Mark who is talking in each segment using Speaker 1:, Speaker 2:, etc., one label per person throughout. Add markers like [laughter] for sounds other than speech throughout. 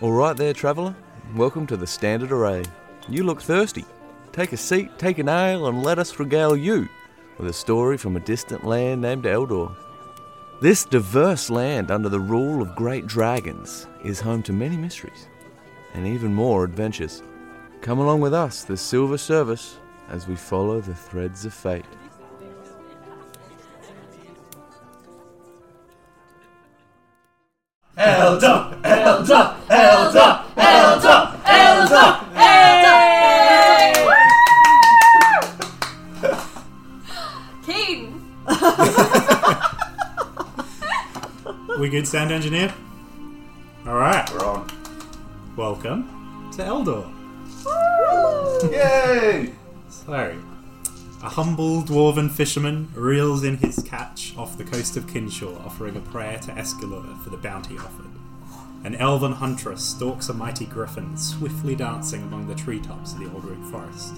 Speaker 1: All right, there, traveller. Welcome to the Standard Array. You look thirsty. Take a seat, take an ale, and let us regale you with a story from a distant land named Eldor. This diverse land under the rule of great dragons is home to many mysteries and even more adventures. Come along with us, the Silver Service, as we follow the threads of fate.
Speaker 2: Elder, Elder, Elder, Elder, Elder,
Speaker 3: King!
Speaker 4: We good, sound engineer? All right.
Speaker 2: We're on.
Speaker 4: Welcome to Eldor.
Speaker 2: Yay!
Speaker 4: So, a humble dwarven fisherman reels in his catch off the coast of Kinshore, offering a prayer to Escalor for the bounty offered. An elven huntress stalks a mighty griffin, swiftly dancing among the treetops of the Aldering Forest.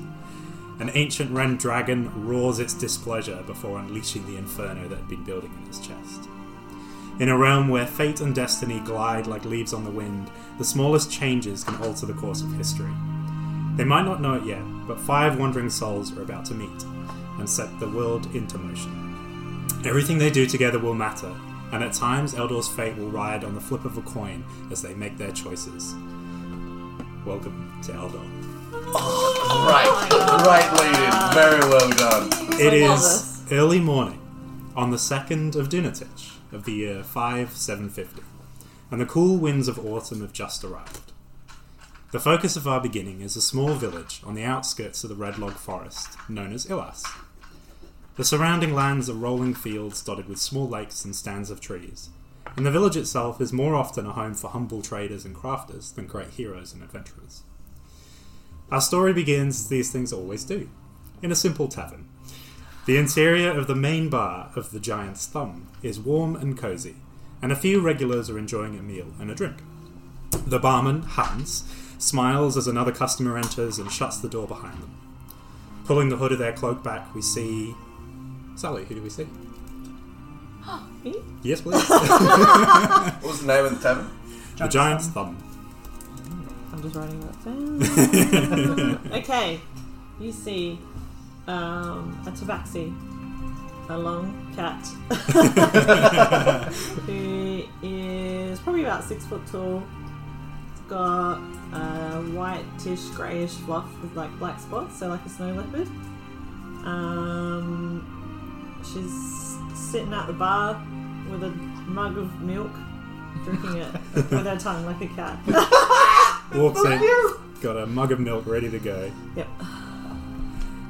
Speaker 4: An ancient wren dragon roars its displeasure before unleashing the inferno that had been building in its chest. In a realm where fate and destiny glide like leaves on the wind, the smallest changes can alter the course of history. They might not know it yet, but five wandering souls are about to meet and set the world into motion. Everything they do together will matter, and at times Eldor's fate will ride on the flip of a coin as they make their choices. Welcome to Eldor.
Speaker 2: Right, right leading. Very well done.
Speaker 4: It
Speaker 3: love
Speaker 4: is
Speaker 3: us.
Speaker 4: early morning on the 2nd of Dunatich of the year 5750, and the cool winds of autumn have just arrived. The focus of our beginning is a small village on the outskirts of the Red Log Forest known as Illas. The surrounding lands are rolling fields dotted with small lakes and stands of trees, and the village itself is more often a home for humble traders and crafters than great heroes and adventurers. Our story begins, as these things always do, in a simple tavern. The interior of the main bar of the Giant's Thumb is warm and cozy, and a few regulars are enjoying a meal and a drink. The barman, Hans, smiles as another customer enters and shuts the door behind them. Pulling the hood of their cloak back, we see. Sally, who do we see?
Speaker 3: Me?
Speaker 4: Yes, please.
Speaker 2: What was the name of the tavern?
Speaker 4: the Giant's Thumb.
Speaker 5: I'm just writing that down. [laughs] okay, you see um, a tabaxi, a long cat, who is probably about six foot tall. It's got a whitish, greyish fluff with like black spots, so like a snow leopard. Um, she's sitting at the bar with a mug of milk, drinking it with her tongue like a cat. [laughs]
Speaker 4: Walks in, got a mug of milk ready to go.
Speaker 5: Yep.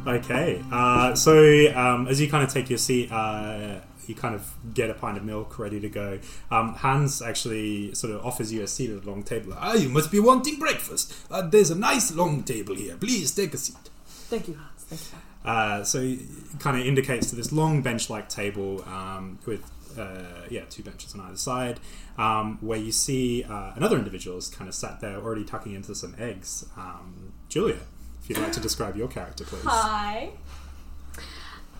Speaker 4: Okay, uh, so um, as you kind of take your seat, uh, you kind of get a pint of milk ready to go. Um, Hans actually sort of offers you a seat at a long table. Ah, you must be wanting breakfast. Uh, there's a nice long table here. Please take a seat.
Speaker 5: Thank you, Hans. Thank you.
Speaker 4: Uh, so it kind of indicates to this long bench-like table um, with uh, yeah two benches on either side, um, where you see uh, another individual is kind of sat there already tucking into some eggs. Um, Julia, if you'd like to describe your character, please.
Speaker 3: Hi.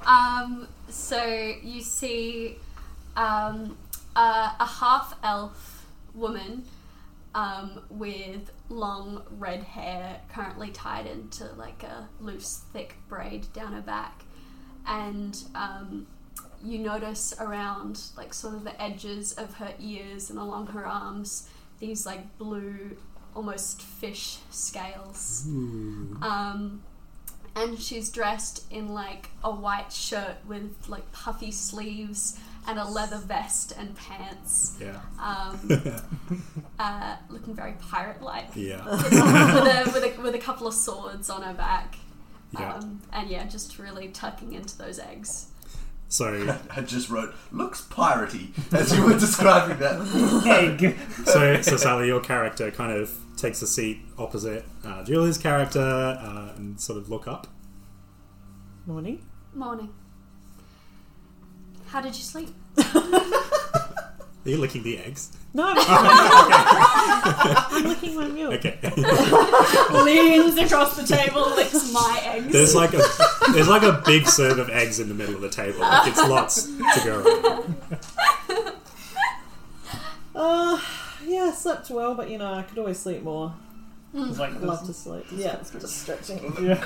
Speaker 3: Um, so you see um, a, a half elf woman um, with long red hair currently tied into like a loose, thick braid down her back. And um, you notice around, like, sort of the edges of her ears and along her arms, these like blue, almost fish scales. Um, and she's dressed in like a white shirt with like puffy sleeves and a leather vest and pants,
Speaker 4: Yeah.
Speaker 3: um, uh, looking very pirate-like.
Speaker 4: Yeah.
Speaker 3: with, a, with, a, with a couple of swords on her back,
Speaker 4: Yeah.
Speaker 3: um, and yeah, just really tucking into those eggs.
Speaker 4: So,
Speaker 2: I just wrote, looks piratey, as you were [laughs] describing that.
Speaker 4: so, so Sally, your character kind of takes a seat opposite uh, Julia's character uh, and sort of look up.
Speaker 5: Morning.
Speaker 3: Morning. How did you sleep?
Speaker 4: Are you licking the eggs?
Speaker 5: No, [laughs] I'm, I'm licking my milk.
Speaker 4: Okay.
Speaker 5: Leans across the table.
Speaker 3: Licked my eggs.
Speaker 4: There's like a there's like a big serve of eggs in the middle of the table. Like it's lots to go around.
Speaker 5: Uh, yes, slept well, but you know, I could always sleep more.
Speaker 6: It's like
Speaker 5: Love to sleep. Yeah, it's just stretching.
Speaker 6: Yeah.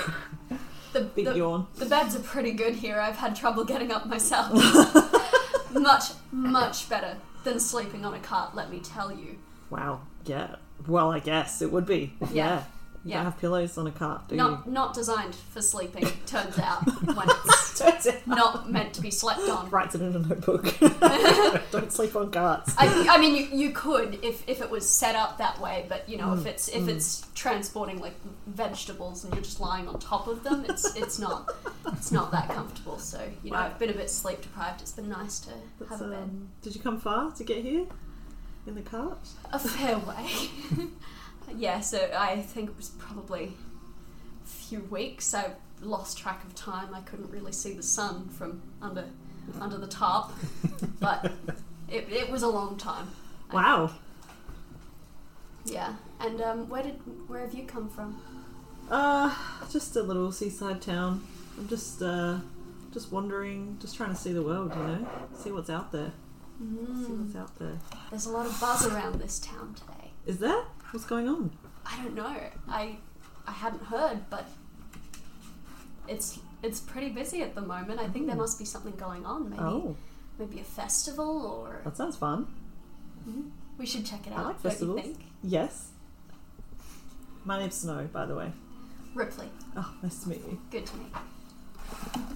Speaker 3: [laughs] The,
Speaker 5: Big
Speaker 3: the,
Speaker 5: yawn.
Speaker 3: the beds are pretty good here. I've had trouble getting up [laughs] myself. much, much better than sleeping on a cart, let me tell you.
Speaker 5: Wow. Yeah. Well, I guess it would be. Yeah. You
Speaker 3: Yeah.
Speaker 5: don't have pillows on a cart, do
Speaker 3: Not not designed for sleeping, turns out, when [laughs] it's
Speaker 5: you?
Speaker 3: not meant to be slept on.
Speaker 5: [laughs] Writes it in a [laughs] notebook. don't sleep on carts.
Speaker 3: I, I mean, you, you could if, if it was set up that way, but you know, if it's if it's transporting like vegetables and you're just lying on top of them, it's it's not it's not that comfortable. So you know, I've been a bit sleep deprived. It's been nice to have
Speaker 5: So,
Speaker 3: a bed.
Speaker 5: uh, did you come far to get here? In the cart?
Speaker 3: A fair way. [laughs] yeah, so I think it was probably a few weeks. I lost track of time. I couldn't really see the sun from under under the tarp, but it, it was a long time.
Speaker 5: Wow.
Speaker 3: Yeah. And um, where did where have you come from?
Speaker 5: Uh, just a little seaside town. I'm just uh, just wandering, just trying to see the world, you know, see what's out there. See
Speaker 3: Hmm.
Speaker 5: what's out there.
Speaker 3: There's a lot of buzz around this town today.
Speaker 5: Is there? What's going on?
Speaker 3: I don't know. I I hadn't heard, but it's it's pretty busy at the moment. I think there must be something going on. Maybe
Speaker 5: Hmm. Oh,
Speaker 3: maybe a festival or
Speaker 5: that sounds fun.
Speaker 3: we should check it
Speaker 5: I
Speaker 3: out.
Speaker 5: like
Speaker 3: don't you
Speaker 5: festivals.
Speaker 3: think?
Speaker 5: Yes. My name's Snow, by the way.
Speaker 3: Ripley,
Speaker 5: Oh, nice to meet you.
Speaker 3: good to me.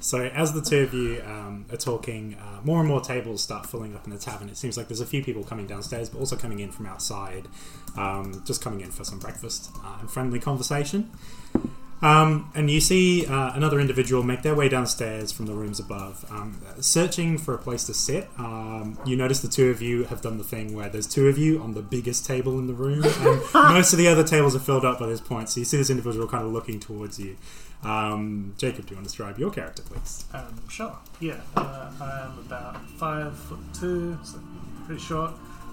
Speaker 4: So, as the two of you um, are talking, uh, more and more tables start filling up in the tavern. It seems like there's a few people coming downstairs, but also coming in from outside, um, just coming in for some breakfast uh, and friendly conversation. Um, and you see uh, another individual make their way downstairs from the rooms above, um, searching for a place to sit. Um, you notice the two of you have done the thing where there's two of you on the biggest table in the room, and most of the other tables are filled up by this point. So you see this individual kind of looking towards you. Um, Jacob, do you want to describe your character, please?
Speaker 6: Um, sure. Yeah, uh, I am about five foot two, so pretty short.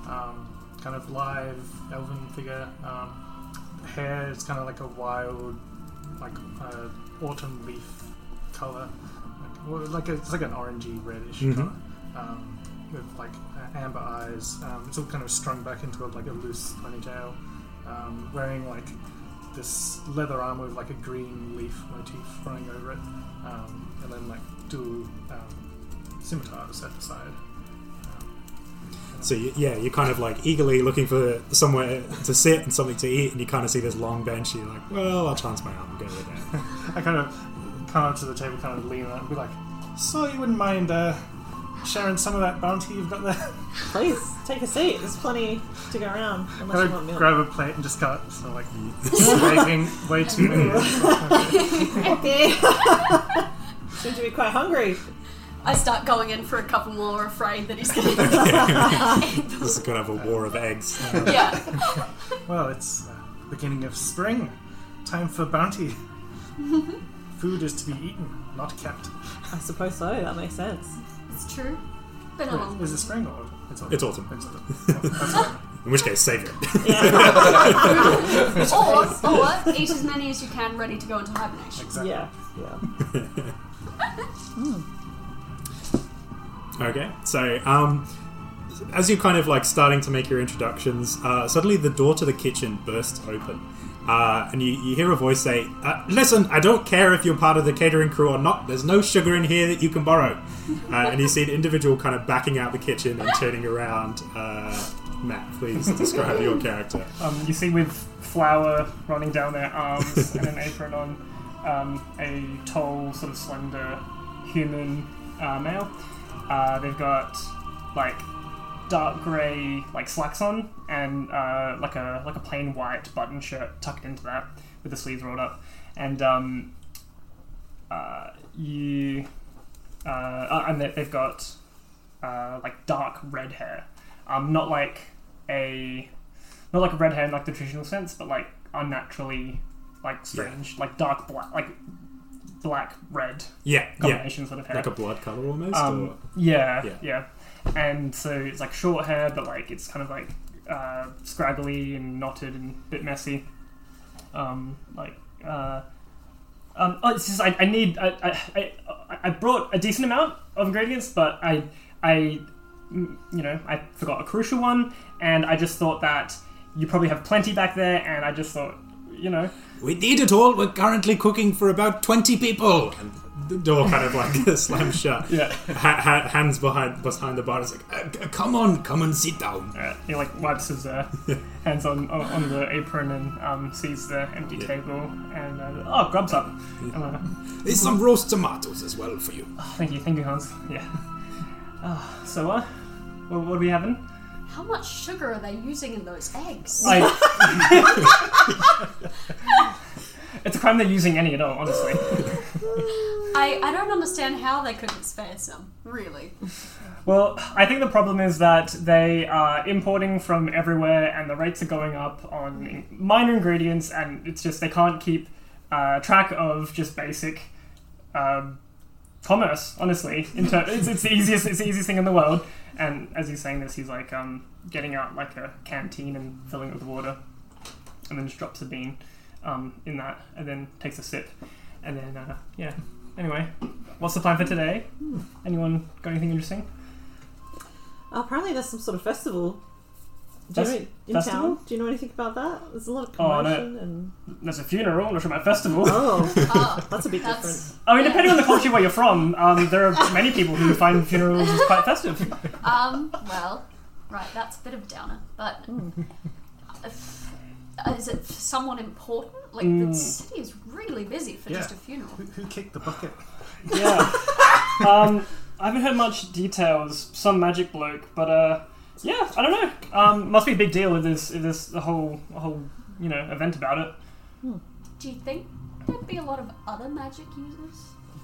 Speaker 6: Um, kind of live elven figure. Um, hair is kind of like a wild, like uh, autumn leaf color, like, well, like a, it's like an orangey reddish
Speaker 4: Mhm.
Speaker 6: color. Um, with like uh, amber eyes. Um, it's all kind of strung back into a, like a loose ponytail. Um, wearing like this leather armor with like a green leaf motif running over it, um, and then like two um, scimitars at the side. Um,
Speaker 4: So you, yeah, you're kind of like eagerly looking for somewhere to sit and something to eat, and you kind of see this long bench. You're like, well, I'll chance my arm and go with it.
Speaker 6: I kind of come up to the table, kind of lean on it, and be like, "So you wouldn't mind uh, sharing some of that bounty you've got there?"
Speaker 5: Please take a seat. There's plenty to go around. Unless you want
Speaker 6: kind of
Speaker 5: milk.
Speaker 6: grab a plate and just cut. So like, [laughs] waiting way too many.
Speaker 5: Okay. [laughs] Seem to be quite hungry.
Speaker 3: I start going in for a couple more, afraid that he's
Speaker 5: [laughs]
Speaker 3: gonna.
Speaker 4: This is kind of a war of eggs.
Speaker 3: [laughs] yeah.
Speaker 6: Well, it's uh, beginning of spring, time
Speaker 5: [laughs]
Speaker 6: for bounty. Food is to be eaten, not kept.
Speaker 5: I suppose so. That makes sense.
Speaker 3: It's true. Been a
Speaker 5: Oh.
Speaker 3: long
Speaker 6: Wait, is it spring or it's autumn?
Speaker 4: It's autumn.
Speaker 6: It's autumn. Oh,
Speaker 4: [laughs]
Speaker 6: that's fine.
Speaker 4: In which case, save it.
Speaker 5: Yeah.
Speaker 3: Or,
Speaker 5: [laughs]
Speaker 3: or eat as many as you can, ready to go into hibernation.
Speaker 6: exactly.
Speaker 5: yeah. Yeah.
Speaker 4: okay. So, um, as you're kind of like starting to make your introductions, uh, suddenly the door to the kitchen bursts open. Uh, and you, you hear a voice say, uh, Listen, I don't care if you're part of the catering crew or not, there's no sugar in here that you can borrow. Uh, and you see an individual kind of backing out the kitchen and turning around. Uh, Matt, please describe your character.
Speaker 7: Um, you see, with flour running down their arms and an apron on, um, a tall, sort of slender human uh, male. Uh, they've got like dark grey like slacks on and uh, like a like a plain white button shirt tucked into that with the sleeves rolled up, and um, uh, you uh, uh, and they- they've got uh, like dark red hair, um, not like a not like red hair in like the traditional sense, but like unnaturally like strange, like dark black, like black red
Speaker 4: Yeah, yeah.
Speaker 7: combination sort of hair.
Speaker 4: Like a blood color almost? or?
Speaker 7: um, yeah,
Speaker 4: Yeah.
Speaker 7: yeah, And so it's like short hair, but like it's kind of like uh, scraggly and knotted and a bit messy. Um, like. Uh, um, oh, it's just I, I need I, I, I, I brought a decent amount of ingredients, but I I mm, you know I forgot a crucial one, and I just thought that You probably have plenty back there, and I just thought, you know,
Speaker 4: We need it all. We're currently cooking for about 20 people. And the door kind of like [laughs] slams shut.
Speaker 7: yeah.
Speaker 4: Ha- ha- hands behind behind the bar. It's like, uh, c- come on, come and sit down.
Speaker 7: Uh, he like wipes his uh, hands on, on on the apron and um, sees the empty
Speaker 4: Yeah.
Speaker 7: table and uh, oh, grub's up. I'm, uh,
Speaker 4: There's some roast tomatoes as well for you.
Speaker 7: oh, thank you, thank you, Hans. Yeah. Uh, so uh, what, what are we having?
Speaker 3: How much sugar are they using in those eggs?
Speaker 7: I. [laughs] it's a crime they're using any at all, honestly.
Speaker 3: I, I don't understand how they couldn't spare some, really.
Speaker 7: Well, I think the problem is that they are importing from everywhere, and the rates are going up on in- minor ingredients, and it's just they can't keep uh, track of just basic um commerce. Honestly, [laughs] in ter- it's, it's the easiest it's the easiest thing in the world. And as he's saying this, he's like um, getting out like a canteen and filling it with water, and then just drops a bean um, in that, and then takes a sip, and then uh, yeah. Anyway, what's the plan for today? Anyone got anything interesting?
Speaker 5: apparently, there's some sort of festival. Do you
Speaker 7: Fes-
Speaker 5: know, in
Speaker 7: festival?
Speaker 5: town? Do you know anything about that? There's a lot of
Speaker 7: Oh, no.
Speaker 5: commotion and
Speaker 7: There's a funeral, not sure about festival.
Speaker 5: oh,
Speaker 3: Oh,
Speaker 5: that's a bit different.
Speaker 3: that's.
Speaker 7: I mean, depending on the culture where you're from, um, there are many people who find funerals as quite festive.
Speaker 3: Um, well, right, that's a bit of a downer, but. If, is it for someone important? Like, the
Speaker 7: Mm.
Speaker 3: city is really busy for
Speaker 6: Yeah.
Speaker 3: just a funeral.
Speaker 6: Who, who kicked the bucket?
Speaker 7: Yeah. Um, I haven't heard much details. Some magic bloke, but uh, yeah, I don't know. Um, must be a big deal if there's if there's a whole a whole you know event about it.
Speaker 3: Do you think there'd be a lot of other magic users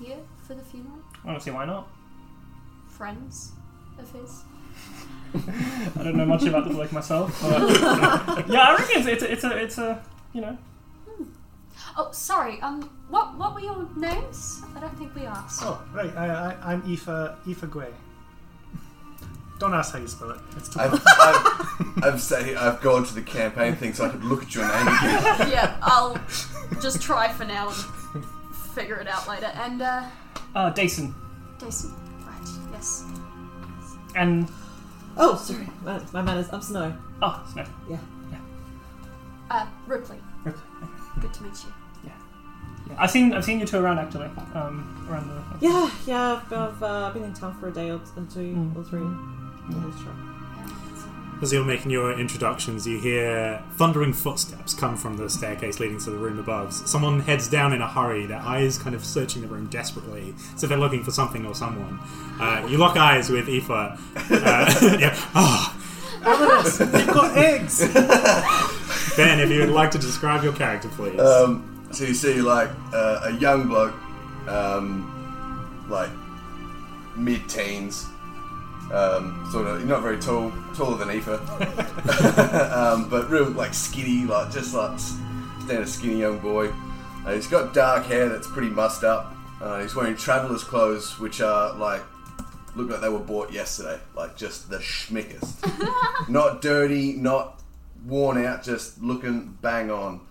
Speaker 3: here for the funeral?
Speaker 7: Honestly, why not?
Speaker 3: Friends of his?
Speaker 7: I don't know much about the bloke myself. But, [laughs] yeah, I reckon it's it's a, it's a it's a you know
Speaker 3: Oh, sorry, um, what, what were your names? I don't think we asked.
Speaker 6: Oh, right. I, I, I'm Aoife, Aoife Gray. Don't ask how you spell it. It's too
Speaker 8: I've,
Speaker 6: hard.
Speaker 8: I've, I've, say, I've gone to the campaign thing so I could look at you and anger you.
Speaker 3: yeah, I'll just try for now and figure it out later. And, uh,
Speaker 7: uh, Dason
Speaker 3: Jason. Right, yes.
Speaker 7: and
Speaker 5: Oh, sorry, my, my manners. I'm Snow.
Speaker 7: oh Snow.
Speaker 3: Uh, Ripley.
Speaker 7: Ripley,
Speaker 3: Good to meet you.
Speaker 7: I've seen I've seen you two around actually um, around the
Speaker 5: Yeah, yeah, I've, I've uh, been in town for a day or t- or two
Speaker 7: Mm.
Speaker 5: or three. Yeah, that's right.
Speaker 4: As you're making your introductions, you hear thundering footsteps come from the staircase leading to the room above. Someone heads down in a hurry, their eyes kind of searching the room desperately, as if they're looking for something or someone. Uh, you lock eyes with Aoife. Uh, [laughs] yeah. Ah,
Speaker 6: I've got eggs!
Speaker 4: ben, if you would like to describe your character, please.
Speaker 8: Um, so you see, like, uh, a young bloke, um, like, mid teens, um, sort of, not very tall, taller than Aoife, um, but real, like, skinny, like, just like s- standard skinny young boy. Uh, he's got dark hair that's pretty mussed up. Uh, he's wearing traveller's clothes, which are, like, look like they were bought yesterday. Like, just the schmickest. not dirty, not worn out, just looking bang on.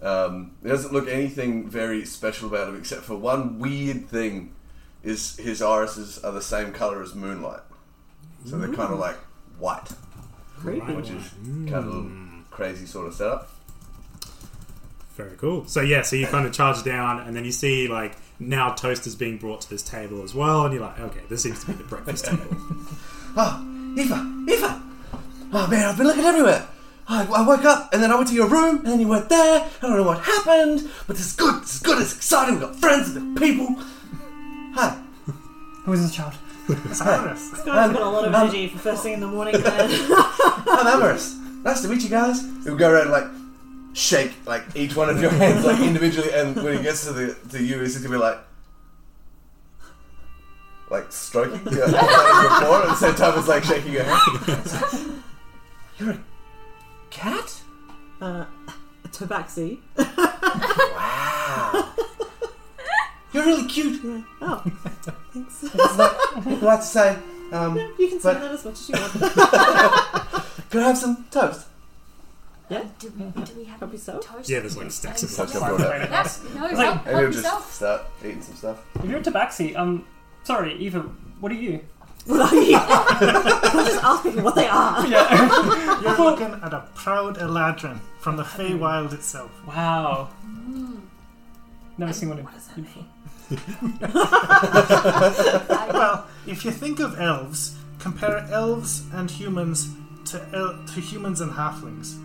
Speaker 8: Um, there doesn't look anything very special about him, except for one weird thing: is his irises are the same color as moonlight, so they're kind of like white, which
Speaker 5: Creepy.
Speaker 8: is kind of a little crazy sort of setup.
Speaker 4: Very cool. So yeah, so you kind of charge down, and then you see like now toast is being brought to this table as well, and you're like, okay, this seems to be the breakfast table.
Speaker 8: Oh, Eva, Eva! Oh man, I've been looking everywhere. I, I woke up and then I went to your room and then you weren't there. I don't know what happened, but this is good. This is good. It's exciting. We've got friends. We've got people. Hi.
Speaker 7: who is this child?
Speaker 6: It's Iris.
Speaker 7: [laughs]
Speaker 5: This guy's got um, a lot of energy for first thing in the [laughs] morning, man.
Speaker 8: I'm Amorous. Nice to meet you guys. He'll go around and like shake like each one of your hands like individually, and when he gets to the to you, he's just gonna be like. Like stroking your
Speaker 3: [laughs]
Speaker 8: hand like before, at the same time as like shaking your hand. You're a cat?
Speaker 5: uh, Tabaxi.
Speaker 8: Wow. You're really cute.
Speaker 5: Yeah. Oh,
Speaker 7: [laughs]
Speaker 5: thanks.
Speaker 8: I'd like to say, um,
Speaker 5: you can say
Speaker 8: But-
Speaker 5: that as much as you want. [laughs]
Speaker 8: could I have some toast?
Speaker 3: Uh, Do we, do we have
Speaker 5: Copy so.
Speaker 3: toast?
Speaker 4: Yeah, there's like stacks of
Speaker 8: Such a
Speaker 4: them.
Speaker 8: broad out.
Speaker 3: Yes, no,
Speaker 7: Like-
Speaker 3: help,
Speaker 8: And he'll
Speaker 3: help
Speaker 8: just
Speaker 3: yourself.
Speaker 8: start eating some stuff.
Speaker 7: If you're a tabaxi, um, sorry, Eva, what are you?
Speaker 5: What are you? Can I just asking what they are.
Speaker 6: You're looking at a proud Eladrin from the Feywild itself.
Speaker 7: Wow. Never seen one in.
Speaker 5: What does that mean?
Speaker 6: Well, if you think of elves, compare elves and humans to el- to humans and halflings.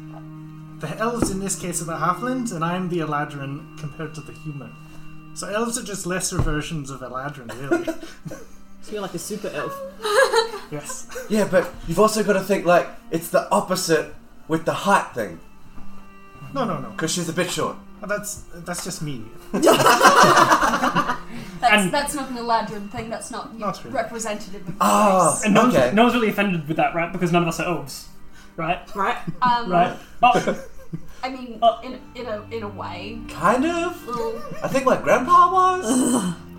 Speaker 6: The elves in this case are the halflings, and I'm the Eladrin compared to the human. So elves are just lesser versions of Eladrin,
Speaker 7: [laughs]
Speaker 6: really.
Speaker 5: So you're like a super elf.
Speaker 6: yes.
Speaker 8: Yeah, but you've also got to think like it's the opposite with the height thing
Speaker 6: No, no, no.
Speaker 8: because she's a bit short.
Speaker 6: That's that's just me.
Speaker 3: That's,
Speaker 7: And-
Speaker 3: that's not an Eladrin thing. That's not,
Speaker 6: Not really.
Speaker 3: representative of the
Speaker 8: Ah,
Speaker 3: race.
Speaker 7: And no,
Speaker 8: okay.
Speaker 7: one's, no one's really offended with that, right? Because none of us are elves, right?
Speaker 5: Right?
Speaker 3: Um,
Speaker 7: Right. Oh,
Speaker 3: I mean,
Speaker 7: Uh,
Speaker 3: in, in a in a way,
Speaker 8: Kind of.
Speaker 3: little
Speaker 8: I think my grandpa was.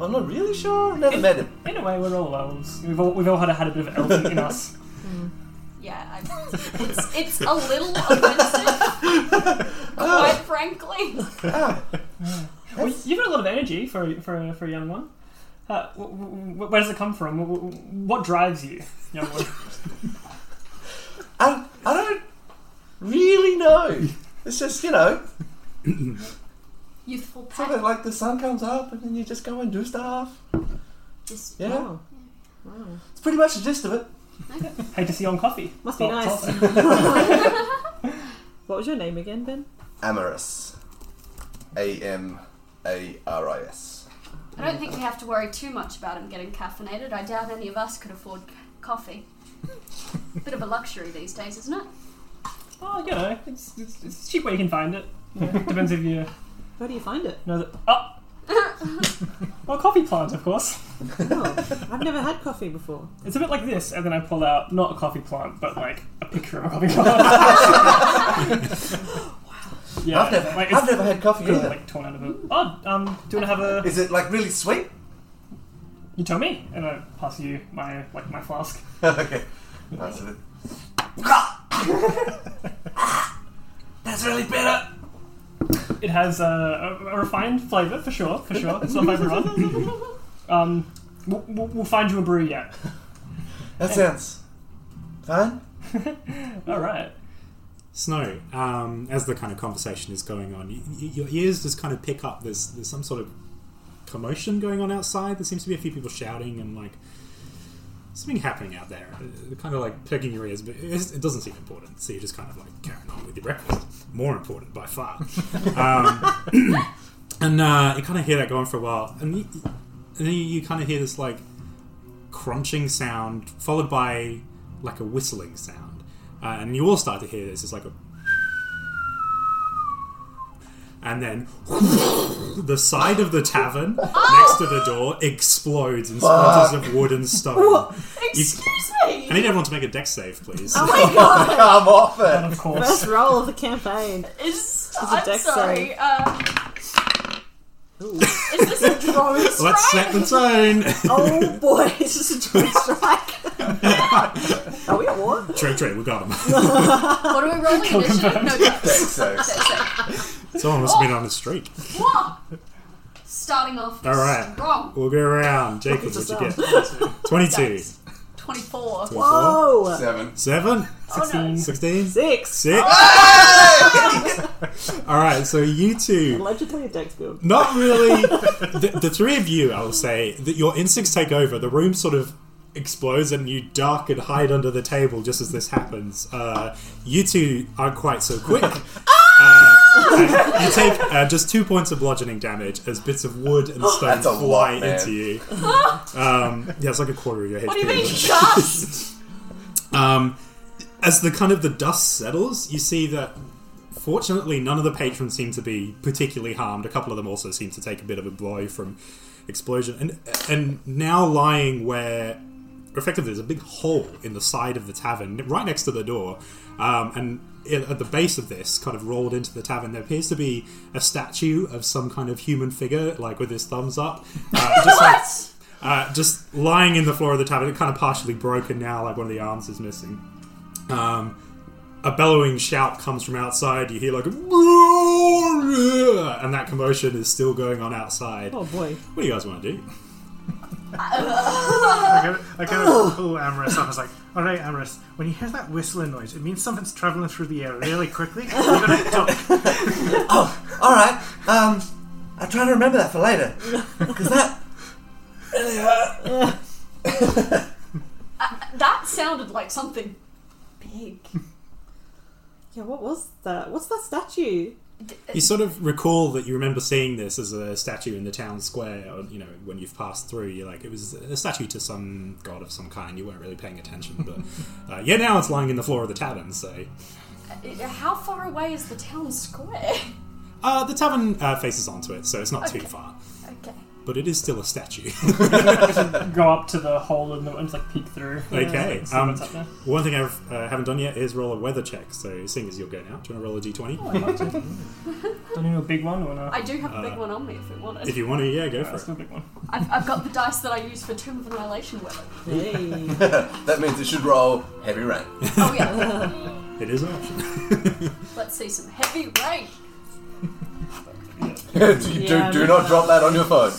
Speaker 8: I'm not really sure. I never met him.
Speaker 7: in a way, we're all elves. We've all we've all had a, had a bit of elf in- in
Speaker 5: [laughs]
Speaker 7: us.
Speaker 3: yeah. I, it's it's a little offensive,
Speaker 8: [laughs]
Speaker 3: quite frankly.
Speaker 7: Well, you've got a lot of energy for a- for a, for a young one. Uh, wh- wh- where does it come from? Wh- wh- What drives you,
Speaker 5: [laughs]
Speaker 7: young one?
Speaker 8: I, I don't really know. It's just you know
Speaker 3: Youthful
Speaker 8: something
Speaker 3: pet.
Speaker 8: like the sun comes up and then you just go and do stuff.
Speaker 3: Just
Speaker 8: Yeah,
Speaker 5: Wow. Wow.
Speaker 8: it's pretty much the gist of it.
Speaker 7: Hate to see you on coffee.
Speaker 5: Must be
Speaker 7: Oh,
Speaker 5: nice.
Speaker 7: coffee.
Speaker 5: [laughs] What was your name again, Ben?
Speaker 8: Amaris. A M A R I S.
Speaker 3: I don't think we have to worry too much about him getting caffeinated. I doubt any of us could afford coffee. Bit of a luxury these days, isn't it?
Speaker 7: Oh, you know, it's, it's, it's cheap where you can find it. You know, depends if you
Speaker 5: Where do you find [laughs] it?
Speaker 7: know that.
Speaker 8: [laughs]
Speaker 7: Oh. well, coffee plant, of course.
Speaker 5: Oh, I've never had coffee [laughs] before.
Speaker 7: It's a bit like this, and then I pull out not a coffee plant, but like a picture of a coffee plant. wow.
Speaker 8: [laughs]
Speaker 7: Yeah,
Speaker 8: I've never,
Speaker 7: like,
Speaker 8: I've never had coffee
Speaker 7: it's
Speaker 8: either.
Speaker 7: like torn out of it. Oh, um, do you want to have a?
Speaker 8: Is it like really sweet?
Speaker 7: You tell me, and I pass you my like my flask.
Speaker 8: okay. That's it. That's really bitter.
Speaker 7: It has uh, a, a refined flavour for sure, for sure. It's not for everyone.
Speaker 8: [laughs]
Speaker 7: um, we'll, we'll, we'll find you a brew yet.
Speaker 8: That sounds fine.
Speaker 7: All right.
Speaker 4: Snow, um, as the kind of conversation is going on, y- y- your ears just kind of pick up. There's there's some sort of commotion going on outside. There seems to be a few people shouting and like something happening out there, Uh, kind of like perking your ears. But it's, it doesn't seem important, so you're just kind of like carrying on with your breakfast. More important by far. um, [coughs] and uh, you kind of hear that going for a while, and, you, and then you kind of hear this like crunching sound followed by like a whistling sound uh, and you all start to hear this it's like a and then [laughs] the side of the tavern
Speaker 5: Oh!
Speaker 4: next to the door explodes in splinters of wood and stone You-
Speaker 3: Excuse
Speaker 4: i
Speaker 3: me.
Speaker 4: need everyone to make a deck save please
Speaker 5: Oh my god!
Speaker 8: Come off it.
Speaker 7: And of course,
Speaker 5: First roll of the campaign.
Speaker 3: Is,
Speaker 5: a
Speaker 3: I'm
Speaker 5: dex
Speaker 3: sorry.
Speaker 5: save.
Speaker 3: Um, is this a drone strike?
Speaker 4: [laughs] let's set the
Speaker 5: [laughs]
Speaker 4: tone
Speaker 5: [laughs]
Speaker 4: [laughs]
Speaker 5: Oh boy, [laughs] this is a joint strike. [laughs] Are we at war?
Speaker 4: trade trade we got him [laughs]
Speaker 3: What are we rolling? Initiative? No, dex.
Speaker 8: So,
Speaker 3: Dex save.
Speaker 4: someone must have been on a streak
Speaker 3: Whoa! Starting off
Speaker 4: All right.
Speaker 3: strong.
Speaker 4: we'll go around jacob what'd you get 22
Speaker 3: Dex. 24.
Speaker 4: 24
Speaker 5: Whoa!
Speaker 8: seven.
Speaker 4: 7
Speaker 3: Oh,
Speaker 7: sixteen.
Speaker 4: 16
Speaker 5: Oh, Six.
Speaker 4: Six. All right, so you two,
Speaker 5: Allegedly a dex build.
Speaker 4: not really. The, the three of you, I'll say that your instincts take over. The room sort of explodes, and you duck and hide under the table just as this happens. Uh, you two aren't quite so quick. Uh, and you take uh, just two points of bludgeoning damage as bits of wood and stone
Speaker 8: That's a
Speaker 4: fly
Speaker 8: lot, man.
Speaker 4: into you. Um, yeah, it's like a quarter of your HP.
Speaker 3: What do you mean, dust?
Speaker 4: [laughs] Um, as the kind of the dust settles, you see that fortunately none of the patrons seem to be particularly harmed. A couple of them also seem to take a bit of a blow from explosion, and and now lying where effectively there's a big hole in the side of the tavern, right next to the door, um, and. i- At the base of this, kind of rolled into the tavern, there appears to be a statue of some kind of human figure, like with his thumbs up, uh, just like uh, just lying in the floor of the tavern, kind of partially broken now, like one of the arms is missing. Um, a bellowing shout comes from outside. You hear like, a and that commotion is still going on outside.
Speaker 5: Oh boy.
Speaker 4: What do you guys want to do?
Speaker 6: I kind of, I kind of pull Amaris up. I was like, All right, Amaris, when you hear that whistling noise, it means something's traveling through the air really quickly. You're gonna duck.
Speaker 8: Oh, all right. Um, I'll try to remember that for later. Because that really hurt.
Speaker 3: That sounded like something big.
Speaker 5: Yeah, what was that? What's that statue?
Speaker 3: D-
Speaker 4: You sort of recall that you remember seeing this as a statue in the town square, or you know, when you've passed through, you're like, it was a statue to some god of some kind. You weren't really paying
Speaker 9: [laughs]
Speaker 4: attention, but uh, yeah, now it's lying in the floor of the tavern. So,
Speaker 3: uh, How far away is the town square? [laughs]
Speaker 4: uh, the tavern uh, faces onto it, so it's not too
Speaker 3: Okay.
Speaker 4: far,
Speaker 3: Okay.
Speaker 4: but it is still
Speaker 9: [laughs]
Speaker 4: a statue.
Speaker 9: Go up to the hole in the and like peek through.
Speaker 4: okay.
Speaker 9: See
Speaker 4: Um,
Speaker 9: what's up there.
Speaker 4: one thing I uh, haven't done yet is roll a weather check. So, seeing as you'll go now, do you want to roll a d20?
Speaker 9: Don't you know a big one or no?
Speaker 3: I do have a big
Speaker 4: Uh,
Speaker 3: one on me if we wanted.
Speaker 4: if you want to, yeah, go for
Speaker 9: That's
Speaker 4: it.
Speaker 9: still a big one.
Speaker 3: I've, I've got the dice that I use for Tomb of Annihilation with it.
Speaker 5: Hey.
Speaker 2: that means it should roll heavy
Speaker 8: [laughs]
Speaker 2: rain.
Speaker 3: Oh, yeah.
Speaker 5: [laughs]
Speaker 4: It is an option.
Speaker 3: Let's see some heavy rain. [laughs]
Speaker 2: you
Speaker 5: Yeah,
Speaker 2: do,
Speaker 5: we
Speaker 2: do not
Speaker 5: know.
Speaker 2: drop that on your phone.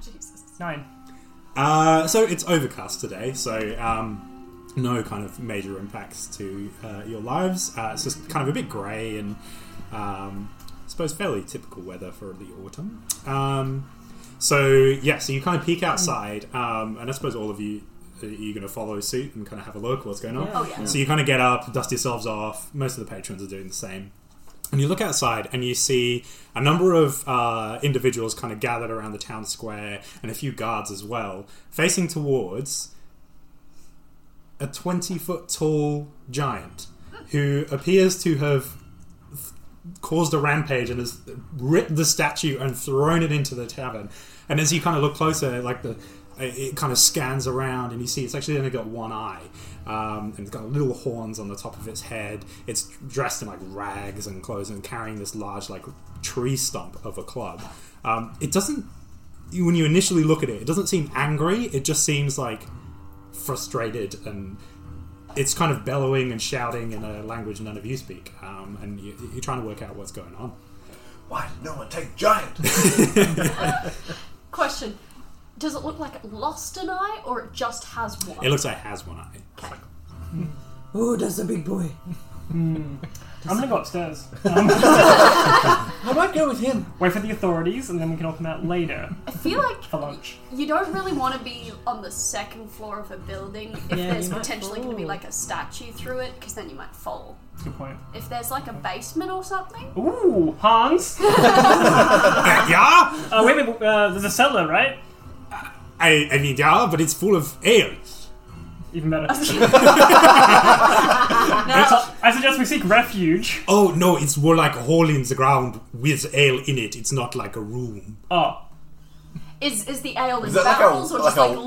Speaker 3: Jesus.
Speaker 9: Nine.
Speaker 4: Uh, so it's overcast today, so um, no kind of major impacts to uh, your lives. Uh, it's just kind of a bit grey and um, I suppose fairly typical weather for the autumn. Um, so yeah, so you kind of peek outside, um, and I suppose all of you are you going to follow suit and kind of have a look what's going on.
Speaker 5: Yeah.
Speaker 3: Oh, yeah.
Speaker 4: So you kind of get up, dust yourselves off. Most of the patrons are doing the same. And you look outside and you see a number of uh, individuals kind of gathered around the town square and a few guards as well, facing towards a 20 foot tall giant who appears to have caused a rampage and has ripped the statue and thrown it into the tavern. And as you kind of look closer, like the it it kind of scans around and you see it's actually only got one eye um, and it's got little horns on the top of its head. It's dressed in like rags and clothes and carrying this large like tree stump of a club. Um, it doesn't when you initially look at it, it doesn't seem angry. It just seems like frustrated and it's kind of bellowing and shouting in a language none of you speak, um, and you, you're trying to work out what's going on.
Speaker 2: Why did no one take giant?
Speaker 3: Question. Does it look like it lost an eye or it just has one?
Speaker 4: It looks like it has one eye.
Speaker 3: okay.
Speaker 5: Oh, that's a [laughs] big boy.
Speaker 9: I'm gonna go upstairs. Um,
Speaker 8: [laughs] I might go with him.
Speaker 9: Wait for the authorities, and then we can all come out later
Speaker 3: I feel like
Speaker 9: for lunch.
Speaker 3: you don't really want to be on the second floor of a building if
Speaker 5: Yeah,
Speaker 3: there's
Speaker 5: you might
Speaker 3: potentially going to be
Speaker 5: fall.
Speaker 3: like a statue through it because then you might fall.
Speaker 9: Good point.
Speaker 3: If there's like a basement or something,
Speaker 9: Ooh, Hans.
Speaker 4: yeah,
Speaker 9: Uh, wait, wait, uh, there's a cellar, right?
Speaker 4: I, I mean yeah, but it's full of ale.
Speaker 9: Even better. [laughs]
Speaker 3: no,
Speaker 9: I suggest we seek refuge.
Speaker 4: Oh no, it's more like a hole in the ground with ale in it. It's not like a room.
Speaker 9: Oh,
Speaker 3: is is the ale in
Speaker 2: Is that like
Speaker 3: barrels
Speaker 2: a
Speaker 3: or
Speaker 2: like
Speaker 3: just
Speaker 2: a?
Speaker 3: like,
Speaker 2: is he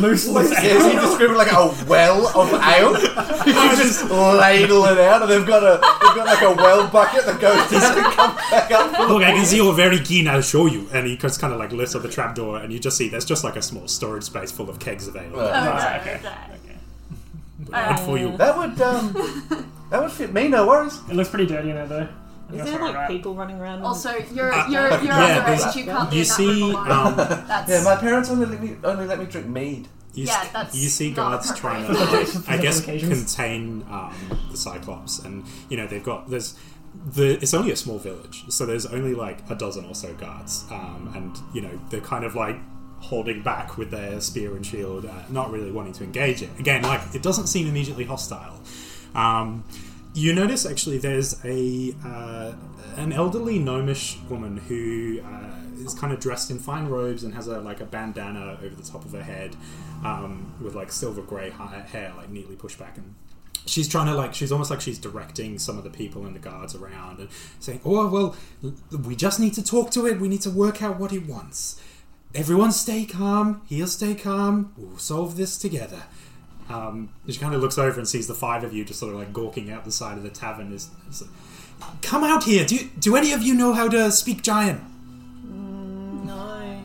Speaker 3: loose?
Speaker 2: just loose? Is he describing like a well of ale? You just ladle it out, and they've got a they've got like a well bucket that goes down and comes back up. full of-
Speaker 4: Look, I can see you're very keen. I'll show you. And he just kind of like lifts up the trapdoor, and you just see there's just like a small storage space full of kegs of ale.
Speaker 2: Uh, [laughs]
Speaker 3: Okay,
Speaker 9: okay.
Speaker 4: And for you,
Speaker 2: that would um that would fit me, no worries.
Speaker 9: It looks pretty dirty in there, though.
Speaker 5: Is there like people running around? on-
Speaker 3: Also, you're you're you're
Speaker 4: yeah,
Speaker 3: underage.
Speaker 4: there's-
Speaker 3: You can't be
Speaker 4: you
Speaker 3: in that
Speaker 4: see
Speaker 3: room alone.
Speaker 4: um,
Speaker 3: That's
Speaker 2: Yeah, my parents only let me only let me drink mead.
Speaker 4: You,
Speaker 3: Yeah,
Speaker 4: s-
Speaker 3: that's
Speaker 4: you see
Speaker 3: not [laughs]
Speaker 4: guards trying to, like, I guess, contain um, the Cyclops, and you know they've got there's the it's only a small village, so there's only like a dozen or so guards, um, and you know they're kind of like holding back with their spear and shield, uh, not really wanting to engage it. Again, like it doesn't seem immediately hostile. Um, you notice actually there's a uh, an elderly gnomish woman who uh, is kind of dressed in fine robes and has a like a bandana over the top of her head um, with like silver gray hi- hair like neatly pushed back and she's trying to like she's almost like she's directing some of the people and the guards around and saying oh well l- we just need to talk to it we need to work out what it wants everyone stay calm he'll stay calm we'll solve this together um, she kind of looks over and sees the five of you just sort of like gawking out the side of the tavern. Is, is like, come out here. Do do any of you know how to speak giant?
Speaker 5: No.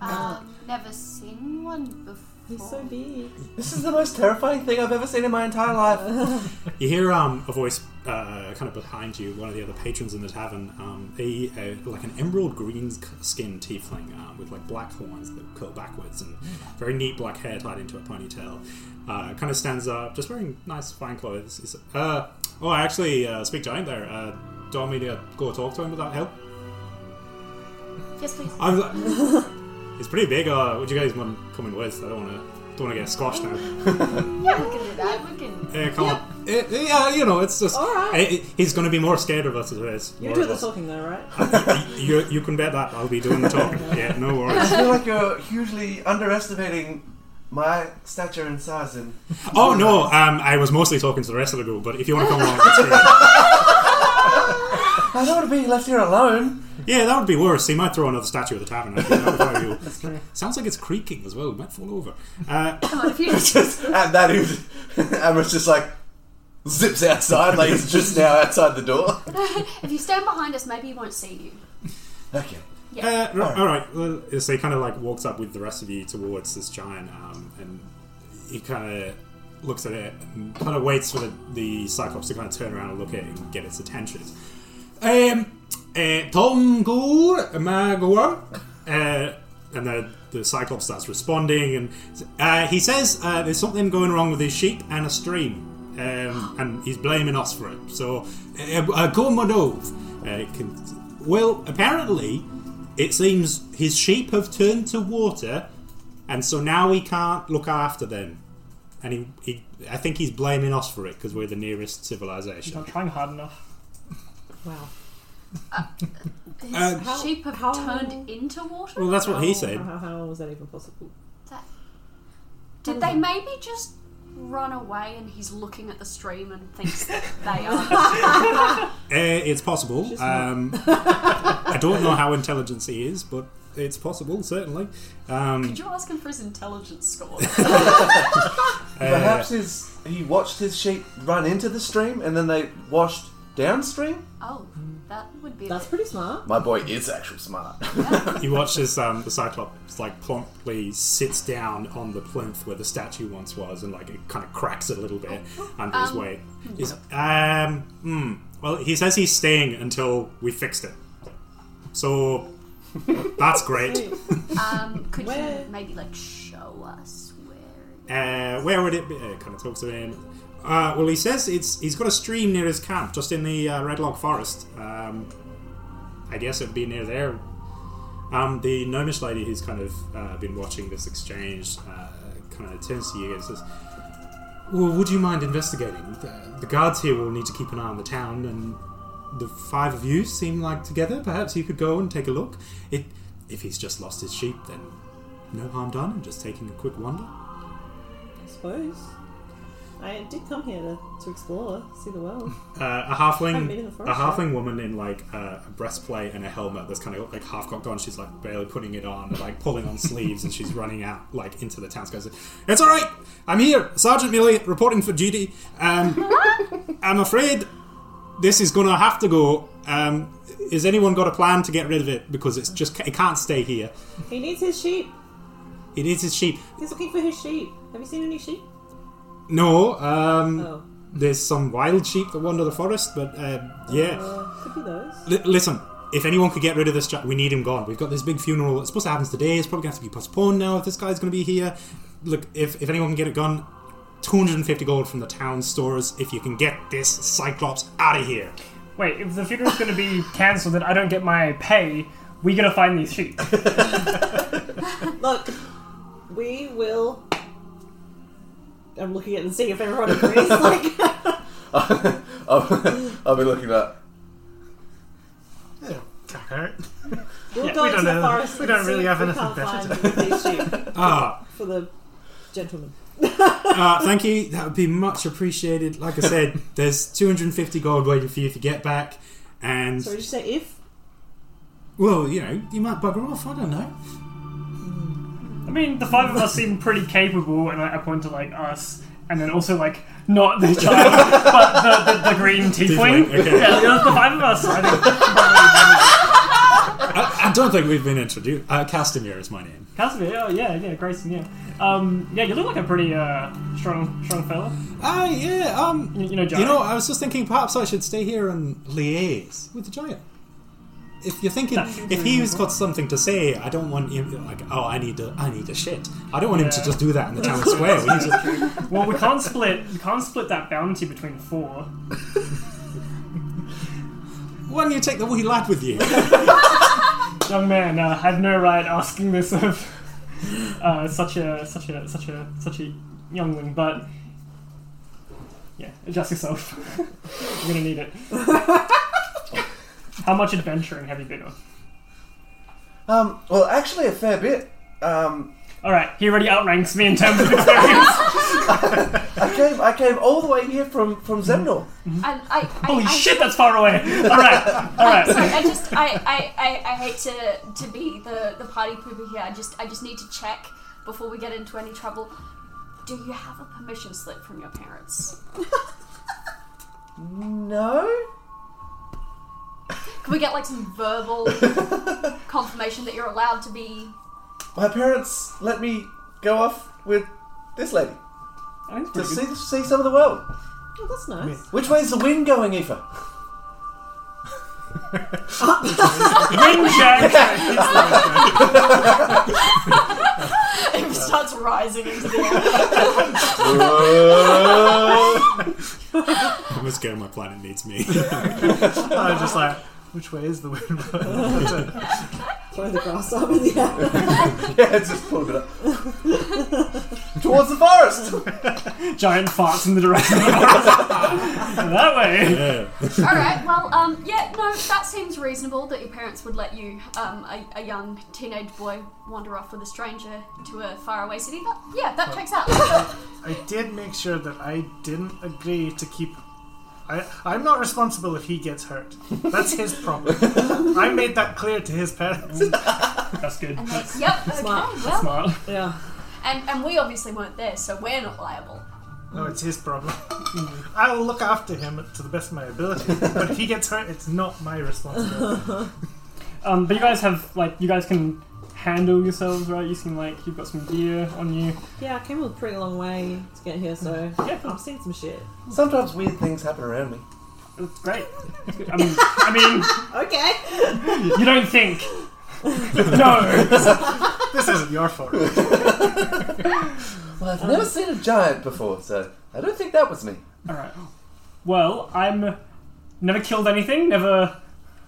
Speaker 3: Uh, never Um, seen one before.
Speaker 5: He's so big.
Speaker 8: This is the most terrifying thing I've ever seen in my entire life.
Speaker 4: You hear um, a voice uh, kind of behind you, one of the other patrons in the tavern, um, a, a, like an emerald green skinned tiefling um, with like black horns that curl backwards and very neat black hair tied into a ponytail. Uh, kind of stands up, just wearing nice fine clothes. He's, uh, oh, I actually uh, speak giant there. Uh, do you want me to go talk to him without help?
Speaker 5: [laughs]
Speaker 3: Yes, please.
Speaker 4: I'm like, [laughs] he's pretty big. Uh, would you guys want to come in with? I don't want to. Don't want to get squashed now.
Speaker 3: Yeah, we can do that. We can.
Speaker 4: Yeah, come on. Eh, eh, yeah, you know, it's just.
Speaker 5: All right.
Speaker 4: Eh, eh, he's going to be more scared of us as it is.
Speaker 5: You
Speaker 4: More
Speaker 5: do
Speaker 4: of
Speaker 5: the
Speaker 4: us.
Speaker 5: talking though, right? [laughs]
Speaker 4: you, you can bet that I'll be doing the talking. yeah, no
Speaker 8: I
Speaker 4: worries.
Speaker 8: feel like you're hugely underestimating my stature and size. And
Speaker 4: Oh no, um, I was mostly talking to the rest of the group, but if you want to come along, that's
Speaker 5: [laughs]
Speaker 4: great.
Speaker 8: I don't want to be left here alone.
Speaker 4: Yeah, that would be worse. He might throw another statue at the tavern. I think that would probably- Sounds like it's creaking as well. It might fall over. Uh,
Speaker 3: Come on, if you.
Speaker 5: [laughs]
Speaker 2: and that is,
Speaker 8: [laughs]
Speaker 2: Amrit's just like zips outside, like he's just now outside the door.
Speaker 3: if you stand behind us, maybe he won't see you.
Speaker 2: Okay.
Speaker 4: Uh, r- all right. Well, so he kind of like walks up with the rest of you towards this giant, um, and he kind of looks at it, and kind of waits for the, the cyclops to kind of turn around and look at it and get its attention. Um, uh, Tom Gore, Magor, uh, and the the cyclops starts responding, and uh, he says uh, there's something going wrong with his sheep and a stream. Um, and he's blaming us for it. So, uh, uh, go Madov. Uh, can, well, apparently, it seems his sheep have turned to water, and so now he can't look after them. And he, he I think he's blaming us for it because we're the nearest civilization.
Speaker 9: Not trying hard enough.
Speaker 5: Wow.
Speaker 3: Uh, His
Speaker 4: Uh,
Speaker 5: How-
Speaker 3: sheep have
Speaker 5: how-
Speaker 3: turned into water.
Speaker 4: Well, that's what he said.
Speaker 5: How, how, how was that even possible?
Speaker 3: That- Did they maybe just run away and he's looking at the stream and
Speaker 5: [laughs]
Speaker 3: thinks that they are?
Speaker 4: Uh, it's possible. Um, I don't know how intelligent he is, but it's possible certainly. Um,
Speaker 3: Did you ask him for his intelligence
Speaker 5: [laughs]
Speaker 3: score?
Speaker 4: Eh,
Speaker 8: Perhaps his, he watched his sheep run into the stream and then they washed downstream.
Speaker 3: oh, that would be. a
Speaker 5: That's
Speaker 3: bit-
Speaker 5: pretty smart.
Speaker 2: My boy is actual smart. [laughs]
Speaker 4: you watch as um, the Cyclops like promptly sits down on the plinth where the statue once was, and like it kind of cracks it a little bit under his weight. He's, um, hmm. Well, he says he's staying until we fixed it. So that's great.
Speaker 3: Um, could
Speaker 5: Where-
Speaker 3: you maybe like show us where?
Speaker 4: Uh, where would it be? Uh, kind of talks to him. Uh, well, he says it's he's got a stream near his camp, just in the uh, Redlock Forest. Um, I guess it'd be near there. Um, the gnomish lady who's kind of uh, been watching this exchange uh, kind of turns to you and says, "Well, would you mind investigating? The, the guards here will need to keep an eye on the town, and the five of you seem like together. Perhaps you could go and take a look. It, if he's just lost his sheep, then no harm done, and just taking a quick wander."
Speaker 5: I suppose. I did come here to, to explore, see the world.
Speaker 4: uh, a
Speaker 5: Haven't been in
Speaker 4: halfling,
Speaker 5: the
Speaker 4: a
Speaker 5: forest
Speaker 4: halfling woman in like uh, a breastplate and a helmet that's kind of like half cocked on. She's like barely putting it on, and, like pulling on sleeves, and she's running out like into the town. Goes, it's all right. I'm here, Sergeant Millie, reporting for duty. Um, I'm afraid this is gonna have to go. Um, has anyone got a plan to get rid of it? Because it's just it can't stay here.
Speaker 5: He needs his sheep.
Speaker 4: It is his sheep.
Speaker 5: He's looking for his sheep. Have you seen any sheep?
Speaker 4: No, um,
Speaker 5: Oh.
Speaker 4: there's some wild sheep that wander the forest, but uh, yeah.
Speaker 5: Uh, could be those.
Speaker 4: L- listen, if anyone could get rid of this, chap, we need him gone. We've got this big funeral. It's supposed to happen today. It's probably going to have to be postponed now if this guy's going to be here. Look, if, if anyone can get it gone, 250 gold from the town stores if you can get this Cyclops out of here.
Speaker 9: Wait, if the funeral's gonna be cancelled and I don't get my pay, we gotta find these sheep.
Speaker 5: Look, we will. I'm looking at and seeing if everyone
Speaker 6: [laughs]
Speaker 5: agrees. like,
Speaker 2: I'll, I'll be looking up.
Speaker 6: Yeah, okay. [laughs]
Speaker 5: we'll
Speaker 9: Yeah,
Speaker 5: go
Speaker 6: we
Speaker 5: into
Speaker 6: don't
Speaker 5: the
Speaker 6: know.
Speaker 5: forest.
Speaker 6: We
Speaker 5: and
Speaker 6: don't
Speaker 5: see
Speaker 6: really
Speaker 5: if we
Speaker 6: have anything
Speaker 5: can't
Speaker 6: better
Speaker 5: find these
Speaker 6: [laughs]
Speaker 5: sheep
Speaker 4: Ah,
Speaker 5: for the gentleman.
Speaker 4: uh, thank you. That would be much appreciated. Like I [laughs] said, there's 250 gold waiting for you to get back. And,
Speaker 5: So did you say if?
Speaker 4: well, you know, you might bugger off. I don't know.
Speaker 9: I
Speaker 4: [laughs]
Speaker 9: mean, the five of us seem pretty capable, and like, I point to like us, and then also like not the child,
Speaker 4: [laughs]
Speaker 9: but the, the, the green tiefling.
Speaker 4: Tiefling, okay.
Speaker 9: Yeah, the, the five of us. I think, probably-
Speaker 4: I, I don't think we've been introduced. Uh, Castamere is my name.
Speaker 7: Casimir, oh yeah, yeah, Grayson, yeah. Um, yeah, you look like a pretty uh, strong, strong fella.
Speaker 4: Ah, yeah. Um,
Speaker 7: You, you know, John.
Speaker 4: you know, I was just thinking perhaps I should stay here and liaise with the giant. If you're thinking,
Speaker 7: That seems
Speaker 4: if he's got something to say, I don't want him like, oh, I need to, I need a shit. I don't want him to
Speaker 7: Yeah.
Speaker 4: just do that in the town
Speaker 7: [laughs]
Speaker 4: square. We need to- [laughs]
Speaker 7: well, we can't split. We can't split that bounty between four.
Speaker 4: Why don't you take the wee lad with you? [laughs]
Speaker 7: Young man, uh, have no right asking this of uh, such a such a such a such a youngling. But yeah, adjust yourself. [laughs] You're gonna need it. How much adventuring have you been on?
Speaker 8: Um, well, actually, a fair bit. Um,
Speaker 7: All right, he already outranks me in terms of experience.
Speaker 8: I came, I came all the way here from from Zemnor.
Speaker 3: I, I, I,
Speaker 7: Holy
Speaker 3: I,
Speaker 7: shit, that's far away. All right, all
Speaker 3: I'm
Speaker 7: right.
Speaker 3: sorry, I just I, I, I, I hate to, to be the, the party pooper here. I just I just need to check before we get into any trouble. Do you have a permission slip from your parents?
Speaker 8: No.
Speaker 3: Can we get like some verbal confirmation that you're allowed to be [laughs]
Speaker 8: My parents let me go off with this lady
Speaker 7: I think it's
Speaker 8: to
Speaker 7: pretty
Speaker 8: see
Speaker 7: good.
Speaker 8: see some of the world.
Speaker 5: Oh, that's nice.
Speaker 8: Which way's the wind going, Aoife? [laughs]
Speaker 7: Wind check.
Speaker 3: it starts rising into the air.
Speaker 4: I must go. My planet needs me. [laughs]
Speaker 6: I'm just like, which way is the wind? [laughs]
Speaker 5: Throw the grass up in the air.
Speaker 8: Yeah, just pulled
Speaker 2: [laughs]
Speaker 8: it up. Towards the forest!
Speaker 7: Giant farts in the direction. of the forest. that way.
Speaker 4: Yeah.
Speaker 3: All right. Well, um, yeah, no, that seems reasonable that your parents would let you, um, a, a young teenage boy, wander off with a stranger to a faraway city. That, yeah, that checks out.
Speaker 6: I did make sure that I didn't agree to keep. I, I'm not responsible if he gets hurt. That's his problem. I made that clear to his parents.
Speaker 7: That's good.
Speaker 3: And they- yep. Okay.
Speaker 5: Smart.
Speaker 3: Well,
Speaker 7: Smart.
Speaker 5: Yeah.
Speaker 3: and and we obviously weren't there, so we're not liable.
Speaker 6: No, Oh, it's his problem. I will look after him to the best of my ability. But if he gets hurt, it's not my responsibility.
Speaker 7: Um, but you guys have like you guys can handle yourselves, right? You seem like you've got some gear on you.
Speaker 5: Yeah, I came a pretty long way to get here, so
Speaker 7: Yeah.
Speaker 6: Mm.
Speaker 5: I've seen some shit.
Speaker 8: Sometimes weird things happen around me.
Speaker 7: It's Oh, great. It's good. I mean, I
Speaker 5: Okay.
Speaker 7: mean, you don't think. [laughs] no.
Speaker 6: This isn't your fault.
Speaker 8: Well, I've
Speaker 2: Oh.
Speaker 8: never seen a giant before, so I don't think that was me.
Speaker 7: All right. Well, I'm never killed anything. Never,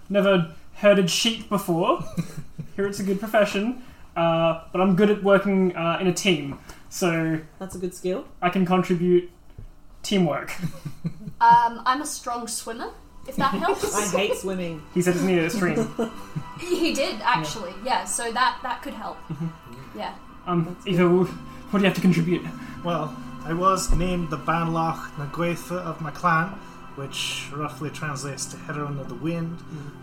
Speaker 7: never herded sheep before. Here it's a good profession, uh, but I'm good at working uh, in a team, so
Speaker 5: That's a good skill.
Speaker 7: I can contribute teamwork.
Speaker 3: Um, I'm a strong swimmer.
Speaker 5: [laughs]
Speaker 3: If that helps.
Speaker 5: I hate swimming.
Speaker 7: He said it's near the [laughs] stream.
Speaker 3: [laughs] he did actually. Yeah. So that that could help.
Speaker 5: Mm-hmm.
Speaker 3: Yeah.
Speaker 7: Um, Eva, what do you have to contribute?
Speaker 6: Well, I was named the Banlach Naguetha of my clan, which roughly translates to Heron of the Wind,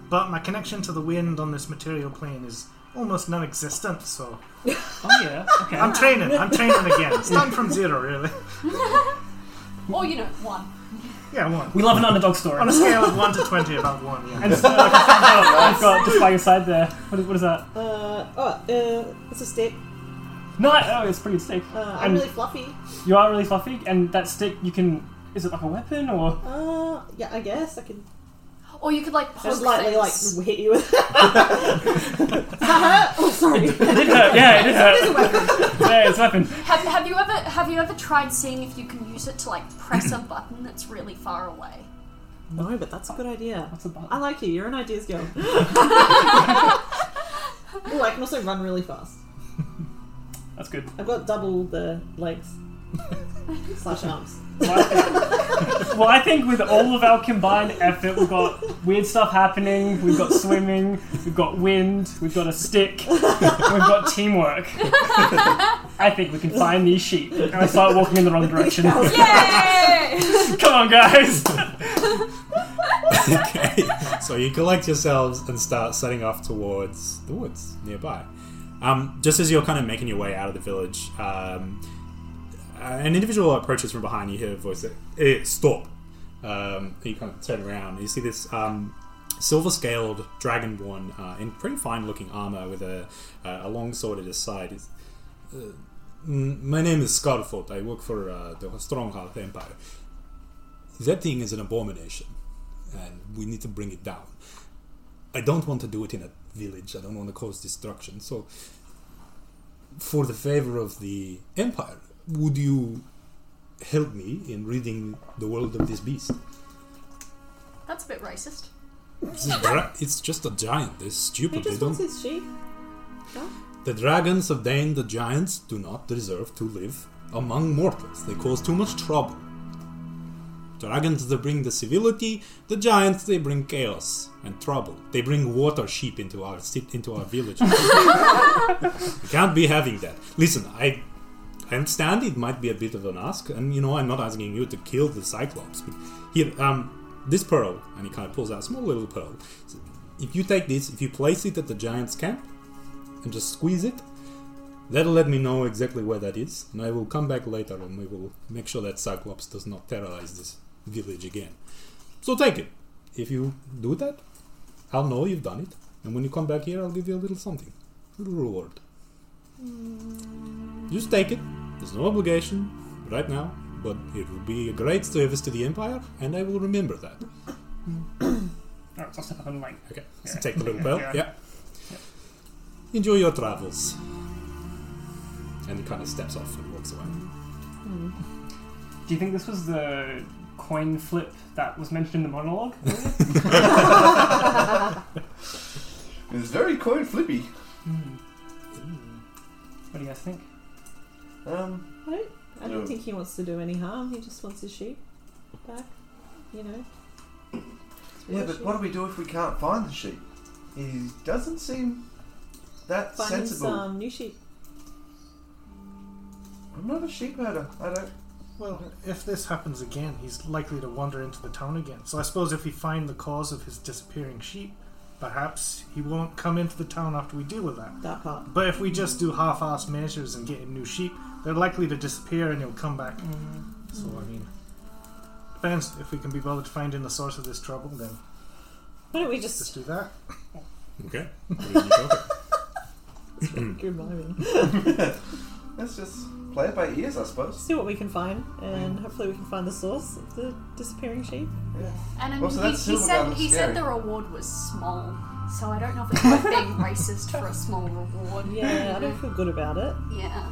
Speaker 6: but my connection to the wind on this material plane is almost non existent, so
Speaker 7: Oh yeah. Okay.
Speaker 6: I'm training, I'm training again. Starting from zero, really.
Speaker 3: Or you know, one.
Speaker 6: Yeah, one.
Speaker 7: We love an underdog story.
Speaker 6: On a scale of 1 to 20, about 1, yeah.
Speaker 7: [laughs] And so, like, I've got just by your side there. What is, what is that?
Speaker 5: Uh, oh, uh, it's a stick.
Speaker 7: No, oh, it's a pretty good stick.
Speaker 5: Uh, I'm
Speaker 7: and
Speaker 5: really fluffy.
Speaker 7: you are really fluffy, and that stick you can. Is it like a weapon or?
Speaker 5: [laughs] Uh, yeah, I guess I can
Speaker 3: Or you could like poke
Speaker 5: just lightly like
Speaker 3: things.
Speaker 5: hit you with. Haha. oh, sorry.
Speaker 7: It did hurt. Yeah, it did hurt. yeah, it's a weapon.
Speaker 3: Have, have you ever have you ever tried seeing if you can use it to like press a button that's really far away?
Speaker 5: no, but that's a good idea.
Speaker 7: What's a button?
Speaker 5: I like you. You're an ideas girl. oh, I can also run really fast.
Speaker 7: That's good.
Speaker 5: I've got double the legs slash arms.
Speaker 7: Well, I think [laughs] with all of our combined effort, we've got weird stuff happening. We've got swimming. We've got wind. We've got a stick. We've got
Speaker 5: [laughs]
Speaker 7: teamwork. I think we can find these sheep. And I start
Speaker 5: [laughs]
Speaker 7: walking in the wrong direction. [laughs]
Speaker 3: Yay!
Speaker 7: Come on, guys.
Speaker 4: okay. So you collect yourselves and start setting off towards the woods nearby. Um, just as you're kind of making your way out of the village, um, uh, an individual approaches from behind. You hear a voice that, "Eh, stop. Um, you kind of turn around. and You see this um, silver scaled dragonborn uh, in pretty fine looking armor with a, uh, a long sword at his side. He's, uh, "M- my name is Scarfoot. I work for uh, the Strongheart Empire. That thing is an abomination, and we need to bring it down. I don't want to do it in a village, I don't want to cause destruction. So, for the favor of the Empire, would you help me in reading the world of this beast?
Speaker 3: [laughs] That's a bit racist.
Speaker 4: It's, a dra- it's just a giant. They're
Speaker 5: He
Speaker 4: stupid. They
Speaker 5: just wants
Speaker 4: don't.
Speaker 5: his sheep.
Speaker 4: The dragons of Dane, the giants, do not deserve to live among mortals. They cause too much trouble. Dragons, they bring the civility. The giants, they bring chaos and trouble. They bring water sheep into our ci- into our village. we can't be having that. Listen, I, I understand it might be a bit of an ask, and you know I'm not asking you to kill the cyclops. But here, um, this pearl, and he kind of pulls out a small little pearl. If you take this, if you place it at the giants' camp, and just squeeze it. That'll let me know exactly where that is, and I will come back later and we will make sure that Cyclops does not terrorize this village again. So take it. If you do that, I'll know you've done it, and when you come back here, I'll give you a little something, a little reward. Just take it. There's no obligation right now, but it will be a great service to the Empire, and I will remember that.
Speaker 9: Alright, so I'll step up and like
Speaker 4: Okay, so
Speaker 9: Yeah.
Speaker 4: take the little bell.
Speaker 9: Yeah.
Speaker 4: Yeah. Enjoy your travels. And he kind of steps off and walks away.
Speaker 9: Do you think this was the coin flip that was mentioned in the monologue?
Speaker 2: It's very coin flippy.
Speaker 9: What do you guys think?
Speaker 2: Um,
Speaker 5: I don't, I don't
Speaker 2: No.
Speaker 5: think he wants to do any harm. He just wants his sheep back. You know. It's
Speaker 8: Yeah,
Speaker 5: real
Speaker 8: but
Speaker 5: sheep.
Speaker 8: what do we do if we can't find the sheep?
Speaker 2: he doesn't seem that
Speaker 5: Find him
Speaker 2: sensible.
Speaker 5: some new sheep.
Speaker 2: I'm not a sheep herder. I don't.
Speaker 6: Well, if this happens again, he's likely to wander into the town again. So I suppose if we find the cause of his disappearing sheep, perhaps he won't come into the town after we deal with that.
Speaker 5: That part.
Speaker 6: But if we just do half-assed measures and get him new sheep, they're likely to disappear and he'll come back. So I mean, depends if we can be bothered finding the source of this trouble. Then
Speaker 5: Why don't we
Speaker 6: just
Speaker 5: just
Speaker 6: do that.
Speaker 4: Okay. Where you go?
Speaker 5: good morning.
Speaker 2: Let's just play it by ears, I suppose.
Speaker 5: [laughs] see what we can find, and hopefully we can find the source of the disappearing sheep.
Speaker 3: And I mean,
Speaker 2: Well, so
Speaker 3: he,
Speaker 2: that's
Speaker 3: he
Speaker 2: silver
Speaker 3: said
Speaker 2: gun,
Speaker 3: he
Speaker 2: scary.
Speaker 3: said the reward was small, so I don't know if it's worth
Speaker 5: [laughs]
Speaker 3: being racist for a small reward.
Speaker 5: Yeah, I don't feel good about it.
Speaker 3: Yeah.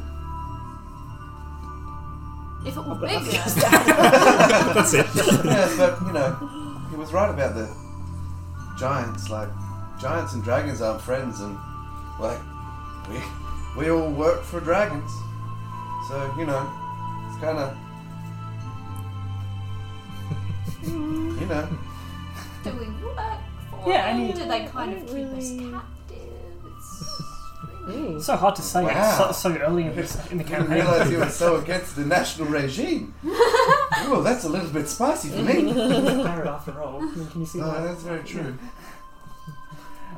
Speaker 3: If it were
Speaker 5: but I'm
Speaker 3: bigger,
Speaker 4: That's it.
Speaker 2: yeah, but you know, he was right about the giants. Like giants and dragons aren't friends, and like we we all work for dragons. So you know, it's kind of you know.
Speaker 3: do we work for
Speaker 9: Yeah, I
Speaker 3: them?
Speaker 9: mean-
Speaker 3: do they kind of
Speaker 5: I
Speaker 3: keep
Speaker 5: don't
Speaker 7: mm.
Speaker 5: really-
Speaker 3: us captive?
Speaker 7: [laughs]
Speaker 3: It's really-
Speaker 5: Ooh.
Speaker 9: It's so hard to say
Speaker 2: Wow.
Speaker 9: it's so, so early in, this, in the
Speaker 2: [laughs] I didn't
Speaker 9: campaign.
Speaker 2: realise you were so against the national regime. Oh, that's a little bit spicy for me.
Speaker 7: [laughs]
Speaker 2: Oh,
Speaker 9: Pirate after all. I mean, can you see
Speaker 8: Uh,
Speaker 9: that?
Speaker 2: that's very true. [laughs]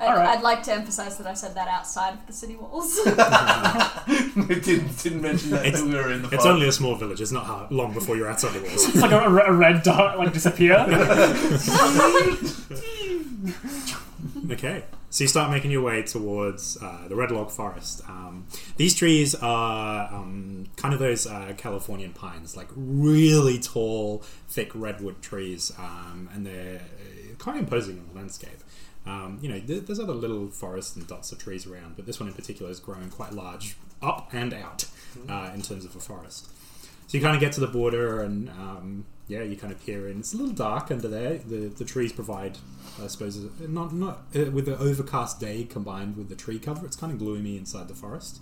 Speaker 3: I'd,
Speaker 9: All right.
Speaker 3: I'd like to emphasise that I said that outside of the city
Speaker 7: [laughs]
Speaker 3: walls.
Speaker 2: It didn't didn't mention that
Speaker 4: It's-
Speaker 2: until we were in the.
Speaker 4: It's
Speaker 2: fight.
Speaker 4: only a small village. It's not hard, long before you're outside the walls.
Speaker 9: It's like a, a re- a red dot like disappear.
Speaker 4: Okay. So you start making your way towards uh, the Red Log Forest. Um, these trees are um, kind of those uh, Californian pines, like really tall, thick redwood trees, um, and they're uh, kind of imposing on the landscape. Um, you know, th- there's other little forests and dots of trees around, but this one in particular is growing quite large up and out uh, in terms of a forest. So you kind of get to the border, and um, yeah, you kind of peer in. It's a little dark under there. The the trees provide, I suppose, uh, not not uh, with the overcast day combined with the tree cover. It's kind of gloomy inside the forest.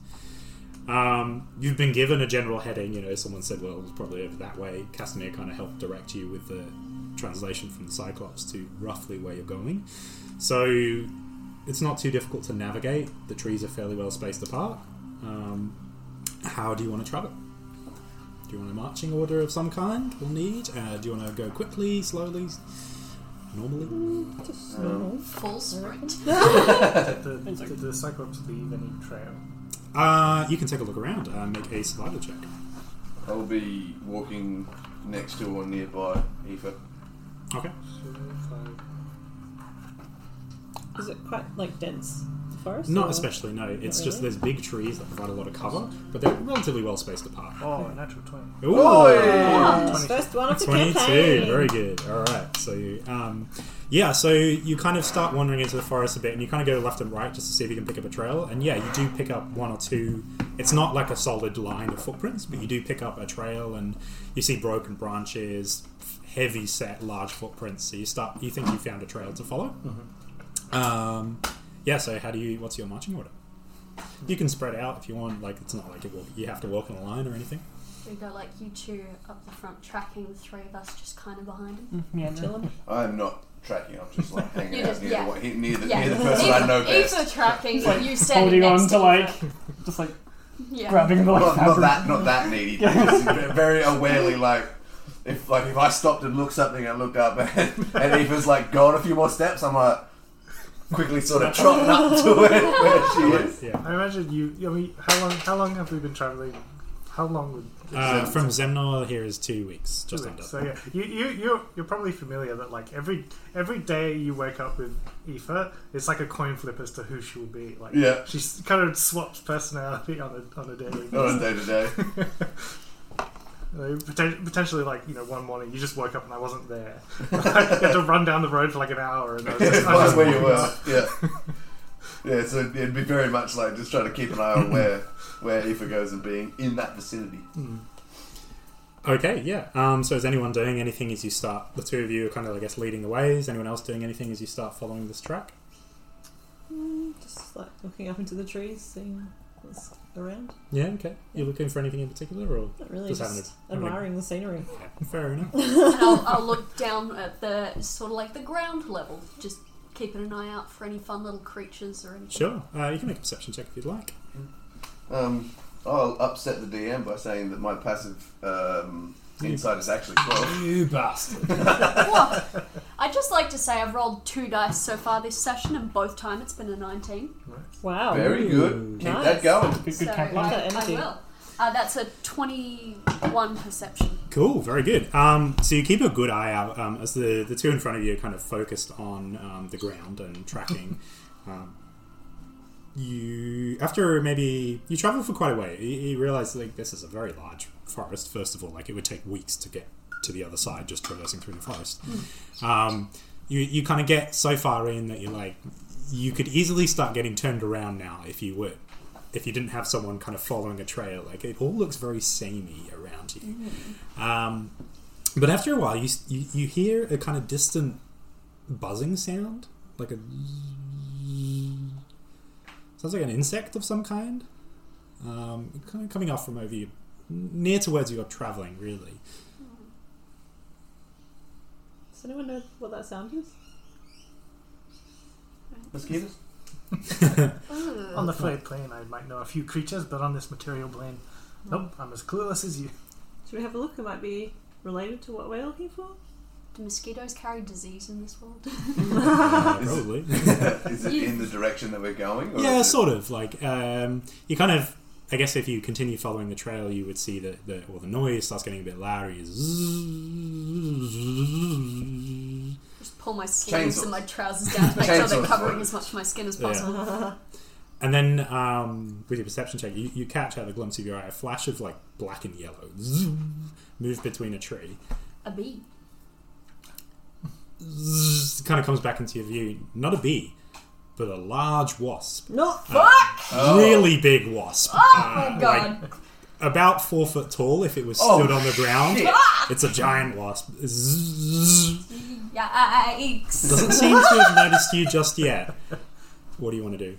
Speaker 4: Um, you've been given a general heading. You know, someone said, "Well, it's probably over that way." Casimir kind of helped direct you with the translation from the Cyclops to roughly where you're going. So it's not too difficult to navigate. The trees are fairly well spaced apart. Um, how do you want to travel? Do you want a marching order of some kind? We'll need. Uh, do you want to go quickly, slowly, normally?
Speaker 5: Just normal.
Speaker 3: Full sprint.
Speaker 7: Mm-hmm.
Speaker 6: Did the, did the Cyclops leave any trail?
Speaker 4: Uh, you can take a look around and make a survival check.
Speaker 2: I'll be walking next to or nearby Aoife.
Speaker 4: Okay.
Speaker 6: Five,
Speaker 5: Is it quite like dense the forest?
Speaker 4: Not
Speaker 5: or-
Speaker 4: especially, no. It's
Speaker 5: Not
Speaker 4: just
Speaker 5: really?
Speaker 4: there's big trees that provide a lot of cover, but they're relatively well spaced apart.
Speaker 6: Oh, a natural twin.
Speaker 4: Ooh.
Speaker 5: Yes, first one of the
Speaker 4: 22
Speaker 5: campaign.
Speaker 4: very good all right so you um, yeah so you kind of start wandering into the forest a bit and you kind of go left and right just to see if you can pick up a trail and yeah you do pick up one or two it's not like a solid line of footprints but you do pick up a trail and you see broken branches heavy set large footprints so you start you think you found a trail to follow um, yeah so how do you what's your marching order you can spread out if you want like it's not like it will, you have to walk in a line or anything
Speaker 3: We go like you two up the front, tracking the three of us just kind of behind him.
Speaker 7: meander.
Speaker 5: Chillin'.
Speaker 8: I'm not tracking. I'm
Speaker 3: [laughs]
Speaker 8: just like hanging
Speaker 3: You're
Speaker 8: out
Speaker 3: just-
Speaker 8: near,
Speaker 3: yeah.
Speaker 8: the, one- near, the,
Speaker 3: Mm-hmm. Yeah.
Speaker 8: near the person I know
Speaker 3: Aoife
Speaker 8: best.
Speaker 3: tracking,
Speaker 7: like
Speaker 3: you standing
Speaker 7: Holding on
Speaker 3: next
Speaker 7: to
Speaker 3: Aoife.
Speaker 7: like, just like
Speaker 3: yeah.
Speaker 7: grabbing the like
Speaker 8: Not, not
Speaker 7: fabric.
Speaker 8: that, not that needy. but Just very awarely, like if like if I stopped and looked something and looked up [laughs] and, and Eva's like gone a few more steps, I'm like quickly sort of trotting up to [laughs] where, where she is.
Speaker 4: yeah
Speaker 6: I imagine you. I mean, how long? How long have we been traveling? How long would?
Speaker 4: Uh, from Zemnor here is two weeks, just under.
Speaker 6: So yeah, you you you're, you're probably familiar that like every every day you wake up with Aoife, it's like a coin flip as to who she will be. Like
Speaker 8: Yeah.
Speaker 6: she kind of swaps personality on a on a daily basis.
Speaker 8: On a day to day. [laughs]
Speaker 6: Uh, poten- potentially, like you know, one morning you just woke up and I wasn't there. you had to run down the road for like an hour, and I was just, I
Speaker 8: That's
Speaker 6: just
Speaker 8: where you were. Yeah. Yeah, so it'd be very much like just trying to keep an eye on where where Aoife goes and being in that vicinity.
Speaker 4: Okay, yeah. Um, so is anyone doing anything as you start? The two of you are kind of, I guess, leading the way. Is anyone else doing anything as you start following this track?
Speaker 5: Mm, Just like looking up into the trees, seeing what's around.
Speaker 4: Yeah, okay. You looking for anything in particular, or
Speaker 5: Not really,
Speaker 4: Just
Speaker 5: just,
Speaker 4: having a- having a-
Speaker 5: admiring the scenery.
Speaker 4: yeah, fair enough.
Speaker 3: And I'll,
Speaker 7: [laughs]
Speaker 3: I'll look down at the sort of like the ground level, just keeping an eye out for any fun little creatures or anything.
Speaker 4: Sure. Uh, you can make a perception check if you'd like.
Speaker 8: Um, I'll upset the DM by saying that my passive um, insight
Speaker 4: [laughs]
Speaker 8: is actually 12.
Speaker 4: You bastard.
Speaker 3: What? I'd just like to say I've rolled two dice so far this session, and both time it's been a 19.
Speaker 5: Wow.
Speaker 8: Very good. Keep
Speaker 5: Nice.
Speaker 8: that going.
Speaker 7: Good,
Speaker 3: So
Speaker 7: good
Speaker 3: I,
Speaker 7: capital.
Speaker 5: Love that
Speaker 3: I
Speaker 5: energy.
Speaker 3: will. Uh, that's a 21 perception.
Speaker 4: Cool, very good. Um, so you keep a good eye out um, as the, the two in front of you are kind of focused on um, the ground and tracking. um, you after maybe you travel for quite a way. You, you realize like this is a very large forest. First of all, like it would take weeks to get to the other side just traversing through the forest. Um, you you kind of get so far in that you're like you could easily start getting turned around now if you would. If you didn't have someone kind of following a trail, like it all looks very samey around you. Um, but after a while, you, you you hear a kind of distant buzzing sound, like a sounds like an insect of some kind, um, kind of coming off from over you, near to where you're traveling. Really,
Speaker 5: Does anyone know what that sound is?
Speaker 8: Mosquitoes?
Speaker 3: Ooh.
Speaker 6: on the third plane. I might know a few creatures, but on this material plane, nope, I'm as clueless as you.
Speaker 5: Should we have a look? It might be related to what we're looking for.
Speaker 3: Do mosquitoes carry disease in this world? [laughs]
Speaker 4: Uh, probably.
Speaker 8: [laughs] is it in the direction that we're going?
Speaker 4: Yeah,
Speaker 8: is it-
Speaker 4: sort of. Like um, you kind of, I guess, if you continue following the trail, you would see that the or the noise starts getting a bit louder. You zzz-
Speaker 3: just pull my sleeves
Speaker 8: Chainsaws.
Speaker 3: and my trousers down to make sure they're
Speaker 8: Chainsaws,
Speaker 3: covering
Speaker 8: right.
Speaker 3: as much of my skin as
Speaker 4: Yeah.
Speaker 3: possible.
Speaker 4: And then um, with your perception check, you, you catch out of the glimpse of your eye a flash of like black and yellow zoom, move between a tree.
Speaker 3: A bee.
Speaker 4: Zzz, kind of comes back into your view. Not a bee, but a large wasp.
Speaker 5: No.
Speaker 8: Uh,
Speaker 4: Really big wasp.
Speaker 8: Ah,
Speaker 3: Oh,
Speaker 4: Uh, like,
Speaker 3: God.
Speaker 4: about four foot tall if it was
Speaker 8: Oh,
Speaker 4: stood on the ground.
Speaker 3: Ah!
Speaker 4: It's a giant wasp. Zzz,
Speaker 3: uh, Yikes.
Speaker 4: doesn't seem to have noticed you just yet. What do you want to do?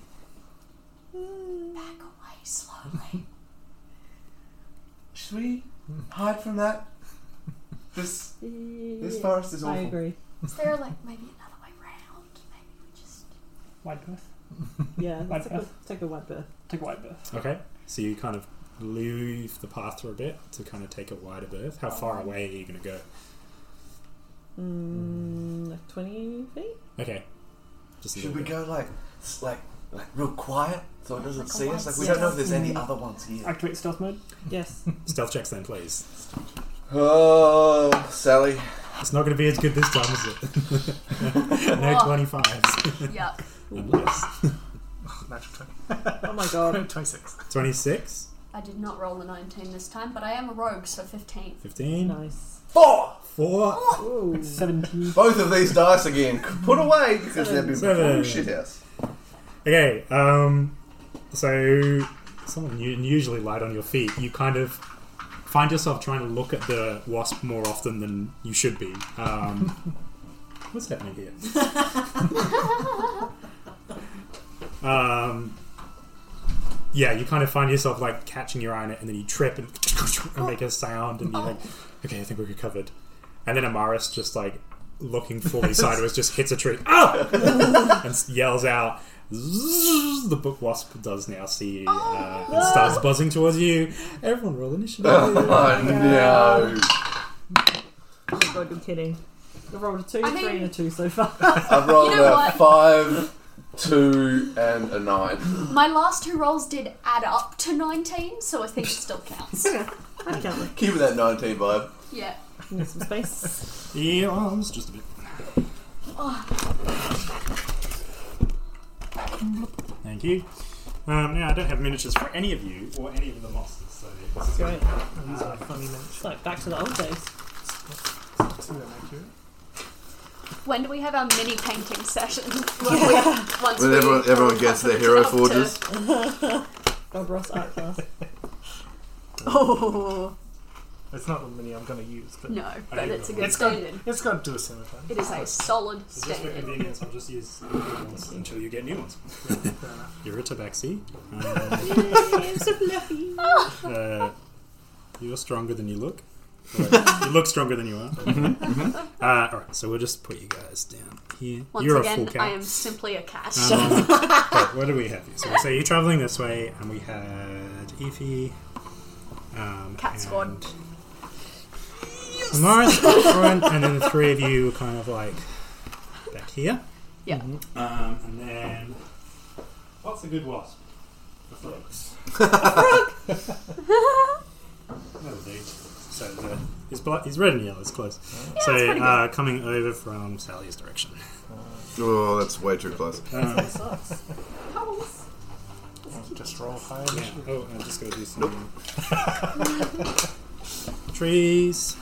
Speaker 3: Back away slowly.
Speaker 8: Should we hide from that? This this
Speaker 5: Yeah.
Speaker 8: forest is awful.
Speaker 5: I agree.
Speaker 3: Is there like maybe another way round? Maybe we
Speaker 8: [laughs]
Speaker 3: just
Speaker 7: Wide berth.
Speaker 5: Yeah,
Speaker 7: Wide
Speaker 5: let's take a, take a wide berth.
Speaker 7: Take a wide berth.
Speaker 4: Okay, so you kind of leave the path for a bit to kind of take a wider berth. How far away are you going to go?
Speaker 5: Mm, like 20 feet?
Speaker 4: Okay. Just a
Speaker 8: Should
Speaker 4: little
Speaker 8: we
Speaker 4: bit.
Speaker 8: go like s- like like real quiet so it doesn't
Speaker 3: Like a
Speaker 8: see
Speaker 3: white
Speaker 8: us? Like we don't know if there's any
Speaker 5: Mm.
Speaker 8: other ones
Speaker 4: [laughs]
Speaker 8: here.
Speaker 7: Activate stealth mode.
Speaker 5: Yes.
Speaker 4: Stealth checks then, please.
Speaker 8: Oh, Sally.
Speaker 4: It's not going to be as good this time, is it? [laughs] no
Speaker 3: Oh.
Speaker 4: 25s.
Speaker 3: yuck.
Speaker 4: [laughs] Yes.
Speaker 6: Natural
Speaker 5: Oh my god.
Speaker 6: [laughs]
Speaker 8: [laughs]
Speaker 6: 20. 26.
Speaker 4: 26,
Speaker 3: I did not roll a 19 this time, but I am a rogue, so 15.
Speaker 4: 15,
Speaker 5: Nice.
Speaker 2: Four.
Speaker 4: 4,
Speaker 5: Ooh.
Speaker 9: Seventeen.
Speaker 2: Both of these dice again put away because they've been
Speaker 4: Seven.
Speaker 2: before
Speaker 4: [laughs]
Speaker 2: shit house.
Speaker 4: Okay, um, so something you unusually light on your feet. You kind of find yourself trying to look at the wasp more often than you should be. Um, what's happening here? um, yeah, you kind of find yourself like catching your eye on it, and then you trip and, [laughs] and make a sound, and you're like, okay, I think we're covered. And then Amaris just like looking fully sideways, just hits a tree. Oh! and yells out. "Zzzz." The book wasp does now see you uh, and starts buzzing towards you. Everyone roll
Speaker 8: [laughs]
Speaker 4: initiative.
Speaker 2: Oh no!
Speaker 5: Oh my god, you're kidding. I rolled a two,
Speaker 3: I
Speaker 5: three,
Speaker 3: mean-
Speaker 5: and a two so far. [laughs]
Speaker 2: I've rolled
Speaker 3: You know
Speaker 2: a
Speaker 3: what?
Speaker 2: five, two, and a nine.
Speaker 3: My last two rolls did add up to 19, so I think it still counts.
Speaker 5: I can't look.
Speaker 2: Keep it that nineteen vibe.
Speaker 3: yeah.
Speaker 5: Need some space.
Speaker 4: Yeah, well, it's just a bit. Thank you. Um, now I don't have miniatures for any of you or any of the monsters, so this is
Speaker 5: Great.
Speaker 6: These are funny miniatures.
Speaker 5: It's like back to the old days.
Speaker 6: See that make you?
Speaker 3: When do we have our mini painting session? [laughs] When we- once
Speaker 2: When
Speaker 3: we-
Speaker 2: everyone- everyone gets their hero
Speaker 3: up to-
Speaker 2: forges.
Speaker 5: God, Ross art
Speaker 3: [laughs]
Speaker 5: class. Oh,
Speaker 6: It's not the mini I'm going to use, but
Speaker 3: No, but it's a good
Speaker 6: it's got,
Speaker 3: standard.
Speaker 6: it's got to do a similar thing.
Speaker 3: It is a solid
Speaker 4: It's just for
Speaker 3: standard.
Speaker 4: convenience. I'll just use the old ones until you get new ones. You're a tabaxi. Um,
Speaker 5: I'm so fluffy.
Speaker 4: uh, you're stronger than you look. Like, [laughs] you look stronger than you are. Uh, all right, so we'll just put you guys down here.
Speaker 3: Once
Speaker 4: you're a full
Speaker 3: again,
Speaker 4: cat.
Speaker 3: I am simply a cat.
Speaker 4: Um, right, what do we have? here? So, so you're traveling this way, and we had Evie, um,
Speaker 3: [laughs] Cat squad.
Speaker 4: and Morris up
Speaker 3: [laughs]
Speaker 4: front, and then the three of you were kind of like back here.
Speaker 3: Yeah.
Speaker 4: Um, and then what's a good wasp? The frogs. [laughs] Another dude. So the, his blood, he's red and yellow. It's close. so
Speaker 3: pretty good.
Speaker 4: uh, coming over from Sally's direction.
Speaker 2: Oh, that's way too close.
Speaker 4: Um,
Speaker 6: Just roll high.
Speaker 4: Yeah. Oh, I'm just gonna do some trees.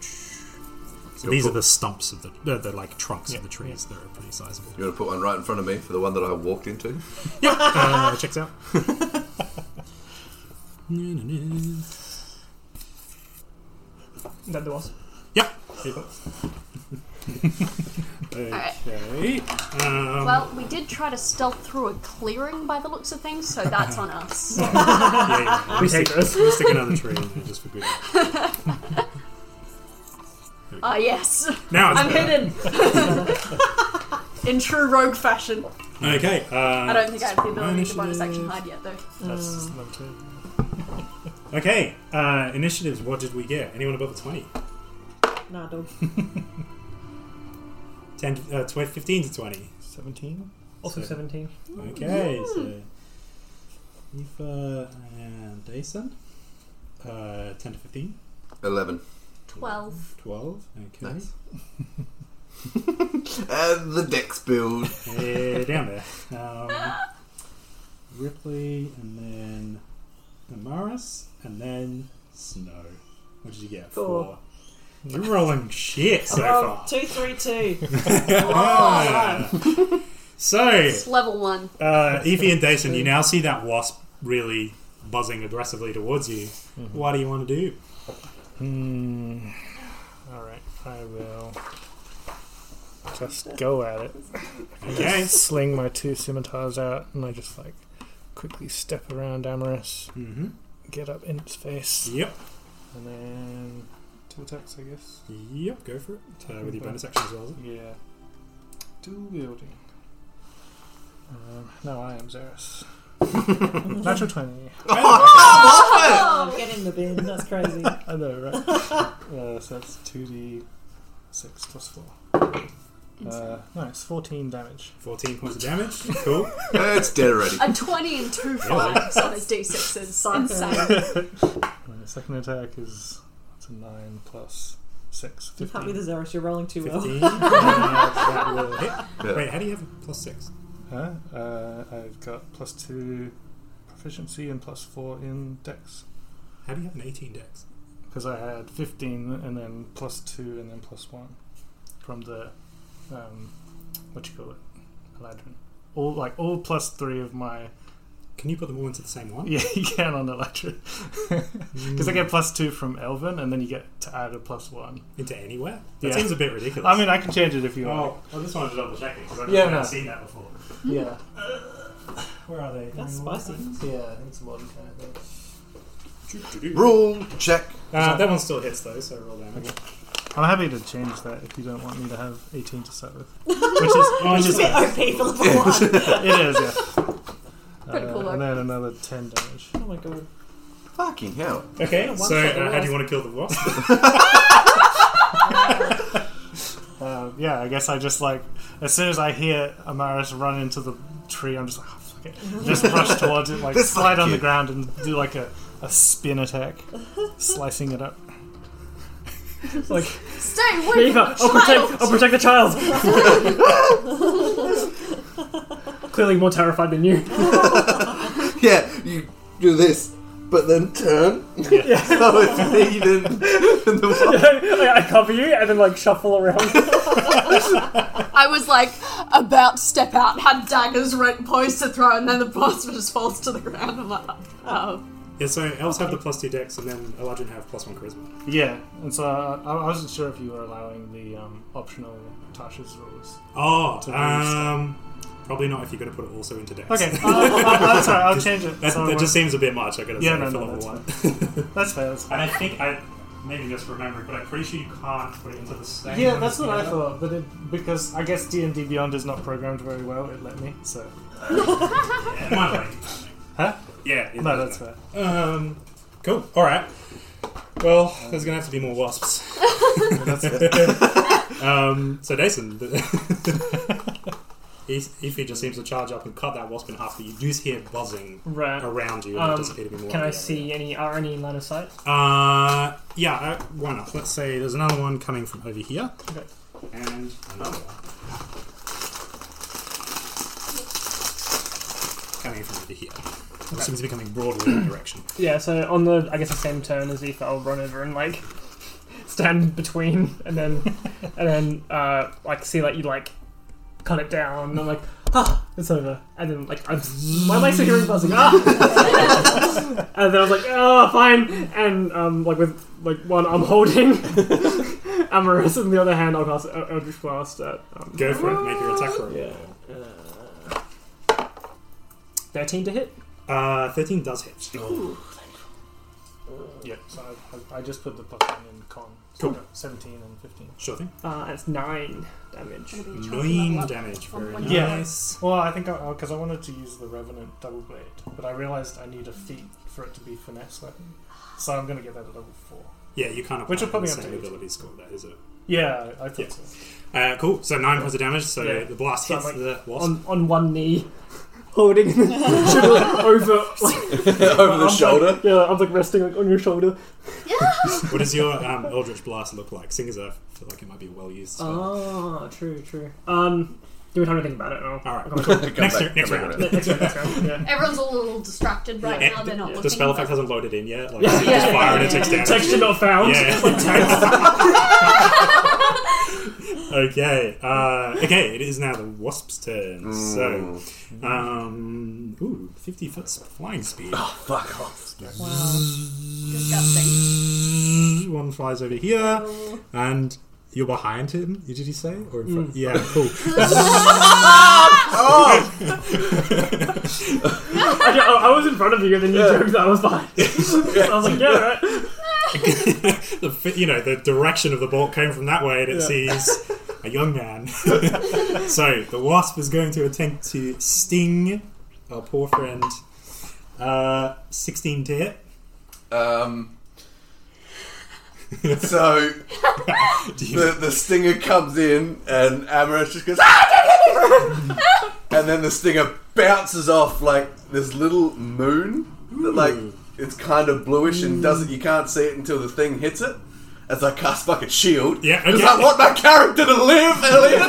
Speaker 4: So these are the stumps of the, the, the like trunks of the trees. They're pretty sizable.
Speaker 2: You want to put one right in front of me for the one that I walked into?
Speaker 4: Uh, checks out. [laughs] yeah.
Speaker 9: That there was.
Speaker 3: Alright.
Speaker 4: Okay. Um,
Speaker 3: Well, we did try to stealth through a clearing by the looks of things, so that's
Speaker 4: [laughs]
Speaker 3: on us.
Speaker 4: yeah, yeah, [laughs] yeah. We stick, we stick another tree in there just for good.
Speaker 3: Ah, yes.
Speaker 4: Now it's
Speaker 3: I'm
Speaker 4: better.
Speaker 3: hidden. In true rogue fashion.
Speaker 4: Okay. Uh,
Speaker 3: I don't think I have the ability to bonus action hide yet, though.
Speaker 6: That's just number two.
Speaker 4: Okay. Uh, initiatives. What did we get? Anyone above a twenty?
Speaker 5: Nah, dog.
Speaker 4: 10 to, uh, 12, 15 to 20.
Speaker 6: 17?
Speaker 9: Also
Speaker 4: So-
Speaker 9: seventeen.
Speaker 4: Okay, so Aoife and Dyson. Uh, 10 to 15.
Speaker 2: Eleven.
Speaker 3: Twelve.
Speaker 4: 12. Okay.
Speaker 2: Nice. And the dex build.
Speaker 4: Uh, down there. Um, Ripley, and then Amaris, and then Snow. What did you get?
Speaker 5: Four.
Speaker 4: Four. You're rolling shit so
Speaker 5: Roll
Speaker 4: far.
Speaker 5: Oh, two, three, two.
Speaker 3: [laughs]
Speaker 4: Ah. [laughs] so,
Speaker 3: It's level one.
Speaker 4: uh, Evie and Dyson, you now see that wasp really buzzing aggressively towards you. What do you want to do?
Speaker 6: Hmm. Alright, I will just go at it.
Speaker 4: [laughs] Okay.
Speaker 6: Just sling my two scimitars out and I just like quickly step around Amaris,
Speaker 4: Mm-hmm.
Speaker 6: get up in its face,
Speaker 4: Yep.
Speaker 6: and then two attacks, I guess.
Speaker 4: Yep. Go for it. Uh, with your bonus action as well. Is it?
Speaker 6: Yeah. Dual wielding. Um, no, I
Speaker 4: [laughs]
Speaker 6: am Zerus. Natural 20.
Speaker 5: Oh, get in the bin. That's
Speaker 8: [laughs]
Speaker 5: crazy.
Speaker 6: I know, right?
Speaker 4: [laughs]
Speaker 6: uh, so that's 2d6 plus 4. Uh, nice, 14 damage.
Speaker 4: Fourteen points of damage. Cool.
Speaker 2: it's dead already.
Speaker 3: A 20 and two fives on his d6s, so I'm sad.
Speaker 6: And the second attack is it's a 9 plus six.
Speaker 5: You can't be
Speaker 6: 15.
Speaker 5: the Zerus, you're rolling too well.
Speaker 4: 15. Uh, that will hit.
Speaker 8: Yeah.
Speaker 4: Wait, how do you have plus 6?
Speaker 6: Huh? Uh, I've got plus two proficiency and plus four in dex.
Speaker 4: How do you have an 18 dex?
Speaker 6: Because I had 15 and then plus two and then plus one from the, um, what you call it, Paladrin. All like all plus three of my [laughs]
Speaker 4: Can you put them all into the same one?
Speaker 6: yeah you can on [laughs] Electrin because I get plus two from Elven and then you get to add a plus one.
Speaker 4: Into anywhere? That
Speaker 6: Yeah.
Speaker 4: seems a bit ridiculous.
Speaker 6: I mean I can change it if you want.
Speaker 4: oh, I just wanted to double check it because I've
Speaker 6: Yeah,
Speaker 4: never
Speaker 6: no.
Speaker 4: seen that before.
Speaker 6: Yeah,
Speaker 4: Oh. Where are they?
Speaker 5: That's spicy.
Speaker 6: yeah, it's a modern kind of thing.
Speaker 8: Rule check.
Speaker 4: Uh, that one still hits though, so roll damage.
Speaker 6: I'm happy to change that if you don't want me to have 18 to start with, which is
Speaker 4: [laughs]
Speaker 6: which is
Speaker 5: [laughs] Bit OP for level one.
Speaker 6: it is yeah.
Speaker 3: [laughs] Pretty cool
Speaker 6: Uh,
Speaker 3: work.
Speaker 6: and then another 10 damage.
Speaker 5: Oh my god.
Speaker 8: Fucking hell.
Speaker 4: Okay,
Speaker 5: one
Speaker 4: so
Speaker 5: shot the
Speaker 4: uh, how do
Speaker 5: wasp.
Speaker 4: you want to kill the wasp?
Speaker 6: Uh, yeah, I guess I just like, as soon as I hear Amaris run into the tree, I'm just like, oh,
Speaker 3: [laughs]
Speaker 6: fuck it. Just rush towards it, like,
Speaker 8: This
Speaker 6: slide on
Speaker 8: fuck
Speaker 6: the
Speaker 8: you.
Speaker 6: ground and do like a, a spin attack, slicing it up. like,
Speaker 3: Stay away from
Speaker 7: Eva, I'll
Speaker 3: the child.
Speaker 7: protect, I'll protect the
Speaker 9: [laughs]
Speaker 7: child! [laughs] Clearly more terrified than you.
Speaker 8: Yeah, you do this, but then turn.
Speaker 2: [laughs]
Speaker 8: so it's me then. and the one-
Speaker 7: [laughs] I, I cover you and then like shuffle
Speaker 6: [laughs]
Speaker 7: around.
Speaker 3: I was like about to step out, had daggers right poised to throw, and then the boss [laughs] just falls to the ground. I'm like, oh.
Speaker 4: yeah, so elves have the plus two dex, and then Eladrin have plus one charisma.
Speaker 6: yeah, and so uh, I, I wasn't sure if you were allowing the um, optional Tasha's rules.
Speaker 4: Oh,
Speaker 6: To boost.
Speaker 4: um, probably not if you're going to put it also into dex.
Speaker 6: Okay, I'll, I'll, i sorry, I'll change it.
Speaker 4: [laughs] That,
Speaker 6: So
Speaker 4: that
Speaker 6: it
Speaker 4: just seems a bit much. I gotta
Speaker 6: Yeah,
Speaker 4: say
Speaker 6: no,
Speaker 4: for
Speaker 6: no,
Speaker 4: level
Speaker 6: that's
Speaker 4: one.
Speaker 6: works. that's fair, that's fair.
Speaker 4: And I think I maybe just remembered, but I'm pretty sure you can't put it into the same.
Speaker 6: Yeah, that's what I thought, but it, because I guess D&D Beyond is not programmed very well, it let me, so...
Speaker 4: Yeah, my way.
Speaker 6: Huh?
Speaker 4: Yeah. it
Speaker 6: No,
Speaker 4: doesn't
Speaker 6: that's fair.
Speaker 4: Um, cool. All right. Well, there's gonna have to be more
Speaker 6: [laughs]
Speaker 4: wasps. um, so Dason, [laughs] Ify just seems to charge up and cut that wasp in half. But you do hear buzzing
Speaker 7: Right.
Speaker 4: around you. And
Speaker 7: Um,
Speaker 4: it disappear to be more
Speaker 7: Can I
Speaker 4: of the
Speaker 7: see any are any line of sight?
Speaker 4: area. Uh, yeah. Uh, one up. Let's say there's another one coming from over here,
Speaker 7: Okay.
Speaker 4: and another one coming from over here. It seems to be coming broadly in that direction.
Speaker 7: Yeah, so on the I guess the same turn as Aoife, I'll run over and like [laughs] stand between and
Speaker 6: [laughs]
Speaker 7: then and then uh like see like you like cut it down and I'm like ah it's over and then like I'm my legs are hearing buzzing ah
Speaker 6: [laughs]
Speaker 7: and then I was like oh fine and um like with like one I'm
Speaker 6: [laughs]
Speaker 7: holding Amaris and the other hand I'll cast El- Eldritch Blast at um,
Speaker 4: Go for it. Make your attack roll.
Speaker 7: yeah uh, thirteen to hit
Speaker 4: Uh, 13 does hit.
Speaker 6: Yeah, Uh, so I, I, I just put the plus one in con. So
Speaker 4: Cool.
Speaker 6: I've got 17 and 15.
Speaker 4: Sure thing.
Speaker 7: uh that's nine damage.
Speaker 3: Gonna be a
Speaker 4: Nine
Speaker 3: chance to level up.
Speaker 4: damage.
Speaker 3: From
Speaker 4: Very
Speaker 3: one
Speaker 6: Yeah.
Speaker 4: nice.
Speaker 6: Well, I think I because I, wanted to use the Revenant Double Blade, but I realized I need a feat for it to be finesse weapon. So I'm going to get that at level 4.
Speaker 4: Yeah, you can't apply
Speaker 6: Which will probably
Speaker 4: the
Speaker 6: have
Speaker 4: same
Speaker 6: to hit.
Speaker 4: ability score, that is it.
Speaker 6: Yeah, I, I thought
Speaker 4: Yeah.
Speaker 6: so.
Speaker 4: Uh, cool. So 9 points of damage, so
Speaker 7: Yeah.
Speaker 4: the blast
Speaker 7: So
Speaker 4: hits
Speaker 7: I'm
Speaker 4: the wasp.
Speaker 7: on, on one knee, holding and [laughs] then shouldering over like,
Speaker 8: Over the
Speaker 7: I'm
Speaker 8: shoulder.
Speaker 7: Like, yeah, I'm like resting like, on your shoulder.
Speaker 4: what does your um, Eldritch Blast look like? Seeing as I feel like it might be well used. as well.
Speaker 7: Oh, true, true. Um, give me time to think about it. Oh, and I'll-
Speaker 4: All right.
Speaker 7: I'll come back.
Speaker 8: [laughs] Come
Speaker 4: Next
Speaker 8: back,
Speaker 4: turn- next
Speaker 8: come back
Speaker 4: round.
Speaker 8: with it.
Speaker 7: Next round, next [laughs] round, yeah.
Speaker 3: Everyone's all a little distracted right
Speaker 4: Yeah,
Speaker 3: now. They're not
Speaker 7: the-
Speaker 3: looking.
Speaker 4: The spell
Speaker 3: but-
Speaker 4: effect hasn't loaded in yet. Like,
Speaker 7: Yeah.
Speaker 4: you just
Speaker 7: Yeah.
Speaker 4: fire and it takes
Speaker 3: Yeah.
Speaker 4: damage.
Speaker 3: [laughs]
Speaker 7: Texture not found.
Speaker 4: Yeah. [laughs] okay. Uh, okay. It is now the wasp's turn. So, um, ooh, fifty foot s- flying speed.
Speaker 8: Fuck off.
Speaker 3: Disgusting.
Speaker 4: One flies over here,
Speaker 3: Oh.
Speaker 4: and you're behind him. Did you say or in
Speaker 3: Mm.
Speaker 4: front? Yeah. Cool.
Speaker 7: I, don't- I was in front of you, and then you joked that I was behind. I was like, yeah, right.
Speaker 4: the, fi- you know, the direction of the bolt came from that way, and it sees a young man. so the wasp is going to attempt to sting our poor friend. Uh, sixteen to hit. [laughs]
Speaker 8: Um. so
Speaker 4: Do you-
Speaker 8: the, the stinger comes in and Amaris just goes ah!
Speaker 4: [laughs]
Speaker 8: and then the stinger bounces off like this little
Speaker 4: Mm.
Speaker 8: moon that like it's kind of bluish and doesn't you can't see it until the thing hits it as I cast Bucket Shield.
Speaker 4: Yeah,
Speaker 8: Because
Speaker 4: okay.
Speaker 8: I want my character to
Speaker 4: [laughs]
Speaker 8: live, Elliot!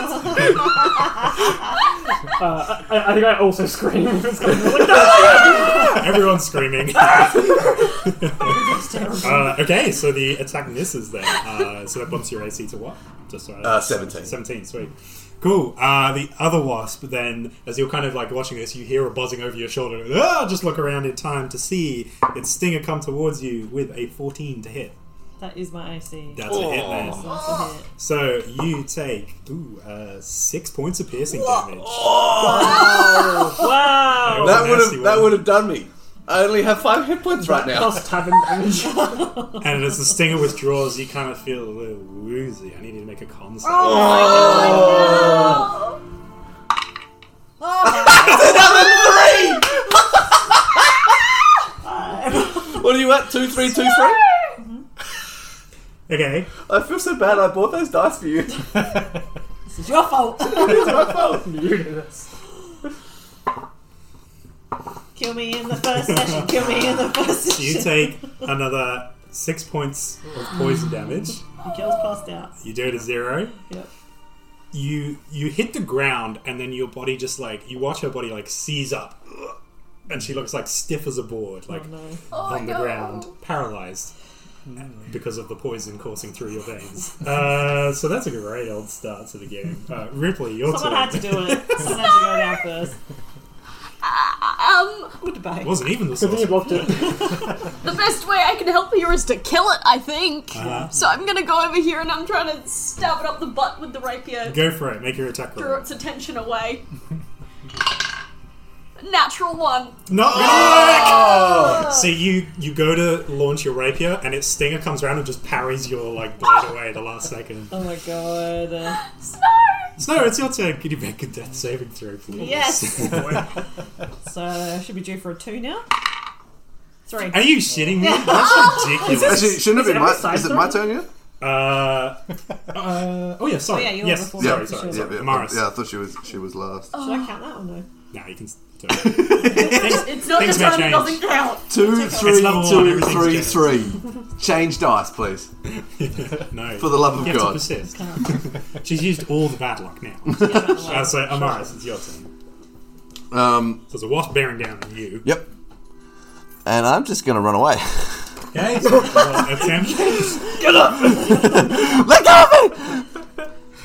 Speaker 6: Uh, I, I think I also scream.
Speaker 7: [laughs]
Speaker 6: It's kind of like,
Speaker 4: Everyone's
Speaker 8: [laughs]
Speaker 4: screaming. uh, okay, so the attack misses then. Uh, so that bumps your AC to what? Just so I-
Speaker 8: Uh, 17.
Speaker 4: 17, sweet. Cool. Uh, the other wasp then, as you're kind of like watching this, you hear a buzzing over your shoulder. and, Ah, just look around in time to see its stinger come towards you with a 14 to hit.
Speaker 5: That is my AC.
Speaker 4: That's a hit there.
Speaker 5: That's also hit.
Speaker 4: So you take ooh, uh, six points of piercing damage.
Speaker 5: Wow!
Speaker 4: was a
Speaker 8: That would
Speaker 4: nasty
Speaker 8: have that
Speaker 4: one.
Speaker 8: would have done me. I only have five hit points right now.
Speaker 6: Plus tavern damage.
Speaker 4: And as the stinger withdraws, you kind of feel a little woozy. I need you to make a con save.
Speaker 5: Oh.
Speaker 8: What are you at? Two, three,
Speaker 4: [laughs]
Speaker 8: two, three.
Speaker 4: Okay.
Speaker 8: I feel so bad. I bought those dice for you. [laughs]
Speaker 5: This is your fault!
Speaker 8: It's my fault.
Speaker 6: You do this.
Speaker 5: [laughs] kill me in the first session, kill me in the first session.
Speaker 4: You take another six points of poison damage.
Speaker 5: The girl's passed out.
Speaker 4: You do it to zero.
Speaker 5: Yep.
Speaker 4: You you hit the ground, and then your body just like you watch her body like seize up, and she looks like stiff as a board, like
Speaker 5: Oh no.
Speaker 4: on the
Speaker 3: no.
Speaker 4: ground, paralyzed because of the poison coursing through your veins. Uh, so that's a great old start to the game. Uh, Ripley, your
Speaker 5: Someone
Speaker 4: turn.
Speaker 5: had to do it. Someone had to go down first.
Speaker 3: Um,
Speaker 5: Goodbye.
Speaker 4: It wasn't even the
Speaker 6: Good thing you
Speaker 4: sorcerer.
Speaker 6: blocked it.
Speaker 3: the best way I can help here is to kill it, I think.
Speaker 4: Uh-huh.
Speaker 3: So I'm gonna go over here and I'm trying to stab it up the butt with the rapier,
Speaker 4: Go for it. Make your attack roll.
Speaker 3: draw its
Speaker 4: [laughs]
Speaker 3: attention away. Natural one.
Speaker 4: Not gonna work. So you you go to launch your rapier, and its stinger comes around and just parries your like blade away at the last second.
Speaker 5: Oh my god. Uh,
Speaker 3: Snow!
Speaker 4: Snow, it's your turn. Can you make a death saving throw, please? [laughs]
Speaker 5: Yes. so I should be due for a two now. Three.
Speaker 4: Are you shitting me? That's ridiculous.
Speaker 8: Actually, shouldn't
Speaker 6: Is
Speaker 8: it be
Speaker 6: it
Speaker 8: my?
Speaker 6: outside
Speaker 8: Is it
Speaker 6: though?
Speaker 8: my turn yet?
Speaker 4: Uh, uh, oh yeah, sorry.
Speaker 5: Oh, yeah, you were
Speaker 4: yes,
Speaker 5: before.
Speaker 4: sorry,
Speaker 5: Yeah.
Speaker 4: sorry.
Speaker 5: Yeah,
Speaker 4: sorry.
Speaker 8: yeah,
Speaker 4: Maris.
Speaker 8: yeah. I thought she was she was last.
Speaker 4: Oh.
Speaker 5: Should I count that or no?
Speaker 4: Now you can. s- do it.
Speaker 3: It's not
Speaker 4: Things
Speaker 3: just
Speaker 4: may
Speaker 3: one, it
Speaker 4: change.
Speaker 3: doesn't count.
Speaker 8: Two, three,
Speaker 4: level one,
Speaker 8: two,
Speaker 4: everything's
Speaker 8: three,
Speaker 4: guessed.
Speaker 8: three. Change dice, please,
Speaker 4: No.
Speaker 8: [laughs] for the love
Speaker 4: you
Speaker 8: of
Speaker 4: have to
Speaker 8: God.
Speaker 4: persist. [laughs] She's used all the bad luck
Speaker 5: [laughs]
Speaker 4: now. uh, so, Amaris, it's your turn.
Speaker 8: Um,
Speaker 4: So there's a wasp bearing down on you.
Speaker 8: yep. And I'm just gonna run away. [laughs]
Speaker 4: Okay. So, well, attempt.
Speaker 8: Let go of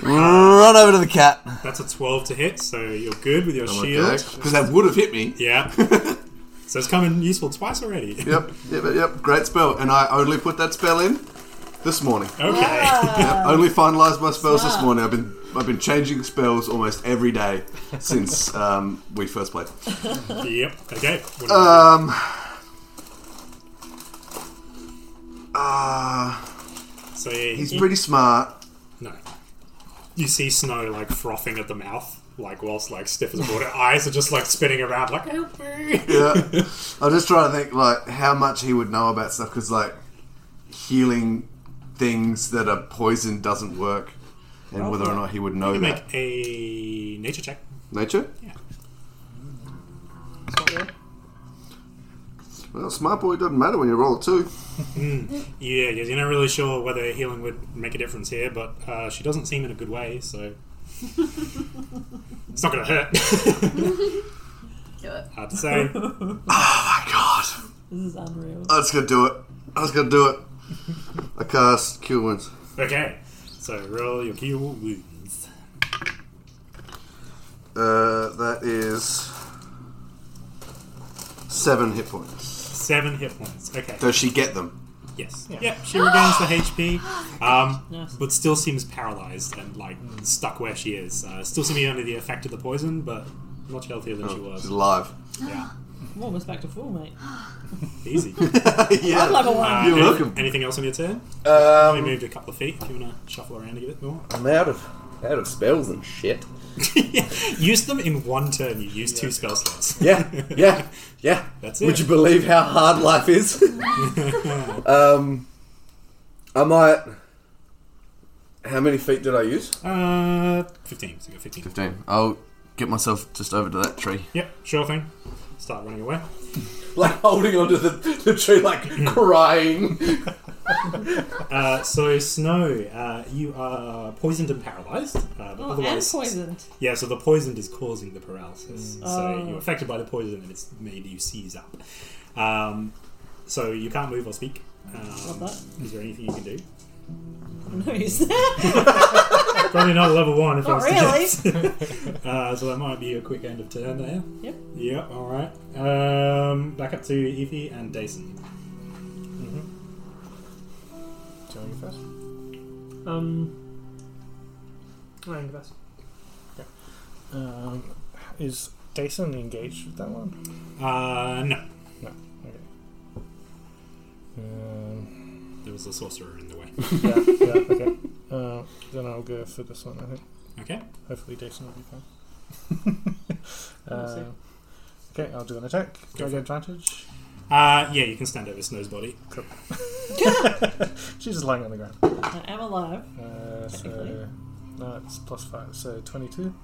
Speaker 8: me! Run over to the cat.
Speaker 4: That's a 12 to hit, so you're good with your shield.
Speaker 8: Because that would have hit me.
Speaker 4: Yeah. [laughs] so it's come in useful twice already.
Speaker 8: Yep, yep, yep. Great spell. And I only put that spell in this morning.
Speaker 4: [laughs] Okay.
Speaker 8: Yep, only finalised my spells this morning. I've been I've been changing spells almost every day since um, we first played.
Speaker 4: [laughs] yep. Okay. What do you-
Speaker 8: Um. Uh,
Speaker 4: so yeah,
Speaker 8: he's pretty smart.
Speaker 4: no. You see Snow like frothing at the mouth, like whilst like stiff as a board. Her [laughs] eyes are just like spinning around, like help me.
Speaker 8: yeah. I'm just trying to think like how much he would know about stuff because like healing things that are poison doesn't work, and whether or not he would know that.
Speaker 4: [laughs] Make a nature check.
Speaker 8: Nature.
Speaker 4: Yeah.
Speaker 8: Well, smart boy doesn't matter when you roll a two.
Speaker 4: Yeah, yeah, you're not really sure whether healing would make a difference here, but uh, she doesn't seem in a good way, so it's not going to hurt. [laughs]
Speaker 3: Do it.
Speaker 4: Hard to say.
Speaker 8: Oh my god!
Speaker 5: This is unreal.
Speaker 8: I was gonna do it. I was gonna do it. I cast cure wounds.
Speaker 4: Okay, so roll your cure wounds.
Speaker 8: Uh, that is seven hit points.
Speaker 4: Seven hit points. Okay.
Speaker 8: Does she get them?
Speaker 4: Yes. Yeah. she regains the HP, um,
Speaker 5: Nice.
Speaker 4: but still seems paralyzed and like stuck where she is. Uh, still seeming under the effect of the poison, but much healthier than she
Speaker 8: Oh, She's
Speaker 4: was.
Speaker 8: alive.
Speaker 4: Yeah.
Speaker 5: I'm almost back to full, mate.
Speaker 8: [laughs]
Speaker 4: Easy.
Speaker 8: yeah.
Speaker 5: Level one.
Speaker 4: Uh,
Speaker 8: You're
Speaker 4: any-
Speaker 8: welcome.
Speaker 4: Anything else on your turn? We
Speaker 8: Um,
Speaker 4: moved a couple of feet. If you want to shuffle around a bit more,
Speaker 8: I'm out of out of spells and shit.
Speaker 4: use them in one turn. You use two spell slots.
Speaker 8: Yeah, yeah, yeah.
Speaker 4: That's it.
Speaker 8: Would you believe how hard life is? [laughs] um, I might. How many feet did I use?
Speaker 4: Uh, fifteen. So you got fifteen.
Speaker 8: Fifteen. I'll get myself just over to that [laughs] tree.
Speaker 4: Yep, sure thing. Start running away.
Speaker 2: Like holding onto the, the tree, like crying.
Speaker 4: Uh, so, Snow, uh, you are poisoned and paralyzed. Uh, but
Speaker 5: Oh, and
Speaker 4: otherwise-
Speaker 5: poisoned.
Speaker 4: Yeah, so the poisoned is causing the paralysis. So
Speaker 5: Oh.
Speaker 4: you're affected by the poison and it's made you seize up. Um, so you can't move or speak. Um,
Speaker 5: Love
Speaker 4: is there anything you can do?
Speaker 5: No, he's there.
Speaker 4: Probably not level one if I
Speaker 5: Not
Speaker 4: was
Speaker 5: [laughs]
Speaker 4: to guess. uh, so that might be a quick end of turn there.
Speaker 5: Yep.
Speaker 4: Yep, alright. Um, back up to Evie and Dason.
Speaker 6: Do you want to go Mm-hmm. first?
Speaker 10: Um, I think that's
Speaker 6: Um, is Dyson engaged with that one?
Speaker 4: Uh, no,
Speaker 6: Okay. Um,
Speaker 4: there was a sorcerer in the way.
Speaker 6: yeah, yeah, okay. Uh, then I'll go for this one, I think.
Speaker 4: Okay.
Speaker 6: Hopefully Dyson will be fine.
Speaker 4: [laughs]
Speaker 5: We'll see.
Speaker 6: uh, okay, I'll do an attack. Do
Speaker 4: Go
Speaker 6: I
Speaker 4: for
Speaker 6: get advantage?
Speaker 4: Uh, yeah, you can stand over Snow's body.
Speaker 6: She's just lying on the ground.
Speaker 5: I am alive.
Speaker 6: Uh, so,
Speaker 5: Technically.
Speaker 6: no, it's plus 5, so 22.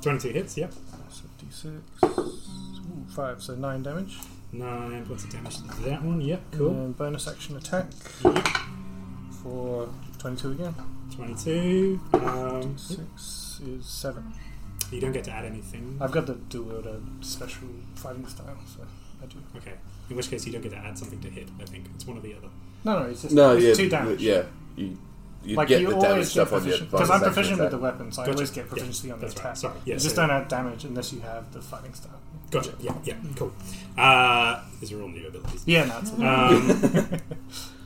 Speaker 4: 22 hits, yep.
Speaker 6: So d6. Ooh, 5, so 9 damage.
Speaker 4: 9 points of damage to that one, yep, cool.
Speaker 6: And bonus action attack
Speaker 4: Yep.
Speaker 6: for 22 again.
Speaker 4: 22. Um,
Speaker 6: 6 is 7.
Speaker 4: you don't get to add anything.
Speaker 6: I've got the dual wielder special fighting style, so I do.
Speaker 4: Okay. In which case, you don't get to add something to hit, I think. It's one or the other.
Speaker 6: No, no, it's just
Speaker 2: No,
Speaker 6: it's
Speaker 2: yeah,
Speaker 6: two damage.
Speaker 2: yeah. You, you
Speaker 6: Like
Speaker 2: get
Speaker 6: you
Speaker 2: the damage
Speaker 6: always get
Speaker 2: stuff on your
Speaker 6: proficient because I'm
Speaker 2: bonus action
Speaker 6: proficient with the
Speaker 2: attack.
Speaker 6: weapon, so
Speaker 4: Gotcha.
Speaker 6: I always get
Speaker 4: Yeah,
Speaker 6: proficiency on the
Speaker 4: that's
Speaker 6: attack.
Speaker 4: right. Sorry. Yeah,
Speaker 6: you just
Speaker 4: so-
Speaker 6: don't add damage unless you have the fighting style.
Speaker 4: Gotcha. Yeah, yeah, cool. Uh, these are all new abilities.
Speaker 6: Yeah, no, it's
Speaker 7: [laughs]
Speaker 4: Um,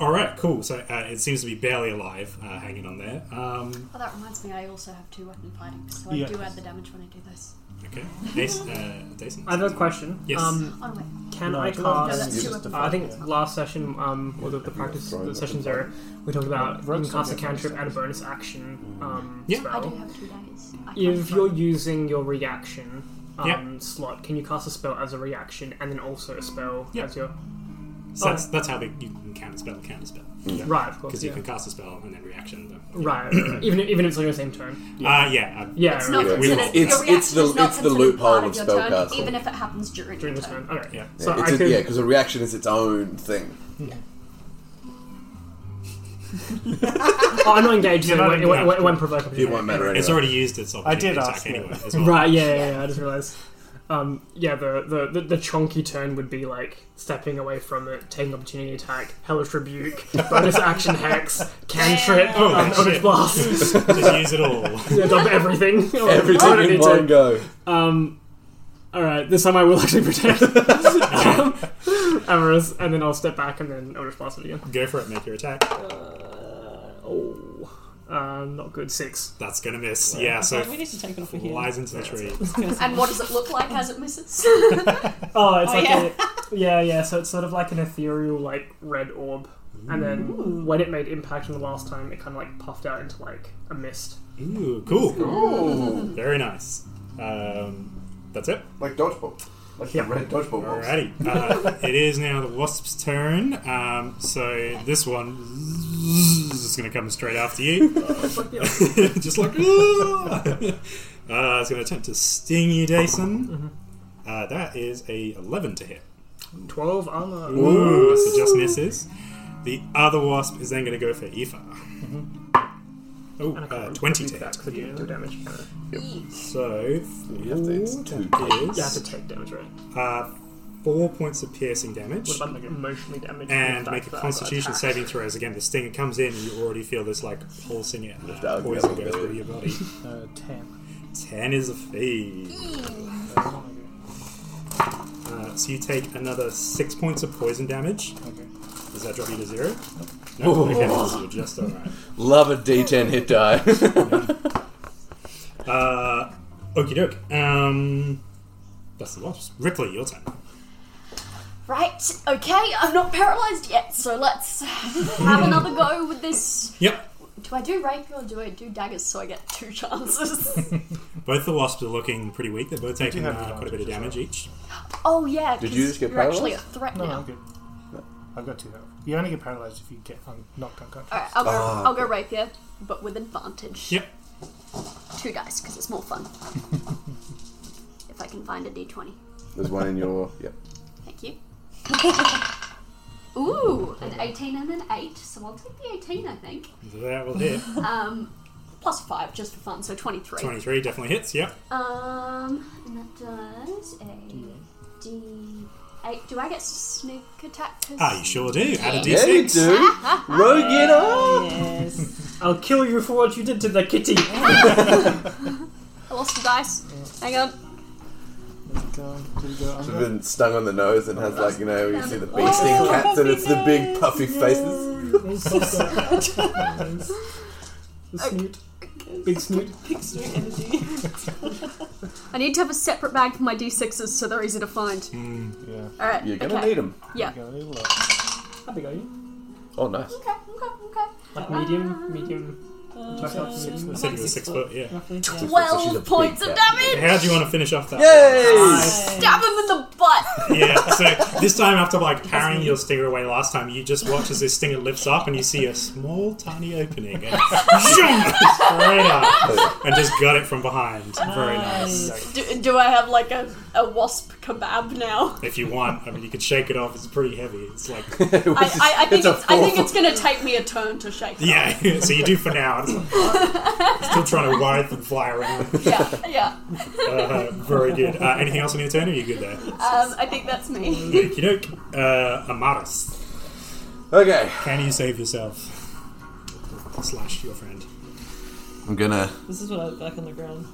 Speaker 4: all right, cool. So uh, it seems to be barely alive, uh, hanging on there. Um,
Speaker 3: Oh, that reminds me, I also have two weapon fighting, so I
Speaker 6: Yeah.
Speaker 3: do add the damage when I do this.
Speaker 4: okay. Dace, uh, Dace,
Speaker 7: I have a question.
Speaker 4: Yes.
Speaker 7: Um,
Speaker 3: Oh, no, wait.
Speaker 7: can
Speaker 6: No,
Speaker 7: I
Speaker 6: it's
Speaker 3: No,
Speaker 6: not-
Speaker 7: cast?
Speaker 3: that's
Speaker 2: you
Speaker 3: two
Speaker 2: just
Speaker 3: weapon
Speaker 7: Uh, I think
Speaker 3: fighting.
Speaker 7: last session, um, or the, the practice the sessions there, we talked about you
Speaker 6: Rogue's
Speaker 7: can
Speaker 6: not
Speaker 7: cast a
Speaker 6: good at
Speaker 7: cantrip
Speaker 6: those
Speaker 7: and a bonus action um,
Speaker 4: Yeah.
Speaker 3: I do
Speaker 7: spell.
Speaker 3: have two days. I can
Speaker 7: If you're
Speaker 3: try.
Speaker 7: using your reaction um,
Speaker 4: Yeah.
Speaker 7: slot, can you cast a spell as a reaction and then also a spell
Speaker 4: Yeah.
Speaker 7: as your
Speaker 4: so that's, that's how they, you can counter spell, counter spell.
Speaker 7: right? Of course,
Speaker 4: Because
Speaker 7: yeah.
Speaker 4: you can cast a spell and then reaction. Them.
Speaker 2: [coughs]
Speaker 7: right. right. even even if it's on your same turn.
Speaker 4: Uh, yeah, uh,
Speaker 7: Yeah.
Speaker 3: It's
Speaker 7: right,
Speaker 3: not
Speaker 7: right.
Speaker 2: we-
Speaker 3: considered.
Speaker 2: it's- it's
Speaker 3: your reaction
Speaker 2: the-
Speaker 3: is not
Speaker 2: it's the
Speaker 3: considered
Speaker 2: loophole
Speaker 3: part
Speaker 2: of
Speaker 3: of your turn,
Speaker 2: spellcasting.
Speaker 3: even if it happens during,
Speaker 7: during the
Speaker 3: your
Speaker 7: turn. Okay.
Speaker 4: Yeah.
Speaker 7: So
Speaker 2: Yeah,
Speaker 7: I
Speaker 2: it's
Speaker 7: could.
Speaker 2: a, yeah, because a reaction is its own thing.
Speaker 7: Oh, I'm not engaged. so
Speaker 4: You're
Speaker 7: it,
Speaker 4: not
Speaker 7: won't- it, won't- it,
Speaker 4: engaged.
Speaker 7: won't provoke.
Speaker 2: It won't matter anyway.
Speaker 4: it's already used its opportunity
Speaker 6: did
Speaker 4: attack
Speaker 6: ask that.
Speaker 4: anyway. As well.
Speaker 7: Right, yeah, yeah,
Speaker 3: Yeah.
Speaker 7: yeah, I just realised. Um, yeah, the, the, the, the chonky turn would be like stepping away from it, taking opportunity attack, hellish
Speaker 2: [laughs]
Speaker 7: rebuke, bonus action hex, cantrip,
Speaker 4: Oh,
Speaker 7: um,
Speaker 4: shit.
Speaker 7: Eldritch blast,
Speaker 4: Just use it
Speaker 7: [laughs]
Speaker 4: all.
Speaker 7: yeah, dump everything. I
Speaker 2: [laughs] Everything
Speaker 7: don't
Speaker 2: in
Speaker 7: need
Speaker 2: one
Speaker 7: to.
Speaker 2: go.
Speaker 7: Um, all right, this time I will
Speaker 4: [laughs]
Speaker 7: actually protect um, Amorous, and then I'll step back and then Eldritch blast it again.
Speaker 4: Go for it, make your attack.
Speaker 7: Oh, uh, not good. Six.
Speaker 4: That's gonna miss. Yeah, so
Speaker 5: Oh, we need to take it off of here.
Speaker 4: flies into the tree.
Speaker 3: And what does it look like as it misses? [laughs]
Speaker 7: Oh, it's
Speaker 5: Oh,
Speaker 7: like
Speaker 5: yeah.
Speaker 7: A, [laughs] yeah, yeah. So it's sort of like an ethereal, like red orb, and then when it made impact in the last time, it kind of like puffed out into like a mist.
Speaker 4: Ooh, cool. Very nice. Um, that's it.
Speaker 2: Like dodgeball. Like
Speaker 7: Yeah.
Speaker 2: red dodgeball
Speaker 4: Alrighty. Uh, it is now the wasp's turn. Um, so this one is just going to come straight after
Speaker 5: [laughs]
Speaker 4: you.
Speaker 5: Oh,
Speaker 4: [laughs] just like. "Ah!" [laughs] uh, it's going to attempt to sting you,
Speaker 5: Mm-hmm.
Speaker 4: Jason. Uh, that is a 11 to hit.
Speaker 7: Twelve armor.
Speaker 4: Uh, Ooh, so just misses. The other wasp is then going to go for Aoife. Oh,
Speaker 7: Mm-hmm. And I can't
Speaker 4: uh,
Speaker 7: remember
Speaker 4: 20
Speaker 7: if
Speaker 4: to
Speaker 7: That's
Speaker 4: hit.
Speaker 7: because you do damage. Kind of.
Speaker 4: So,
Speaker 2: You have to- it's two.
Speaker 7: You have
Speaker 4: is
Speaker 7: to take damage, right?
Speaker 4: uh, four points of piercing damage.
Speaker 7: What about like emotionally damaged?
Speaker 4: and
Speaker 7: Like,
Speaker 4: make a
Speaker 7: that
Speaker 4: constitution
Speaker 7: attack.
Speaker 4: saving throw as again the stinger comes in and you already feel this like pulsing uh,
Speaker 2: out,
Speaker 4: poison go
Speaker 2: yeah, yeah.
Speaker 4: through your body
Speaker 6: uh, 10.
Speaker 4: 10 is a fee uh, so you take another 6 points of poison damage
Speaker 6: Okay.
Speaker 4: does that drop you to zero? No?
Speaker 2: Oh.
Speaker 4: [laughs] Okay, so you're just alright
Speaker 2: Love a D10 hit die. [laughs]
Speaker 4: uh, okie doke um, that's the wasp Rickley your turn
Speaker 3: Right, okay, I'm not paralysed yet, so let's have another go with this.
Speaker 4: yep
Speaker 3: Do I do rape or do I do daggers so I get two [laughs] chances?
Speaker 4: both the wasps are looking pretty weak they're both taking
Speaker 6: have
Speaker 4: uh, quite a bit of
Speaker 6: advantage
Speaker 4: damage
Speaker 6: as
Speaker 4: each
Speaker 3: oh, yeah,
Speaker 2: Did
Speaker 3: 'cause
Speaker 2: you just get
Speaker 3: you're actually a threat
Speaker 6: No,
Speaker 3: now.
Speaker 6: I'm good. I've got two health. You only get paralyzed if you get un- knocked unconscious.
Speaker 3: Alright, Uh, I'll go, I'll go rapier, but with advantage.
Speaker 4: yep [laughs]
Speaker 3: Two dice, because it's more fun. can find a d20.
Speaker 2: There's one in your. Yep.
Speaker 4: [laughs]
Speaker 3: Thank you. Ooh, an 18 and an 8, so I'll take the 18, I think.
Speaker 4: That will hit.
Speaker 3: Um, plus 5 just for fun, so 23.
Speaker 4: 23 definitely hits, yep.
Speaker 3: Um, and that does a d8. Do I get sneak attack? 'cause-
Speaker 4: Ah, you sure do. Add a
Speaker 3: Yeah.
Speaker 2: Yeah, you
Speaker 4: d6.
Speaker 2: do. Rogue it
Speaker 5: [laughs]
Speaker 2: up.
Speaker 5: Yes. I'll kill you for what you did to the kitty.
Speaker 3: I lost the dice. Hang on.
Speaker 2: Should have been stung on the nose and has like you know you see the bee
Speaker 3: Oh,
Speaker 2: sting
Speaker 5: puffy
Speaker 2: cats and it's the big
Speaker 5: nose.
Speaker 2: puffy faces.
Speaker 7: The snoot. Big snoot.
Speaker 5: Pixar energy.
Speaker 3: I need to have a separate bag for my d6s so they're easy to find.
Speaker 4: Mm.
Speaker 7: Yeah.
Speaker 3: Alright.
Speaker 2: You're gonna
Speaker 3: okay.
Speaker 2: need them.
Speaker 3: Yeah.
Speaker 7: Go a little up.
Speaker 9: How big are you?
Speaker 2: Oh, nice.
Speaker 3: Okay, okay, okay.
Speaker 9: Like medium, medium.
Speaker 5: Oh,
Speaker 4: I said you were six foot, yeah.
Speaker 5: Roughly, yeah.
Speaker 3: 12
Speaker 2: she's a big
Speaker 3: points of
Speaker 2: cat.
Speaker 3: damage!
Speaker 4: How do you want to finish off that?
Speaker 2: Yay!
Speaker 3: Stab him in the butt!
Speaker 4: [laughs] Yeah, so this time after like parrying your stinger away last time, you just watch as this stinger lifts up and you see a small tiny opening and [laughs] zoom, straight up and just gut it from behind. Very nice.
Speaker 3: Do, do I have like a, a wasp kebab now?
Speaker 4: If you want, I mean, you could shake it off. It's pretty heavy. It's like
Speaker 2: [laughs] It was
Speaker 3: I,
Speaker 2: just-
Speaker 3: I, I think
Speaker 2: a
Speaker 3: it's, I think
Speaker 2: four.
Speaker 3: it's gonna take me a turn to shake it.
Speaker 4: yeah. [laughs] So you do for now. It's like, still trying to writhe and fly around.
Speaker 3: Yeah, yeah.
Speaker 4: Uh, very good. Uh, anything else on your turn? Are you good there?
Speaker 3: Um, I think that's me.
Speaker 2: [laughs]
Speaker 4: Okey doke. Uh, Amaris,
Speaker 2: Okay.
Speaker 4: can you save yourself? Slash your friend.
Speaker 2: I'm gonna.
Speaker 5: This is what I look like on the ground.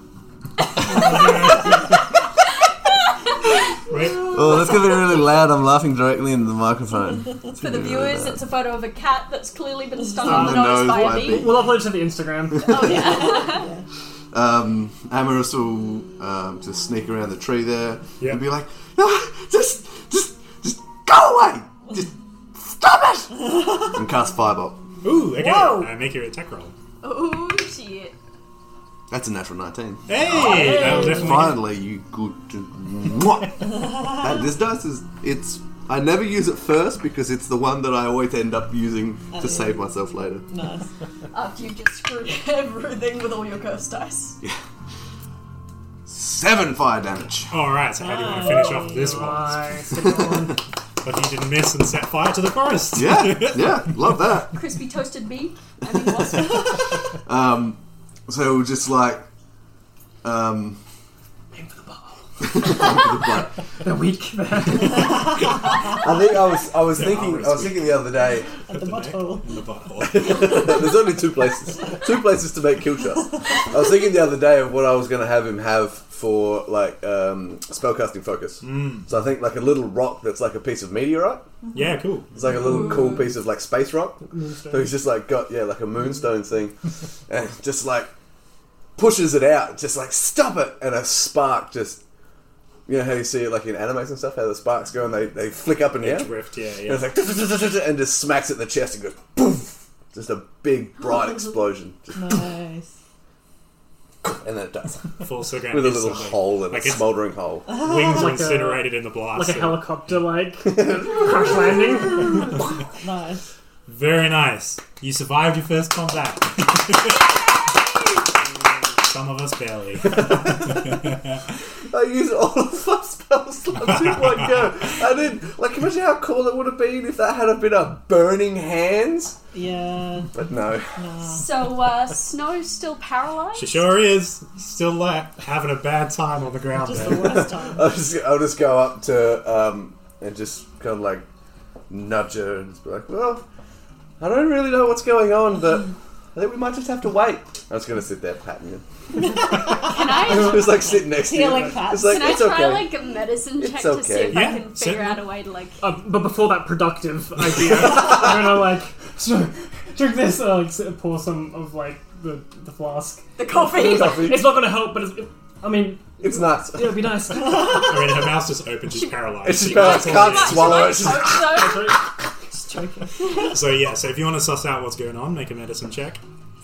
Speaker 4: Right?
Speaker 2: Oh, that's gonna be really loud. I'm laughing directly into the microphone.
Speaker 3: For the viewers, it's a photo of a cat that's clearly been stung on
Speaker 2: Stung
Speaker 3: the
Speaker 2: in the
Speaker 3: nose
Speaker 2: nose
Speaker 3: by
Speaker 2: by
Speaker 3: a
Speaker 2: a
Speaker 3: bee.
Speaker 2: bee.
Speaker 9: We'll upload to the Instagram.
Speaker 3: Oh yeah.
Speaker 2: um, Amaris will um, just sneak around the tree there
Speaker 4: Yeah.
Speaker 2: and be like, no, just, just, just go away! Just stop it! and cast Fireball.
Speaker 4: Ooh, okay.
Speaker 5: Whoa.
Speaker 4: Uh, make your attack roll.
Speaker 3: oh shit.
Speaker 2: That's a natural 19.
Speaker 4: Hey,
Speaker 2: Oh,
Speaker 4: that'll definitely
Speaker 2: Finally, you good. Mwah! and this dice is. It's. I never use it first because it's the one that I always end up using to save myself later.
Speaker 5: [laughs] Nice.
Speaker 3: After you just screwed [laughs] everything with all your ghost dice.
Speaker 2: Seven fire damage.
Speaker 4: All right, so how do you want to finish off this one?
Speaker 9: Nice. Good one.
Speaker 4: But you didn't miss and set fire to the forest. [laughs]
Speaker 2: Yeah, yeah, love that.
Speaker 3: Crispy toasted bee. I mean wasp.
Speaker 2: [laughs] Um, so we'll just like, um, [laughs]
Speaker 9: the week.
Speaker 2: I think I was I was
Speaker 4: Amaris
Speaker 2: thinking I was
Speaker 4: would-
Speaker 2: thinking the other day
Speaker 5: At the bottle.
Speaker 4: [laughs] In the butthole.
Speaker 2: there's only two places two places to make kill shots. I was thinking the other day of what I was going to have him have for like um, spellcasting focus. Mm. So I think like a little rock that's like a piece of meteorite.
Speaker 4: Yeah, cool.
Speaker 2: It's like a little cool piece of like space rock. So he's just like got yeah like a moonstone thing, and just like pushes it out, just like stop it, and a spark just. You know how you see it like in animes and stuff, how the sparks go and they, they flick up and down?
Speaker 4: Drift, yeah,
Speaker 2: And
Speaker 4: yeah.
Speaker 2: it's like "Tut-tut-tut-tut-tut," and just smacks it in the chest and goes poof. Just a big bright explosion, Just,
Speaker 5: Nice.
Speaker 2: and then it dies
Speaker 4: Full cigarette.
Speaker 2: with a
Speaker 4: is
Speaker 2: little
Speaker 4: something.
Speaker 2: hole in
Speaker 4: Like
Speaker 2: it,
Speaker 4: it's-
Speaker 2: smouldering hole.
Speaker 4: Wings are
Speaker 9: Like a-
Speaker 4: incinerated in the blast.
Speaker 9: Oh Like a
Speaker 4: so-
Speaker 9: helicopter,
Speaker 4: [laughs]
Speaker 9: like crash landing.
Speaker 5: Nice.
Speaker 4: Very nice. You survived your
Speaker 9: [laughs]
Speaker 4: first combat. Some of us barely.
Speaker 2: I used all of my spell slots in one go. I did like imagine how cool it would have been if that had have been a burning hands,
Speaker 5: Yeah.
Speaker 2: but no.
Speaker 5: Nah.
Speaker 3: So uh Snow's still paralyzed?
Speaker 4: She sure is still like having a bad time on the ground
Speaker 5: Just
Speaker 4: there.
Speaker 5: the worst time. [laughs]
Speaker 2: I'll just I'll just go up to um and just kind of like nudge her and just be like, well, I don't really know what's going on, but I think we might just have to wait. I was gonna sit there patting him.
Speaker 3: Can I
Speaker 2: It's like sitting next to you.
Speaker 5: Healing pats.
Speaker 2: It's like,
Speaker 3: can I
Speaker 2: it's
Speaker 3: try
Speaker 2: okay.
Speaker 3: like a medicine check
Speaker 2: It's
Speaker 3: to see
Speaker 2: okay.
Speaker 3: if I
Speaker 4: Yeah,
Speaker 3: can figure
Speaker 4: certainly.
Speaker 3: out a way to like
Speaker 9: Uh, but before that productive
Speaker 4: [laughs]
Speaker 9: idea, I'm gonna like so, drink this. Uh, like, s- pour some of like the the flask.
Speaker 3: the coffee?
Speaker 9: It's not gonna help, but it's, it, I mean,
Speaker 2: it's nice.
Speaker 9: it'll be
Speaker 4: [laughs]
Speaker 9: nice.
Speaker 4: I mean, her mouth's just open. She's paralyzed.
Speaker 2: Oh, It's
Speaker 4: She
Speaker 2: just paralyzed.
Speaker 4: can't talk.
Speaker 2: Can't swallow it.
Speaker 3: Hope
Speaker 5: Just joking.
Speaker 4: So yeah, so if you want to suss out what's going on, make a medicine check.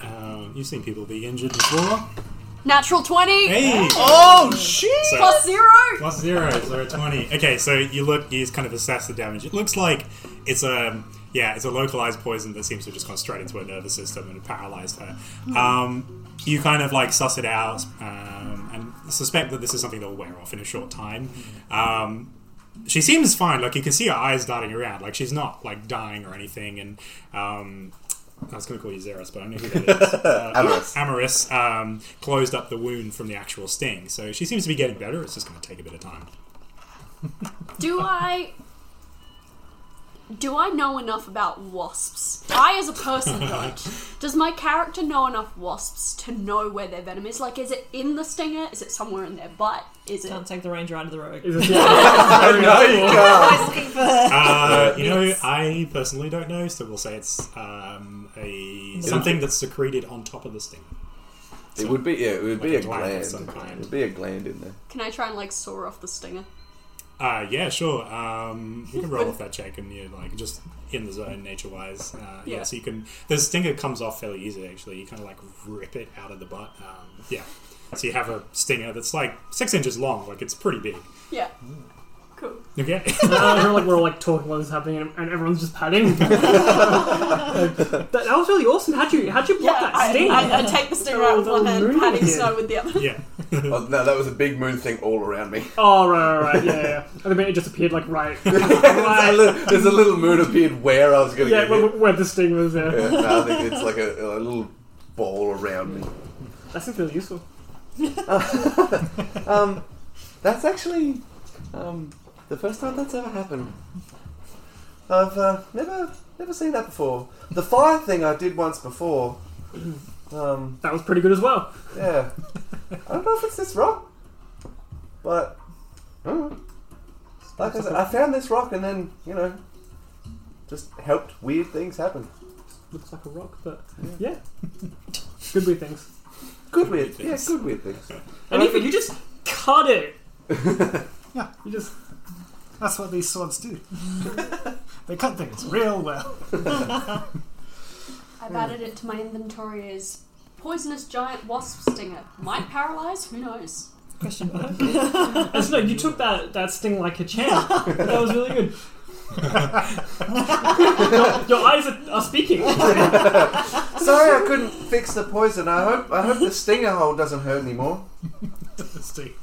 Speaker 4: Um, you've seen people be injured before.
Speaker 3: so. Natural twenty
Speaker 4: Hey,
Speaker 2: Oh shit!
Speaker 4: So-
Speaker 3: plus zero.
Speaker 4: Plus zero, so a twenty. Okay, so you look, you just kind of assess the damage. It looks like it's a yeah, it's a localized poison that seems to have just gone straight into her nervous system and paralyzed her. Um, you kind of like suss it out, um, and suspect that this is something that will wear off in a short time. Um, she seems fine. Like you can see her eyes darting around. Like she's not like dying or anything. And um, I was going to call you Xeris, but I know who that is. Uh,
Speaker 2: Amaris.
Speaker 4: Amaris um, closed up the wound from the actual sting, so she seems to be getting better. It's just going to take a bit of time.
Speaker 3: Do I do I know enough about wasps? I, as a
Speaker 4: [laughs]
Speaker 3: person, don't. Does my character know enough wasps to know where their venom is? Like, is it in the stinger? Is it somewhere in their butt? Is it?
Speaker 2: [laughs]
Speaker 5: Can't take the ranger out of the road.
Speaker 6: Is it yeah,
Speaker 2: no, you can't.
Speaker 5: I was looking for.
Speaker 4: Uh, you know, I personally don't know, so we'll say it's um, a something that's secreted on top of the stinger.
Speaker 2: It would be yeah, it would be
Speaker 4: Like
Speaker 2: a
Speaker 4: a gland of
Speaker 2: gland.
Speaker 4: some kind.
Speaker 2: It would be a gland in
Speaker 4: [laughs]
Speaker 2: there.
Speaker 3: Can I try and like saw off the stinger?
Speaker 4: Uh, yeah, sure. Um, you can roll off that check, and you're like just in the zone, nature-wise. Uh, yeah.
Speaker 3: Yeah.
Speaker 4: so you can. The stinger comes off fairly easy, actually. You kind of like rip it out of the butt. Um, yeah. So you have a stinger that's like six inches long, like it's pretty big.
Speaker 3: Yeah.
Speaker 4: Hmm.
Speaker 3: Cool.
Speaker 4: Okay. [laughs]
Speaker 9: I feel like we're all like talking while this is happening, and, and everyone's just [laughs] patting. that, that was really awesome. How'd you how'd you block
Speaker 3: Yeah,
Speaker 9: that
Speaker 3: I,
Speaker 9: sting?
Speaker 3: I, I take the stinger out with
Speaker 9: Oh,
Speaker 3: one hand,
Speaker 9: really?
Speaker 3: patting snow with the other.
Speaker 4: yeah.
Speaker 2: Oh, no, that was a big moon thing all around me. [laughs]
Speaker 9: oh right, right, right, yeah, yeah. And then it just appeared like right, [laughs]
Speaker 2: There's a
Speaker 9: right,
Speaker 2: little- There's a little moon appeared where I was going to
Speaker 9: yeah,
Speaker 2: get
Speaker 9: where,
Speaker 2: hit.
Speaker 9: where the sting was. Yeah.
Speaker 2: Yeah, no, I think it's like a, a little ball around me.
Speaker 9: That seems really useful.
Speaker 2: Um, that's actually um, the first time that's ever happened. I've uh, never never seen that before. The fire thing I did once before. [clears throat] Um,
Speaker 9: That was pretty good as well.
Speaker 2: yeah, I don't know if it's this rock, but I don't know. like I said, I found this rock and then you know just helped weird things happen.
Speaker 9: Looks like a rock, but yeah, good weird things.
Speaker 2: Good weird, yeah, good weird things.
Speaker 9: And even you just cut it.
Speaker 6: you just. That's what these swords do. they cut things real well. [laughs]
Speaker 3: I've added it to my inventory as poisonous giant wasp stinger. Might paralyze. Who knows?
Speaker 5: Question mark.
Speaker 9: And so, no, you took that, that sting like a champ. that was really [laughs] good. your, your eyes are, are speaking.
Speaker 2: Sorry, I couldn't fix the poison. I hope I hope the stinger hole doesn't hurt anymore.
Speaker 6: Steve.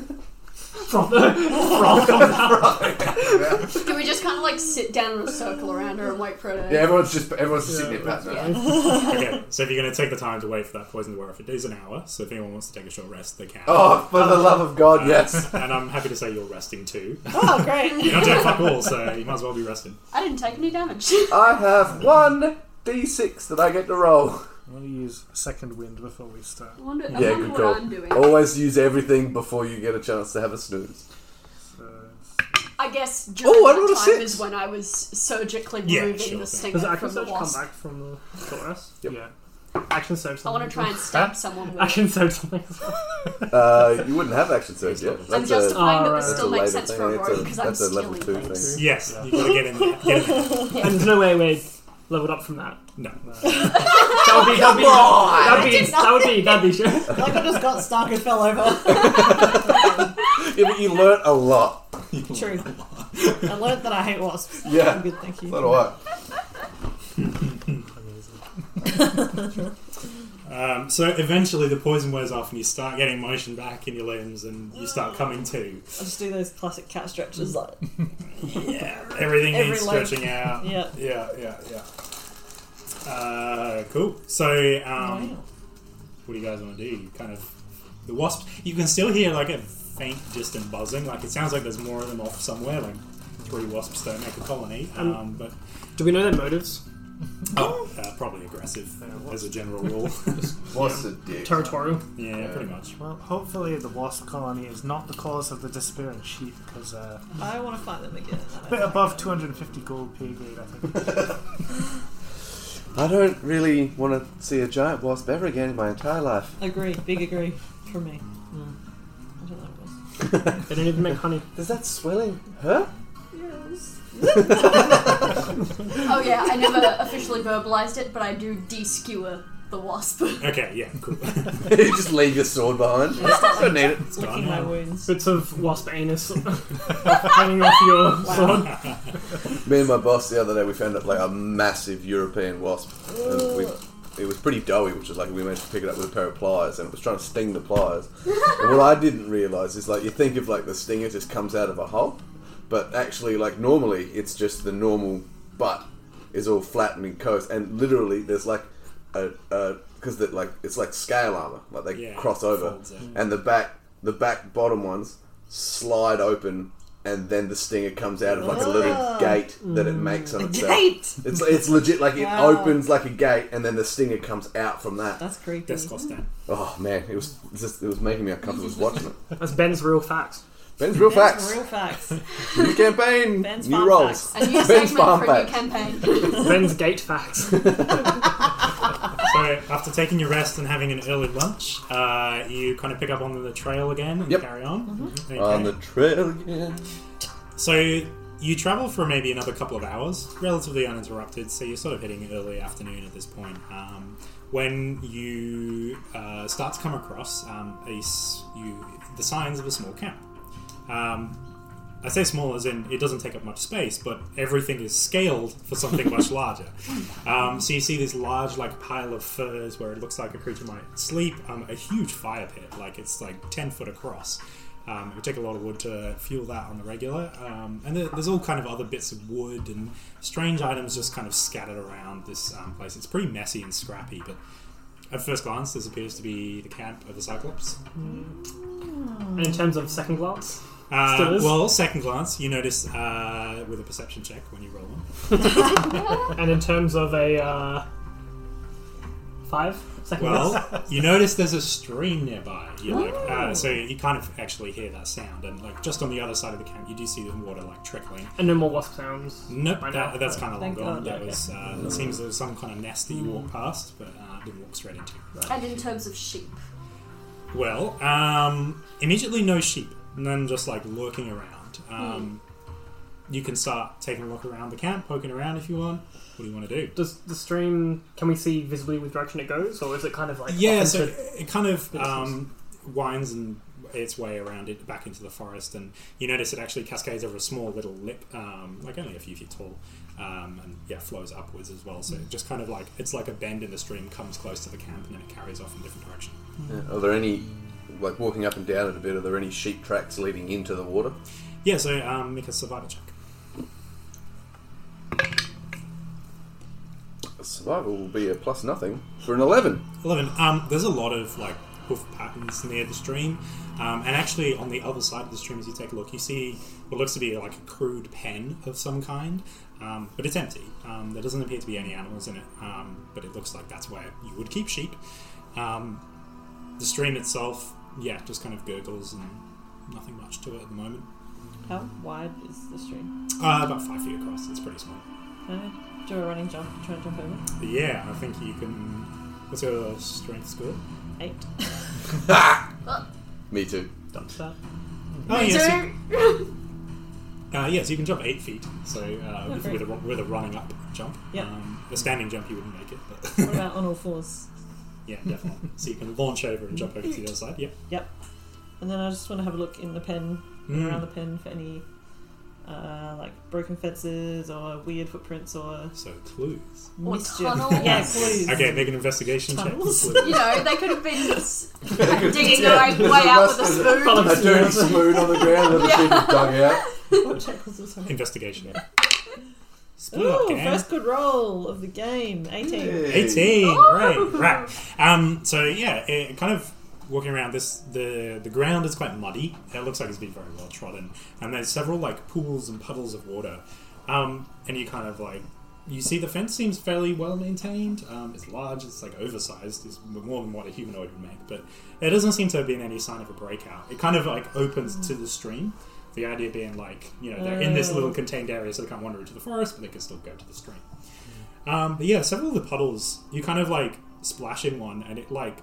Speaker 9: From the from the
Speaker 3: Do we just kind of like sit down in a circle around her and wait for her? to-
Speaker 2: Yeah, everyone's just everyone's just sitting there
Speaker 6: Yeah.
Speaker 2: patting her.
Speaker 3: Yeah.
Speaker 4: Okay. So if you're going to take the time to wait for that poison to wear off, it is an hour. So if anyone wants to take a short rest, they can. Uh,
Speaker 2: Oh, for the love of God, yes.
Speaker 4: And I'm happy to say you're resting too.
Speaker 5: [laughs] Oh, great.
Speaker 4: You're not doing fuck all, so you might as well be rested.
Speaker 3: I didn't take any damage. [laughs]
Speaker 2: I have one d6 that I get to roll.
Speaker 6: I'm going to use second wind before we start.
Speaker 3: I wonder, I
Speaker 2: Yeah,
Speaker 3: wonder
Speaker 2: good
Speaker 3: what
Speaker 2: call. Oh.
Speaker 3: I'm doing.
Speaker 2: Always use everything before you get a chance to have a snooze.
Speaker 6: So,
Speaker 3: I guess during
Speaker 2: Oh, I rolled a
Speaker 3: that time
Speaker 2: six.
Speaker 3: is when I was surgically
Speaker 4: Yeah,
Speaker 3: removing
Speaker 4: sure
Speaker 3: the
Speaker 4: thing.
Speaker 3: stinger
Speaker 9: Does the action
Speaker 3: from the
Speaker 9: surge come
Speaker 3: wasp.
Speaker 9: back from the Taurus?
Speaker 2: Yep.
Speaker 6: Yeah. Action surge.
Speaker 3: I want to
Speaker 6: something.
Speaker 3: try and stab someone with
Speaker 9: [laughs]
Speaker 3: it.
Speaker 9: Action surge
Speaker 3: [laughs]
Speaker 9: something. as well.
Speaker 2: Uh, you wouldn't have action surge yet.
Speaker 3: I'm
Speaker 2: That's a,
Speaker 3: justifying that
Speaker 9: Oh, right.
Speaker 3: this
Speaker 2: that's a
Speaker 3: still makes
Speaker 2: later
Speaker 3: sense
Speaker 2: thing.
Speaker 3: for a rogue
Speaker 2: That's
Speaker 3: because
Speaker 2: a,
Speaker 3: I'm
Speaker 2: that's a level
Speaker 3: stealing
Speaker 2: two
Speaker 3: things.
Speaker 2: thing.
Speaker 4: Yes, you got to get in there. Get in there.
Speaker 9: And there's no way we're leveled up from
Speaker 3: [laughs]
Speaker 9: that.
Speaker 4: No.
Speaker 3: Oh,
Speaker 9: That would be that would be that would be that would be that'd be sure.
Speaker 5: like I just got stuck and fell [laughs] over.
Speaker 2: Yeah, but you learnt a lot.
Speaker 5: [laughs] True. I learned that I hate wasps.
Speaker 2: Yeah.
Speaker 5: Good, thank you.
Speaker 2: So do I.
Speaker 4: Um, so eventually the poison wears off and you start getting motion back in your limbs and you start coming to.
Speaker 5: I just do those classic cat stretches, like
Speaker 4: Yeah, everything
Speaker 5: Every
Speaker 4: needs
Speaker 5: leg.
Speaker 4: stretching out.
Speaker 5: Yeah.
Speaker 4: yeah, yeah, yeah. Uh, cool. So, um,
Speaker 5: wow.
Speaker 4: what do you guys want to do? You kind of the wasps. You can still hear like a faint, distant buzzing. Like it sounds like there's more of them off somewhere. Like three wasps don't make a colony. Um, but
Speaker 9: Do we know their motives?
Speaker 4: oh, uh, probably aggressive as a general rule.
Speaker 2: What's a dick?
Speaker 9: Territorial.
Speaker 4: yeah, pretty much.
Speaker 6: Well, hopefully the wasp colony is not the cause of the disappearing sheep, because uh, [laughs]
Speaker 5: I want to fight them again.
Speaker 6: a bit above 250 gold pay grade, I think.
Speaker 2: I don't really want to see a giant wasp ever again in my entire life.
Speaker 5: Agree. Big agree from me. Mm. I don't like wasps.
Speaker 9: They don't even make honey.
Speaker 2: Does that swelling hurt?
Speaker 3: Oh yeah, I never officially verbalized it, but I do de-skewer the wasp. [laughs]
Speaker 4: Okay, yeah, cool.
Speaker 2: [laughs]
Speaker 4: [laughs]
Speaker 2: you just leave your sword behind. don't need it.
Speaker 4: It's
Speaker 5: Licking
Speaker 4: gone
Speaker 5: my
Speaker 4: now.
Speaker 5: wounds.
Speaker 9: Bits of wasp anus [laughs] hanging off your sword.
Speaker 2: Me and my boss the other day, we found up like a massive European wasp. And we It was pretty doughy, which is like we managed to pick it up with a pair of pliers, and it was trying to sting the pliers. and what I didn't realise is like you think of like the stinger just comes out of a hole, but actually like normally it's just the normal butt is all flat and encased, and literally there's like a because that like it's like scale armor, like they
Speaker 4: Yeah,
Speaker 2: cross over,
Speaker 4: folds in.
Speaker 2: and the back the back bottom ones slide open. And then the stinger comes out of like a little
Speaker 5: Ah.
Speaker 2: gate that it makes on itself.
Speaker 5: Gate.
Speaker 2: It's it's legit like it
Speaker 5: Wow.
Speaker 2: opens like a gate and then the stinger comes out from that.
Speaker 5: That's creepy.
Speaker 4: Desk cost down.
Speaker 2: Oh man, it was just, it was making me uncomfortable
Speaker 5: [laughs]
Speaker 2: just watching it.
Speaker 7: That's Ben's real facts.
Speaker 2: Ben's real
Speaker 5: Ben's
Speaker 2: facts.
Speaker 5: Real facts.
Speaker 2: New campaign.
Speaker 5: Ben's
Speaker 2: new
Speaker 5: farm
Speaker 2: roles.
Speaker 5: facts.
Speaker 3: A new
Speaker 2: Ben's
Speaker 3: segment for a
Speaker 2: farm
Speaker 3: new
Speaker 2: facts.
Speaker 3: campaign.
Speaker 7: Ben's
Speaker 9: [laughs]
Speaker 7: gate facts.
Speaker 4: So after taking your rest and having an early lunch, uh, you kind of pick up on the trail again and
Speaker 2: Yep.
Speaker 4: carry on. Okay.
Speaker 2: On the trail again.
Speaker 4: So you travel for maybe another couple of hours, relatively uninterrupted. So you're sort of hitting early afternoon at this point. Um, when you uh, start to come across um, a s- you, the signs of a small camp. Um, I say small as in it doesn't take up much space, but everything is scaled for something much larger. Um, so you see this large, like, pile of furs where it looks like a creature might sleep. Um, a huge fire pit, like it's like ten foot across. Um, it would take a lot of wood to fuel that on the regular, um, and there, there's all kind of other bits of wood and strange items just kind of scattered around this um, place. It's pretty messy and scrappy, but at first glance, this appears to be the camp of the Cyclops.
Speaker 7: And in terms of second glance, Still
Speaker 4: Uh,
Speaker 7: is.
Speaker 4: well, second glance, you notice uh, with a perception check when you roll one.
Speaker 7: and in terms of a uh, five second glance.
Speaker 4: Well, you notice there's a stream nearby. You like,
Speaker 5: Oh.
Speaker 4: uh, so you kind of actually hear that sound, and like just on the other side of the camp, you do see the water like trickling.
Speaker 7: And no more wasp sounds.
Speaker 4: Nope,
Speaker 7: Why
Speaker 4: that,
Speaker 7: not?
Speaker 4: that's kind of long
Speaker 5: Thank
Speaker 4: gone.
Speaker 5: God,
Speaker 4: That
Speaker 5: okay. Hmm.
Speaker 4: was uh, it seems there's some kind of nest that you walked past, but uh, didn't walk straight into.
Speaker 3: and in terms of sheep.
Speaker 4: Well, um, immediately no sheep, and then just like lurking around.
Speaker 5: Hmm.
Speaker 4: Um, You can start taking a look around the camp, poking around if you want. What do you want to do?
Speaker 7: Does the stream? Can we see visibly which direction it goes, or is it kind of like
Speaker 4: yeah,
Speaker 7: off
Speaker 4: so
Speaker 7: into-
Speaker 4: it- it kind of um, winds and its way around it back into the forest, and you notice it actually cascades over a small little lip, um, like only a few feet tall, um, and yeah, flows upwards as well. So it just kind of like it's like a bend in the stream, comes close to the camp, and then it carries off in a different direction.
Speaker 2: Are there any like walking up and down it a bit? Are there any sheep tracks leading into the water?
Speaker 4: Yeah, so um, make a survival check.
Speaker 2: Survival will be a plus nothing for an eleven.
Speaker 4: Eleven. Um, there's a lot of like hoof patterns near the stream, um, and actually on the other side of the stream, as you take a look, you see what looks to be like a crude pen of some kind, um, but it's empty. Um, there doesn't appear to be any animals in it, um, but it looks like that's where you would keep sheep. Um, the stream itself, yeah, just kind of gurgles and nothing much to it at the moment.
Speaker 5: How wide is the stream?
Speaker 4: Uh, about five feet across. It's pretty small.
Speaker 5: Can I do a running jump and try to jump over?
Speaker 4: But yeah, I think you can. What's your strength score?
Speaker 5: Eight.
Speaker 2: Me too.
Speaker 5: But
Speaker 4: Oh, yes, you-
Speaker 3: Sir?
Speaker 4: Uh, yes, you can jump eight feet. So uh, with,
Speaker 5: Okay.
Speaker 4: with, a, ru- with a running up jump,
Speaker 5: Oh, Yeah.
Speaker 4: um, a standing jump you wouldn't make it,
Speaker 5: what
Speaker 4: but [laughs]
Speaker 5: about on all fours?
Speaker 4: yeah, definitely. so you can launch over and jump over to the other side. Yep.
Speaker 5: And then I just want to have a look in the pen, and
Speaker 4: Mm.
Speaker 5: around the pen for any uh, like broken fences or weird footprints or
Speaker 4: So clues.
Speaker 3: Or
Speaker 5: mischief.
Speaker 3: tunnels.
Speaker 5: [laughs] Yeah,
Speaker 4: [laughs]
Speaker 5: clues.
Speaker 4: Okay,
Speaker 5: [laughs]
Speaker 4: make an investigation check. for
Speaker 5: Tunnels.
Speaker 3: You
Speaker 4: clues.
Speaker 3: know, they could have been s- [laughs] digging their own way out with a spoon.
Speaker 2: A dirty spoon on the ground that the sheep have dug out.
Speaker 5: What check was this one? [laughs]
Speaker 4: investigation. Split up,
Speaker 5: Ooh,
Speaker 4: gang.
Speaker 5: first good roll of the game. 18.
Speaker 4: 18 right right um, so yeah it, kind of walking around this the the ground is quite muddy it looks like it's been very well trodden and there's several like pools and puddles of water um, and you kind of like you see the fence seems fairly well maintained um, it's large it's like oversized it's more than what a humanoid would make but it doesn't seem to have been any sign of a breakout it kind of like opens to the stream the idea being like you know they're in this
Speaker 5: Oh.
Speaker 4: little contained area so they can't wander into the forest but they can still go to the stream um, but yeah, several of the puddles, you kind of like splash in one and it like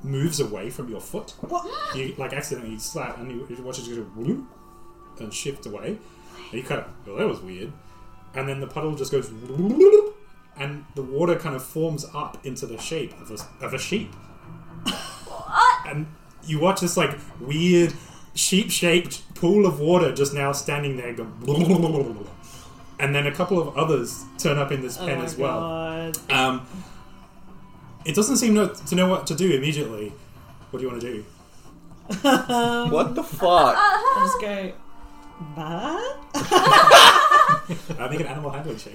Speaker 4: moves away from your foot. What? You like accidentally slap and you, you watch it go whoop and shift away. And you kind of, well, that was weird. And then the puddle just goes whoop and the water kind of forms up into the shape of a, of a sheep. And you watch this like weird sheep shaped pool of water just now standing there go and then a couple of others turn up in this
Speaker 5: Oh
Speaker 4: pen
Speaker 5: my
Speaker 4: as well.
Speaker 5: god.
Speaker 4: Um, It doesn't seem no- to know what to do immediately. What do you want to do?
Speaker 1: What the fuck?
Speaker 5: I just go, but
Speaker 4: Uh, make an animal handling check.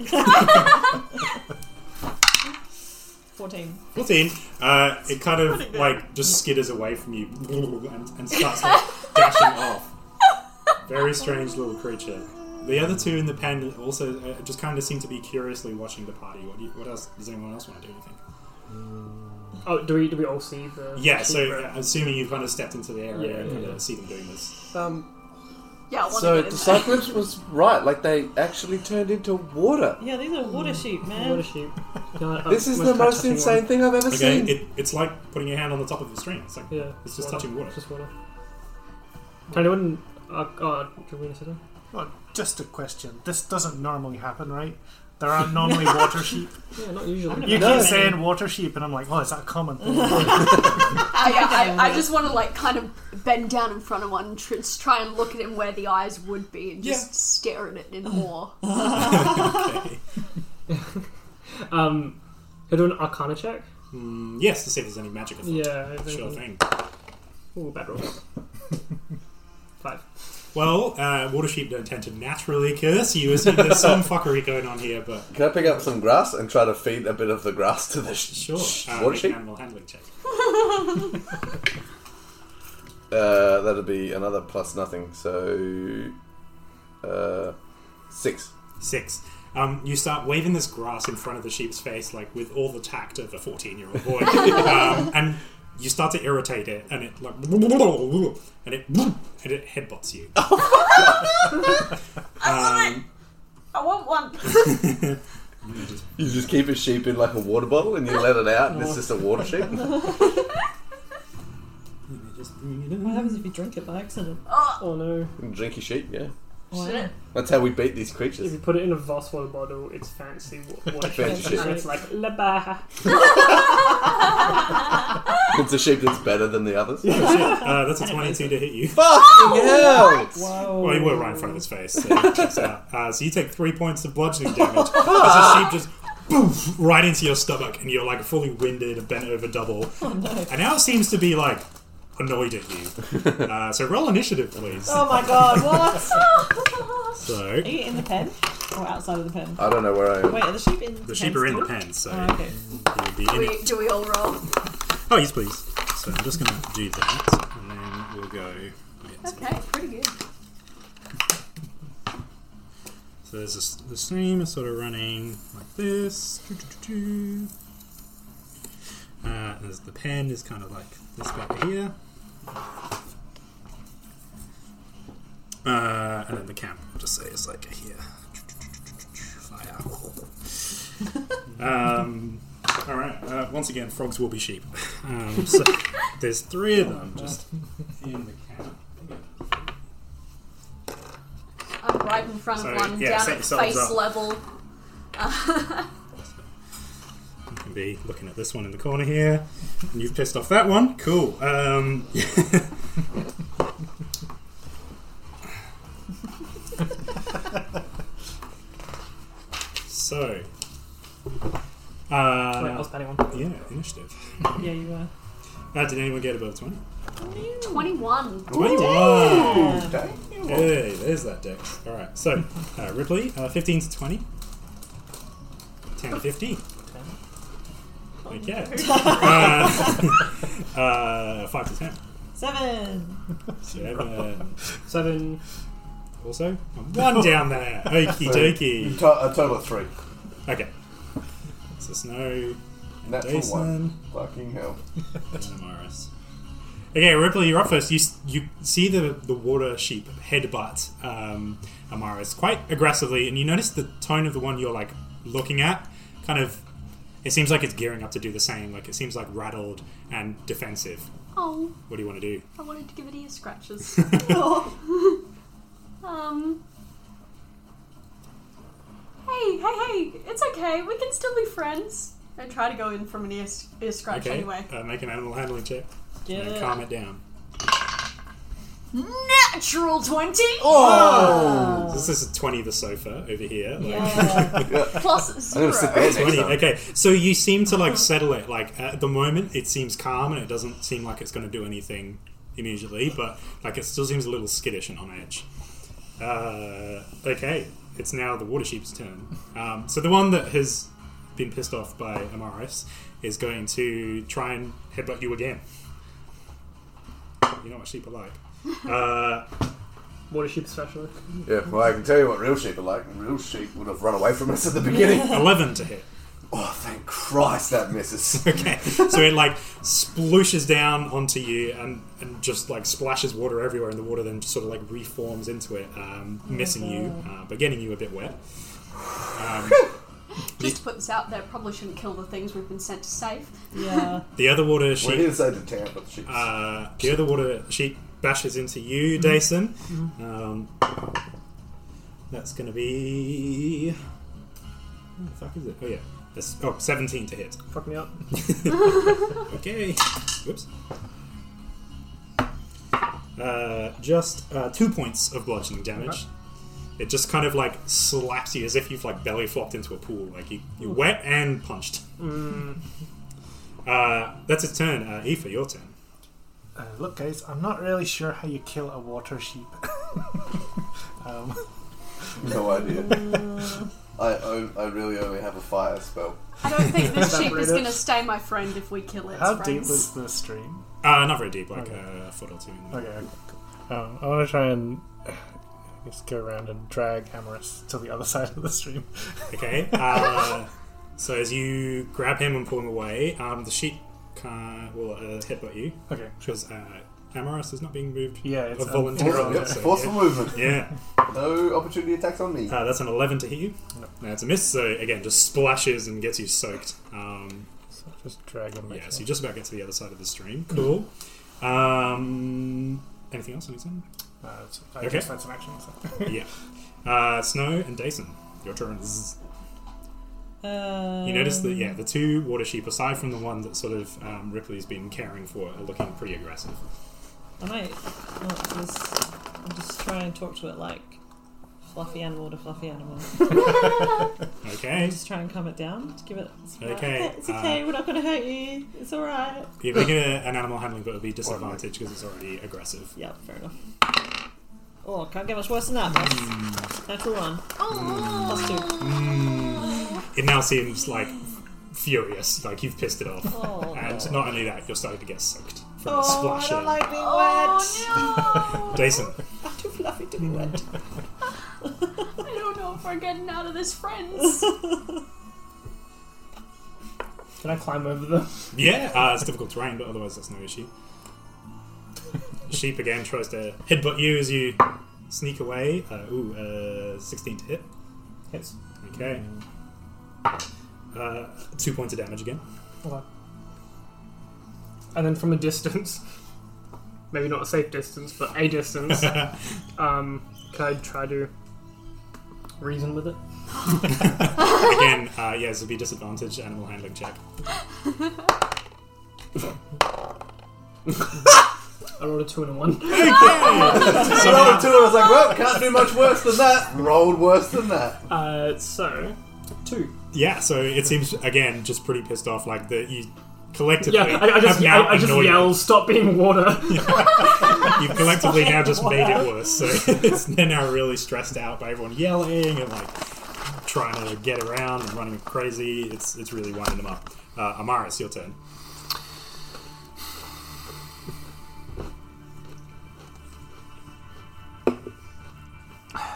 Speaker 5: 14.
Speaker 4: 14. Uh, it kind of like just skitters away from you and, and starts like dashing off. Very strange little creature. The other two in the pen also uh, just kind of seem to be curiously watching the party. What, do you, what else does anyone else want to do? Anything?
Speaker 7: Oh, do we do we all see the?
Speaker 4: Yeah. So
Speaker 7: sheep?
Speaker 4: uh, assuming you kind of stepped into the area
Speaker 7: Yeah,
Speaker 4: and kind
Speaker 7: yeah.
Speaker 4: of see them doing this.
Speaker 8: Um,
Speaker 3: Yeah, I want
Speaker 8: so
Speaker 3: to get in there.
Speaker 8: Cyclops was right. Like they actually turned into water.
Speaker 5: Yeah, these are water sheep, man.
Speaker 7: What a sheep. No, I- uh, I
Speaker 8: This is
Speaker 7: must
Speaker 8: the
Speaker 7: try
Speaker 8: most
Speaker 7: touching
Speaker 8: insane
Speaker 7: one.
Speaker 8: thing I've ever
Speaker 4: Okay.
Speaker 8: seen.
Speaker 4: It, it's like putting your hand on the top of the string. It's like
Speaker 7: Yeah,
Speaker 4: it's just
Speaker 7: water.
Speaker 4: touching water.
Speaker 7: It's just water. Tiny one. Uh, oh, do we need to sit down?
Speaker 6: Well, just a question. This doesn't normally happen, right? There aren't normally water sheep.
Speaker 7: Yeah, not usually.
Speaker 6: You
Speaker 8: No.
Speaker 6: keep saying water sheep, and I'm like, oh, is that a common thing?
Speaker 3: I, I- I, I just want to like kind of bend down in front of one, and tr- just try and look at him where the eyes would be, and just
Speaker 4: Yeah. Mm. Um,
Speaker 3: stare at it in awe.
Speaker 4: okay.
Speaker 7: Um, I do an Arcana check.
Speaker 4: Mm, yes. To see if there's any magic. afoot.
Speaker 7: Yeah, I think.
Speaker 4: Sure thing.
Speaker 7: Ooh, bad roll.
Speaker 4: [laughs]
Speaker 7: Five.
Speaker 4: Well, uh, water sheep don't tend to naturally curse you. As there's some fuckery going on here, but
Speaker 2: Can I pick up some grass and try to feed a bit of the grass to the sh-
Speaker 4: sure.
Speaker 2: sh-
Speaker 4: Uh,
Speaker 2: water
Speaker 4: make an
Speaker 2: sheep?
Speaker 4: animal handling check.
Speaker 2: Uh, that'll be another plus nothing. So, uh, six.
Speaker 4: Six. Um, you start waving this grass in front of the sheep's face, like with all the tact of a fourteen-year-old boy, um, and you start to irritate it, and it like and it and it headbutts you.
Speaker 3: I want one.
Speaker 2: You just keep a sheep in like a water bottle and you let it out, and it's just a
Speaker 4: [laughs]
Speaker 2: water sheep. [laughs]
Speaker 4: And it just- you
Speaker 5: What
Speaker 4: know.
Speaker 5: happens if you drink it by accident?
Speaker 7: Oh no.
Speaker 2: And drinky sheep, yeah.
Speaker 5: Wow.
Speaker 2: That's how we beat these
Speaker 7: If
Speaker 4: [laughs]
Speaker 2: creatures.
Speaker 7: you put it in a Voss water bottle, it's fancy wa-
Speaker 8: [laughs]
Speaker 7: water
Speaker 2: Fancy
Speaker 7: sheep.
Speaker 2: sheep.
Speaker 7: So it's like, leba.
Speaker 2: It's a sheep that's better than the
Speaker 4: [laughs]
Speaker 2: others.
Speaker 4: Uh, that's a twenty-two to hit you.
Speaker 8: Fucking hell!
Speaker 5: Wow.
Speaker 4: Well, you were right in front of his face. So, it checks out. Uh, so you take three points of bludgeoning damage as the sheep just boof right into your stomach, and you're like fully winded and bent over double. And now it seems to be like annoyed at you. Uh, so roll initiative, please.
Speaker 5: Oh my god, what?
Speaker 4: So [laughs]
Speaker 5: are you in the pen? Or outside of the pen?
Speaker 2: I don't know where I am.
Speaker 5: Wait, are the sheep in the
Speaker 4: the sheep
Speaker 5: pen
Speaker 4: are in the
Speaker 5: still?
Speaker 4: pen, so
Speaker 5: Oh, okay.
Speaker 4: you'll be in
Speaker 3: we,
Speaker 4: it.
Speaker 3: do we all roll?
Speaker 4: Oh yes, please. So I'm just going to do that, and then we'll go. yeah,
Speaker 3: Okay, pretty good.
Speaker 4: So there's this, the stream is sort of running like this. Doo-doo-doo-doo. Uh, there's the pen is kind of like this back here. Uh, and then the camp, I'll just say, is like here. Fire. um, all right. Uh, once again, frogs will be sheep. Um, so there's three of them just in the camp.
Speaker 3: I'm right in front
Speaker 4: Sorry,
Speaker 3: of one,
Speaker 4: yeah,
Speaker 3: down
Speaker 4: set
Speaker 3: at
Speaker 4: yourselves
Speaker 3: face
Speaker 4: up.
Speaker 3: level.
Speaker 4: You can be looking at this one in the corner here. And you've pissed off that one. Cool. Um, [laughs] so.
Speaker 7: Wait, I
Speaker 4: Uh,
Speaker 7: was batting one.
Speaker 4: yeah, initiative.
Speaker 5: Yeah, you were.
Speaker 4: Uh, did anyone get above 20?
Speaker 3: 21.
Speaker 4: 21!
Speaker 5: Yeah.
Speaker 4: Hey, there's that dex. Alright, so uh, Ripley, uh, 15 to 20. 10 to 15. Okay. [laughs] uh, uh, 5 to 10.
Speaker 5: Seven.
Speaker 4: Seven.
Speaker 7: Seven.
Speaker 4: Also, one down there. Okie dokie.
Speaker 2: To- a total of three.
Speaker 4: Okay. So Snow, and
Speaker 2: Natural
Speaker 4: Jason,
Speaker 2: Fucking hell.
Speaker 4: and Amaris. Okay, Ripley, you're up first. You s- you see the the water sheep headbutt um, Amaris quite aggressively, and you notice the tone of the one you're like looking at. Kind of, it seems like it's gearing up to do the same. Like it seems like rattled and defensive.
Speaker 3: Oh,
Speaker 4: What do you want to do?
Speaker 3: I wanted to give it ear scratches. [laughs] um. Hey, hey, hey! It's okay. We can still be friends. I try to go in from an ear, ear scratch
Speaker 4: Okay,
Speaker 3: anyway.
Speaker 4: uh, make an animal handling check
Speaker 5: Get
Speaker 4: and
Speaker 5: it.
Speaker 4: calm it down.
Speaker 3: Natural 20!
Speaker 4: This is a 20 the sofa over here. like-
Speaker 5: Yeah.
Speaker 3: Plus
Speaker 2: gonna
Speaker 3: zero.
Speaker 2: sit there next
Speaker 4: 20.
Speaker 2: time.
Speaker 4: Okay, so you seem to like settle it. Like at the moment, it seems calm and it doesn't seem like it's going to do anything immediately, but like it still seems a little skittish and on edge. Uh, okay, it's now the water sheep's turn. Um, so the one that has been pissed off by Amaris is going to try and headbutt you again. You know what sheep are like. Uh,
Speaker 7: Water sheep specially.
Speaker 2: Yeah, well, I can tell you what real sheep are like. Real sheep would have run away from us at the
Speaker 4: [laughs]
Speaker 2: beginning.
Speaker 4: 11 to hit.
Speaker 2: oh, thank Christ that
Speaker 4: [laughs]
Speaker 2: misses.
Speaker 4: Okay, so it like splooshes down onto you and, and just like splashes water everywhere, and the water then just sort of like reforms into it, um, missing you, uh, but getting you a bit wet. Um,
Speaker 3: Just to put this out there, probably shouldn't kill the things we've been sent to save.
Speaker 5: yeah.
Speaker 4: the other water
Speaker 2: We're
Speaker 4: sheep,
Speaker 2: here to save the town, but sheep.
Speaker 4: uh, the other water sheep bashes into you, Dason. Um, that's going to be. What the fuck is it? Oh yeah, that's oh 17 to hit.
Speaker 7: Fuck me up.
Speaker 4: Okay. Whoops. Uh, just uh, two points of bludgeoning damage.
Speaker 6: Uh-huh.
Speaker 4: It just kind of like slaps you as if you've like belly flopped into a pool. Like you, you're wet and punched.
Speaker 6: Mm.
Speaker 4: Uh, that's its turn. Uh, Aoife, your turn.
Speaker 6: Uh, look, guys, I'm not really sure how you kill a water sheep. um,
Speaker 2: [laughs] no idea. I, own, I really only have a fire spell.
Speaker 3: I don't think this sheep
Speaker 6: Evaporate
Speaker 3: is
Speaker 6: it.
Speaker 3: going to stay my friend if we kill it.
Speaker 6: how
Speaker 3: friends.
Speaker 6: deep was the stream?
Speaker 4: Uh, not very deep, like uh, a foot or two. In
Speaker 6: Okay, okay.
Speaker 7: Um,
Speaker 6: I want to try and [sighs] I guess go around and drag Amaris to the other [laughs] side of the stream.
Speaker 4: Okay.
Speaker 6: [laughs]
Speaker 4: Uh, so as you grab him and pull him away, um, the sheep can, will uh, headbutt you
Speaker 6: Okay.
Speaker 4: because uh, Amaris is not being moved.
Speaker 6: Yeah, it's
Speaker 4: Uh, volunteer.
Speaker 6: unrolled.
Speaker 2: Yep,
Speaker 4: so, yeah.
Speaker 2: forceful movement.
Speaker 4: Yeah.
Speaker 2: No opportunity attacks on me.
Speaker 4: Uh, that's an 11 to hit you. No. it's a miss, so again, just splashes and gets you soaked. Um,
Speaker 6: So just drag him.
Speaker 4: yeah, so you just about get to the other side of the stream. Cool. Um, anything else? Anything?
Speaker 6: Uh, so I
Speaker 4: Okay.
Speaker 6: guess that's an action. So.
Speaker 4: yeah. Uh, Snow and Dason, your turns.
Speaker 5: Um,
Speaker 4: [laughs] You notice that, yeah, the two water sheep, aside from the one that sort of um, Ripley's been caring for, are looking pretty aggressive.
Speaker 5: Um, I might. want to just, I'll just try and talk to it like fluffy animal to fluffy animal.
Speaker 4: Okay.
Speaker 5: Just try and calm it down. Just give it. It's all right.
Speaker 4: Okay,
Speaker 5: It's okay.
Speaker 4: uh,
Speaker 5: we're not going to hurt you. It's all right.
Speaker 4: You're making a, an animal handling, but it'll be disadvantage because it's already aggressive.
Speaker 5: Yeah, fair enough. Oh, can't get much worse than that. That's, natural one. Plus two.
Speaker 4: It now seems like furious, like you've pissed it off.
Speaker 5: Oh,
Speaker 4: And not only that, you're starting to get soaked from the
Speaker 5: [laughs] oh I
Speaker 4: splashing.
Speaker 5: don't like being
Speaker 4: [laughs]
Speaker 3: Oh no!
Speaker 4: Jason,
Speaker 5: wet. [laughs] I'm too fluffy to be wet.
Speaker 3: I don't know if we're getting out of this friends.
Speaker 7: Can I climb over them? [laughs]
Speaker 4: yeah, uh, it's difficult terrain, but otherwise that's no issue. Sheep again tries to headbutt you as you sneak away. Uh, ooh, uh, 16 to hit.
Speaker 7: Hits.
Speaker 4: Okay. Uh, two points of damage again.
Speaker 7: Okay. And then from a distance, [laughs] maybe not a safe distance, but
Speaker 4: [laughs]
Speaker 7: a distance, um, can I try to reason with it?
Speaker 4: Again, uh, yeah, this would be disadvantage animal handling check.
Speaker 7: I rolled a two and a one. [laughs]
Speaker 2: I rolled a two and I was like, well, can't do much worse than that. Rolled worse than that.
Speaker 7: Uh, so, two.
Speaker 4: Yeah, so it seems again just pretty pissed off, like that you collectively
Speaker 7: Yeah, I, I just,
Speaker 4: have now
Speaker 7: I, I just
Speaker 4: annoyed
Speaker 7: yell, stop
Speaker 4: [laughs]
Speaker 7: being water. [laughs]
Speaker 4: You've collectively now just made it worse. So it's, they're now really stressed out by everyone yelling and like trying to get around and running crazy. It's it's really winding them up. Uh, Amara, it's your turn.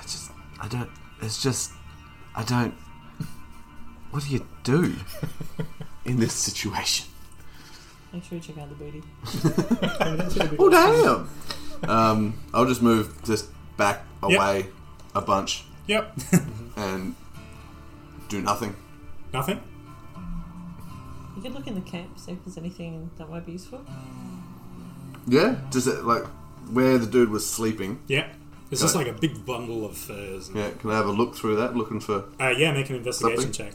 Speaker 1: It's just, I don't. It's just, I don't. What do you do in this situation?
Speaker 5: Make sure you check out the booty.
Speaker 2: Oh, damn. Um, I'll just move just back away a bunch
Speaker 4: Yep.
Speaker 2: and do nothing.
Speaker 4: Nothing.
Speaker 5: You could look in the camp, see if there's anything that might be useful.
Speaker 2: Yeah, just uh, like where the dude was sleeping.
Speaker 4: Yeah. It's just
Speaker 2: Okay.
Speaker 4: like a big bundle of furs. and-
Speaker 2: Yeah, can I have a look through that, looking for?
Speaker 4: Uh, yeah, make an investigation check.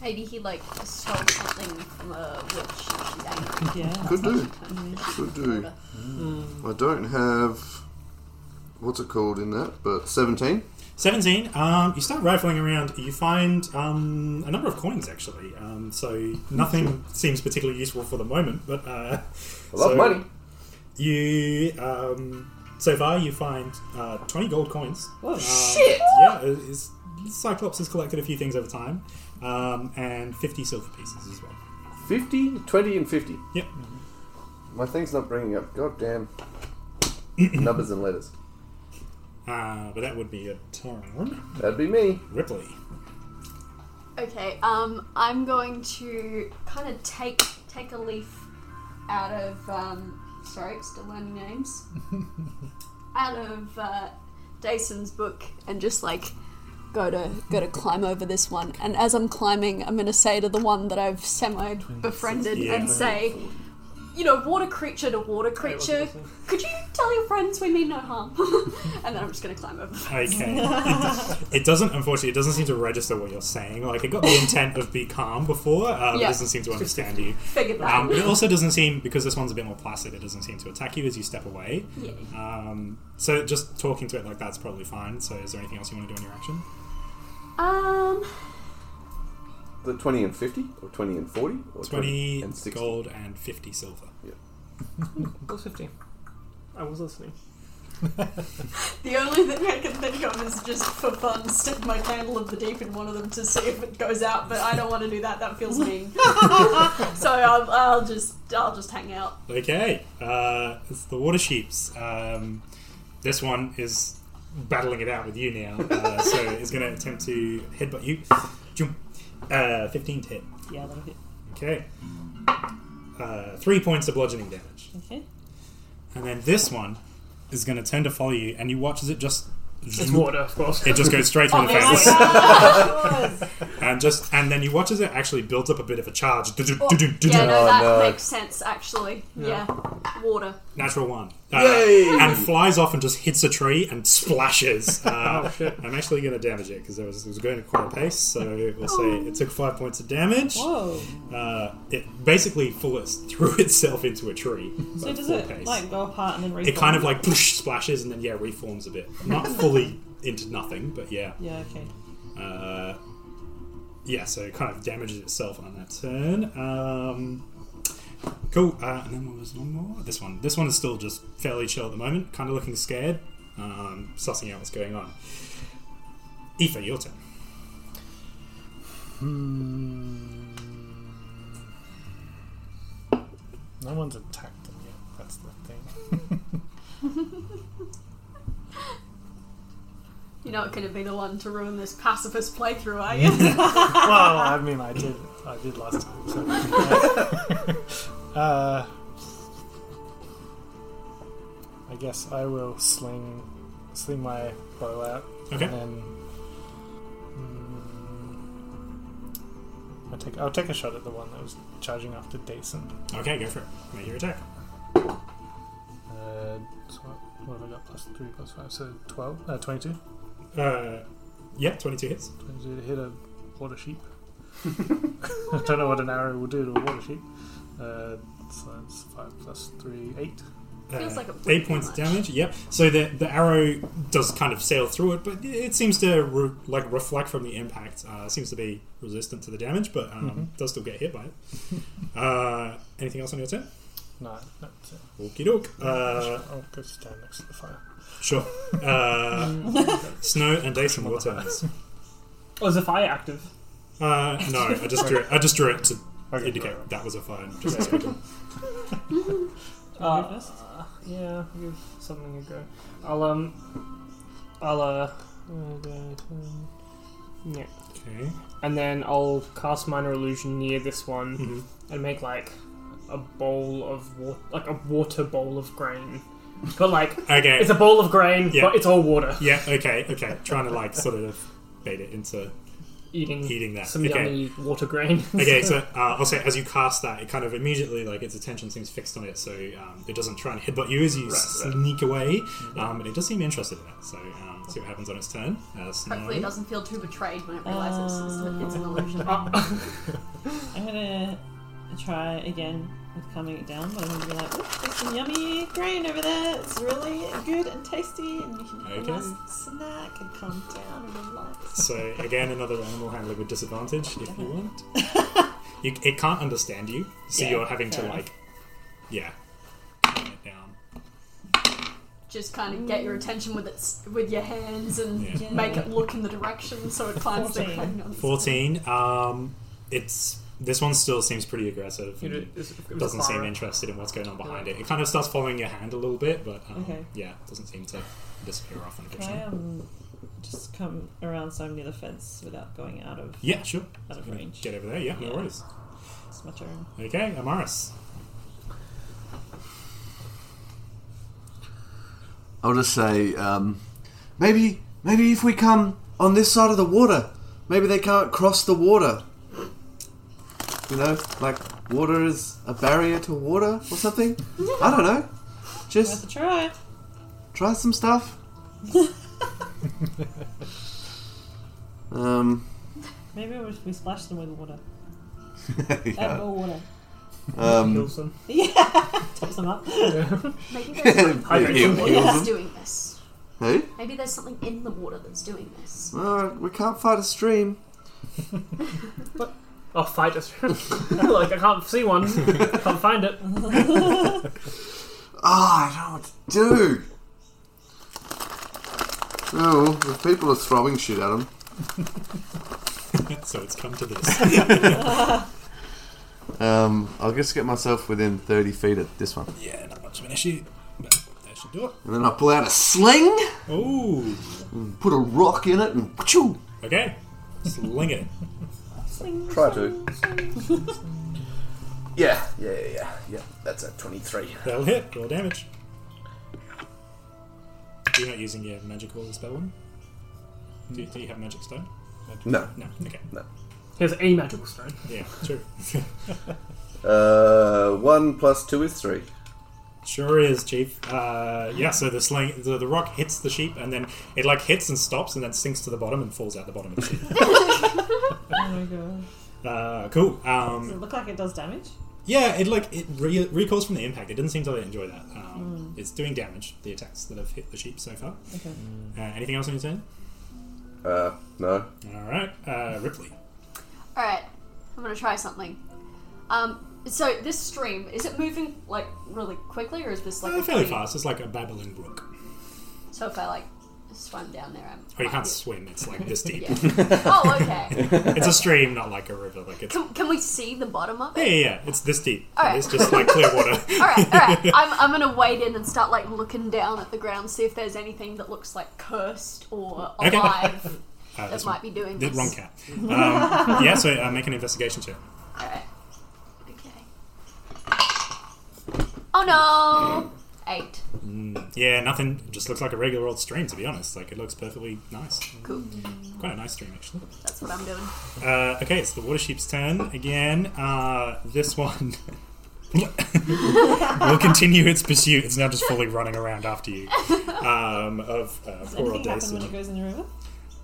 Speaker 3: Maybe he like stole something from a witch. and She's angry.
Speaker 5: Yeah.
Speaker 11: Could do.
Speaker 3: Sometimes.
Speaker 8: Mm-hmm.
Speaker 11: Could do. I don't have what's it called in that, but seventeen.
Speaker 4: 17. Um, you start rifling around. You find um, a number of coins, actually. Um, so nothing seems particularly useful for the moment. But uh,
Speaker 2: I love
Speaker 4: so
Speaker 2: money.
Speaker 4: You um, so far you find uh, 20 gold coins.
Speaker 5: Whoa.
Speaker 4: Um,
Speaker 5: Shit!
Speaker 4: Yeah, it- it's, Cyclops has collected a few things over time, um, and 50 silver pieces as well.
Speaker 2: 50, 20, and 50.
Speaker 4: Yep.
Speaker 2: My thing's not bringing up. Goddamn. [clears throat] Numbers and letters.
Speaker 4: Uh, but that would be a turn.
Speaker 2: That'd be me.
Speaker 4: Ripley.
Speaker 3: Okay, um, I'm going to kind of take take a leaf out of. Um, sorry, still
Speaker 4: [laughs]
Speaker 3: learning names. out of uh, Jason's book and just like go to go to climb over this one. And as I'm climbing, I'm going to say to the one that I've semi befriended
Speaker 4: Yeah.
Speaker 3: and say, you know, water creature to water creature, could you tell your friends we mean no harm? [laughs] and then I'm just going to climb over.
Speaker 4: Okay. it, it doesn't, unfortunately, it doesn't seem to register what you're saying. Like, it got the intent of be calm before, uh, but it
Speaker 3: Yeah.
Speaker 4: doesn't seem to understand you.
Speaker 3: Figured that.
Speaker 4: Um, but it also doesn't seem, because this one's a bit more placid, it doesn't seem to attack you as you step away.
Speaker 3: yeah.
Speaker 4: Um, so just talking to it like that's probably fine. So is there anything else you want to do in your action?
Speaker 3: Um.
Speaker 2: The 20 and 50? Or 20 and 40? Or
Speaker 4: 20
Speaker 2: and 60?
Speaker 4: gold and 50 silver.
Speaker 7: Plus 15. I was listening.
Speaker 3: The only thing I can think of is just for fun, stick my candle of the deep in one of them to see if it goes out. But I don't want to do that. That feels mean. so I'll, I'll just I'll just hang out.
Speaker 4: Okay, uh, it's the water sheeps. Um, this one is battling it out with you now, uh, so it's going to attempt to headbutt you. Jump. Uh, 15 to hit.
Speaker 5: Yeah, that'll hit.
Speaker 4: Okay. Uh, three points of bludgeoning damage.
Speaker 5: [laughs] Okay.
Speaker 4: And then this one is going to turn to follow you, and you watch as it just.
Speaker 7: It's water, of course.
Speaker 4: It just goes straight through the
Speaker 5: Oh my
Speaker 4: face.
Speaker 5: god! it was.
Speaker 4: and just and then you watch as it actually builds up a bit of a charge.
Speaker 3: yeah, no,
Speaker 2: Oh,
Speaker 3: that
Speaker 2: no.
Speaker 3: makes sense actually. Yeah, water.
Speaker 4: Natural one. Uh,
Speaker 2: Yay!
Speaker 4: And flies off and just hits a tree and [laughs] splashes. Uh,
Speaker 7: Oh, shit.
Speaker 4: I'm actually going to damage it because it was, it was going at quite a pace, so we'll say it took five points of damage.
Speaker 5: Whoa.
Speaker 4: Uh, it basically fullest threw [laughs] itself into a tree.
Speaker 5: So
Speaker 4: at
Speaker 5: does
Speaker 4: full
Speaker 5: it
Speaker 4: pace.
Speaker 5: like go apart and then reform?
Speaker 4: it kind of like push splashes and then yeah reforms a bit not fully into nothing but yeah
Speaker 5: Yeah. Okay.
Speaker 4: uh, yeah so it kind of damages itself on that turn um, cool uh, and then what was one more this one this one is still just fairly chill at the moment kind of looking scared um, sussing out what's going on Aoife your turn
Speaker 6: Hmm. No one's attacked them yet. That's the thing. [laughs]
Speaker 3: You know, it could have been the one to ruin this pacifist playthrough, are you?
Speaker 6: well, I mean, I did, I did last time. So, [laughs] uh, I guess I will sling, sling my bow out,
Speaker 4: okay
Speaker 6: and then mm, I take, I'll take a shot at the one that was charging after Decent.
Speaker 4: okay go for it make your attack
Speaker 6: Uh, so what, what have I got? Plus three, plus five, so twelve, uh, twenty-two.
Speaker 4: uh, yeah 22 hits
Speaker 6: Twenty-two to hit a water sheep. [laughs] I don't know what an arrow will do to a water sheep. Uh, so that's five plus three, eight.
Speaker 3: Feels
Speaker 4: Uh,
Speaker 3: like a bit
Speaker 4: eight points of
Speaker 3: much.
Speaker 4: damage. Yep. So the the arrow does kind of sail through it, but it seems to re- like reflect from the impact. Uh, seems to be resistant to the damage, but um, does still get hit by it. [laughs] uh, anything else on your turn?
Speaker 6: No, that's it.
Speaker 4: Okie doke. Uh,
Speaker 6: I'll go stand next to the fire.
Speaker 4: sure. Uh, snow and Dason, your turns.
Speaker 7: Oh, is the fire active?
Speaker 4: Uh, no, I just drew it. I just drew it to
Speaker 6: Okay,
Speaker 4: indicate
Speaker 6: right.
Speaker 4: that was a fire. and Just squiggle.
Speaker 7: Uh,
Speaker 5: go first?
Speaker 7: yeah, give something a go. I'll, um. I'll, uh. uh, go to- Yeah.
Speaker 4: okay.
Speaker 7: And then I'll cast Minor Illusion near this one
Speaker 4: Mhm.
Speaker 7: and make, like, a bowl of water. Like, a water bowl of grain. But,
Speaker 4: [laughs]
Speaker 7: like,
Speaker 4: Okay.
Speaker 7: it's a bowl of grain,
Speaker 4: Yeah.
Speaker 7: but it's all water.
Speaker 4: Yeah, okay, okay. Trying to like sort of bait it into
Speaker 7: eating,
Speaker 4: Eating that.
Speaker 7: Mm. some
Speaker 4: Okay.
Speaker 7: yummy water grain. [laughs]
Speaker 4: Okay,
Speaker 3: [laughs]
Speaker 4: so uh, also as you cast that, it kind of immediately like its attention seems fixed on it, so um, it doesn't try and headbutt you as you sneak away.
Speaker 5: Mm-hmm.
Speaker 4: Um, but it does seem interested in it, so um, see what happens on its turn. Uh,
Speaker 3: Hopefully, it
Speaker 4: Snorri.
Speaker 3: doesn't feel too betrayed when it realizes it's, it's an illusion.
Speaker 5: I'm gonna try again with calming it down, but I'm gonna be like, "Ooh, there's some yummy grain over there. It's really good and tasty, and you can have
Speaker 4: Okay.
Speaker 5: a nice snack and calm down and relax."
Speaker 4: So again, another animal handler with disadvantage if you want.
Speaker 3: [laughs]
Speaker 4: You, it can't understand you, so
Speaker 5: Yeah,
Speaker 4: you're having to
Speaker 5: fair enough.
Speaker 4: like, yeah, calm it down.
Speaker 3: Just kind of get your attention with its with your hands and
Speaker 4: Yeah.
Speaker 3: make it look in the direction so it finds the
Speaker 5: Fourteen.
Speaker 3: crayon.
Speaker 4: Fourteen. Um, it's this one still seems pretty aggressive.
Speaker 7: You know,
Speaker 4: and
Speaker 7: it's- it was
Speaker 4: doesn't
Speaker 7: a
Speaker 4: seem
Speaker 7: fire.
Speaker 4: interested in what's going on behind it. It kind of starts following your hand a little bit, but um,
Speaker 5: Okay.
Speaker 4: yeah, it doesn't seem to disappear off.
Speaker 5: Can
Speaker 4: Unfortunately.
Speaker 5: I um, just come around so I'm near the fence without going out of
Speaker 4: Yeah, sure.
Speaker 5: out of range?
Speaker 4: Get over there. Yeah, no
Speaker 5: Yeah.
Speaker 4: worries.
Speaker 5: It's my turn.
Speaker 4: Okay, Amaris.
Speaker 8: I'll just say, um, maybe, maybe if we come on this side of the water, maybe they can't cross the water. You know, like water is a barrier to water or something. I don't know.
Speaker 5: Worth a
Speaker 8: Just
Speaker 5: try.
Speaker 8: try some stuff. um,
Speaker 5: Maybe we, we splash them with
Speaker 4: [laughs]
Speaker 5: water. Add
Speaker 8: yeah.
Speaker 5: more water. [laughs]
Speaker 8: um,
Speaker 7: Heals them.
Speaker 5: Tops them up.
Speaker 3: Maybe there's something in the water
Speaker 8: heals
Speaker 3: that's
Speaker 8: them.
Speaker 3: doing this.
Speaker 8: Hey,
Speaker 3: Maybe there's something in the water that's doing this.
Speaker 8: uh, we can't fight a stream.
Speaker 7: I'll fight [laughs] us. Look, I can't see one.
Speaker 4: [laughs]
Speaker 7: can't find it.
Speaker 8: Ah, I don't know what to do.
Speaker 11: Oh, if people are throwing shit at him.
Speaker 4: so it's come to
Speaker 5: [laughs]
Speaker 4: this.
Speaker 8: Um, I'll just get myself within 30 feet of this one.
Speaker 4: yeah, not much of an issue. But that should do it.
Speaker 8: And then I pull out a sling,
Speaker 4: Oh,
Speaker 8: put a rock in it, and pachoo!
Speaker 4: okay. Sling it.
Speaker 2: Try to. yeah, yeah, yeah, yeah, yeah. That's a 23.
Speaker 4: That'll hit. Roll damage. You're not using your magical spell one? Do you, do you have magic stone?
Speaker 2: No.
Speaker 4: No. Okay.
Speaker 7: Here's a magical stone.
Speaker 4: Yeah, true.
Speaker 2: Uh, 1 plus 2 is 3.
Speaker 4: Sure is, Chief. Uh, yeah, so the sling, the, the rock hits the sheep, and then it like hits and stops, and then sinks to the bottom and falls out the bottom of
Speaker 3: [laughs]
Speaker 4: the sheep.
Speaker 5: Oh my god.
Speaker 4: uh, cool.
Speaker 5: Does
Speaker 4: Um,
Speaker 5: it look like it does damage?
Speaker 4: yeah, it like it re- recoils from the impact. It doesn't seem to enjoy that.
Speaker 3: Hmm.
Speaker 4: Um, It's doing damage. The attacks that have hit the sheep so far.
Speaker 5: Okay.
Speaker 4: Uh, anything else on your turn?
Speaker 2: Uh, no.
Speaker 4: All right, uh, Ripley.
Speaker 3: All right, I'm gonna try something. Um, so this stream is it moving like really quickly, or is this like
Speaker 4: Uh,
Speaker 3: a
Speaker 4: fairly
Speaker 3: pretty-
Speaker 4: fast. It's like a babbling brook.
Speaker 3: So if I like swim down there, I'm.
Speaker 4: Oh, you can't swim. It's like
Speaker 3: [laughs]
Speaker 4: this deep.
Speaker 3: Yeah. oh, okay.
Speaker 4: [laughs] It's a stream, not like a river. Like it's.
Speaker 3: Can, can we see the bottom of
Speaker 4: Yeah,
Speaker 3: it?
Speaker 4: yeah, yeah. It's this deep.
Speaker 3: Alright.
Speaker 4: It's just like clear
Speaker 3: [laughs]
Speaker 4: water. Uh,
Speaker 3: All right, all
Speaker 4: [laughs]
Speaker 3: right. I'm, I'm gonna wade in and start like looking down at the ground, see if there's anything that looks like cursed or
Speaker 4: Okay. [laughs]
Speaker 3: alive
Speaker 4: Uh,
Speaker 3: that
Speaker 4: this
Speaker 3: might be doing
Speaker 4: The
Speaker 3: this.
Speaker 4: wrong cat. Um, yeah, so uh, make an investigation check.
Speaker 3: All right. Okay. Oh no! Eight.
Speaker 4: Yeah, nothing. Just looks like a regular old stream, to be honest. Like it looks perfectly nice.
Speaker 3: Cool.
Speaker 4: Quite a nice stream, actually.
Speaker 3: That's what I'm doing.
Speaker 4: Uh, okay, it's the water sheep's turn again. Uh, this one [laughs] will continue its pursuit. It's now just fully running around after you. Um, of uh,
Speaker 5: Does
Speaker 4: poor old
Speaker 5: anything happen when
Speaker 4: Daisy.
Speaker 5: it goes in the river?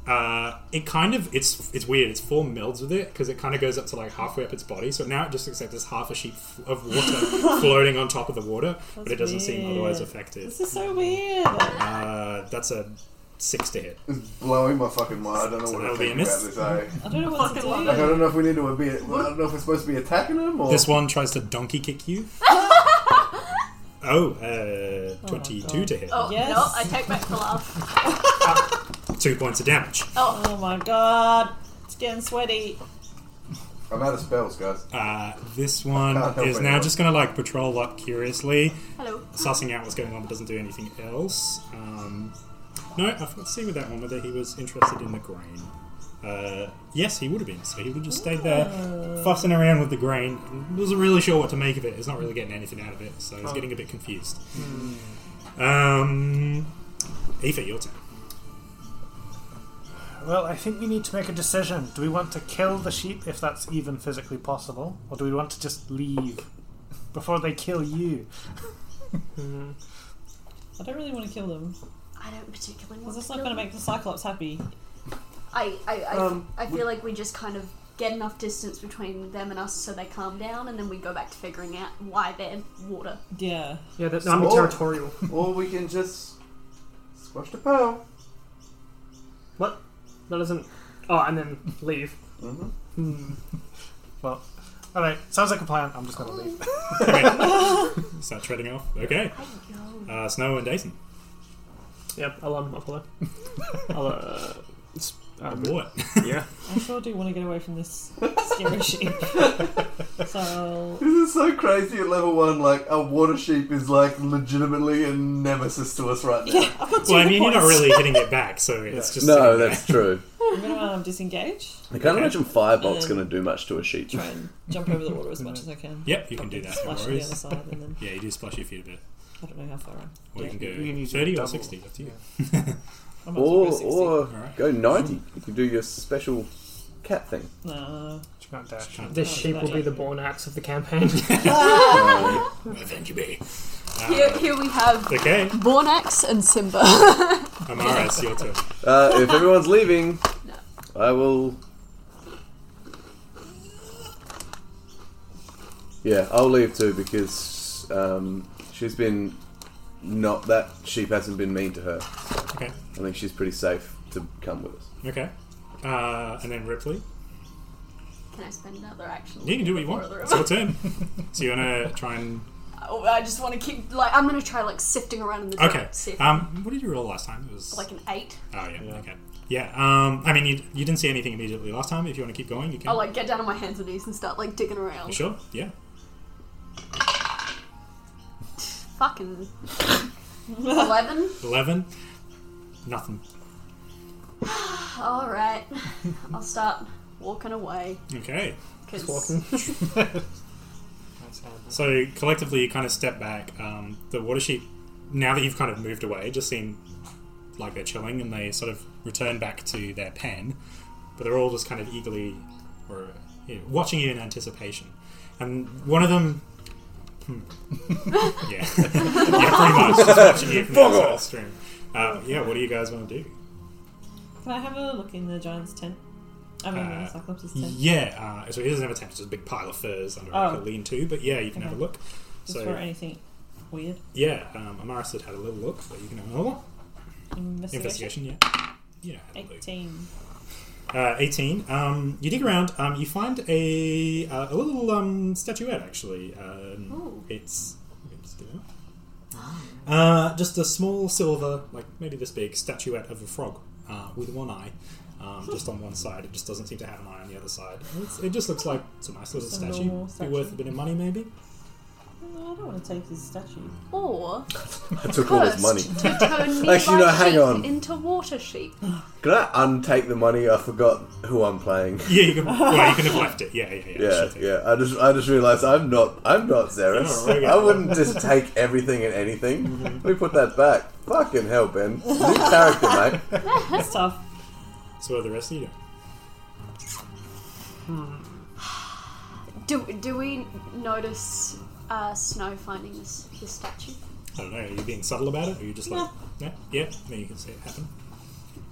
Speaker 4: Uh, it kind of it's it's weird. It's four melds with it because it kind of goes up to like halfway up its body. So now it just looks like there's half a sheep f- of
Speaker 5: [laughs]
Speaker 4: water floating on top of the water, but it doesn't seem otherwise
Speaker 5: weird.
Speaker 4: affected.
Speaker 5: This is so weird.
Speaker 4: Uh, that's a six to hit.
Speaker 11: Blowing my fucking mind. I don't know
Speaker 4: So
Speaker 11: what
Speaker 4: that'll
Speaker 11: I'm
Speaker 4: be
Speaker 11: thinking
Speaker 4: a
Speaker 11: about
Speaker 4: miss.
Speaker 11: this. eh?
Speaker 5: I don't know what to do.
Speaker 11: Like, I don't know if we need to be. I don't know if we're supposed to be attacking him or.
Speaker 4: This one tries to donkey kick you.
Speaker 5: [laughs]
Speaker 4: Oh, uh, 22
Speaker 5: God.
Speaker 4: to hit.
Speaker 3: Oh
Speaker 5: Yes.
Speaker 3: no! I take back the laugh.
Speaker 4: Two points of damage.
Speaker 5: Oh my god. It's getting sweaty.
Speaker 11: I'm out of spells, guys.
Speaker 4: Uh, this one
Speaker 11: Can't help
Speaker 4: is now
Speaker 11: anyone.
Speaker 4: just going to like patrol up curiously,
Speaker 3: Hello.
Speaker 4: sussing out what's going on, but doesn't do anything else. Um, no, I forgot to see with that one whether he was interested in the grain. Uh, yes, he would have been. So he would have just stayed there, fussing around with the grain. Wasn't really sure what to make of it. He's not really getting anything out of it, so he's getting a bit confused. Um, Aoife, your turn.
Speaker 6: Well, I think we need to make a decision. Do we want to kill the sheep, if that's even physically possible, or do we want to just leave before they kill you?
Speaker 5: I don't really want to kill them.
Speaker 3: I don't particularly want
Speaker 5: Because that's
Speaker 3: to
Speaker 5: not
Speaker 3: kill
Speaker 5: going to
Speaker 3: them.
Speaker 5: make the Cyclops happy.
Speaker 3: I, I, I,
Speaker 8: Um,
Speaker 3: I feel like we just kind of get enough distance between them and us so they calm down, and then we go back to figuring out why they're water.
Speaker 5: Yeah.
Speaker 7: Yeah, that's I'm
Speaker 8: So-
Speaker 7: territorial.
Speaker 8: or we can just squash the pearl.
Speaker 7: What? That doesn't. Oh, and then leave.
Speaker 8: Oh,
Speaker 6: Well, all right, sounds like a plan. I'm just gonna leave.
Speaker 4: Start treading off. Okay. Uh, Snow and Dayton.
Speaker 7: Yep, I'll um,
Speaker 4: [laughs]
Speaker 7: I'll follow. I'll uh, it's, um, [laughs]
Speaker 4: What?
Speaker 7: yeah.
Speaker 5: I sure do want to get away from this scary sheep. so,
Speaker 8: This is so crazy at level one. Like a water sheep is like legitimately a nemesis to us right now.
Speaker 5: I've got two
Speaker 4: Well, I mean, you're not
Speaker 5: points.
Speaker 4: really hitting it back, so it's just.
Speaker 1: No,
Speaker 4: sitting there.
Speaker 1: that's true.
Speaker 5: I'm going to um, disengage,
Speaker 1: I can't imagine Firebolt's
Speaker 5: Um,
Speaker 1: going to do much to a sheep.
Speaker 5: try and jump over the water as much as I can.
Speaker 4: Yep, you can do that. No
Speaker 5: Splash to the other
Speaker 4: worries.
Speaker 5: side, and then
Speaker 4: Yeah, you do splash your feet a bit.
Speaker 5: I don't know how far. I'm.
Speaker 4: Or you can go
Speaker 6: You need to
Speaker 4: 30 or
Speaker 6: double.
Speaker 4: 60. That's you.
Speaker 5: I might as well
Speaker 1: Or,
Speaker 5: go 60.
Speaker 1: or
Speaker 4: Alright.
Speaker 1: go 90. You can do your special cat thing.
Speaker 5: No.
Speaker 6: She can't dash.
Speaker 4: Can't-
Speaker 7: This sheep will be the born axe of the
Speaker 8: [laughs]
Speaker 7: campaign.
Speaker 4: Thank you, baby.
Speaker 3: Here, here we have
Speaker 4: Okay,
Speaker 3: Bornax and Simba. [laughs]
Speaker 4: Amara, it's your turn.
Speaker 1: Uh, if everyone's leaving, I will. Yeah, I'll leave too because um, she's been not that sheep hasn't been mean to her.
Speaker 4: Okay.
Speaker 1: I think she's pretty safe to come with us.
Speaker 4: Okay. Uh, and then Ripley.
Speaker 3: Can I spend another action?
Speaker 4: You can do what you want.
Speaker 3: Before
Speaker 4: It's
Speaker 3: the-
Speaker 4: your turn. [laughs] so you want to try and.
Speaker 3: Oh, I just want to keep like I'm gonna try like sifting around in the dark,
Speaker 4: Okay.
Speaker 3: see if-
Speaker 4: Um, what did you roll last time? It was.
Speaker 3: like an eight.
Speaker 4: Oh, yeah. Okay. Yeah. Um, I mean, you, you didn't see anything immediately last time. If you want to keep going, you can.
Speaker 5: Oh,
Speaker 3: I'll like get down on my hands and knees and start like digging around.
Speaker 4: Sure. Yeah.
Speaker 3: Fucking eleven.
Speaker 4: 11. Nothing.
Speaker 3: All right, I'll start walking away.
Speaker 4: Okay.
Speaker 3: 'cause-
Speaker 4: So collectively, you kind of step back. Um, the water sheep, now that you've kind of moved away, just seem like they're chilling, and they sort of return back to their pen. But they're all just kind of eagerly or you know, watching you in anticipation. And one of them, hmm. [laughs] yeah, [laughs] yeah, pretty much just watching you from the outside of the stream. Uh, yeah, what do you guys want to do?
Speaker 5: Can I have a look in the giant's tent? I mean,
Speaker 4: Uh,
Speaker 5: the Cyclops' tent.
Speaker 4: Yeah, uh, so he doesn't have a tent; it's just a big pile of furs under like
Speaker 5: Oh.
Speaker 4: a lean-to. But yeah, you can have a
Speaker 5: Okay.
Speaker 4: look.
Speaker 5: Just
Speaker 4: so-
Speaker 5: for anything weird.
Speaker 4: Yeah, um, Amara said had a little look, but you can have another one.
Speaker 5: Investigation.
Speaker 4: Investigation, yeah. Yeah, I believe.
Speaker 5: 18.
Speaker 4: Uh, 18. Um, you dig around, um, you find a, uh, a little um, statuette, actually. Um,
Speaker 3: Ooh.
Speaker 4: it's. let me just get it out.
Speaker 5: Ah.
Speaker 4: Uh, just a small silver, like maybe this big, statuette of a frog uh, with one eye, um, just on one side. It just doesn't seem to have an eye on the other side. It's, it just looks like it's a nice little
Speaker 5: Just a
Speaker 4: statue.
Speaker 5: normal
Speaker 4: Be worth a
Speaker 5: statue.
Speaker 4: bit of money, maybe.
Speaker 5: No, I don't want to take his statue.
Speaker 3: Or
Speaker 1: I took all his
Speaker 3: cursed
Speaker 1: money. [laughs]
Speaker 3: to turn me
Speaker 1: Actually,
Speaker 3: by
Speaker 1: no, hang
Speaker 3: sheep
Speaker 1: on.
Speaker 3: into water sheep.
Speaker 1: Can I untake the money? I forgot who I'm playing.
Speaker 4: Yeah, you can. well, you can have left it. Yeah, yeah, yeah.
Speaker 1: Yeah,
Speaker 4: Shit.
Speaker 1: yeah. I just, I just realised I'm not, I'm not Zeris.
Speaker 4: You're not really-
Speaker 1: I wouldn't just take everything and anything. Let me put that back. Fucking hell, Ben. New character, mate.
Speaker 5: That's tough.
Speaker 4: So what are the rest of you? doing?
Speaker 3: Do do we notice uh, Snow finding this this statue?
Speaker 4: I don't know. Are you being subtle about it, or are you just like, yeah, yeah? Then you can see it happen.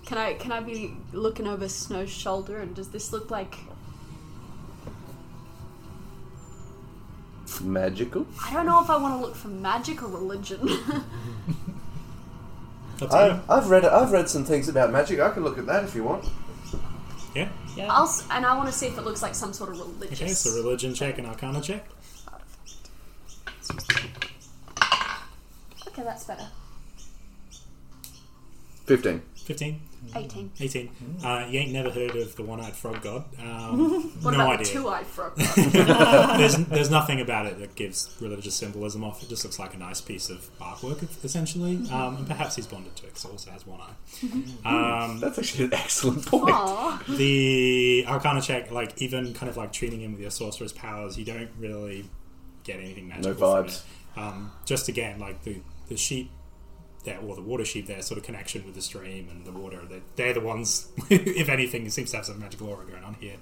Speaker 3: Can I can I be looking over Snow's shoulder and does this look like
Speaker 1: Magical.
Speaker 3: I don't know if I want to look for magic or religion. [laughs]
Speaker 4: That's
Speaker 2: Oh.
Speaker 8: I've, I've read I've read some things about magic. I can look at that if you want.
Speaker 4: Yeah.
Speaker 5: Yeah.
Speaker 3: I'll s- and I want to see if it looks like some sort of religious.
Speaker 4: Okay, so religion check and arcana check.
Speaker 3: Okay, that's better.
Speaker 1: Fifteen.
Speaker 4: 15,
Speaker 3: Eighteen.
Speaker 4: 18. Uh, you ain't never heard of the one eyed frog god. Um,
Speaker 3: [laughs] What
Speaker 4: no
Speaker 3: about
Speaker 4: idea. [laughs]
Speaker 3: the two-eyed frog?
Speaker 4: there's, there's nothing about it that gives religious symbolism off. It just looks like a nice piece of artwork, essentially.
Speaker 3: Mm-hmm.
Speaker 4: Um, and perhaps he's bonded to it because it also has one eye. Um,
Speaker 1: That's actually an excellent point.
Speaker 3: Aw.
Speaker 4: the arcana check, like even kind of like treating him with your sorcerer's powers, you don't really get anything magical. from
Speaker 1: vibes.
Speaker 4: it. Um, just again, like the the sheep, that, or the water sheep, their sort of connection with the stream and the water. They're, they're the ones, [laughs] if anything, it seems to have some magical aura going on here.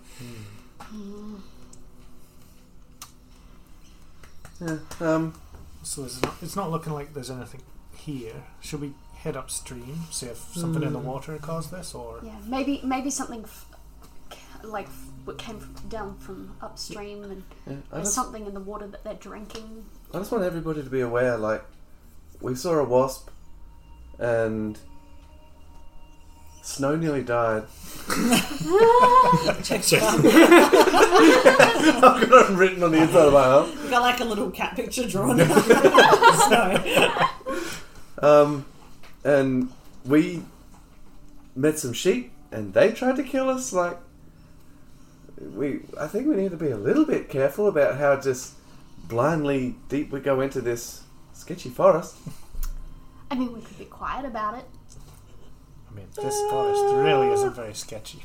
Speaker 8: Yeah. Um.
Speaker 6: So is it not, it's not looking like there's anything here. Should we head upstream, see if something in the
Speaker 7: Hmm.
Speaker 6: water caused this, or
Speaker 3: Yeah, maybe maybe something f- ca- like f- what came f- down from upstream, and
Speaker 8: yeah, I
Speaker 3: there's
Speaker 8: just,
Speaker 3: something in the water that they're drinking.
Speaker 8: I just want everybody to be aware. Like, we saw a wasp, and Snow nearly died. [laughs]
Speaker 4: So,
Speaker 8: I've got it written on the inside of my arm.
Speaker 5: We've got like a little cat picture
Speaker 7: [laughs]
Speaker 5: drawn. so,
Speaker 8: Um, and we met some sheep, and they tried to kill us. Like, we, I think we need to be a little bit careful about how just blindly deep we go into this sketchy forest.
Speaker 3: I mean, we could be quiet about it.
Speaker 6: I mean, this
Speaker 7: Uh.
Speaker 6: forest really isn't very sketchy.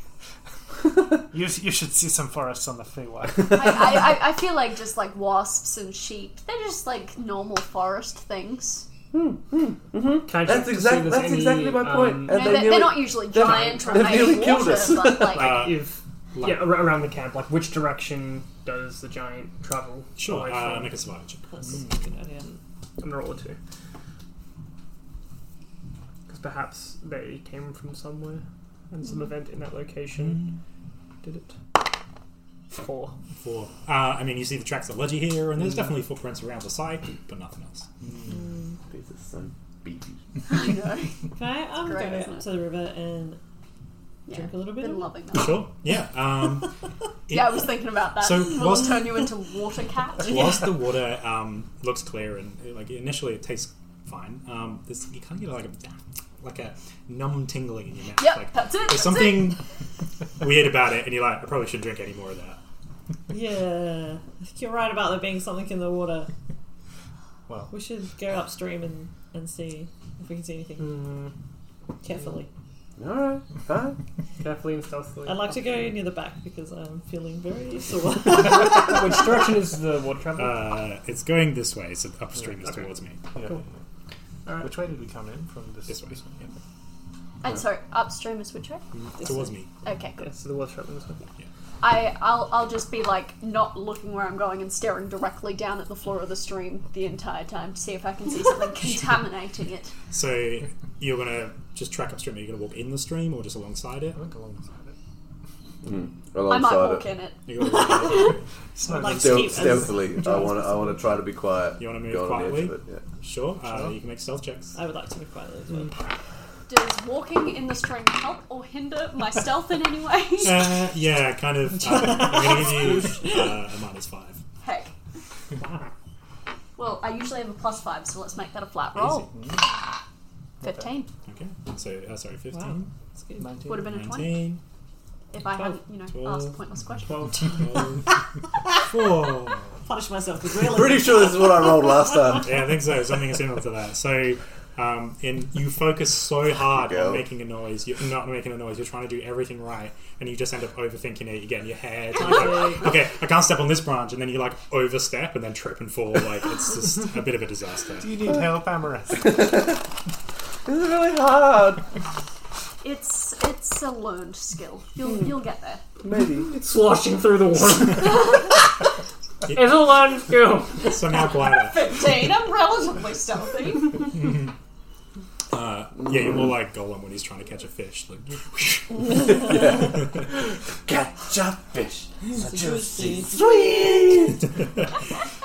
Speaker 6: [laughs] you, you should see some forests on the freeway.
Speaker 3: [laughs] I, I, I, I feel like just like wasps and sheep, they're just like normal forest things.
Speaker 7: Can I check to
Speaker 8: That's
Speaker 7: see if
Speaker 8: exact-
Speaker 7: there's
Speaker 8: that's
Speaker 7: any,
Speaker 8: exactly my point.
Speaker 7: um,
Speaker 8: And
Speaker 3: You know,
Speaker 8: they
Speaker 3: they're, they're
Speaker 8: nearly-
Speaker 3: not usually
Speaker 8: they're-
Speaker 3: giant
Speaker 8: they've
Speaker 3: from
Speaker 8: nearly
Speaker 3: water,
Speaker 8: killed us.
Speaker 3: but
Speaker 4: [laughs]
Speaker 3: like
Speaker 4: uh,
Speaker 7: if
Speaker 4: like-
Speaker 7: yeah, ar- around the camp, like which direction does the giant travel?
Speaker 4: sure,
Speaker 7: away
Speaker 4: uh,
Speaker 7: from?
Speaker 4: make a survival check.
Speaker 8: Mm.
Speaker 7: I'm gonna roll a two. Because perhaps they came from somewhere, and some event in that location did it. Four.
Speaker 4: For, uh, I mean, you see the tracks of Ludgy here, and there's definitely footprints around the site, but nothing else.
Speaker 8: These are so beefy.
Speaker 3: you
Speaker 8: [laughs]
Speaker 3: know,
Speaker 5: Can I um,
Speaker 3: Great,
Speaker 5: go
Speaker 3: isn't
Speaker 5: up
Speaker 3: it?
Speaker 5: to the river and
Speaker 3: yeah,
Speaker 5: drink a little bit?
Speaker 3: been
Speaker 5: of-
Speaker 4: [laughs]
Speaker 3: loving that.
Speaker 4: Sure, yeah. Um, it-
Speaker 3: Yeah, I was thinking about that.
Speaker 4: So,
Speaker 3: we'll
Speaker 4: whilst-
Speaker 3: turn you into water
Speaker 4: [laughs]
Speaker 3: cat.
Speaker 4: Whilst the water um, looks clear and uh, like initially it tastes fine, um, this you kind of get like a like a numb tingling in your mouth.
Speaker 3: Yep,
Speaker 4: like,
Speaker 3: that's it,
Speaker 4: There's
Speaker 3: that's
Speaker 4: something weird about it, and you're like, I probably shouldn't drink any more of that.
Speaker 5: Yeah, I think you're right about there being something in the water.
Speaker 4: Well.
Speaker 5: we should go upstream and, and see if we can see anything
Speaker 8: Mm.
Speaker 5: carefully.
Speaker 8: All right, fine.
Speaker 7: Carefully and stealthily.
Speaker 5: I'd like to go near the back because I'm feeling
Speaker 8: [laughs]
Speaker 5: very sore. [laughs]
Speaker 7: Which direction is the water travel?
Speaker 4: Uh, it's going this way, so upstream is
Speaker 7: Okay.
Speaker 4: towards me.
Speaker 6: Yeah.
Speaker 7: Cool. Alright.
Speaker 6: Which way did we come in from this?
Speaker 4: This way, yeah.
Speaker 3: And sorry, upstream is which way?
Speaker 4: towards me.
Speaker 3: Okay, cool.
Speaker 7: yeah, so the water traveling this way.
Speaker 3: I, I'll, I'll just be like not looking where I'm going and staring directly down at the floor of the stream the entire time to see if I can see something contaminating it.
Speaker 4: So you're gonna just track upstream. Are you gonna walk in the stream or just alongside it?
Speaker 6: I went alongside it.
Speaker 3: I might
Speaker 8: Alongside
Speaker 3: walk
Speaker 8: it,
Speaker 3: in it.
Speaker 4: You're gonna walk in the stream.
Speaker 6: Snow
Speaker 5: Like
Speaker 8: Stealth-
Speaker 5: Steve as-
Speaker 8: stealthily. I want to. I want to try to be quiet.
Speaker 4: You wanna move
Speaker 8: Go on the edge
Speaker 4: quietly?
Speaker 8: of it, yeah.
Speaker 4: Sure, uh, you can make stealth
Speaker 3: [laughs]
Speaker 4: checks.
Speaker 5: I would like to be quiet as well.
Speaker 8: Mm.
Speaker 3: Does walking in the stream help or hinder my stealth in any way?
Speaker 4: Uh, [laughs] yeah, kind of. Uh, I'm gonna give
Speaker 3: [laughs]
Speaker 4: you uh, a minus five.
Speaker 3: Heck. Well, I usually have a plus five, so let's make that a flat roll.
Speaker 4: Easy.
Speaker 3: 15.
Speaker 4: Okay, so uh, sorry, 15,
Speaker 5: Wow, that's good.
Speaker 3: Would have been a 20
Speaker 4: 19,
Speaker 3: if I hadn't, you know, asked
Speaker 4: Twelve.
Speaker 3: pointless questions.
Speaker 4: 12, 4.
Speaker 5: Punish myself because really.
Speaker 8: Pretty sure this is what I rolled
Speaker 4: [laughs]
Speaker 8: last time.
Speaker 4: Yeah, I think so, something similar to that. So, um, and you focus so hard
Speaker 8: Go.
Speaker 4: on making a noise, you're not making a noise, you're trying to do everything right, and you just end up overthinking it. You get in your head, and you're like, okay, I can't step on this branch, and then you like overstep and then trip and fall. Like, it's just a bit of a disaster.
Speaker 6: Do you need help, Amaris?
Speaker 7: [laughs]
Speaker 8: This is really hard.
Speaker 3: It's it's a learned skill. You'll
Speaker 4: Hmm.
Speaker 3: you'll get there.
Speaker 8: Maybe.
Speaker 7: Sloshing through the water. [laughs] it's a lot of skill.
Speaker 4: So now quieter.
Speaker 3: 15. I'm relatively stealthy.
Speaker 4: Uh, yeah, you're more like Golem when he's trying to catch a fish. Like,
Speaker 8: Catch a fish.
Speaker 5: juicy.
Speaker 8: Sweet.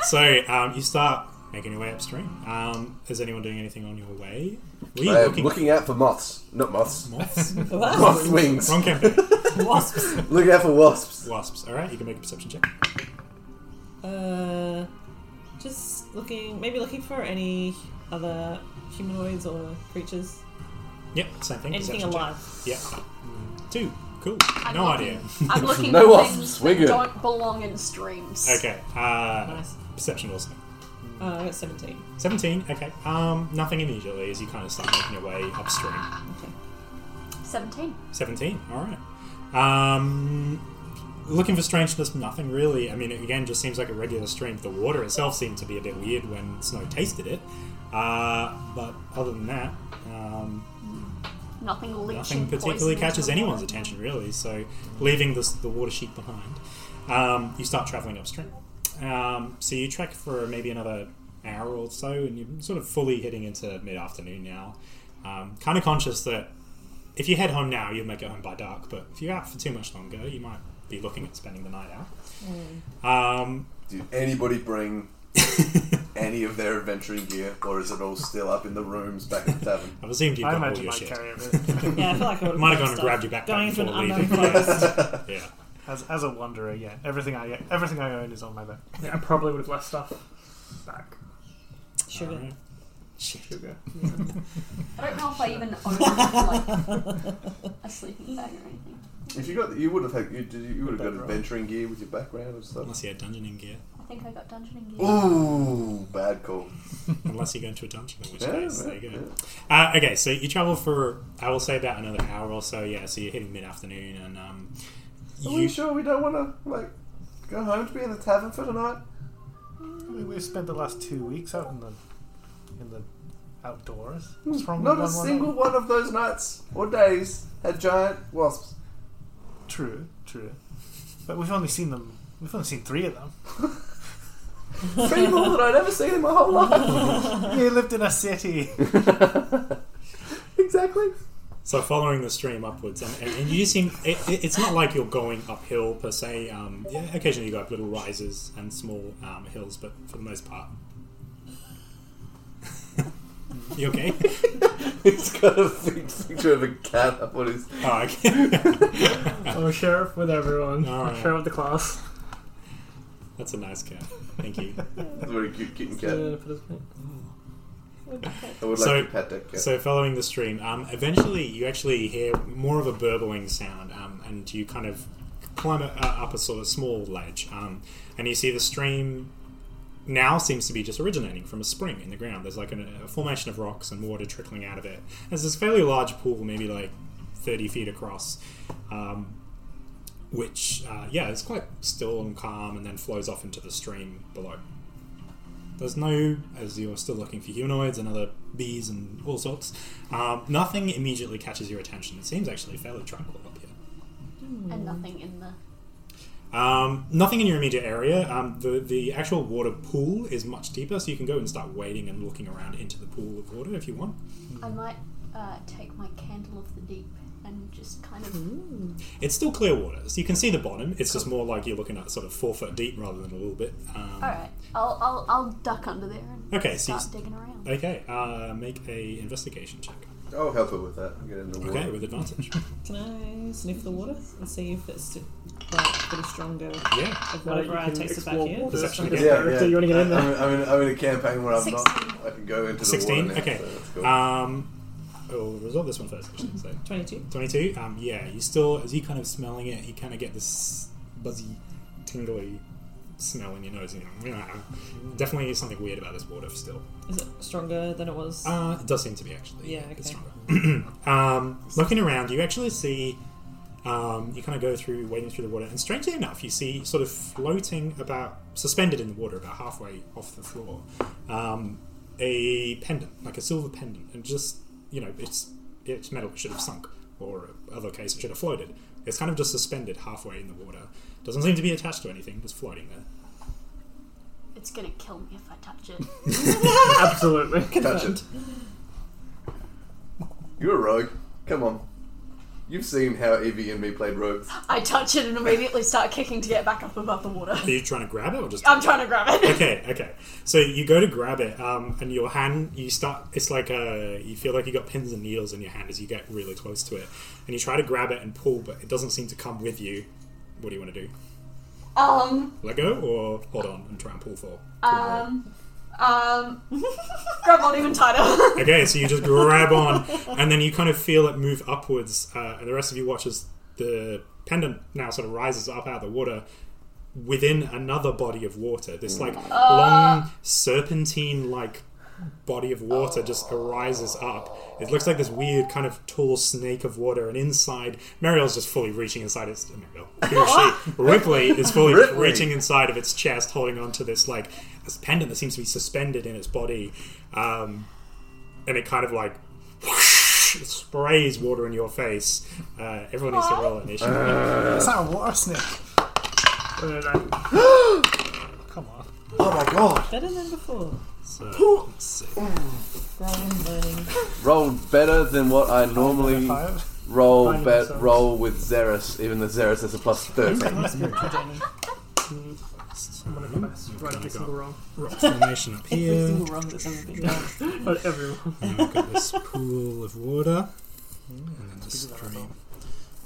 Speaker 4: so um, you start making your way upstream. Um, is anyone doing anything on your way? Were you
Speaker 2: Uh,
Speaker 8: I am
Speaker 4: looking,
Speaker 8: looking out for moths, not moths. [laughs]
Speaker 4: moths?
Speaker 5: Wow,
Speaker 8: Moth wings.
Speaker 4: Wrong campaign. [laughs]
Speaker 5: wasps.
Speaker 8: Look out for wasps.
Speaker 4: Wasps. All right, you can make a perception check.
Speaker 5: Uh, just looking, maybe looking for any other humanoids or creatures,
Speaker 4: Yep, same thing.
Speaker 5: anything
Speaker 4: perception check.
Speaker 5: alive.
Speaker 4: Yep. Two. Cool.
Speaker 3: I'm
Speaker 4: no
Speaker 3: looking,
Speaker 4: idea.
Speaker 3: I'm looking
Speaker 8: No
Speaker 3: for
Speaker 8: wasps,
Speaker 3: things
Speaker 8: we're
Speaker 3: that
Speaker 8: good.
Speaker 3: don't belong in streams.
Speaker 4: Okay. Uh,
Speaker 5: Nice.
Speaker 4: Perception also.
Speaker 5: Uh, I got seventeen.
Speaker 4: 17. Okay. Um, nothing immediately as you kind of start making your way upstream.
Speaker 3: 17.
Speaker 4: 17. All right. Um, looking for strangeness, nothing really. I mean, it again just seems like a regular stream. The water itself seemed to be a bit weird when Snow tasted it. Uh, but other than that, um,
Speaker 3: Nothing leaching.
Speaker 4: nothing
Speaker 3: poison
Speaker 4: particularly
Speaker 3: into
Speaker 4: catches
Speaker 3: the
Speaker 4: anyone's
Speaker 3: water.
Speaker 4: attention, really. So, leaving this, the water sheet behind, um, you start traveling upstream. Um, so you trek for maybe another hour or so, and you're sort of fully heading into mid-afternoon now. Um, kind of conscious that if you head home now, you'll make it home by dark. But if you're out for too much longer, you might be looking at spending the night out.
Speaker 3: Hmm.
Speaker 4: Um,
Speaker 2: Did
Speaker 4: [laughs]
Speaker 2: anybody bring any of their adventuring gear, or is it all still up in the rooms back at the tavern?
Speaker 4: I've assumed you've
Speaker 6: I
Speaker 4: got all
Speaker 7: Oh,
Speaker 6: imagine
Speaker 4: your
Speaker 6: my
Speaker 4: shit.
Speaker 6: carryover
Speaker 5: Yeah, I feel like I would
Speaker 4: Might have gone and grabbed your backpack
Speaker 5: Going into an
Speaker 4: before
Speaker 5: unknown
Speaker 4: [laughs] leaving.
Speaker 5: place.
Speaker 4: Yeah.
Speaker 6: as, as a wanderer. Yeah, everything I everything I own is on my back.
Speaker 7: I probably would have left stuff back.
Speaker 5: Sugar.
Speaker 4: Alright. Shit.
Speaker 7: Sugar.
Speaker 3: I don't know if I
Speaker 4: [laughs]
Speaker 3: even own like a sleeping bag or anything.
Speaker 2: If you got, you would have had, you, did- you would have got
Speaker 6: Background.
Speaker 2: adventuring gear with your background and stuff.
Speaker 4: Unless you had dungeoning gear.
Speaker 3: I think I got dungeoning gear.
Speaker 2: Ooh, bad call.
Speaker 4: Unless you go into a dungeon, in which
Speaker 2: Yeah,
Speaker 4: case,
Speaker 2: yeah,
Speaker 4: there you go. Uh, okay, so you travel for, I will say, about another hour or so. Yeah, so you're hitting mid afternoon, and um,
Speaker 2: Are we
Speaker 4: you,
Speaker 2: sure we don't want to like go home to be in the tavern for tonight?
Speaker 6: I mean, we've spent the last two weeks out in the in the outdoors. What's wrong
Speaker 2: Not a
Speaker 6: with one,
Speaker 2: single
Speaker 6: One?
Speaker 2: one of those nights or days had giant wasps.
Speaker 6: night? True, true. But we've only seen them. We've only seen three of them.
Speaker 2: Three more than I'd ever seen in my whole life. [laughs]
Speaker 6: we lived in a city.
Speaker 2: exactly.
Speaker 4: so following the stream upwards, and, and, and you just seem it, it- it's not like you're going uphill per se. Um, yeah, occasionally you go up little rises and small um, hills, but for the most part, [laughs] you
Speaker 2: [laughs]
Speaker 4: okay?
Speaker 2: [laughs] He's got a big picture of a cat up on his.
Speaker 4: oh, okay. [laughs]
Speaker 7: I'm a sheriff with everyone.
Speaker 4: All right.
Speaker 7: Sheriff of the class.
Speaker 4: That's a nice cat. Thank you.
Speaker 2: It's a very cute kitten
Speaker 7: Yeah,
Speaker 2: cat.
Speaker 7: for this bit.
Speaker 2: I would like
Speaker 4: So-
Speaker 2: to pet that cat.
Speaker 4: So, following the stream, um, eventually you actually hear more of a burbling sound, um, and you kind of climb a, uh, up a sort of small ledge, um, and you see the stream now seems to be just originating from a spring in the ground. There's like an, a formation of rocks and water trickling out of it. There's this fairly large pool, maybe like 30 feet across, um, which, uh, yeah, is quite still and calm and then flows off into the stream below. There's no, as you're still looking for humanoids and other bees and all sorts, um, nothing immediately catches your attention. It seems actually fairly tranquil up here.
Speaker 3: And nothing in the.
Speaker 4: Um, nothing in your immediate area. Um, the the actual water pool is much deeper, so you can go and start wading and looking around into the pool of water if you want.
Speaker 3: I might uh, take my candle of the deep and just kind of.
Speaker 4: It's still clear water, so you can see the bottom. It's just more like you're looking at sort of four foot deep rather than a little bit. Um,
Speaker 3: Alright, I'll, I'll, I'll duck under there and
Speaker 4: Okay, so you
Speaker 3: start
Speaker 4: s-
Speaker 3: digging around.
Speaker 4: okay. Uh, make a investigation check.
Speaker 2: I'll help her with that. Get in the water.
Speaker 4: Okay, with advantage.
Speaker 5: Can I sniff the water and see if it's like, a bit stronger
Speaker 4: yeah.
Speaker 5: of
Speaker 7: Well, you
Speaker 5: whatever I
Speaker 7: can
Speaker 5: taste it back
Speaker 7: explore
Speaker 5: here?
Speaker 7: water.
Speaker 4: Perception
Speaker 7: That's
Speaker 4: again.
Speaker 7: character, You want to get in there?
Speaker 2: I'm, I'm, in, I'm in a campaign where I'm
Speaker 3: Sixteen.
Speaker 2: not. I can go into the
Speaker 4: Sixteen.
Speaker 2: water now,
Speaker 4: Okay.
Speaker 2: so that's cool.
Speaker 4: Um, we'll resolve this one first. Actually, so.
Speaker 5: 22.
Speaker 4: 22 um yeah you still as you kind of smelling it you kind of get this buzzy tingly smell in your nose and you're like, "Mm, definitely something weird about this water still
Speaker 5: Is it stronger than it was?
Speaker 4: uh it does seem to be actually
Speaker 5: Yeah, okay.
Speaker 4: it's stronger [clears throat] um looking around you actually see um you kind of go through wading through the water and strangely enough you see sort of floating about suspended in the water about halfway off the floor um a pendant like a silver pendant and just you know it's it's metal it should have sunk or other case it should have floated it's kind of just suspended halfway in the water doesn't seem to be attached to anything just floating there
Speaker 3: It's gonna kill me if I touch it.
Speaker 5: [laughs]
Speaker 3: [laughs]
Speaker 7: Absolutely.
Speaker 2: Touch it. You're a rogue. Come on. You've seen how Evie and me played rogues.
Speaker 3: I touch it and immediately start kicking to get back up above the water. [laughs]
Speaker 4: are you trying to grab it or just
Speaker 3: I'm trying to grab it.
Speaker 4: okay, okay. So you go to grab it, um, and your hand, you start. It's like a, you feel like you got pins and needles in your hand as you get really close to it, and you try to grab it and pull, but it doesn't seem to come with you. What do you want to do?
Speaker 3: Um,
Speaker 4: Let go or hold on and try and pull for?
Speaker 3: um, um. grab on even tighter.
Speaker 4: Okay, so you just grab on, and then you kind of feel it move upwards, uh, and the rest of you watch as the pendant now sort of rises up out of the water within another body of water. This like long serpentine like body of water just arises up. It looks like this weird kind of tall snake of water, and inside, Mariel's just fully reaching inside its. Mariel, [laughs] who is she? Ripley is fully
Speaker 12: Ripley.
Speaker 4: reaching inside of its chest, holding on to this like this pendant that seems to be suspended in its body, um, and it kind of like. sprays water in your face. Uh, everyone needs to roll initiative.
Speaker 5: Uh.
Speaker 6: Is that a water snake?
Speaker 7: Uh, that-
Speaker 6: Come on.
Speaker 13: Oh my god!
Speaker 5: Better than before.
Speaker 4: So, let's see.
Speaker 5: Growing, learning.
Speaker 1: Rolled better than what I normally
Speaker 6: Five.
Speaker 1: roll
Speaker 6: Finding
Speaker 1: bet
Speaker 6: themselves.
Speaker 1: roll with Xeris, even though Xeris has a plus 30.
Speaker 5: That's good for Jamie.
Speaker 6: I'm gonna go best.
Speaker 7: right, every
Speaker 4: Kinda
Speaker 7: single
Speaker 4: got-
Speaker 7: wrong.
Speaker 4: Rock formation up
Speaker 5: Every
Speaker 4: here.
Speaker 5: single wrong that's ever been done.
Speaker 7: Uh, everyone.
Speaker 4: And we've got this pool of water,
Speaker 5: Hmm,
Speaker 4: and then the stream.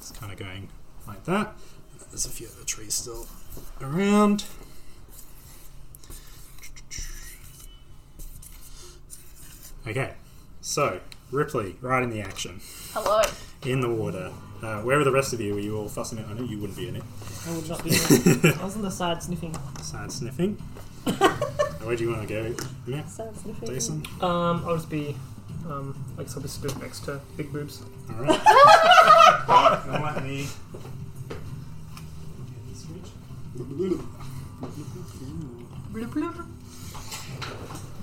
Speaker 4: It's kind of going like that. And then there's a few other trees still around. Okay, so Ripley, right in the action,
Speaker 3: Hello.
Speaker 4: in the water. Uh, where are the rest of you? Were you all fussing it? I know you wouldn't be in it.
Speaker 5: I
Speaker 4: [laughs]
Speaker 5: would not be in it. I was on the side sniffing.
Speaker 4: Sad sniffing. Where do you want to go? Yeah,
Speaker 5: Side sniffing.
Speaker 4: Jason.
Speaker 7: Um, I'll just be, um, like, sort of stood next to Big Boobs.
Speaker 4: All right. Don't let me.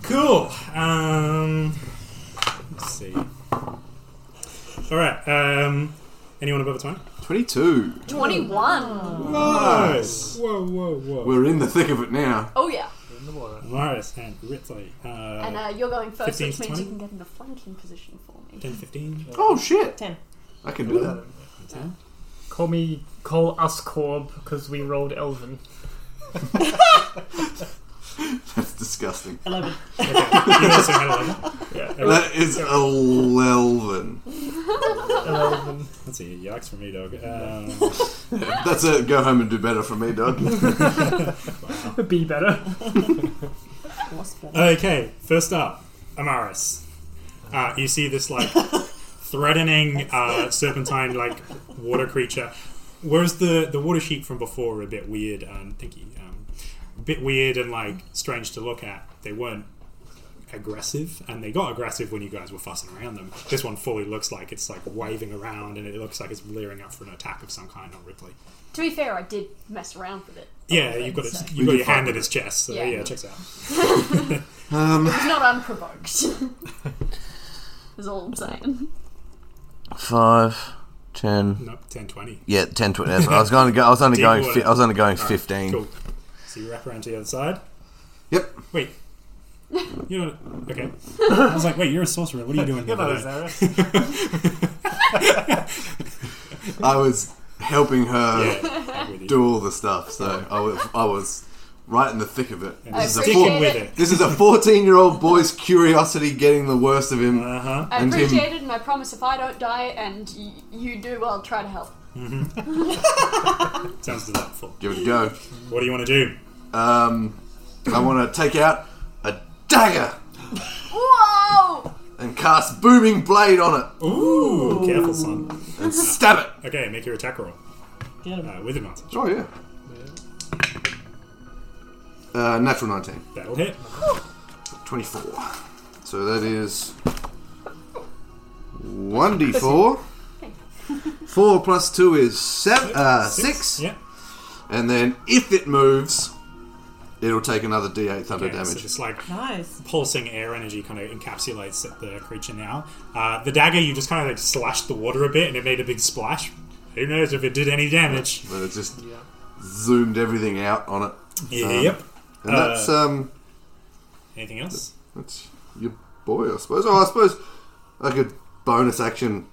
Speaker 4: Cool. Um, let's see. All right. Um, anyone above a twenty?
Speaker 2: 22.
Speaker 3: 21.
Speaker 4: Nice. Whoa, whoa, whoa.
Speaker 2: We're in the thick of it now.
Speaker 3: Oh, yeah.
Speaker 4: Morris and Ripley. Uh,
Speaker 2: Oh,
Speaker 3: And uh, you're going first,
Speaker 4: 15
Speaker 3: which
Speaker 4: to
Speaker 3: means
Speaker 4: 20?
Speaker 3: you can get in the flanking position for me.
Speaker 4: 10, 15.
Speaker 2: Oh shit!
Speaker 5: Ten.
Speaker 2: I can do that.
Speaker 7: Call me, call us Corb, because we rolled Elven. [laughs]
Speaker 2: That's disgusting.
Speaker 5: Eleven.
Speaker 4: You also had 11.
Speaker 2: That is eleven.
Speaker 7: Elven.
Speaker 4: Let's see. Yikes for me, dog. Um,
Speaker 2: That's it. Go home and do better for me, dog.
Speaker 7: Be better.
Speaker 5: Wasp better.
Speaker 4: Okay, first up, Amaris. Uh, you see this like threatening uh, serpentine like water creature. Whereas the the water sheep from before were a bit weird and thinky, um, a bit weird and like strange to look at. They weren't aggressive, and they got aggressive when you guys were fussing around them. This one fully looks like it's like waving around, and it looks like it's leering up for an attack of some kind on Ripley.
Speaker 3: To be fair, I did mess around with it.
Speaker 4: Yeah, you've got it.
Speaker 3: so-
Speaker 4: You got
Speaker 2: did
Speaker 4: your
Speaker 2: fuck
Speaker 4: hand in
Speaker 2: with
Speaker 4: its chest. So yeah,
Speaker 3: Yeah.
Speaker 4: it checks out.
Speaker 3: It was not
Speaker 2: [laughs]
Speaker 3: unprovoked. Is all I'm saying.
Speaker 1: 5, 10.
Speaker 4: Nope, 10, 20.
Speaker 13: Yeah, ten to it. That's- I was going to go. I was
Speaker 2: [laughs]
Speaker 13: only
Speaker 4: Deep
Speaker 13: going.
Speaker 4: water.
Speaker 13: Fi- I was only going fifteen.
Speaker 4: Cool. So you wrap around to the other side.
Speaker 2: Yep.
Speaker 4: Wait. You're not, okay. I was like, wait, you're a sorcerer. What are you
Speaker 6: [laughs]
Speaker 4: doing?
Speaker 6: Hello,
Speaker 4: over there?
Speaker 6: Zara.
Speaker 2: I was helping her
Speaker 4: Yeah, I'm with you.
Speaker 2: do all the stuff, so I was, I was right in the thick of it.
Speaker 4: I
Speaker 2: This is a
Speaker 3: appreciate
Speaker 2: four-
Speaker 3: it.
Speaker 4: with it.
Speaker 2: this is a fourteen-year-old boy's curiosity getting the worst of him.
Speaker 4: Uh huh.
Speaker 3: I
Speaker 2: And him.
Speaker 3: appreciate it, and I promise if I don't die and y- you do, I'll try to help.
Speaker 4: Sounds delightful.
Speaker 2: Give it a go.
Speaker 4: What do you want to do?
Speaker 2: Um, I want to take out a dagger
Speaker 3: Whoa!
Speaker 2: and cast booming blade on it
Speaker 4: Ooh, careful, son.
Speaker 2: and stab it.
Speaker 4: Okay, make your attack roll
Speaker 5: Get him.
Speaker 4: uh, with advantage.
Speaker 2: Oh yeah. Oh, Uh, natural 19.
Speaker 4: That'll hit.
Speaker 2: 24. So that is 1d4. 4 plus 2 is seven, uh, 6.
Speaker 4: Yeah.
Speaker 2: And then if it moves, it'll take another d8 thunder
Speaker 4: Okay, so
Speaker 2: damage.
Speaker 4: just like
Speaker 5: Nice.
Speaker 4: pulsing air energy kind of encapsulates it- the creature now. Uh, the dagger, you just kind of like slashed the water a bit and it made a big splash. Who knows if it did any damage?
Speaker 2: But it just zoomed everything out on it.
Speaker 4: Yep.
Speaker 2: And
Speaker 4: Uh,
Speaker 2: that's, um,
Speaker 4: Anything else?
Speaker 2: that's your boy, I suppose. Oh, I suppose I could bonus action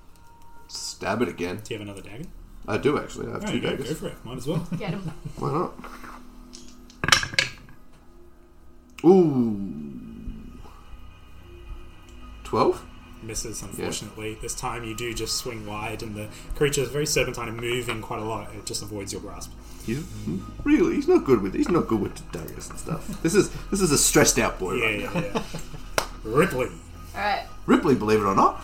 Speaker 2: stab it again.
Speaker 4: Do you have another dagger?
Speaker 2: I do actually. I have
Speaker 4: Oh,
Speaker 2: two
Speaker 4: you go,
Speaker 2: daggers.
Speaker 4: go for it. Might as well.
Speaker 3: Get him.
Speaker 2: Why not? Ooh. 12?
Speaker 4: misses unfortunately this time you do just swing wide and the creature is very serpentine and moving quite a lot it just avoids your grasp
Speaker 2: He's really he's not good with he's not good with daggers and stuff. This is this is a stressed out boy
Speaker 4: yeah
Speaker 2: right now.
Speaker 4: yeah yeah ripley
Speaker 3: Alright.
Speaker 2: Ripley, believe it or not.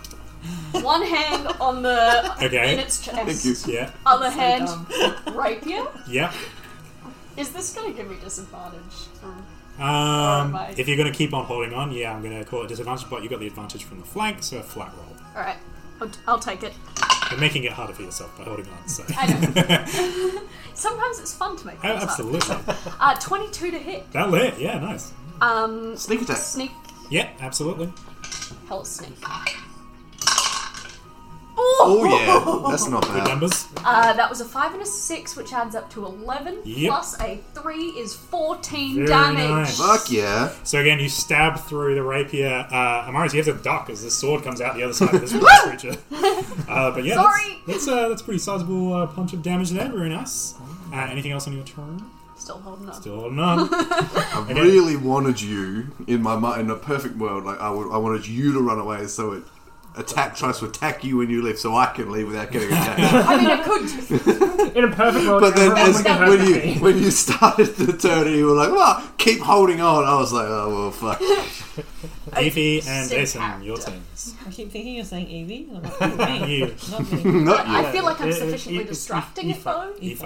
Speaker 3: One hand on the.
Speaker 4: Okay.
Speaker 3: In its chest.
Speaker 2: Thank you.
Speaker 4: yeah
Speaker 3: Other
Speaker 5: Um,
Speaker 3: hand,
Speaker 5: dumb.
Speaker 3: rapier.
Speaker 4: yeah
Speaker 3: Is this gonna give me disadvantage? Um,
Speaker 4: Um,
Speaker 3: advice.
Speaker 4: if you're going to keep on holding on, yeah, I'm going to call it disadvantage, but you got the advantage from the flank, so a flat roll.
Speaker 3: All right, I'll, I'll take it.
Speaker 4: You're making it harder for yourself by holding on, so.
Speaker 3: I know. Sometimes it's fun to make.
Speaker 4: [laughs] Oh,
Speaker 3: things up.
Speaker 4: absolutely.
Speaker 3: Uh, Twenty-two to hit.
Speaker 4: that lit, yeah, nice.
Speaker 3: Um,
Speaker 8: Sneak attack.
Speaker 3: sneak,
Speaker 4: Yeah, absolutely.
Speaker 3: hell sneak.
Speaker 8: Oh
Speaker 2: [laughs]
Speaker 8: yeah, that's not
Speaker 4: Good
Speaker 8: bad.
Speaker 4: numbers.
Speaker 3: Uh, that was a five and a six, which adds up to eleven.
Speaker 4: Yep.
Speaker 3: Plus a three is fourteen
Speaker 4: Very
Speaker 3: damage.
Speaker 4: nice.
Speaker 8: Fuck yeah.
Speaker 4: So again, you stab through the rapier. Uh, Amaris, you have to duck as the sword comes out the other side of this little creature. Uh, but yeah, that's-
Speaker 3: Sorry.
Speaker 4: That's, uh, that's a pretty sizable uh, punch of damage there. Very nice. Uh, anything else on your turn?
Speaker 3: Still holding on.
Speaker 4: Still none.
Speaker 11: I really wanted you in my mi- in a perfect world. Like I, would, I wanted you to run away so it attack tries to attack you when you leave, so I can leave without getting
Speaker 7: [laughs]
Speaker 11: attacked.
Speaker 3: I mean, I could.
Speaker 7: In a perfect world,
Speaker 11: but then
Speaker 7: everyone
Speaker 11: as,
Speaker 7: would get
Speaker 11: when
Speaker 7: hurt.
Speaker 11: you when you started the turn, and you were like, "Well, keep holding on." I was like, "Oh well,
Speaker 7: [laughs]
Speaker 11: fuck."
Speaker 4: Evie and
Speaker 3: Sick
Speaker 4: Jason, your
Speaker 3: character.
Speaker 4: turns.
Speaker 5: I keep thinking you're saying Evie. And I'm
Speaker 4: [laughs]
Speaker 5: like, oh, me.
Speaker 4: You,
Speaker 5: Not me.
Speaker 11: Not you,
Speaker 3: I feel like I'm
Speaker 6: Yeah, yeah,
Speaker 3: sufficiently
Speaker 6: yeah, it's-
Speaker 3: distracting it
Speaker 6: it's fine.
Speaker 3: though.
Speaker 4: Aoife.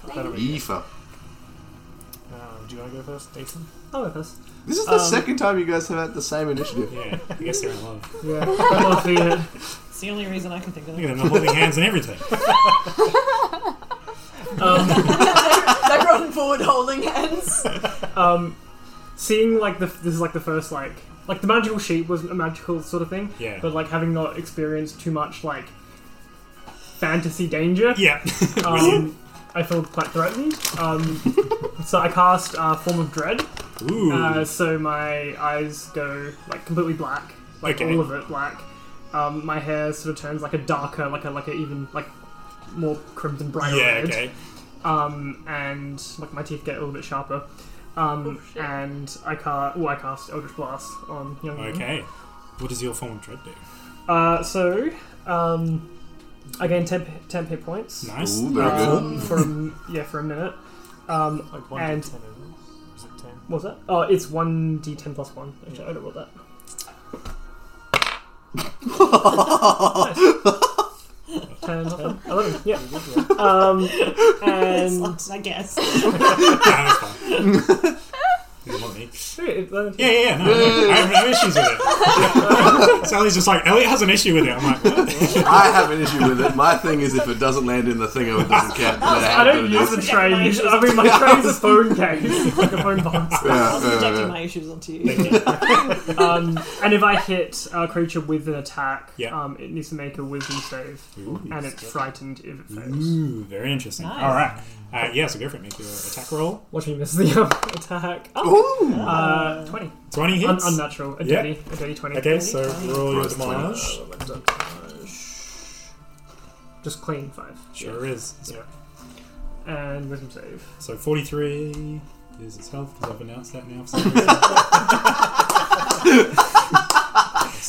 Speaker 4: Okay.
Speaker 6: That'll be
Speaker 11: Aoife.
Speaker 6: good. Um, do you want to go first, Jason?
Speaker 5: Oh,
Speaker 7: I'll go first.
Speaker 11: This is the
Speaker 7: Um,
Speaker 11: second time you guys have had the same initiative. [laughs]
Speaker 4: Yeah, I guess they're in love.
Speaker 6: Yeah. I'm off the, uh,
Speaker 5: It's the only reason I can think of
Speaker 4: Look
Speaker 5: it.
Speaker 4: at them they're holding hands and everything.
Speaker 5: They're running forward holding hands.
Speaker 7: Seeing like the this is like the first like like the magical sheep was a magical sort of thing.
Speaker 4: Yeah.
Speaker 7: But like having not experienced too much like fantasy danger.
Speaker 4: Yeah.
Speaker 7: Um, I feel quite threatened. Um, [laughs] so I cast uh, Form of Dread.
Speaker 4: [laughs] Ooh.
Speaker 7: Uh, so my eyes go like completely black, like
Speaker 4: Okay.
Speaker 7: all of it black. Um, my hair sort of turns like a darker, like a like a even like more crimson, brighter
Speaker 4: yeah,
Speaker 7: red.
Speaker 4: okay.
Speaker 7: Um, and like my teeth get a little bit sharper. Um,
Speaker 3: shit.
Speaker 7: and I cast oh I cast Eldritch Blast on young. Moon.
Speaker 4: Okay. What does your form of dread do?
Speaker 7: Uh, so um, I gain 10, p- 10 hit points.
Speaker 4: Nice. [laughs]
Speaker 11: Ooh, very good.
Speaker 7: Um, for a m- yeah for a minute. Um,
Speaker 6: like one
Speaker 7: And-
Speaker 6: to ten, isn't it? Is it ten?
Speaker 7: What was that? Oh, it's one d ten plus one. Actually, I don't know what [laughs] that. Nice. Ten, eleven, eleven, yeah. Um, [laughs] and
Speaker 5: I
Speaker 4: [laughs]
Speaker 5: guess.
Speaker 4: Nah, that's fine.
Speaker 7: [laughs]
Speaker 4: You want me?
Speaker 7: Shit, uh, eleven,
Speaker 4: Yeah, yeah, yeah. No, no, I have no issues with it. [laughs] Sally's just like, Elliot has an issue with it. I'm like, what?
Speaker 11: I have an issue with it. My thing is if it doesn't land in the thing, it
Speaker 7: [laughs]
Speaker 11: doesn't count.
Speaker 7: I don't use a train. I mean, my train's [laughs] a phone case, like a phone
Speaker 4: [laughs]
Speaker 7: box.
Speaker 5: I was
Speaker 11: Yeah, yeah,
Speaker 5: projecting
Speaker 11: yeah.
Speaker 5: my issues onto you.
Speaker 7: Um, and if I hit a creature with an attack,
Speaker 4: Yeah.
Speaker 7: um, it needs to make a wisdom save, and it's frightened if it fails.
Speaker 4: Ooh, very interesting.
Speaker 5: Nice.
Speaker 4: All right. Uh, yeah, so go for it. Make your attack roll.
Speaker 7: Watch me miss the um, attack. Oh,
Speaker 11: Ooh,
Speaker 7: uh, twenty.
Speaker 4: 20 hits.
Speaker 7: Un- unnatural. A
Speaker 4: Yeah.
Speaker 7: dirty, a dirty twenty.
Speaker 4: okay, so roll your
Speaker 11: Gross
Speaker 4: damage.
Speaker 7: Just clean five.
Speaker 4: Sure is. So,
Speaker 7: Yeah. And wisdom
Speaker 4: [laughs]
Speaker 7: save.
Speaker 4: so 43 is its health, because I've announced that now. for some reason.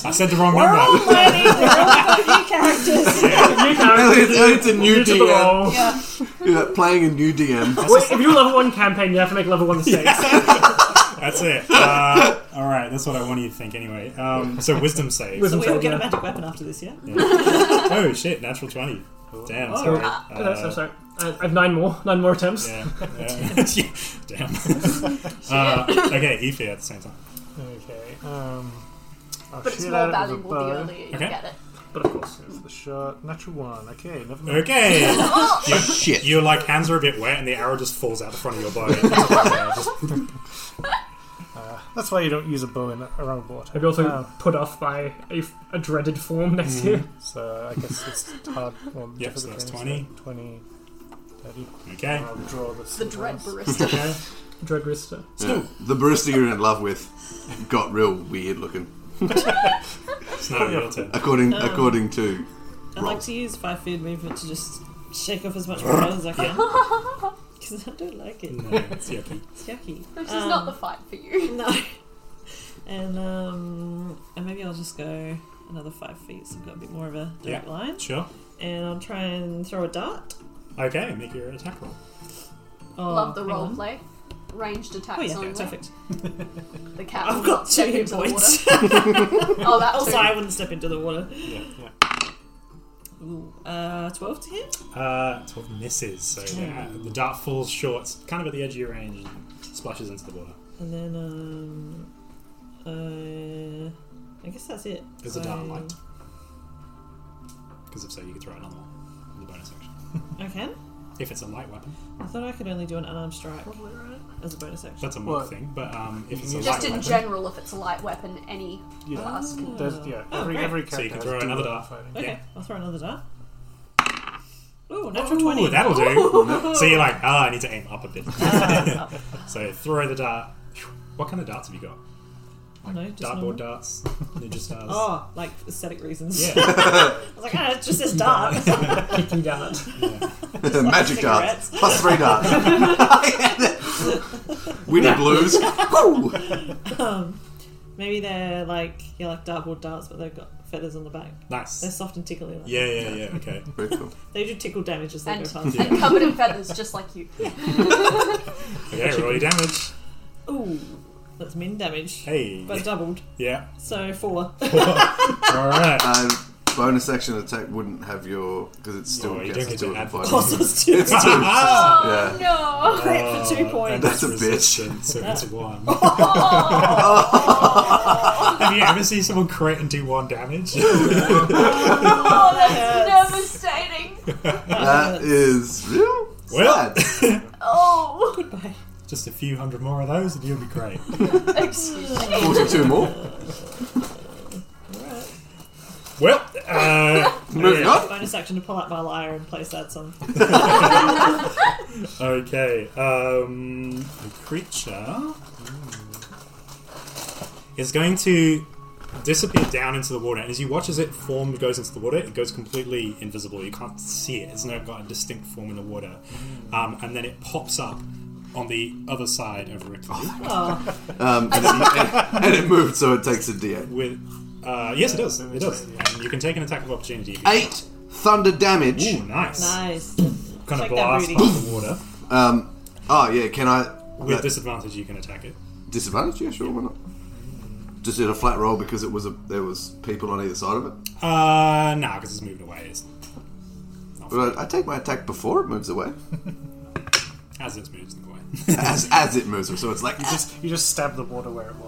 Speaker 4: I said the wrong
Speaker 5: We're all
Speaker 4: number.
Speaker 5: learning. We're all new characters.
Speaker 7: New character.
Speaker 11: Elliot's Elliot's a new
Speaker 7: new to the
Speaker 11: DM.
Speaker 7: role.
Speaker 5: Yeah.
Speaker 11: Yeah, playing a new DM.
Speaker 7: Wait, if you do a level one campaign, you have to make level
Speaker 4: [laughs]
Speaker 7: one mistakes.
Speaker 4: [laughs] That's it. Uh, all right, that's what I wanted you to think anyway. Um, so wisdom save.
Speaker 7: Wisdom
Speaker 5: So we all
Speaker 7: save,
Speaker 5: get
Speaker 7: yeah.
Speaker 5: a magic weapon after this, yeah?
Speaker 4: oh shit, natural 20. Damn, sorry.
Speaker 7: Oh, that's-
Speaker 4: Uh,
Speaker 7: I'm sorry. I I have nine more, nine more attempts.
Speaker 4: Yeah. yeah. Yeah, [laughs] Damn. uh, okay, Aoife at the same time.
Speaker 6: Okay. Um, I'll
Speaker 3: But it's
Speaker 6: shoot
Speaker 3: more
Speaker 6: at it with a
Speaker 3: valuable the
Speaker 6: bow.
Speaker 3: earlier you
Speaker 4: Okay. [laughs]
Speaker 3: get it.
Speaker 7: But of course,
Speaker 6: It's the shot. Natural one. Okay, never mind.
Speaker 4: Okay.
Speaker 11: Shit.
Speaker 4: Your like hands are a bit wet, and the arrow just falls out the front of your bow. Just-
Speaker 6: That's why you don't use a bow in around water.
Speaker 7: I'd be also
Speaker 6: Um,
Speaker 7: put off by a, f- a dreaded form [laughs] next
Speaker 4: Mm-hmm.
Speaker 7: year.
Speaker 6: so I guess it's hard. Well,
Speaker 4: Yep, so
Speaker 6: difficult
Speaker 4: that's
Speaker 6: things,
Speaker 4: 20.
Speaker 6: like 20, 30. [laughs]
Speaker 4: okay.
Speaker 6: I'll draw this.
Speaker 3: The
Speaker 4: [laughs]
Speaker 3: dread barista.
Speaker 4: Okay.
Speaker 7: Dread Rister.
Speaker 11: Yeah. The barista you're in love with got real weird looking.
Speaker 4: It's not a real turn.
Speaker 11: According according to
Speaker 5: I'd like to use five feet movement to just shake off as much blood as I can. Because I don't like it.
Speaker 4: No, it's yucky.
Speaker 5: It's yucky.
Speaker 3: Which is
Speaker 5: Um,
Speaker 3: not the fight for you.
Speaker 5: No. [laughs] And um, and maybe I'll just go another five feet, so I've got a bit more of a direct line.
Speaker 4: Sure.
Speaker 5: And I'll try and throw a dart.
Speaker 4: Okay, make your attack roll.
Speaker 5: Oh,
Speaker 3: Love the
Speaker 5: hang on.
Speaker 3: roleplay. Ranged attacks
Speaker 5: Oh yeah,
Speaker 3: on
Speaker 5: perfect.
Speaker 3: the cat. will
Speaker 5: I've
Speaker 3: not
Speaker 5: got two
Speaker 3: step
Speaker 5: hit
Speaker 3: into the
Speaker 5: points.
Speaker 3: water. oh, that's
Speaker 5: [laughs] also, I wouldn't step into the water.
Speaker 4: Yeah. yeah.
Speaker 5: Ooh, uh, twelve to hit.
Speaker 4: Uh, 12 uh, misses, so yeah, the dart falls short, kind of at the edge of your range, and splashes into the water.
Speaker 5: And then, um, uh, I guess that's it.
Speaker 4: There's a dark
Speaker 5: I-
Speaker 4: light. Because if so, you can throw another one in the bonus action.
Speaker 5: I can.
Speaker 4: If it's a light weapon,
Speaker 5: I thought I could only do an unarmed strike as a bonus action.
Speaker 4: that's a mod
Speaker 6: Well,
Speaker 4: thing. But um, if it's a
Speaker 6: can
Speaker 4: light
Speaker 3: Just in
Speaker 4: weapon,
Speaker 3: general, if it's a light weapon, any
Speaker 6: Yeah.
Speaker 3: class. can-
Speaker 6: There's, yeah,
Speaker 5: Oh,
Speaker 6: every,
Speaker 5: great.
Speaker 6: every character
Speaker 4: So you can
Speaker 6: has
Speaker 4: throw
Speaker 6: dual
Speaker 4: another
Speaker 6: weapon
Speaker 4: dart.
Speaker 6: fighting.
Speaker 5: Okay,
Speaker 4: yeah.
Speaker 5: I'll throw another dart. Ooh, natural
Speaker 4: Ooh,
Speaker 5: 20.
Speaker 4: that'll do. so you're like, ah, I need to aim up a bit.
Speaker 5: Ah,
Speaker 4: [laughs] so throw the dart. What kind of darts have you got?
Speaker 5: no, just normal.
Speaker 4: Dartboard darts,
Speaker 5: [laughs]
Speaker 4: ninja stars.
Speaker 5: Oh, like aesthetic reasons.
Speaker 4: Yeah.
Speaker 5: [laughs] I was like, ah, it's
Speaker 4: [laughs]
Speaker 5: just this dart.
Speaker 7: Kicking dart.
Speaker 2: [laughs] Magic
Speaker 5: cigarettes.
Speaker 2: darts. Plus three darts. Win or lose. Woo!
Speaker 5: Maybe they're like yeah, like dartboard darts, but they've got feathers on the back. They're
Speaker 4: Nice.
Speaker 5: soft and tickly. Like
Speaker 4: Yeah, yeah, yeah.
Speaker 5: [laughs]
Speaker 4: Okay.
Speaker 2: Very cool.
Speaker 5: They do tickle damage as they
Speaker 3: And,
Speaker 5: go
Speaker 4: [laughs]
Speaker 5: past.
Speaker 3: and covered in feathers, just like you.
Speaker 4: Okay. Roll your damage.
Speaker 5: Ooh, that's min damage,
Speaker 4: Hey.
Speaker 5: but doubled,
Speaker 4: Yeah.
Speaker 5: so four. [laughs]
Speaker 4: All
Speaker 2: [laughs]
Speaker 4: right.
Speaker 2: Um, bonus action attack wouldldn't have your because it's still
Speaker 4: Oh, you don't get
Speaker 2: gets to
Speaker 4: to add
Speaker 2: five.
Speaker 5: Plus us
Speaker 4: [laughs]
Speaker 5: two.
Speaker 2: It's two.
Speaker 3: Oh no!
Speaker 5: Crit [laughs] for two
Speaker 4: And
Speaker 5: points.
Speaker 2: that's a bitch.
Speaker 4: resistant, So
Speaker 5: [laughs]
Speaker 4: it's one.
Speaker 3: Oh,
Speaker 4: Have you ever seen someone crit and do one damage?
Speaker 3: oh, that's
Speaker 5: Yes.
Speaker 3: devastating.
Speaker 2: That is real.
Speaker 4: [laughs] Well.
Speaker 2: Sad.
Speaker 3: Oh,
Speaker 5: Goodbye.
Speaker 4: [laughs] Just a few hundred more of those, and you'll be great.
Speaker 3: excuse me.
Speaker 2: Forty-two more. [laughs]
Speaker 4: Well, uh,
Speaker 2: Moving on.
Speaker 5: Bonus action to pull out my lyre and place that song.
Speaker 4: okay. Um, the creature is going to disappear down into the water, and as you watch as it form goes into the water, it goes completely invisible. You can't see it. It's not got a distinct form in the water, um, and then it pops up on the other side of Rickley
Speaker 5: Oh,
Speaker 2: Um, and, it, and it moved, so it takes a d8.
Speaker 4: with. Uh, yes, it does. It does. And you can take an attack of opportunity. If you
Speaker 2: Eight thunder damage.
Speaker 4: Ooh, nice.
Speaker 5: nice.
Speaker 4: Kind of
Speaker 5: Check that
Speaker 4: blast
Speaker 5: booty.
Speaker 4: past the water.
Speaker 2: Um, oh yeah, can I
Speaker 4: With
Speaker 2: that-
Speaker 4: disadvantage, you can attack it.
Speaker 2: disadvantage? Yeah, sure, why not? Just did a flat roll because it was a there was people on either side of it.
Speaker 4: Uh, nah, because it's moving away. It's,
Speaker 2: But I, I take my attack before it moves away,
Speaker 4: as [laughs] it's moving away.
Speaker 2: as as it moves, away. so it's like [laughs]
Speaker 6: You just, you just stab the water where it was.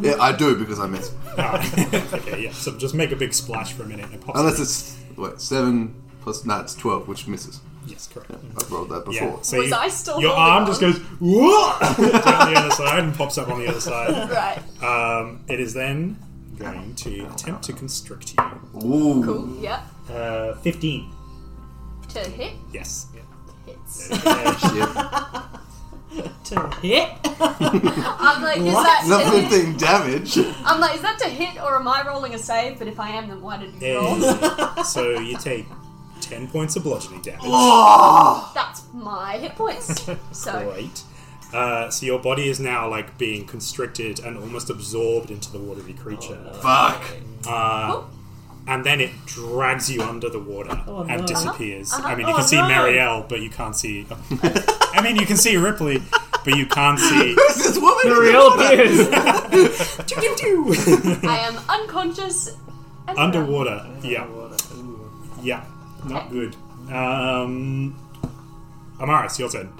Speaker 2: yeah, I do because I miss.
Speaker 4: Alright. okay, yeah. So just make a big splash for a minute. And it pops
Speaker 2: Unless
Speaker 4: through.
Speaker 2: it's wait seven plus no, it's twelve, which misses.
Speaker 4: yes, correct.
Speaker 2: I've rolled that
Speaker 4: Yeah.
Speaker 2: before.
Speaker 4: So
Speaker 3: Was
Speaker 4: you-
Speaker 3: I still
Speaker 4: your
Speaker 3: holding
Speaker 4: arm
Speaker 3: on?
Speaker 4: just goes "Whoa!" [laughs] down the other side and pops up on the other
Speaker 3: [laughs]
Speaker 4: side.
Speaker 3: Right.
Speaker 4: Um, it is then going to attempt to constrict you.
Speaker 2: Ooh,
Speaker 3: Cool. Yep.
Speaker 4: Uh, Fifteen.
Speaker 3: To hit [laughs]
Speaker 4: Yes.
Speaker 3: hits.
Speaker 4: Uh,
Speaker 2: yeah,
Speaker 5: To hit.
Speaker 3: I'm like, is that? is
Speaker 2: not
Speaker 3: it- [laughs]
Speaker 2: fifteen damage.
Speaker 3: I'm like, is that to hit or am I rolling a save? But if I am, then why did you roll?
Speaker 4: and so you take ten points of bludgeoning damage.
Speaker 2: Oh,
Speaker 3: That's my
Speaker 5: [laughs]
Speaker 3: hit points. So
Speaker 4: Great. Uh, so your body is now like being constricted and almost absorbed into the watery creature.
Speaker 2: fuck!
Speaker 4: Uh, and then it drags you under the water
Speaker 5: Oh,
Speaker 4: and
Speaker 5: no.
Speaker 4: disappears. I mean, you
Speaker 5: Oh,
Speaker 4: can see
Speaker 5: no.
Speaker 4: Marielle, but you can't see. [laughs] I mean, you can see Ripley, but you can't
Speaker 5: [laughs]
Speaker 4: see.
Speaker 2: Who's this woman?
Speaker 6: [laughs] Um,
Speaker 3: I am unconscious.
Speaker 4: [laughs]
Speaker 3: And
Speaker 4: Underwater. Yeah. Yeah. Not good. Um, Amaris, your turn.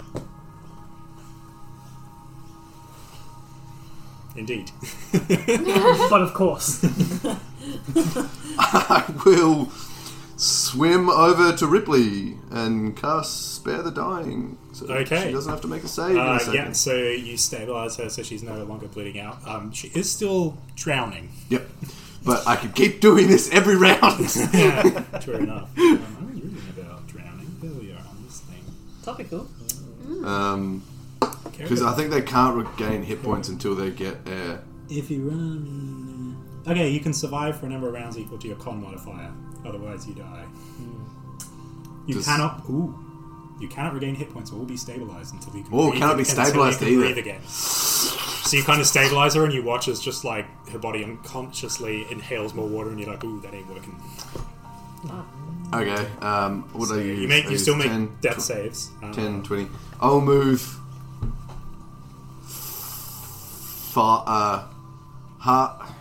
Speaker 4: Indeed.
Speaker 7: but of course.
Speaker 2: I will swim over to Ripley and cast Spare the Dying. So
Speaker 4: Okay.
Speaker 2: She doesn't have to make a save in a
Speaker 4: Uh,
Speaker 2: second.
Speaker 4: yeah, so you stabilize her so she's no longer bleeding out. Um, she is still drowning.
Speaker 2: Yep. But I can keep doing this every round. [laughs]
Speaker 4: True [laughs] enough. Um, I don't really know about drowning. There we are on this thing.
Speaker 5: Topical.
Speaker 2: Um,
Speaker 4: Okay.
Speaker 2: because I think they can't regain hit points until they get air.
Speaker 4: If you run. uh, Okay, you can survive for a number of rounds equal to your con modifier. Otherwise, you die. You
Speaker 2: Does-
Speaker 4: cannot. Ooh. You cannot regain hit points or be stabilized until you can.
Speaker 2: Oh,
Speaker 4: breathe-
Speaker 2: cannot be
Speaker 4: until
Speaker 2: stabilized
Speaker 4: you can
Speaker 2: either.
Speaker 4: breathe again. So you kind of stabilize her, and you watch as just like her body unconsciously inhales more water, and you're like, "Ooh, that ain't working."
Speaker 2: Okay. Um, what are you?
Speaker 4: You make,
Speaker 2: I
Speaker 4: you
Speaker 2: use
Speaker 4: still make
Speaker 2: 10,
Speaker 4: death
Speaker 2: tw-
Speaker 4: saves. Um,
Speaker 2: 10, 20. I'll move. Far. Uh, ha.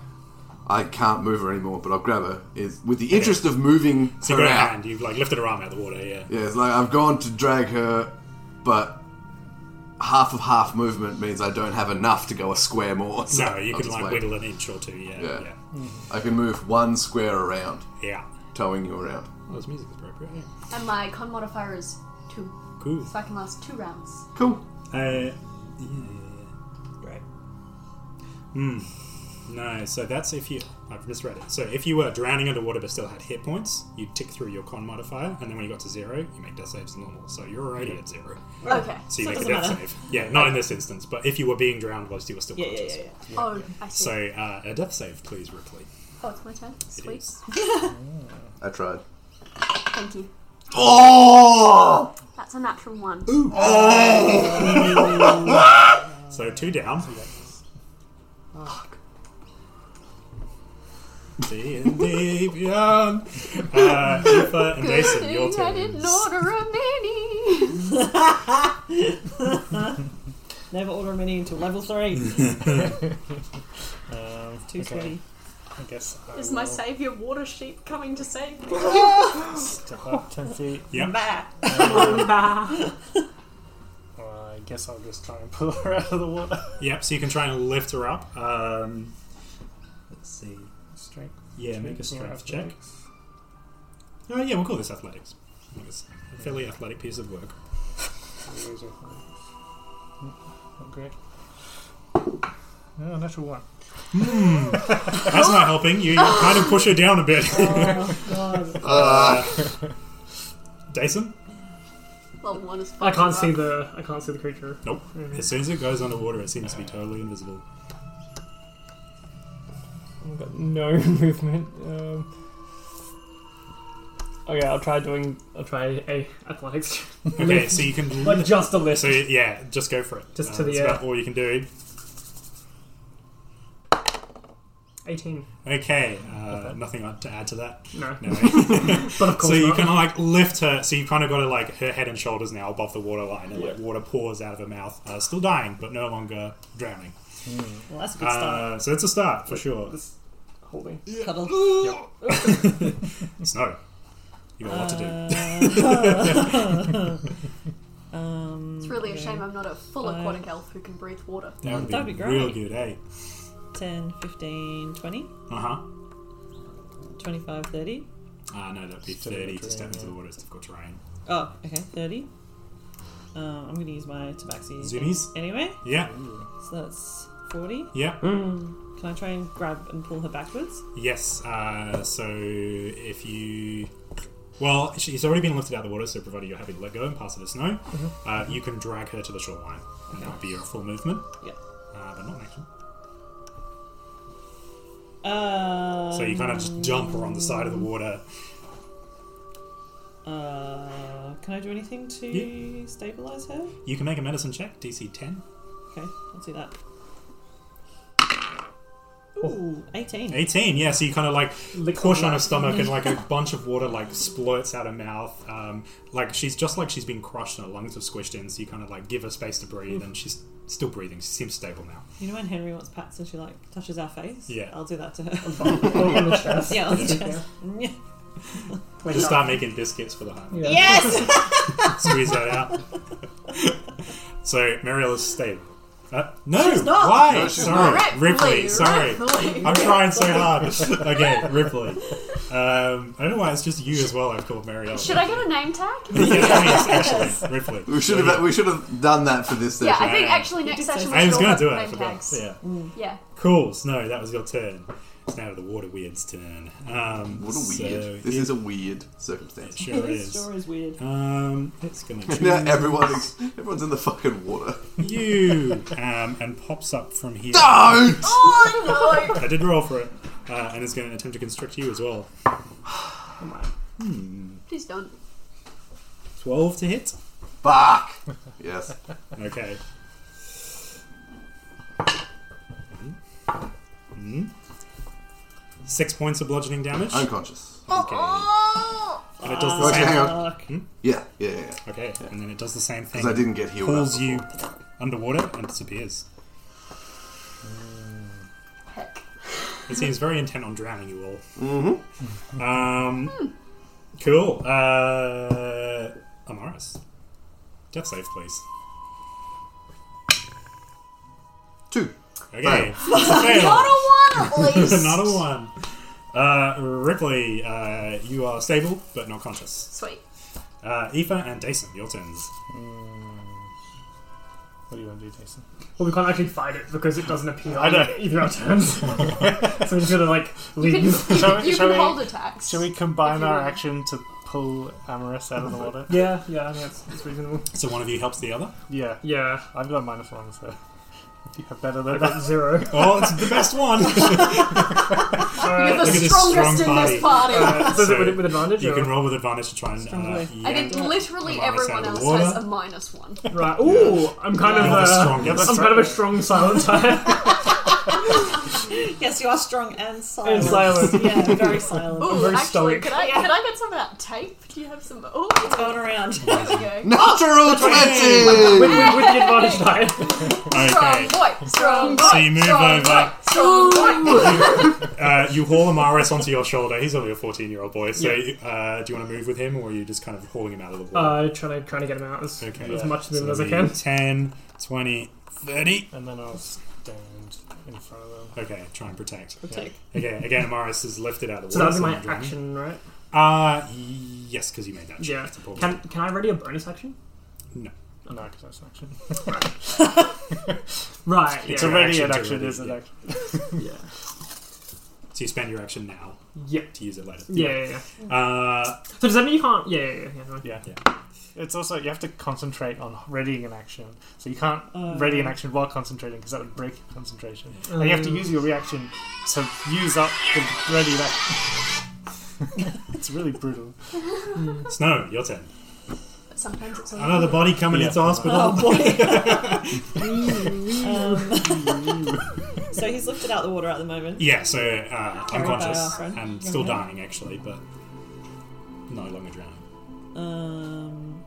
Speaker 2: I can't move her anymore, but I'll grab her. Is with the interest of moving
Speaker 4: So you
Speaker 2: her
Speaker 4: got her
Speaker 2: out.
Speaker 4: hand. You've like lifted her arm out of the water. Yeah.
Speaker 2: Yeah, it's like I've gone to drag her, but
Speaker 11: half of half movement means I don't have enough to go a square more. So
Speaker 4: [laughs] No, you
Speaker 11: I'll
Speaker 4: could
Speaker 11: just
Speaker 4: like
Speaker 11: wait.
Speaker 4: whittle an inch or two. Yeah, yeah,
Speaker 11: Yeah.
Speaker 4: yeah.
Speaker 11: I can move one square around,
Speaker 4: yeah.
Speaker 11: towing you around.
Speaker 4: Well, this music is appropriate. Yeah.
Speaker 3: And my con modifier is two,
Speaker 4: Cool.
Speaker 3: so I can last two rounds.
Speaker 11: Cool.
Speaker 4: Uh, yeah, yeah, yeah. Great. Hmm. No, so that's if you. I've misread it. So if you were drowning underwater but still had hit points, you'd tick through your con modifier, and then when you got to zero, you make death saves as normal. So you're already at zero.
Speaker 3: Okay.
Speaker 4: So you
Speaker 5: So it
Speaker 4: make a
Speaker 5: doesn't
Speaker 4: death
Speaker 5: matter.
Speaker 4: save. Yeah, not in this instance, but if you were being drowned whilst you were still
Speaker 5: Yeah, yeah,
Speaker 4: conscious.
Speaker 5: yeah, yeah.
Speaker 3: Oh, I see.
Speaker 4: So uh, a death save, please, Ripley.
Speaker 3: Oh, it's my turn. Sweet.
Speaker 4: is.
Speaker 11: I tried.
Speaker 3: Thank you.
Speaker 11: Oh!
Speaker 3: That's a natural one.
Speaker 4: So two down. D&D Beyond. Uh, Aoife and
Speaker 3: [laughs]
Speaker 4: Jason, your
Speaker 3: Thing I didn't
Speaker 4: turns.
Speaker 3: order a mini.
Speaker 5: Never order a mini until
Speaker 4: [laughs]
Speaker 5: level three.
Speaker 7: Um,
Speaker 5: Too sweaty.
Speaker 7: I guess
Speaker 3: [laughs]
Speaker 7: I
Speaker 3: Is my
Speaker 7: will
Speaker 3: savior water sheep coming to save me?
Speaker 7: step up
Speaker 3: [laughs]
Speaker 7: ten feet.
Speaker 4: Yep.
Speaker 6: Um,
Speaker 7: Uh, I guess I'll just try
Speaker 6: [laughs]
Speaker 7: and pull her out of the water.
Speaker 4: Yep, so you can try and lift her up. Um, let's see.
Speaker 7: Strength.
Speaker 4: Yeah, make a
Speaker 7: check,
Speaker 4: strength
Speaker 7: yeah,
Speaker 4: check. Oh, yeah, we'll call this athletics. I think It's a fairly athletic piece of work.
Speaker 7: athletics. Those are- Not great. No, natural one.
Speaker 4: That's not helping. You, you kind of push her down a bit. [laughs]
Speaker 8: Uh,
Speaker 4: Jason,
Speaker 3: Level one is
Speaker 7: I
Speaker 3: fine.
Speaker 7: can't see the I can't see the creature.
Speaker 4: Nope. As soon as it goes underwater, it seems to be totally invisible.
Speaker 7: I've got no [laughs] movement. Um, okay, I'll try doing. I'll try a athletics,
Speaker 4: Okay, so you can.
Speaker 7: like [laughs] just a lift.
Speaker 4: So yeah, just go for it.
Speaker 7: Just to the
Speaker 4: That's
Speaker 7: air.
Speaker 4: about all you can do.
Speaker 7: Eighteen.
Speaker 4: Okay, uh, nothing to add to that.
Speaker 7: No,
Speaker 4: No.
Speaker 7: [laughs] but of course
Speaker 4: so you
Speaker 7: not.
Speaker 4: kind of like lift her. So you kind of got to like her head and shoulders now above the water line, and like
Speaker 7: Yeah.
Speaker 4: water pours out of her mouth. Uh, still dying, but no longer drowning.
Speaker 5: Well, that's a good start.
Speaker 4: Uh, so it's a start for sure.
Speaker 7: holding.
Speaker 5: Cuddle.
Speaker 4: Snow, you got a lot to do.
Speaker 5: um,
Speaker 3: It's really a shame I'm not a full
Speaker 5: Five.
Speaker 3: aquatic elf who can breathe water.
Speaker 4: [laughs] That would be,
Speaker 5: That'd be
Speaker 4: real
Speaker 5: great.
Speaker 4: good, eh?
Speaker 5: 10, 15, 20,
Speaker 4: Uh huh.
Speaker 5: 25, 30.
Speaker 4: Ah, no, that'd be thirty to step into the water. It's difficult terrain.
Speaker 5: Oh, okay, 30. Um, I'm going to use my tabaxi.
Speaker 4: Zoomies.
Speaker 5: Anyway,
Speaker 4: Yeah,
Speaker 5: so that's 40.
Speaker 4: yeah.
Speaker 5: Can I try and grab and pull her backwards?
Speaker 4: Yes. Uh, so if you, well, she- she's already been lifted out of the water. So provided you're happy to let go and pass her the snow,
Speaker 7: Mm-hmm.
Speaker 4: uh, you can drag her to the shoreline, and that would be your full movement.
Speaker 5: Yeah.
Speaker 4: Uh, but not an action.
Speaker 5: Uh,
Speaker 4: So you kind of
Speaker 7: Um,
Speaker 4: just dump her on the side of the water.
Speaker 5: Uh, can I do anything to
Speaker 4: Yeah.
Speaker 5: stabilize her?
Speaker 4: You can make a medicine check, DC ten.
Speaker 5: Okay, I'll do that. Ooh, 18.
Speaker 4: 18, yeah, so you kind of like
Speaker 7: Lick
Speaker 4: push
Speaker 7: her
Speaker 4: on her
Speaker 7: up.
Speaker 4: stomach and like a
Speaker 7: [laughs]
Speaker 4: bunch of water like splurts out her mouth. Um, like she's just like she's been crushed and her lungs have squished in, so you kind of like give her space to breathe
Speaker 7: Hmm.
Speaker 4: and she's still breathing. She seems stable now.
Speaker 5: You know when Henry wants pats and she like touches our face?
Speaker 4: Yeah.
Speaker 5: I'll do that to her. [laughs]
Speaker 7: on the chest.
Speaker 5: yeah, I'll just- yeah.
Speaker 7: Wait,
Speaker 4: Just
Speaker 7: no.
Speaker 4: start making biscuits for the home.
Speaker 7: Yeah.
Speaker 5: Yes!
Speaker 4: Squeeze that out. so Mariel is stable. Uh, no,
Speaker 5: She's not.
Speaker 4: why?
Speaker 11: No, she's
Speaker 4: sorry,
Speaker 3: not.
Speaker 4: Oh, Ripley.
Speaker 3: Ripley,
Speaker 4: Sorry, [laughs]
Speaker 3: Ripley.
Speaker 4: I'm trying so hard. okay, Ripley. Um, I don't know why it's just you as well. I've called Mariel.
Speaker 3: Should I get a name tag?
Speaker 4: Yeah, yes, actually, Ripley.
Speaker 11: We should have we should have done that for this
Speaker 3: Yeah,
Speaker 11: session.
Speaker 3: I think actually next
Speaker 5: did say
Speaker 3: session we
Speaker 4: I was
Speaker 3: should all
Speaker 4: going to do it.
Speaker 3: have
Speaker 4: I
Speaker 3: name
Speaker 4: forgot.
Speaker 3: tags.
Speaker 4: Yeah.
Speaker 3: Yeah.
Speaker 4: Cool. Snow, that was your turn. It's now the water weird's turn. Um,
Speaker 11: What a weird.
Speaker 4: so-
Speaker 11: this is a weird
Speaker 4: [laughs]
Speaker 11: circumstance.
Speaker 4: Sure it
Speaker 5: [laughs] this
Speaker 4: is.
Speaker 5: story is weird.
Speaker 4: Um, it's gonna
Speaker 11: Now
Speaker 4: choose
Speaker 11: everyone's everyone's in the fucking water.
Speaker 4: you um, and pops up from here.
Speaker 11: Don't.
Speaker 3: Oh no!
Speaker 4: I did roll for it, uh, and it's going to attempt to constrict you as well.
Speaker 3: [laughs] Please don't.
Speaker 4: Twelve to hit.
Speaker 11: Fuck. Yes.
Speaker 4: Okay. Mm. Mm-hmm. Six points of bludgeoning damage.
Speaker 11: Unconscious.
Speaker 3: Oh!
Speaker 4: And it does the
Speaker 11: Roger,
Speaker 4: same.
Speaker 11: hang on.
Speaker 5: Fuck.
Speaker 11: Yeah. Yeah. Yeah.
Speaker 4: Okay, and then it does the same thing.
Speaker 11: Because I didn't get healed.
Speaker 4: pulls
Speaker 11: up
Speaker 4: you
Speaker 11: before.
Speaker 4: underwater and disappears.
Speaker 3: Heck.
Speaker 4: It seems very intent on drowning you all. Mm-hmm. Um, cool. Uh, Amaris, death save, please.
Speaker 2: Two.
Speaker 4: Okay. it's a fail.
Speaker 3: [laughs] Not a one, at
Speaker 4: [laughs]
Speaker 3: least.
Speaker 4: Not a one. Uh, Ripley, uh, you are stable but not conscious.
Speaker 3: Sweet.
Speaker 4: Uh, Aoife and Dyson, your turns.
Speaker 6: What do you want to do, Jason?
Speaker 7: Well, we can't actually fight it because it doesn't appear
Speaker 6: I
Speaker 7: on
Speaker 6: know.
Speaker 7: either
Speaker 4: [laughs]
Speaker 7: our turns. so we're just gonna like
Speaker 3: You can,
Speaker 7: leave.
Speaker 3: you
Speaker 6: Shall we-
Speaker 3: you
Speaker 6: shall
Speaker 3: can
Speaker 6: we-
Speaker 3: hold attacks.
Speaker 6: Shall we combine
Speaker 3: If you
Speaker 6: our
Speaker 3: want.
Speaker 6: action to pull Amaris out of the water?
Speaker 7: Yeah, yeah, I think that's, that's reasonable.
Speaker 4: So one of you helps the other.
Speaker 6: [laughs] Yeah,
Speaker 7: Yeah,
Speaker 6: I've got minus one, so [laughs] you have better
Speaker 7: I
Speaker 6: than
Speaker 7: got
Speaker 6: that.
Speaker 7: zero.
Speaker 4: Oh, it's the best one.
Speaker 3: You're the
Speaker 4: Look at this
Speaker 3: strongest
Speaker 4: strong
Speaker 3: in this party.
Speaker 7: Uh, so is it
Speaker 4: So
Speaker 7: with, with advantage?
Speaker 4: you
Speaker 7: or?
Speaker 4: can roll with advantage to try and. Uh,
Speaker 5: Strongly.
Speaker 3: I
Speaker 4: yeah.
Speaker 3: think literally
Speaker 4: Come on,
Speaker 3: everyone
Speaker 4: let's
Speaker 3: else
Speaker 4: have the
Speaker 3: has a
Speaker 4: water.
Speaker 3: minus one.
Speaker 4: [laughs]
Speaker 7: Right. Ooh, I'm kind
Speaker 4: You're the
Speaker 7: of. Uh,
Speaker 4: strongest.
Speaker 7: [laughs] I'm kind of a
Speaker 4: [laughs]
Speaker 7: strong silent type.
Speaker 5: Yes, you are strong and
Speaker 4: [laughs]
Speaker 5: silent.
Speaker 7: silent.
Speaker 5: yeah, very silent.
Speaker 3: Ooh,
Speaker 7: very
Speaker 3: actually,
Speaker 7: stoic.
Speaker 3: could I could I get some of that tape? Do you have some? Oh,
Speaker 5: It's going around.
Speaker 3: there we go.
Speaker 2: Natural
Speaker 7: with,
Speaker 2: 20!
Speaker 7: with, with the advantage die.
Speaker 4: Okay.
Speaker 3: Strong boy, strong boy,
Speaker 4: you move
Speaker 3: strong
Speaker 4: over.
Speaker 3: boy, strong boy.
Speaker 4: Uh, you haul Amaris onto your shoulder. He's only a 14 year old boy. So uh, do you want to move with him or are you just kind of hauling him out of the water?
Speaker 7: Uh, trying to trying to get him out as,
Speaker 4: Okay.
Speaker 7: Uh, as
Speaker 4: Yeah.
Speaker 7: much
Speaker 4: So
Speaker 7: movement as I
Speaker 4: that'll
Speaker 7: can.
Speaker 4: be 10, 20, 30.
Speaker 6: And then I'll stand in front of them.
Speaker 4: Okay, try and protect.
Speaker 5: Protect.
Speaker 4: Okay, again, Amaris is lifted out of the
Speaker 7: So
Speaker 4: water.
Speaker 7: that'd be my
Speaker 4: you're drowning.
Speaker 7: action, right?
Speaker 4: Uh, yes, because you made that. check.
Speaker 7: Yeah.
Speaker 4: It's a ball.
Speaker 7: Can can I ready a bonus action?
Speaker 4: No.
Speaker 6: Oh, No, because that's an action.
Speaker 7: [laughs] Right.
Speaker 4: It's
Speaker 6: It's
Speaker 7: yeah.
Speaker 4: a- action
Speaker 6: already an
Speaker 4: to
Speaker 6: action,
Speaker 4: ready,
Speaker 6: isn't
Speaker 4: yeah.
Speaker 6: it?
Speaker 7: Yeah.
Speaker 4: So you spend your action now
Speaker 7: Yeah.
Speaker 4: to use it later.
Speaker 7: Yeah, yeah, yeah.
Speaker 4: Uh,
Speaker 7: So does that mean you can't? Yeah, yeah, yeah. yeah, right.
Speaker 6: Yeah.
Speaker 4: Yeah.
Speaker 6: It's also you have to concentrate on readying an action, so you can't
Speaker 7: Uh.
Speaker 6: ready an action while concentrating because that would break your concentration. and you have to
Speaker 7: Um.
Speaker 6: use your reaction to use up the ready that. [laughs] it's really brutal.
Speaker 4: Snow, your turn.
Speaker 3: Sometimes it's only
Speaker 4: Another body coming
Speaker 6: Yeah.
Speaker 4: into hospital.
Speaker 5: Oh boy. Um, [laughs] so he's lifted out the water at the moment.
Speaker 4: Yeah, so uh,
Speaker 5: Carried by our
Speaker 4: unconscious
Speaker 5: friend.
Speaker 4: and still
Speaker 5: Mhm.
Speaker 4: dying, actually, but no longer drowning.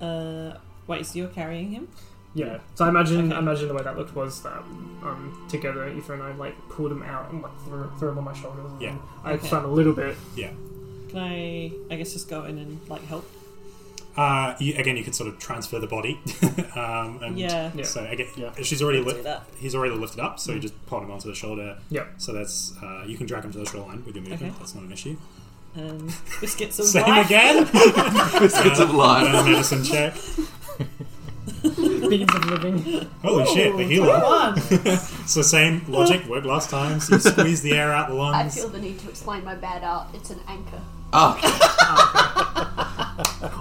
Speaker 5: Um. Uh. Wait. So you're carrying him?
Speaker 7: Yeah. So I imagine
Speaker 5: Okay.
Speaker 7: I imagine the way that looked was that um, together Aoife and I like pulled him out and like threw, threw him on my shoulders. and
Speaker 4: Yeah.
Speaker 7: then I
Speaker 5: Okay.
Speaker 7: swam a little bit.
Speaker 5: Can I? I guess just go in and like help.
Speaker 4: Uh, you, again, you can sort of transfer the body. [laughs] um, and
Speaker 5: yeah.
Speaker 7: Yeah.
Speaker 4: So again,
Speaker 6: Yeah.
Speaker 4: she's already
Speaker 5: Do
Speaker 4: li-
Speaker 5: that.
Speaker 4: he's already lifted up, so you just pot him onto the shoulder.
Speaker 7: Yeah.
Speaker 4: So that's uh, you can drag him to the shoreline with your movement.
Speaker 5: Okay.
Speaker 4: That's not an issue.
Speaker 5: Um. Biscuits of
Speaker 4: Same
Speaker 5: life.
Speaker 4: again.
Speaker 2: It's a line.
Speaker 4: Uh, [laughs] medicine check.
Speaker 7: Beads of living.
Speaker 4: Holy shit, the healer.
Speaker 5: One.
Speaker 4: So same logic worked last time. So you squeeze the air out the
Speaker 3: I
Speaker 4: lungs.
Speaker 3: feel the need to explain my bad art. It's an anchor.
Speaker 2: Ah,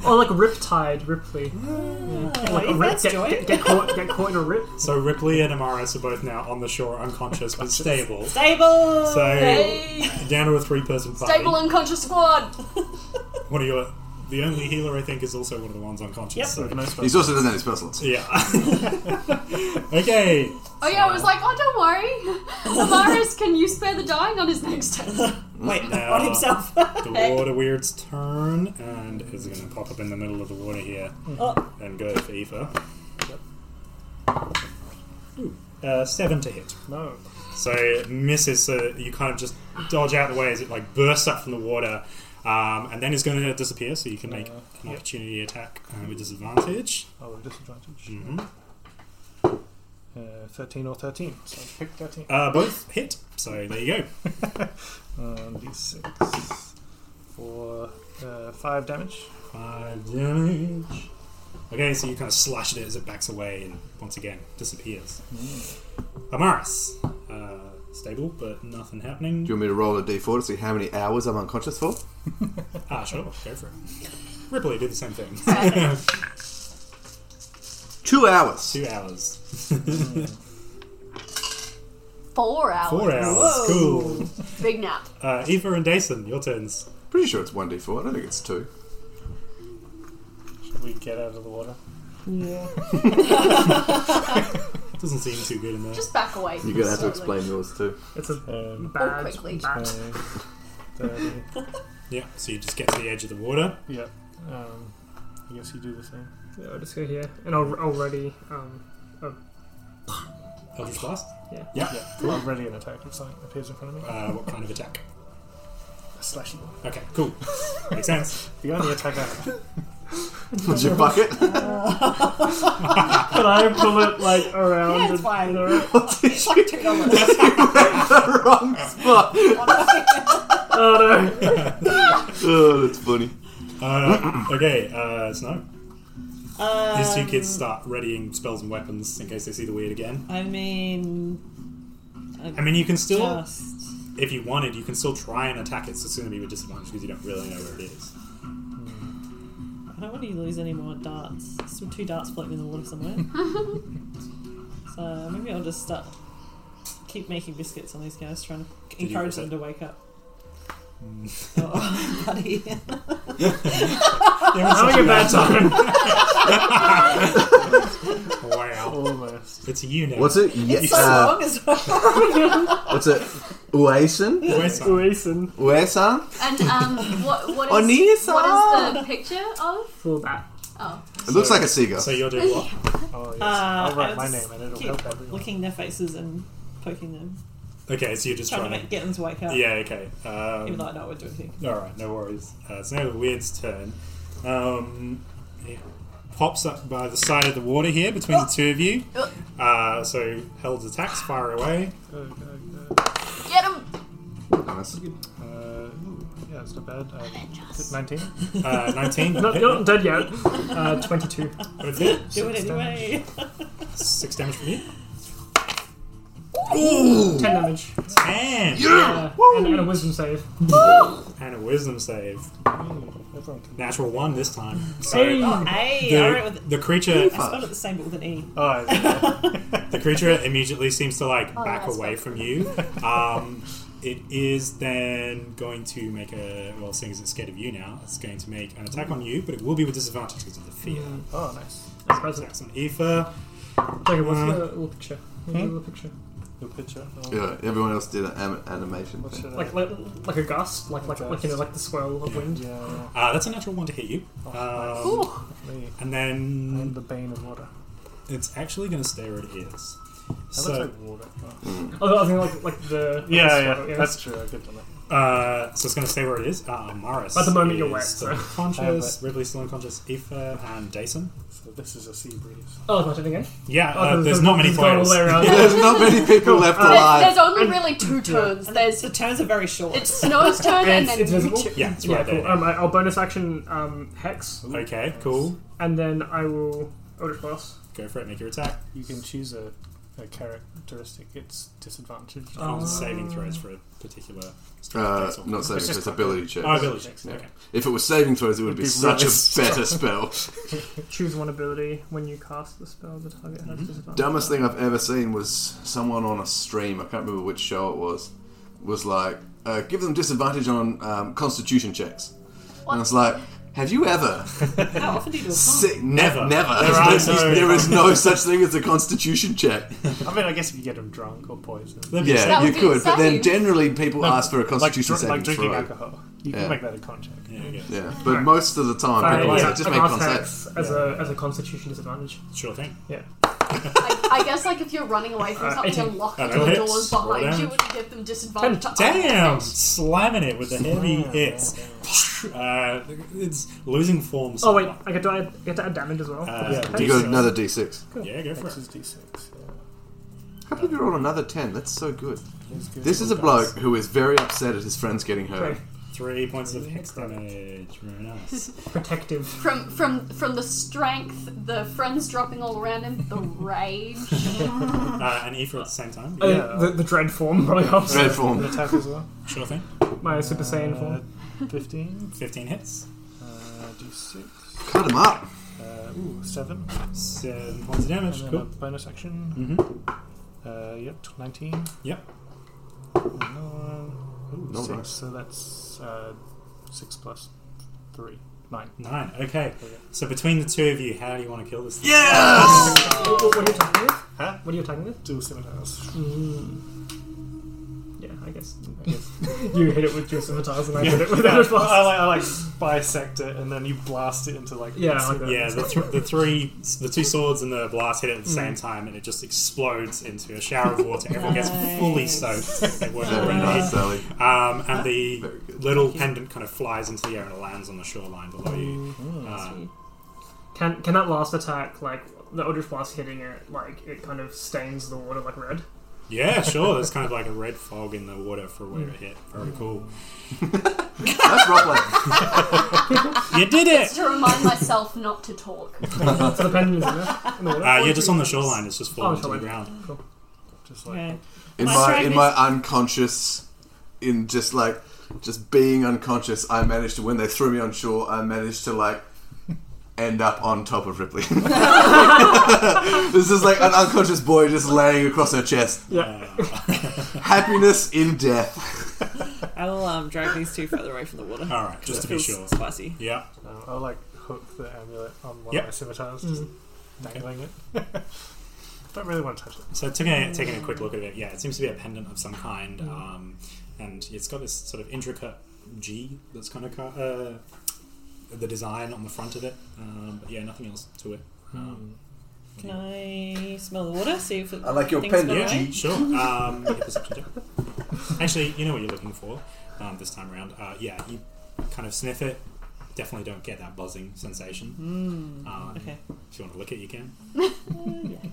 Speaker 7: Or Oh, like Riptide Ripley. Like a
Speaker 5: if
Speaker 7: rip,
Speaker 5: that's
Speaker 7: get,
Speaker 5: joy.
Speaker 7: get, get caught get caught in a rip.
Speaker 4: So Ripley and Amaris are both now on the shore, unconscious but stable.
Speaker 5: Stable.
Speaker 4: So-
Speaker 5: Yay.
Speaker 4: Down to a three-person party.
Speaker 3: Stable unconscious squad.
Speaker 4: One of your, the only healer I think is also one of the ones unconscious.
Speaker 5: Yep.
Speaker 4: So.
Speaker 6: No spell.
Speaker 2: he's also doesn't have his personal.
Speaker 4: Yeah. [laughs] okay.
Speaker 3: Oh yeah, I was like, oh don't worry, [laughs] Amaris can you spare the dying on his next turn?
Speaker 5: [laughs] Wait.
Speaker 4: No.
Speaker 5: Not himself.
Speaker 4: The water weird's turn and is going to pop up in the middle of the water here
Speaker 5: Oh.
Speaker 4: and go for Aoife. Ooh, Uh, seven to hit.
Speaker 6: No.
Speaker 4: So it misses. So you kind of just dodge out of the way as it like bursts up from the water, um, and then it's going to disappear. So you can make
Speaker 6: Uh,
Speaker 4: an
Speaker 6: yep.
Speaker 4: opportunity attack uh, with disadvantage.
Speaker 6: Oh, disadvantage.
Speaker 4: hmm
Speaker 6: Uh, thirteen or thirteen. So I pick thirteen.
Speaker 4: Uh, both hit. So there you go.
Speaker 6: Um, d6 for uh, five damage.
Speaker 4: Five damage. Okay, so you kind of slash it as it backs away and once again disappears. Amaris. Uh, stable, but nothing happening.
Speaker 2: Do you want me to roll a d4 to see how many hours I'm unconscious for?
Speaker 4: Ah, sure, go for it. Ripley, do the same thing.
Speaker 2: Two hours.
Speaker 4: Two hours.
Speaker 3: Four hours.
Speaker 4: Four hours.
Speaker 5: Whoa.
Speaker 4: Cool.
Speaker 3: Big nap.
Speaker 4: Uh, Eva and Dason, your turns.
Speaker 2: Pretty sure it's 1d4. I don't think it's two.
Speaker 6: Should we get out of the water?
Speaker 4: Doesn't seem too good in there.
Speaker 3: Just back away.
Speaker 2: You're going to have to explain yours too.
Speaker 7: It's a
Speaker 6: Um, uh,
Speaker 3: Or
Speaker 7: bad
Speaker 3: quickly.
Speaker 7: bat.
Speaker 6: 30.
Speaker 4: yeah, so you just get to the edge of the water.
Speaker 6: Yep. Um, I guess you do the same.
Speaker 7: Yeah, I'll just go here, and I'll already um
Speaker 4: Eldritch Blast.
Speaker 6: Yeah. I'm ready an attack if something appears in front of me.
Speaker 4: Uh, what kind of attack?
Speaker 6: A slashy one.
Speaker 4: Okay, cool. Makes sense.
Speaker 6: The only attack I have.
Speaker 11: What's your bucket?
Speaker 7: Can I pull it like around?
Speaker 5: Yeah, it's
Speaker 7: and-
Speaker 5: fine.
Speaker 11: It's
Speaker 5: Fuck two dollars.
Speaker 11: the wrong spot.
Speaker 7: Oh no!
Speaker 11: Oh, that's funny.
Speaker 4: Uh, okay, uh, Snow. These two
Speaker 5: Um,
Speaker 4: kids start readying spells and weapons in case they see the weird again.
Speaker 5: I mean,
Speaker 4: I mean, you can still,
Speaker 5: just
Speaker 4: if you wanted, you can still try and attack it Susunami with disadvantage because you don't really know where it
Speaker 7: [laughs]
Speaker 4: is.
Speaker 5: I don't want to lose any more darts. Some two darts floating in the water somewhere. so maybe I'll just start keep making biscuits on these guys, trying to
Speaker 4: you
Speaker 5: encourage
Speaker 4: roll
Speaker 5: them to wake up. oh, [laughs] buddy.
Speaker 4: They're [laughs] having a
Speaker 6: [laughs]
Speaker 4: bad time.
Speaker 7: Oh,
Speaker 4: wow,
Speaker 6: Almost.
Speaker 4: it's a you now.
Speaker 8: What's it? Ye-
Speaker 5: it's so
Speaker 8: uh,
Speaker 5: long as well.
Speaker 8: What's it? Uesan?
Speaker 4: Where's-
Speaker 7: Oasin.
Speaker 8: Uesan?
Speaker 3: And um, what what is
Speaker 8: Onisa!
Speaker 3: what is the picture of?
Speaker 7: Full bat.
Speaker 3: Oh,
Speaker 11: It looks like a seagull.
Speaker 4: So you're doing
Speaker 5: [laughs]
Speaker 4: what?
Speaker 6: Oh,
Speaker 5: Uh,
Speaker 6: yes. I'll
Speaker 5: I
Speaker 6: write my
Speaker 5: was
Speaker 6: name and it'll
Speaker 5: keep
Speaker 6: help everyone.
Speaker 5: Looking their faces and poking them,
Speaker 4: Okay, so you're just
Speaker 5: trying to
Speaker 4: trying
Speaker 5: make,
Speaker 4: to.
Speaker 5: get them to wake up.
Speaker 4: Yeah, okay.
Speaker 5: Even
Speaker 4: Um,
Speaker 5: though I know we're doing things.
Speaker 4: All right, no worries. Uh, it's now the weird's turn. Um, it pops up by the side of the water here between the two of
Speaker 5: [laughs]
Speaker 4: you.
Speaker 5: Oh.
Speaker 4: Uh, so held attacks fire away.
Speaker 6: Go, go,
Speaker 3: [laughs]
Speaker 6: go.
Speaker 3: get him!
Speaker 11: Nice.
Speaker 6: Uh, yeah, it's not bad. Uh,
Speaker 4: [laughs]
Speaker 6: 19?
Speaker 5: [laughs]
Speaker 4: Uh, Nineteen.
Speaker 7: Not, you're not dead yet. Uh, Twenty-two.
Speaker 4: What's it?
Speaker 5: Do it [laughs] anyway.
Speaker 4: Six damage from you.
Speaker 7: Ten damage.
Speaker 4: And
Speaker 7: Uh, and, and a wisdom save.
Speaker 4: and a wisdom save.
Speaker 6: Everyone can.
Speaker 4: Natural one this time. So
Speaker 7: Hey.
Speaker 5: hey, I wrote
Speaker 4: the,
Speaker 5: with.
Speaker 4: the creature
Speaker 5: I spelled it the same but with an E.
Speaker 6: Oh,
Speaker 4: [laughs]
Speaker 6: yeah.
Speaker 4: the creature immediately seems to like back
Speaker 3: that's
Speaker 4: away from you. Um, it is then going to make a well, seeing as it's scared of you now, it's going to make an attack on you, but it will be with disadvantage because of the fear.
Speaker 7: Mm.
Speaker 6: oh nice.
Speaker 7: That's impressive.
Speaker 4: Attacks on Aoife.
Speaker 7: Okay, what's
Speaker 4: Uh,
Speaker 7: the little picture? What's the little picture?
Speaker 6: Your picture. Oh,
Speaker 11: Yeah, everyone else did an anim- animation
Speaker 6: What
Speaker 11: thing.
Speaker 6: should I-
Speaker 7: Like, like, like a gust, like, like, like you know, like the swirl of wind.
Speaker 6: Yeah,
Speaker 4: Uh, that's a natural one to hit you.
Speaker 7: Oh,
Speaker 4: Um,
Speaker 6: me.
Speaker 4: and
Speaker 6: I'm
Speaker 4: then
Speaker 6: the bane of water.
Speaker 4: it's actually going to stay where it is.
Speaker 6: That
Speaker 4: So,
Speaker 6: looks like water. Oh.
Speaker 7: Oh, I think like like the like the swirl,
Speaker 6: That's true. I get on that.
Speaker 4: uh, so it's going to stay where it is. Uh, Maris.
Speaker 7: At the moment
Speaker 4: is
Speaker 7: you're wet,
Speaker 4: still
Speaker 7: so- [laughs]
Speaker 4: Conscious. Ridley's still unconscious. Aoife and Jason.
Speaker 6: So this is a sea breeze.
Speaker 7: Oh, it's not anything. eh?
Speaker 4: Yeah,
Speaker 7: Oh,
Speaker 4: uh, there's not many
Speaker 7: it's going
Speaker 4: players.
Speaker 7: All the way around. [laughs]
Speaker 2: [laughs]
Speaker 11: There's not many people left
Speaker 3: There's,
Speaker 11: alive.
Speaker 3: [laughs] there's only really two turns. There's
Speaker 5: The turns are very short.
Speaker 3: it's Snow's turn and
Speaker 7: And it's
Speaker 3: then
Speaker 7: invisible.
Speaker 4: Yeah, it's
Speaker 7: yeah,
Speaker 4: right
Speaker 7: cool.
Speaker 4: there.
Speaker 7: Um, I- I'll bonus action um, hex,
Speaker 4: Okay, cool.
Speaker 7: and then I will Eldritch Blast.
Speaker 4: Go for it. Make your attack.
Speaker 6: You can choose a, a characteristic. It's disadvantage.
Speaker 4: On saving throws for a particular. strength
Speaker 11: Uh,
Speaker 4: test or-
Speaker 11: not saving
Speaker 4: just-
Speaker 11: throws, ability checks.
Speaker 4: Oh, ability checks.
Speaker 11: Yeah.
Speaker 4: Okay.
Speaker 11: If it was saving throws, it would be,
Speaker 6: be
Speaker 11: such a
Speaker 6: really
Speaker 11: better spell.
Speaker 7: Choose one ability when you cast the spell. The target has disadvantage.
Speaker 11: Dumbest thing I've ever seen was someone on a stream. I can't remember which show it was. Was like, uh, give them disadvantage on um, Constitution checks. And I was like, have you
Speaker 4: [gasps]
Speaker 11: ever?
Speaker 5: How often do you do a [laughs] con?
Speaker 11: Si- never, never.
Speaker 4: There are
Speaker 11: There's [laughs]
Speaker 4: no-
Speaker 11: there is no such thing as a Constitution check.
Speaker 6: [laughs] I mean, I guess if you get them drunk or poisoned.
Speaker 4: That'd be
Speaker 11: Yeah,
Speaker 3: That
Speaker 11: you
Speaker 3: would be
Speaker 11: could, but then
Speaker 3: insane.
Speaker 11: generally people
Speaker 6: No,
Speaker 11: ask for a
Speaker 6: like,
Speaker 11: Constitution
Speaker 6: drink- like
Speaker 11: saving
Speaker 6: drinking
Speaker 11: throw.
Speaker 6: alcohol. You
Speaker 11: Yeah.
Speaker 6: can make that a contract.
Speaker 4: Yeah, yeah.
Speaker 11: Yeah, but most of the time
Speaker 7: Sorry,
Speaker 11: people are
Speaker 7: yeah,
Speaker 11: like, just
Speaker 7: I
Speaker 11: make
Speaker 7: cast
Speaker 11: contact.
Speaker 7: hex as a as a Constitution disadvantage.
Speaker 4: Sure thing.
Speaker 7: Yeah.
Speaker 3: I, I guess like if you're running away from
Speaker 7: Uh,
Speaker 3: something and
Speaker 7: eighteen.
Speaker 3: lock
Speaker 4: Uh,
Speaker 3: the
Speaker 4: no hits.
Speaker 3: doors
Speaker 4: Roll
Speaker 3: behind you
Speaker 4: damage.
Speaker 3: and give them disadvantage. to
Speaker 4: Damn!
Speaker 3: others.
Speaker 4: Slamming it with the heavy hits. Uh, it's losing form.
Speaker 7: Oh wait,
Speaker 4: somewhat.
Speaker 7: I get to add, I get to add damage as well.
Speaker 4: Uh,
Speaker 7: That's
Speaker 4: yeah.
Speaker 7: okay.
Speaker 11: You got another d6.
Speaker 4: Yeah, go for
Speaker 6: This
Speaker 4: it.
Speaker 6: is d6. Yeah.
Speaker 11: I can't believe you rolled another 10. That's so good.
Speaker 6: It's good.
Speaker 11: This is a bloke who is very upset at his friends getting hurt.
Speaker 7: Okay.
Speaker 4: Three points of hex damage. Very [laughs] nice.
Speaker 7: protective.
Speaker 3: From from from the strength, the friends dropping all around him, the rage.
Speaker 4: Uh, and E for at the same time.
Speaker 7: Uh,
Speaker 4: Yeah,
Speaker 7: the, the dread form [laughs] probably helps.
Speaker 11: Red
Speaker 6: An
Speaker 11: form.
Speaker 6: attack
Speaker 11: [laughs]
Speaker 6: as well.
Speaker 4: sure thing.
Speaker 7: My Super Saiyan form.
Speaker 6: Uh, 15.
Speaker 4: 15 hits.
Speaker 6: Uh, d6.
Speaker 11: Cut him up.
Speaker 6: Uh, ooh, 7.
Speaker 4: Seven points of
Speaker 6: And
Speaker 4: damage.
Speaker 6: then a
Speaker 4: Cool.
Speaker 6: bonus action.
Speaker 4: hmm
Speaker 6: Uh, yep, tw- 19.
Speaker 4: Yep.
Speaker 6: Another one. Ooh,
Speaker 11: Not
Speaker 6: six,
Speaker 11: nice.
Speaker 6: So that's uh, 6 plus 3. 9.
Speaker 4: Nine. Okay. So between the two of you, how do you want to kill this thing?
Speaker 11: Yes!
Speaker 7: What, what are you attacking with?
Speaker 6: Huh?
Speaker 7: What are you attacking with?
Speaker 6: Dual scimitars.
Speaker 7: Yeah, I guess.
Speaker 6: I guess.
Speaker 7: You hit it with your scimitars and I hit it with
Speaker 6: I, [laughs]
Speaker 7: Eldritch
Speaker 6: I
Speaker 7: Blast.
Speaker 6: like, I like bisect it and then you blast it into like.
Speaker 7: Yeah, I like that.
Speaker 4: Yeah, the, th- the three, the two swords and the blast hit it at the same time, and it just explodes into a shower of water. Everyone gets fully soaked. They work
Speaker 11: Very [laughs]
Speaker 4: around
Speaker 11: nice,
Speaker 4: it.
Speaker 11: Sally.
Speaker 4: Um, and the
Speaker 11: Very good. Oh,
Speaker 4: little pendant kind of flies into the air and lands on the shoreline below you. Uh,
Speaker 7: Can can that last attack like the Eldritch Blast hitting it like it kind of stains the water like red?
Speaker 4: Yeah, sure. There's kind of like a red fog in the water for where it hit. Very cool.
Speaker 11: That's Rob
Speaker 4: You did it!
Speaker 3: [laughs] Just to remind myself not to talk.
Speaker 7: So the pendulum's in there. In the water.
Speaker 4: Uh, yeah, just on the shoreline. It's just falling to the
Speaker 7: shoreline.
Speaker 4: ground.
Speaker 6: Just like
Speaker 5: Okay.
Speaker 11: In
Speaker 5: My
Speaker 11: my
Speaker 5: strength
Speaker 11: in
Speaker 5: is-
Speaker 11: my unconscious, in just like just being unconscious, I managed to when they threw me on shore, I managed to like end up on top of Ripley. [laughs] this is like an unconscious boy just laying across her chest.
Speaker 4: Yeah.
Speaker 11: Happiness in death.
Speaker 5: I'll um, drag these two further away from the water.
Speaker 4: All right, just to be
Speaker 5: Feels
Speaker 4: sure.
Speaker 5: Spicy.
Speaker 4: Yeah.
Speaker 6: um, I'll like hook the amulet on one
Speaker 4: Yep.
Speaker 6: of my scimitars, just dangling it. [laughs] Don't really want to touch it.
Speaker 4: So taking a, taking a quick look at it, yeah, it seems to be a pendant of some kind,
Speaker 5: Mm.
Speaker 4: um, and it's got this sort of intricate G that's kind of cut, uh, the design on the front of it. Um, but yeah, nothing else to it.
Speaker 5: Mm.
Speaker 4: Um,
Speaker 5: Can I smell the water? See if it
Speaker 11: I like your
Speaker 5: things smell
Speaker 11: pendant,
Speaker 5: right?
Speaker 4: yeah,
Speaker 5: [laughs]
Speaker 4: sure. Um, yeah, perception check. Actually, you know what you're looking for um, this time around. Uh, yeah, you kind of sniff it. Definitely don't get that buzzing sensation. Um,
Speaker 5: Mm. Okay.
Speaker 4: If you want to lick it, you
Speaker 5: [laughs]
Speaker 4: can.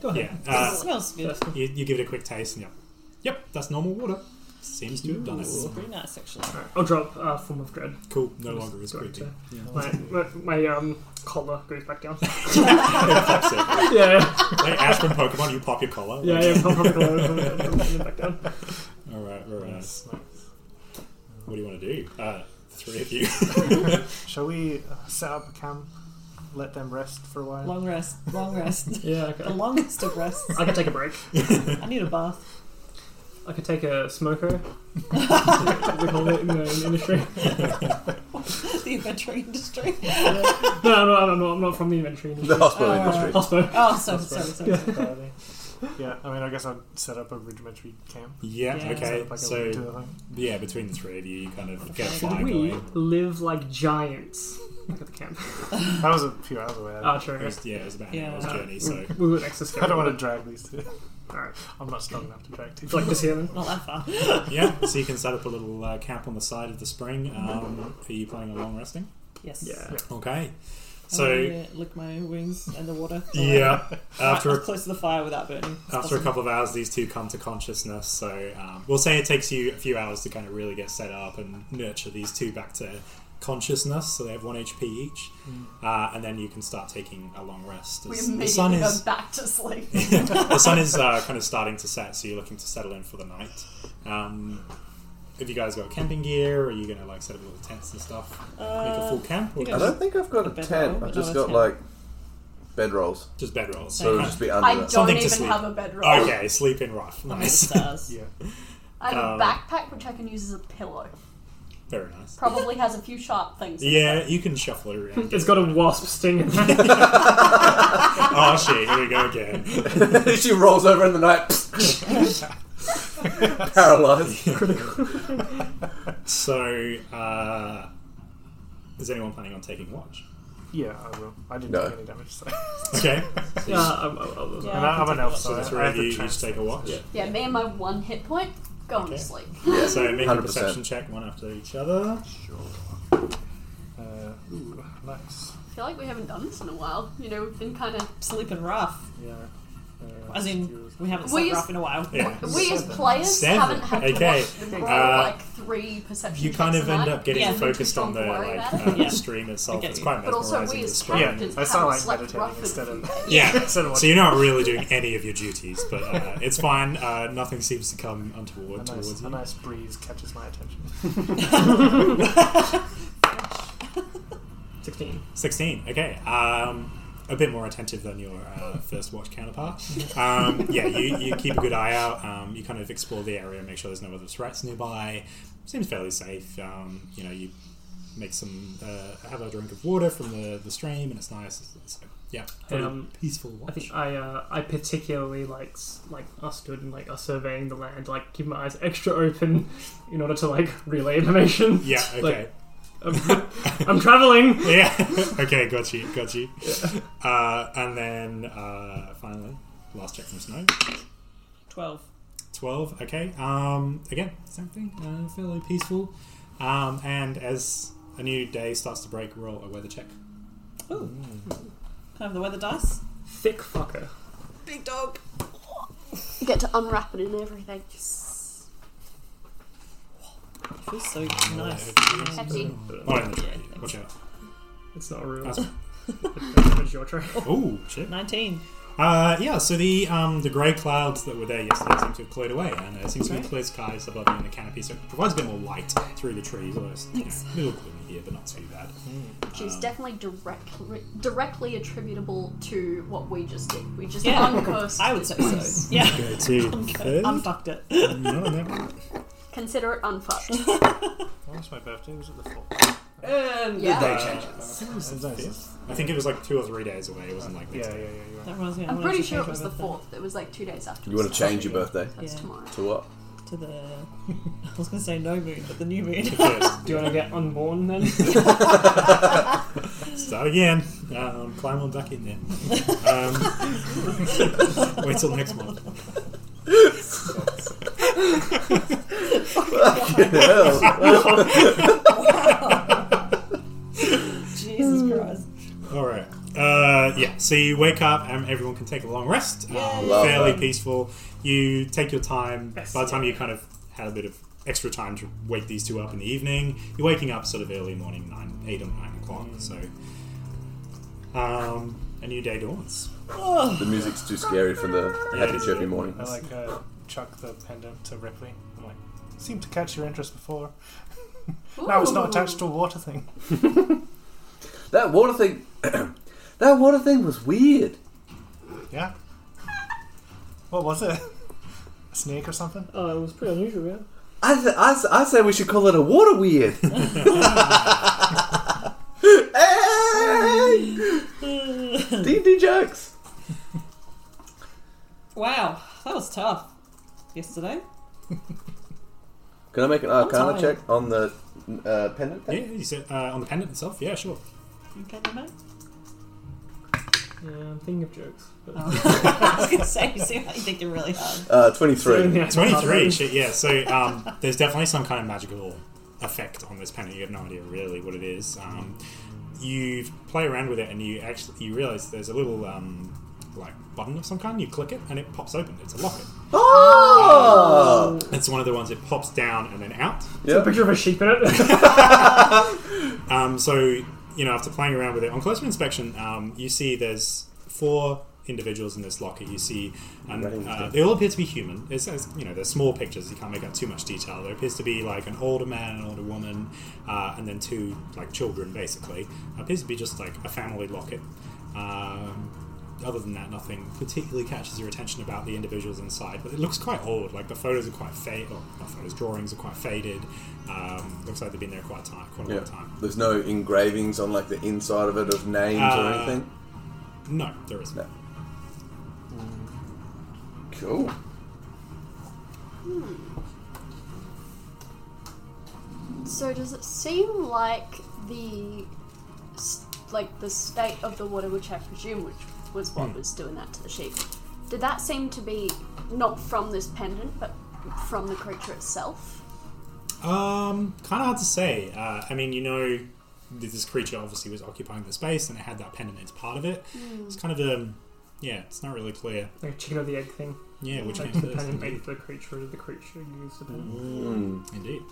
Speaker 5: Go
Speaker 4: Yeah.
Speaker 5: it
Speaker 4: Uh,
Speaker 5: smells good.
Speaker 4: you, you give it a quick taste, and yep, yep, that's normal water. Seems to have done
Speaker 5: It's
Speaker 4: it.
Speaker 5: pretty nice, actually.
Speaker 7: I'll drop uh, form of dread.
Speaker 4: Cool. No longer is
Speaker 7: Sorry,
Speaker 4: creepy.
Speaker 7: sorry.
Speaker 4: [laughs] Yeah.
Speaker 7: My, my, my um, collar goes back down. [laughs]
Speaker 4: That's it.
Speaker 7: yeah,
Speaker 4: Like Ash from Pokemon, you pop your collar.
Speaker 7: yeah, yeah. Pop, pop, collar back down.
Speaker 4: All right. All right. What do you want to do? Uh, three of you. [laughs]
Speaker 6: Shall we uh, set up a camp? Let them rest for a while.
Speaker 5: Long rest. Long rest. [laughs]
Speaker 7: Yeah,
Speaker 5: the
Speaker 7: okay.
Speaker 5: longest of rests.
Speaker 7: I can take a break.
Speaker 5: I need a bath. [laughs]
Speaker 7: I could take a smoker. we call it in the, in the industry.
Speaker 5: the adventuring industry.
Speaker 7: No, no, I'm not, I'm not from the inventory.
Speaker 11: The
Speaker 7: [laughs]
Speaker 11: hospital
Speaker 5: Alright.
Speaker 11: industry.
Speaker 7: Hospital.
Speaker 5: Oh, sorry, sorry, sorry. [laughs]
Speaker 6: yeah, I mean, I guess I'd set up a rudimentary camp.
Speaker 4: yeah.
Speaker 5: Yeah.
Speaker 4: Okay.
Speaker 6: Like a
Speaker 4: So
Speaker 6: winter thing.
Speaker 4: yeah, between the three of you, you kind of get a
Speaker 5: Should
Speaker 4: fire
Speaker 7: We
Speaker 4: going.
Speaker 7: live like giants. Look at the camp.
Speaker 6: that was a few hours away. I,
Speaker 7: Ah, true.
Speaker 4: It was, yeah, it was about an
Speaker 5: Yeah.
Speaker 4: hour's journey. [laughs] So
Speaker 7: We were next to
Speaker 6: I don't want to drag these two. [laughs]
Speaker 7: Alright.
Speaker 6: I'm not strong enough to drag two.
Speaker 7: [laughs]
Speaker 6: [laughs]
Speaker 7: Like this here then.
Speaker 5: Not that far.
Speaker 4: yeah, so you can set up a little uh, camp on the side of the spring. Um, are you playing a long resting?
Speaker 5: Yes.
Speaker 7: Yeah.
Speaker 4: Okay.
Speaker 5: I'm
Speaker 4: So
Speaker 5: gonna lick my wings and the water.
Speaker 4: Oh, [laughs] yeah,
Speaker 5: After
Speaker 4: after a
Speaker 5: close to the fire without burning. It's
Speaker 4: after a
Speaker 5: possible.
Speaker 4: couple of hours, these two come to consciousness. So um, we'll say it takes you a few hours to kind of really get set up and nurture these two back to consciousness. So they have one HP each, uh, and then you can start taking a long rest.
Speaker 3: We
Speaker 4: as
Speaker 3: immediately
Speaker 4: the sun [laughs]
Speaker 3: go
Speaker 4: is
Speaker 3: back to sleep.
Speaker 4: the sun is uh, kind of starting to set, so you're looking to settle in for the night. Um, have you guys got camping gear? Are you going to like set up little tents and stuff? Make a
Speaker 5: Uh,
Speaker 4: full camp, or
Speaker 5: I think
Speaker 4: just,
Speaker 5: I
Speaker 11: I don't think I've got a
Speaker 5: Bedroll,
Speaker 11: tent. I've
Speaker 5: but
Speaker 11: just
Speaker 5: not a
Speaker 11: got like
Speaker 5: tent.
Speaker 11: bedrolls,
Speaker 4: just bedrolls?
Speaker 11: so it'll just be
Speaker 3: I
Speaker 11: under.
Speaker 3: don't
Speaker 11: that.
Speaker 4: Something to
Speaker 3: even
Speaker 4: sleep.
Speaker 3: have a bedroll.
Speaker 4: okay, sleep in rough. [laughs]
Speaker 5: Under the
Speaker 4: Nice,
Speaker 5: stars.
Speaker 3: I have
Speaker 4: Um,
Speaker 3: a backpack which I can use as a pillow.
Speaker 4: very nice.
Speaker 3: Probably has a few sharp things. in
Speaker 4: Yeah, you can shuffle it
Speaker 7: [laughs]
Speaker 4: around.
Speaker 7: It's got a wasp sting in it.
Speaker 4: oh shit! Here we go again.
Speaker 11: she rolls over in the night,
Speaker 8: [laughs]
Speaker 11: paralyzed.
Speaker 4: So, uh, is anyone planning on taking watch?
Speaker 6: [laughs] Yeah, I will. I didn't
Speaker 11: No.
Speaker 6: take any damage,
Speaker 7: [laughs]
Speaker 6: so.
Speaker 4: Okay,
Speaker 7: yeah, I'm, I'm, I'm,
Speaker 5: Yeah,
Speaker 6: and
Speaker 5: I
Speaker 6: I,
Speaker 5: can
Speaker 6: I'm an
Speaker 5: take
Speaker 6: elf,
Speaker 5: that.
Speaker 6: so
Speaker 4: so the
Speaker 6: I
Speaker 4: three
Speaker 6: have
Speaker 4: of
Speaker 6: to
Speaker 4: you each
Speaker 6: trans-
Speaker 4: take a watch.
Speaker 3: Yeah, me and my one hit point going
Speaker 4: Okay.
Speaker 3: to sleep.
Speaker 4: So make a
Speaker 11: 100%.
Speaker 4: perception check, one after each other.
Speaker 6: Uh, ooh, nice.
Speaker 3: I [laughs] feel like we haven't done this in a while. You know, we've been kind of.
Speaker 5: Sleeping rough.
Speaker 6: Yeah. Uh,
Speaker 5: As in, we haven't
Speaker 3: We
Speaker 5: slept
Speaker 3: used-
Speaker 5: rough in a while.
Speaker 4: Yeah.
Speaker 3: We as players
Speaker 4: Seven.
Speaker 3: haven't had to
Speaker 4: Okay.
Speaker 3: watch them roll
Speaker 4: Uh,
Speaker 3: like three perception
Speaker 4: You kind
Speaker 3: checks
Speaker 4: of
Speaker 3: a
Speaker 4: end
Speaker 3: night.
Speaker 4: up getting
Speaker 5: Yeah.
Speaker 4: focused on the
Speaker 3: Don't worry
Speaker 4: like
Speaker 3: about
Speaker 4: uh,
Speaker 5: it. Yeah.
Speaker 4: stream itself.
Speaker 5: Okay.
Speaker 4: It's quite
Speaker 3: But also, we
Speaker 4: mesmerizing.
Speaker 3: as
Speaker 4: the
Speaker 6: yeah,
Speaker 3: captains
Speaker 6: I
Speaker 3: haven't
Speaker 6: sound like
Speaker 3: slept
Speaker 6: meditating
Speaker 3: rough in
Speaker 6: instead
Speaker 3: a
Speaker 6: of.
Speaker 3: few
Speaker 6: [laughs]
Speaker 3: days.
Speaker 4: Yeah.
Speaker 6: Instead of
Speaker 4: So you're not really doing any of your duties, but uh, it's fine. Uh, nothing seems to come untoward
Speaker 6: A
Speaker 4: towards
Speaker 6: nice,
Speaker 4: you.
Speaker 6: a nice breeze catches my attention.
Speaker 4: [laughs]
Speaker 6: [laughs]
Speaker 7: 16.
Speaker 4: 16 okay um, a bit more attentive than your uh, first watch counterpart um, yeah you, you keep a good eye out um, you kind of explore the area make sure there's no other threats nearby seems fairly safe um, you know you make some uh, have a drink of water from the, the stream and it's nice so, yeah very
Speaker 7: Um,
Speaker 4: peaceful
Speaker 7: I
Speaker 4: watch
Speaker 7: think I uh, I particularly like s- like us good and like us surveying the land, like keep my eyes extra open in order to like
Speaker 6: [laughs]
Speaker 7: relay information. [laughs]
Speaker 4: yeah okay
Speaker 7: like- I'm, I'm traveling.
Speaker 4: [laughs] yeah okay got you got
Speaker 7: [laughs]
Speaker 4: you uh, and then uh, finally last check from snow
Speaker 5: [laughs] Twelve.
Speaker 4: 12 okay um again same thing uh, fairly peaceful um and as a new day starts to break roll a weather check
Speaker 5: Ooh. Can I have the weather dice?
Speaker 7: Thick fucker.
Speaker 5: Big dog.
Speaker 3: You get to unwrap it and everything.
Speaker 5: It feels so nice.
Speaker 3: Pepsi.
Speaker 4: Alright, watch out.
Speaker 7: It's not real.
Speaker 4: That's
Speaker 7: It's your
Speaker 6: [laughs]
Speaker 7: tray.
Speaker 4: Oh, shit.
Speaker 5: 19.
Speaker 4: Uh, yeah, so the um, the grey clouds that were there yesterday seem to have cleared away, and there seems to be
Speaker 5: Okay.
Speaker 4: clear skies above you in the canopy, so it provides a bit more light through the trees. Although it's you know, a little gloomy here, but not too bad.
Speaker 3: Which
Speaker 4: Um,
Speaker 3: is definitely directly directly attributable to what we just did. We just
Speaker 5: Yeah.
Speaker 4: [laughs]
Speaker 3: uncursed.
Speaker 5: I would say so. Yeah.
Speaker 4: Go
Speaker 5: [laughs]
Speaker 4: to third.
Speaker 5: Unfucked it.
Speaker 4: No, no.
Speaker 3: Consider it unfucked.
Speaker 4: [laughs]
Speaker 6: Last my birthday was at the fourth.
Speaker 3: Um,
Speaker 4: Uh,
Speaker 3: Yeah.
Speaker 2: They change it.
Speaker 4: I think it was like two or three days away. It wasn't like
Speaker 6: Yeah,
Speaker 4: next
Speaker 6: yeah,
Speaker 4: day.
Speaker 6: yeah. You're right.
Speaker 5: That reminds me. I
Speaker 3: I'm
Speaker 5: wanted
Speaker 3: pretty
Speaker 5: to
Speaker 3: sure
Speaker 5: change
Speaker 3: it was
Speaker 5: my
Speaker 3: the
Speaker 5: birthday.
Speaker 3: fourth. It was like two days after.
Speaker 2: You want to change your birthday
Speaker 3: That's
Speaker 5: Yeah.
Speaker 3: tomorrow.
Speaker 2: to what?
Speaker 5: To the. I was going to say no moon, but the new
Speaker 4: [laughs]
Speaker 5: moon.
Speaker 4: First,
Speaker 7: Do you want to get unborn
Speaker 6: [laughs]
Speaker 7: then?
Speaker 4: start again. Um, climb on back in there. Um, wait till next month.
Speaker 5: Jesus Christ.
Speaker 4: All right. Uh, yeah. So you wake up and everyone can take a long rest. Um,
Speaker 2: Love
Speaker 4: fairly
Speaker 2: that.
Speaker 4: peaceful. You take your time.
Speaker 7: Yes.
Speaker 4: By the time you kind of had a bit of extra time to wake these two up in the evening, you're waking up sort of early morning, nine, eight or nine o'clock. So, um, a new day dawns.
Speaker 2: The music's too scary for the
Speaker 4: Yeah, it
Speaker 2: happy
Speaker 4: is.
Speaker 2: chirpy morning.
Speaker 6: I like uh, chuck the pendant to Ripley. I'm like, seemed to catch your interest before. [laughs] now it's not attached to a water thing.
Speaker 2: That water thing. [clears throat] that water thing was weird.
Speaker 6: Yeah. What was it? A snake or something?
Speaker 7: oh, it was pretty unusual, yeah.
Speaker 2: I, th- I, s- I say we should call it a water weird. hey! D&D jokes.
Speaker 5: Wow. That was tough. Yesterday.
Speaker 2: Can I make an
Speaker 5: tired.
Speaker 2: arcana check on the uh, pendant
Speaker 4: Yeah.
Speaker 2: thing?
Speaker 4: You said uh, on the pendant itself. Yeah. Sure.
Speaker 5: You get the moon?
Speaker 7: Yeah, I'm thinking of jokes. But
Speaker 5: Oh. [laughs] I was going to say, you seem like you're thinking really hard.
Speaker 2: Uh, 23.
Speaker 7: [laughs] Yeah,
Speaker 4: Twenty-three. Shit. Yeah. So um, there's definitely some kind of magical effect on this pendant. You have no idea really what it is. Um, you play around with it and you actually you realize there's a little um, like button of some kind. You click it and it pops open. It's a locket.
Speaker 2: Oh!
Speaker 4: It's one of the ones that pops down and then out.
Speaker 7: A picture of a sheep in it. [laughs]
Speaker 4: Um, so, you know, after playing around with it, on closer inspection, um, you see there's four individuals in this locker. You see, and uh, they all appear to be human. It's, it's, you know, they're small pictures. You can't make out too much detail. There appears to be like an older man, an older woman, uh, and then two like children. Basically, appears to be just like a family locket. Um, other than that, nothing particularly catches your attention about the individuals inside. But it looks quite old. Like the photos are quite faded. Or not photos, drawings are quite faded. Um, looks like they've been there quite a time, quite a
Speaker 2: Yeah.
Speaker 4: long time.
Speaker 2: There's no engravings on like the inside of it of names or
Speaker 4: Uh,
Speaker 2: anything.
Speaker 4: No, there isn't.
Speaker 2: No. Cool.
Speaker 3: So does it seem like the s- like the state of the water, which I presume which was what
Speaker 4: Hmm.
Speaker 3: was doing that to the sheep? Did that seem to be not from this pendant, but from the creature itself?
Speaker 4: Um, kind of hard to say. Uh, I mean, you know, that this creature obviously was occupying the space, and it had that pendant as part of it. It's kind of um, yeah, it's not really clear.
Speaker 7: like a chicken or the egg thing.
Speaker 4: Yeah, which
Speaker 7: Like
Speaker 4: came
Speaker 7: the
Speaker 4: first?
Speaker 7: pendant
Speaker 4: Indeed.
Speaker 7: made for the creature, the creature used the pendant.
Speaker 2: Mm.
Speaker 4: Indeed.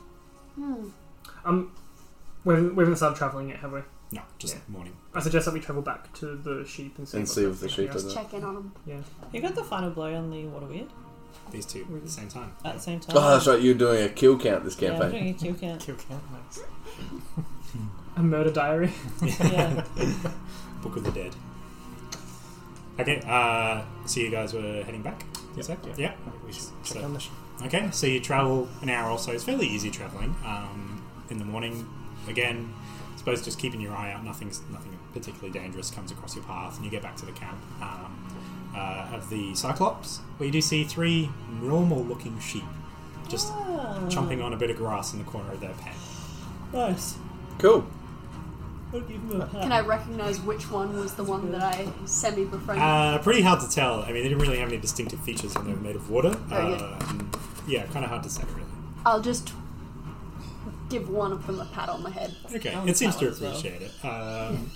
Speaker 7: Um, we haven't, we haven't started travelling yet, have we?
Speaker 4: No, just
Speaker 7: Yeah.
Speaker 4: morning.
Speaker 7: I suggest that we travel back to the sheep and see,
Speaker 2: And
Speaker 7: what
Speaker 2: see if the
Speaker 7: happens
Speaker 2: sheep
Speaker 7: next.
Speaker 2: does it.
Speaker 3: Check in on them.
Speaker 7: Yeah.
Speaker 5: You got the final blow on the water weird
Speaker 4: These two at the same time.
Speaker 5: at the same time.
Speaker 2: Oh, that's right. You're doing a kill count this
Speaker 5: Yeah, I'm
Speaker 2: campaign.
Speaker 5: doing a kill count.
Speaker 6: Kill cat, nice.
Speaker 7: A murder diary.
Speaker 5: [laughs]
Speaker 7: [laughs]
Speaker 5: Yeah.
Speaker 4: Book of the Dead. Okay, uh, so you guys were heading back? Is that? Yeah.
Speaker 6: We should
Speaker 4: So-
Speaker 6: check on the sheep.
Speaker 4: Okay, so you travel an hour or so. It's fairly easy traveling. Um, in the morning, again, I suppose just keeping your eye out. Nothing's nothing particularly dangerous comes across your path, and you get back to the camp um, uh, of the Cyclops, where you do see three normal-looking sheep just chomping on a bit of grass in the corner of their pen.
Speaker 5: Nice.
Speaker 2: Cool.
Speaker 5: I'll give him a pat.
Speaker 3: Can I recognise which one was the one that I semi befriended?
Speaker 4: Uh, pretty hard to tell. I mean, they didn't really have any distinctive features when they were made of water.
Speaker 3: Very good.
Speaker 4: Uh, and yeah, kind of hard to say, really.
Speaker 3: I'll just give one of them a pat on the head.
Speaker 4: Okay, [laughs]
Speaker 5: Oh,
Speaker 4: it seems
Speaker 5: that
Speaker 4: to
Speaker 5: one as well.
Speaker 4: appreciate it. Um,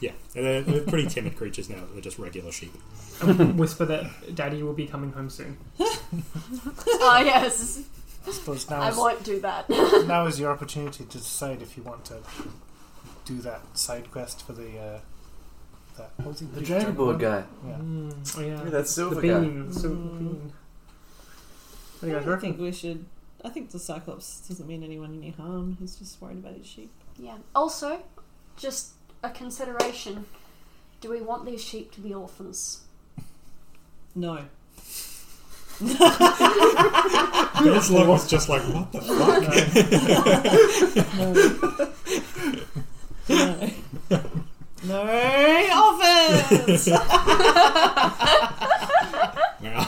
Speaker 4: Yeah, they're, they're pretty timid creatures now. They're just regular
Speaker 5: [laughs]
Speaker 4: sheep.
Speaker 7: And whisper that Daddy will be coming home soon.
Speaker 3: oh yes,
Speaker 6: I suppose now
Speaker 3: I
Speaker 6: is,
Speaker 3: won't
Speaker 4: [laughs]
Speaker 3: do that.
Speaker 6: [laughs] now is your opportunity to decide if you want to do that side quest for the. Uh, that, what was he,
Speaker 8: The dragon board guy.
Speaker 6: Yeah.
Speaker 7: Oh yeah,
Speaker 2: Yeah,
Speaker 7: the
Speaker 2: that's silver guy.
Speaker 7: bean. So bean. What do you
Speaker 5: Mm. I
Speaker 7: guys
Speaker 5: don't
Speaker 7: reckon?
Speaker 5: think we should. I think the Cyclops doesn't mean anyone any harm. He's just worried about his sheep.
Speaker 3: Yeah. Also, just a consideration: do we want these sheep to be orphans?
Speaker 5: [laughs] No.
Speaker 4: This look was just like, what the fuck?
Speaker 5: No. no offense!
Speaker 4: [laughs] Wow.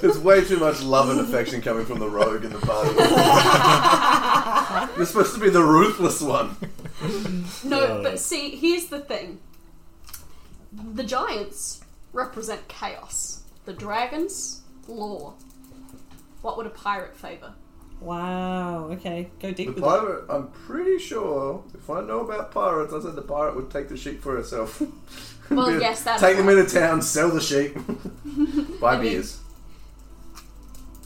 Speaker 2: There's way too much love and affection coming from the rogue in the party. You're supposed to be the ruthless one.
Speaker 3: No,
Speaker 4: Yeah.
Speaker 3: but see, here's the thing: the giants represent chaos. The dragons, law. What would a pirate favour?
Speaker 5: wow, okay. Go deep
Speaker 2: The
Speaker 5: with it.
Speaker 2: pirate, I'm pretty sure, if I know about pirates, I said the pirate would take the sheep for herself. [laughs]
Speaker 3: Well,
Speaker 2: Yeah.
Speaker 3: yes, that's
Speaker 2: Take them
Speaker 3: right.
Speaker 2: into town, sell the
Speaker 3: [laughs]
Speaker 2: sheep, buy
Speaker 3: I mean-
Speaker 2: beers.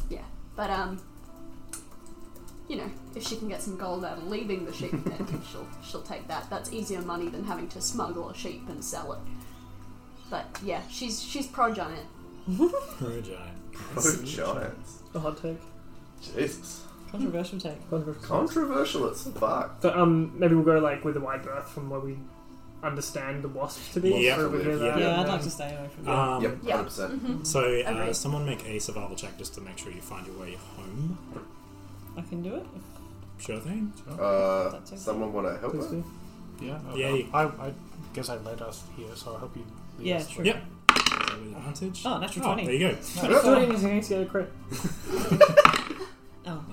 Speaker 3: Yeah, but um, you know, if she can get some gold out of leaving the sheep, then she'll she'll take that. That's easier money than having to smuggle a sheep and sell it. But yeah, she's she's pro giant.
Speaker 4: Pro giant.
Speaker 2: Oh, giants.
Speaker 7: The hot take.
Speaker 2: Jesus.
Speaker 5: Controversial take.
Speaker 2: Controversial as fuck.
Speaker 7: But um, maybe we'll go like with a wide berth from where we understand the wasp to be.
Speaker 4: Yeah.
Speaker 7: Or we do
Speaker 4: Yeah.
Speaker 7: that,
Speaker 5: Yeah, Uh, I'd
Speaker 7: and
Speaker 5: like
Speaker 7: then-
Speaker 5: to stay away from that.
Speaker 4: Um,
Speaker 2: Yep,
Speaker 3: Yeah.
Speaker 2: 100%.
Speaker 4: So, uh,
Speaker 3: Agreed.
Speaker 4: someone make a survival check just to make sure you find your way home.
Speaker 5: I can do it.
Speaker 4: Sure thing.
Speaker 2: Uh,
Speaker 5: That's okay.
Speaker 2: someone want to help
Speaker 6: Please
Speaker 2: us?
Speaker 6: do. Yeah. oh,
Speaker 4: Yeah, you-
Speaker 6: I, I guess I led us here, so I hope you. lead
Speaker 5: Yeah,
Speaker 6: us
Speaker 5: true.
Speaker 4: Yep. So with advantage.
Speaker 5: Oh, natural
Speaker 4: Oh,
Speaker 5: 20.
Speaker 4: there you go.
Speaker 7: But still didn't use an to get a [laughs] crit.
Speaker 5: Oh.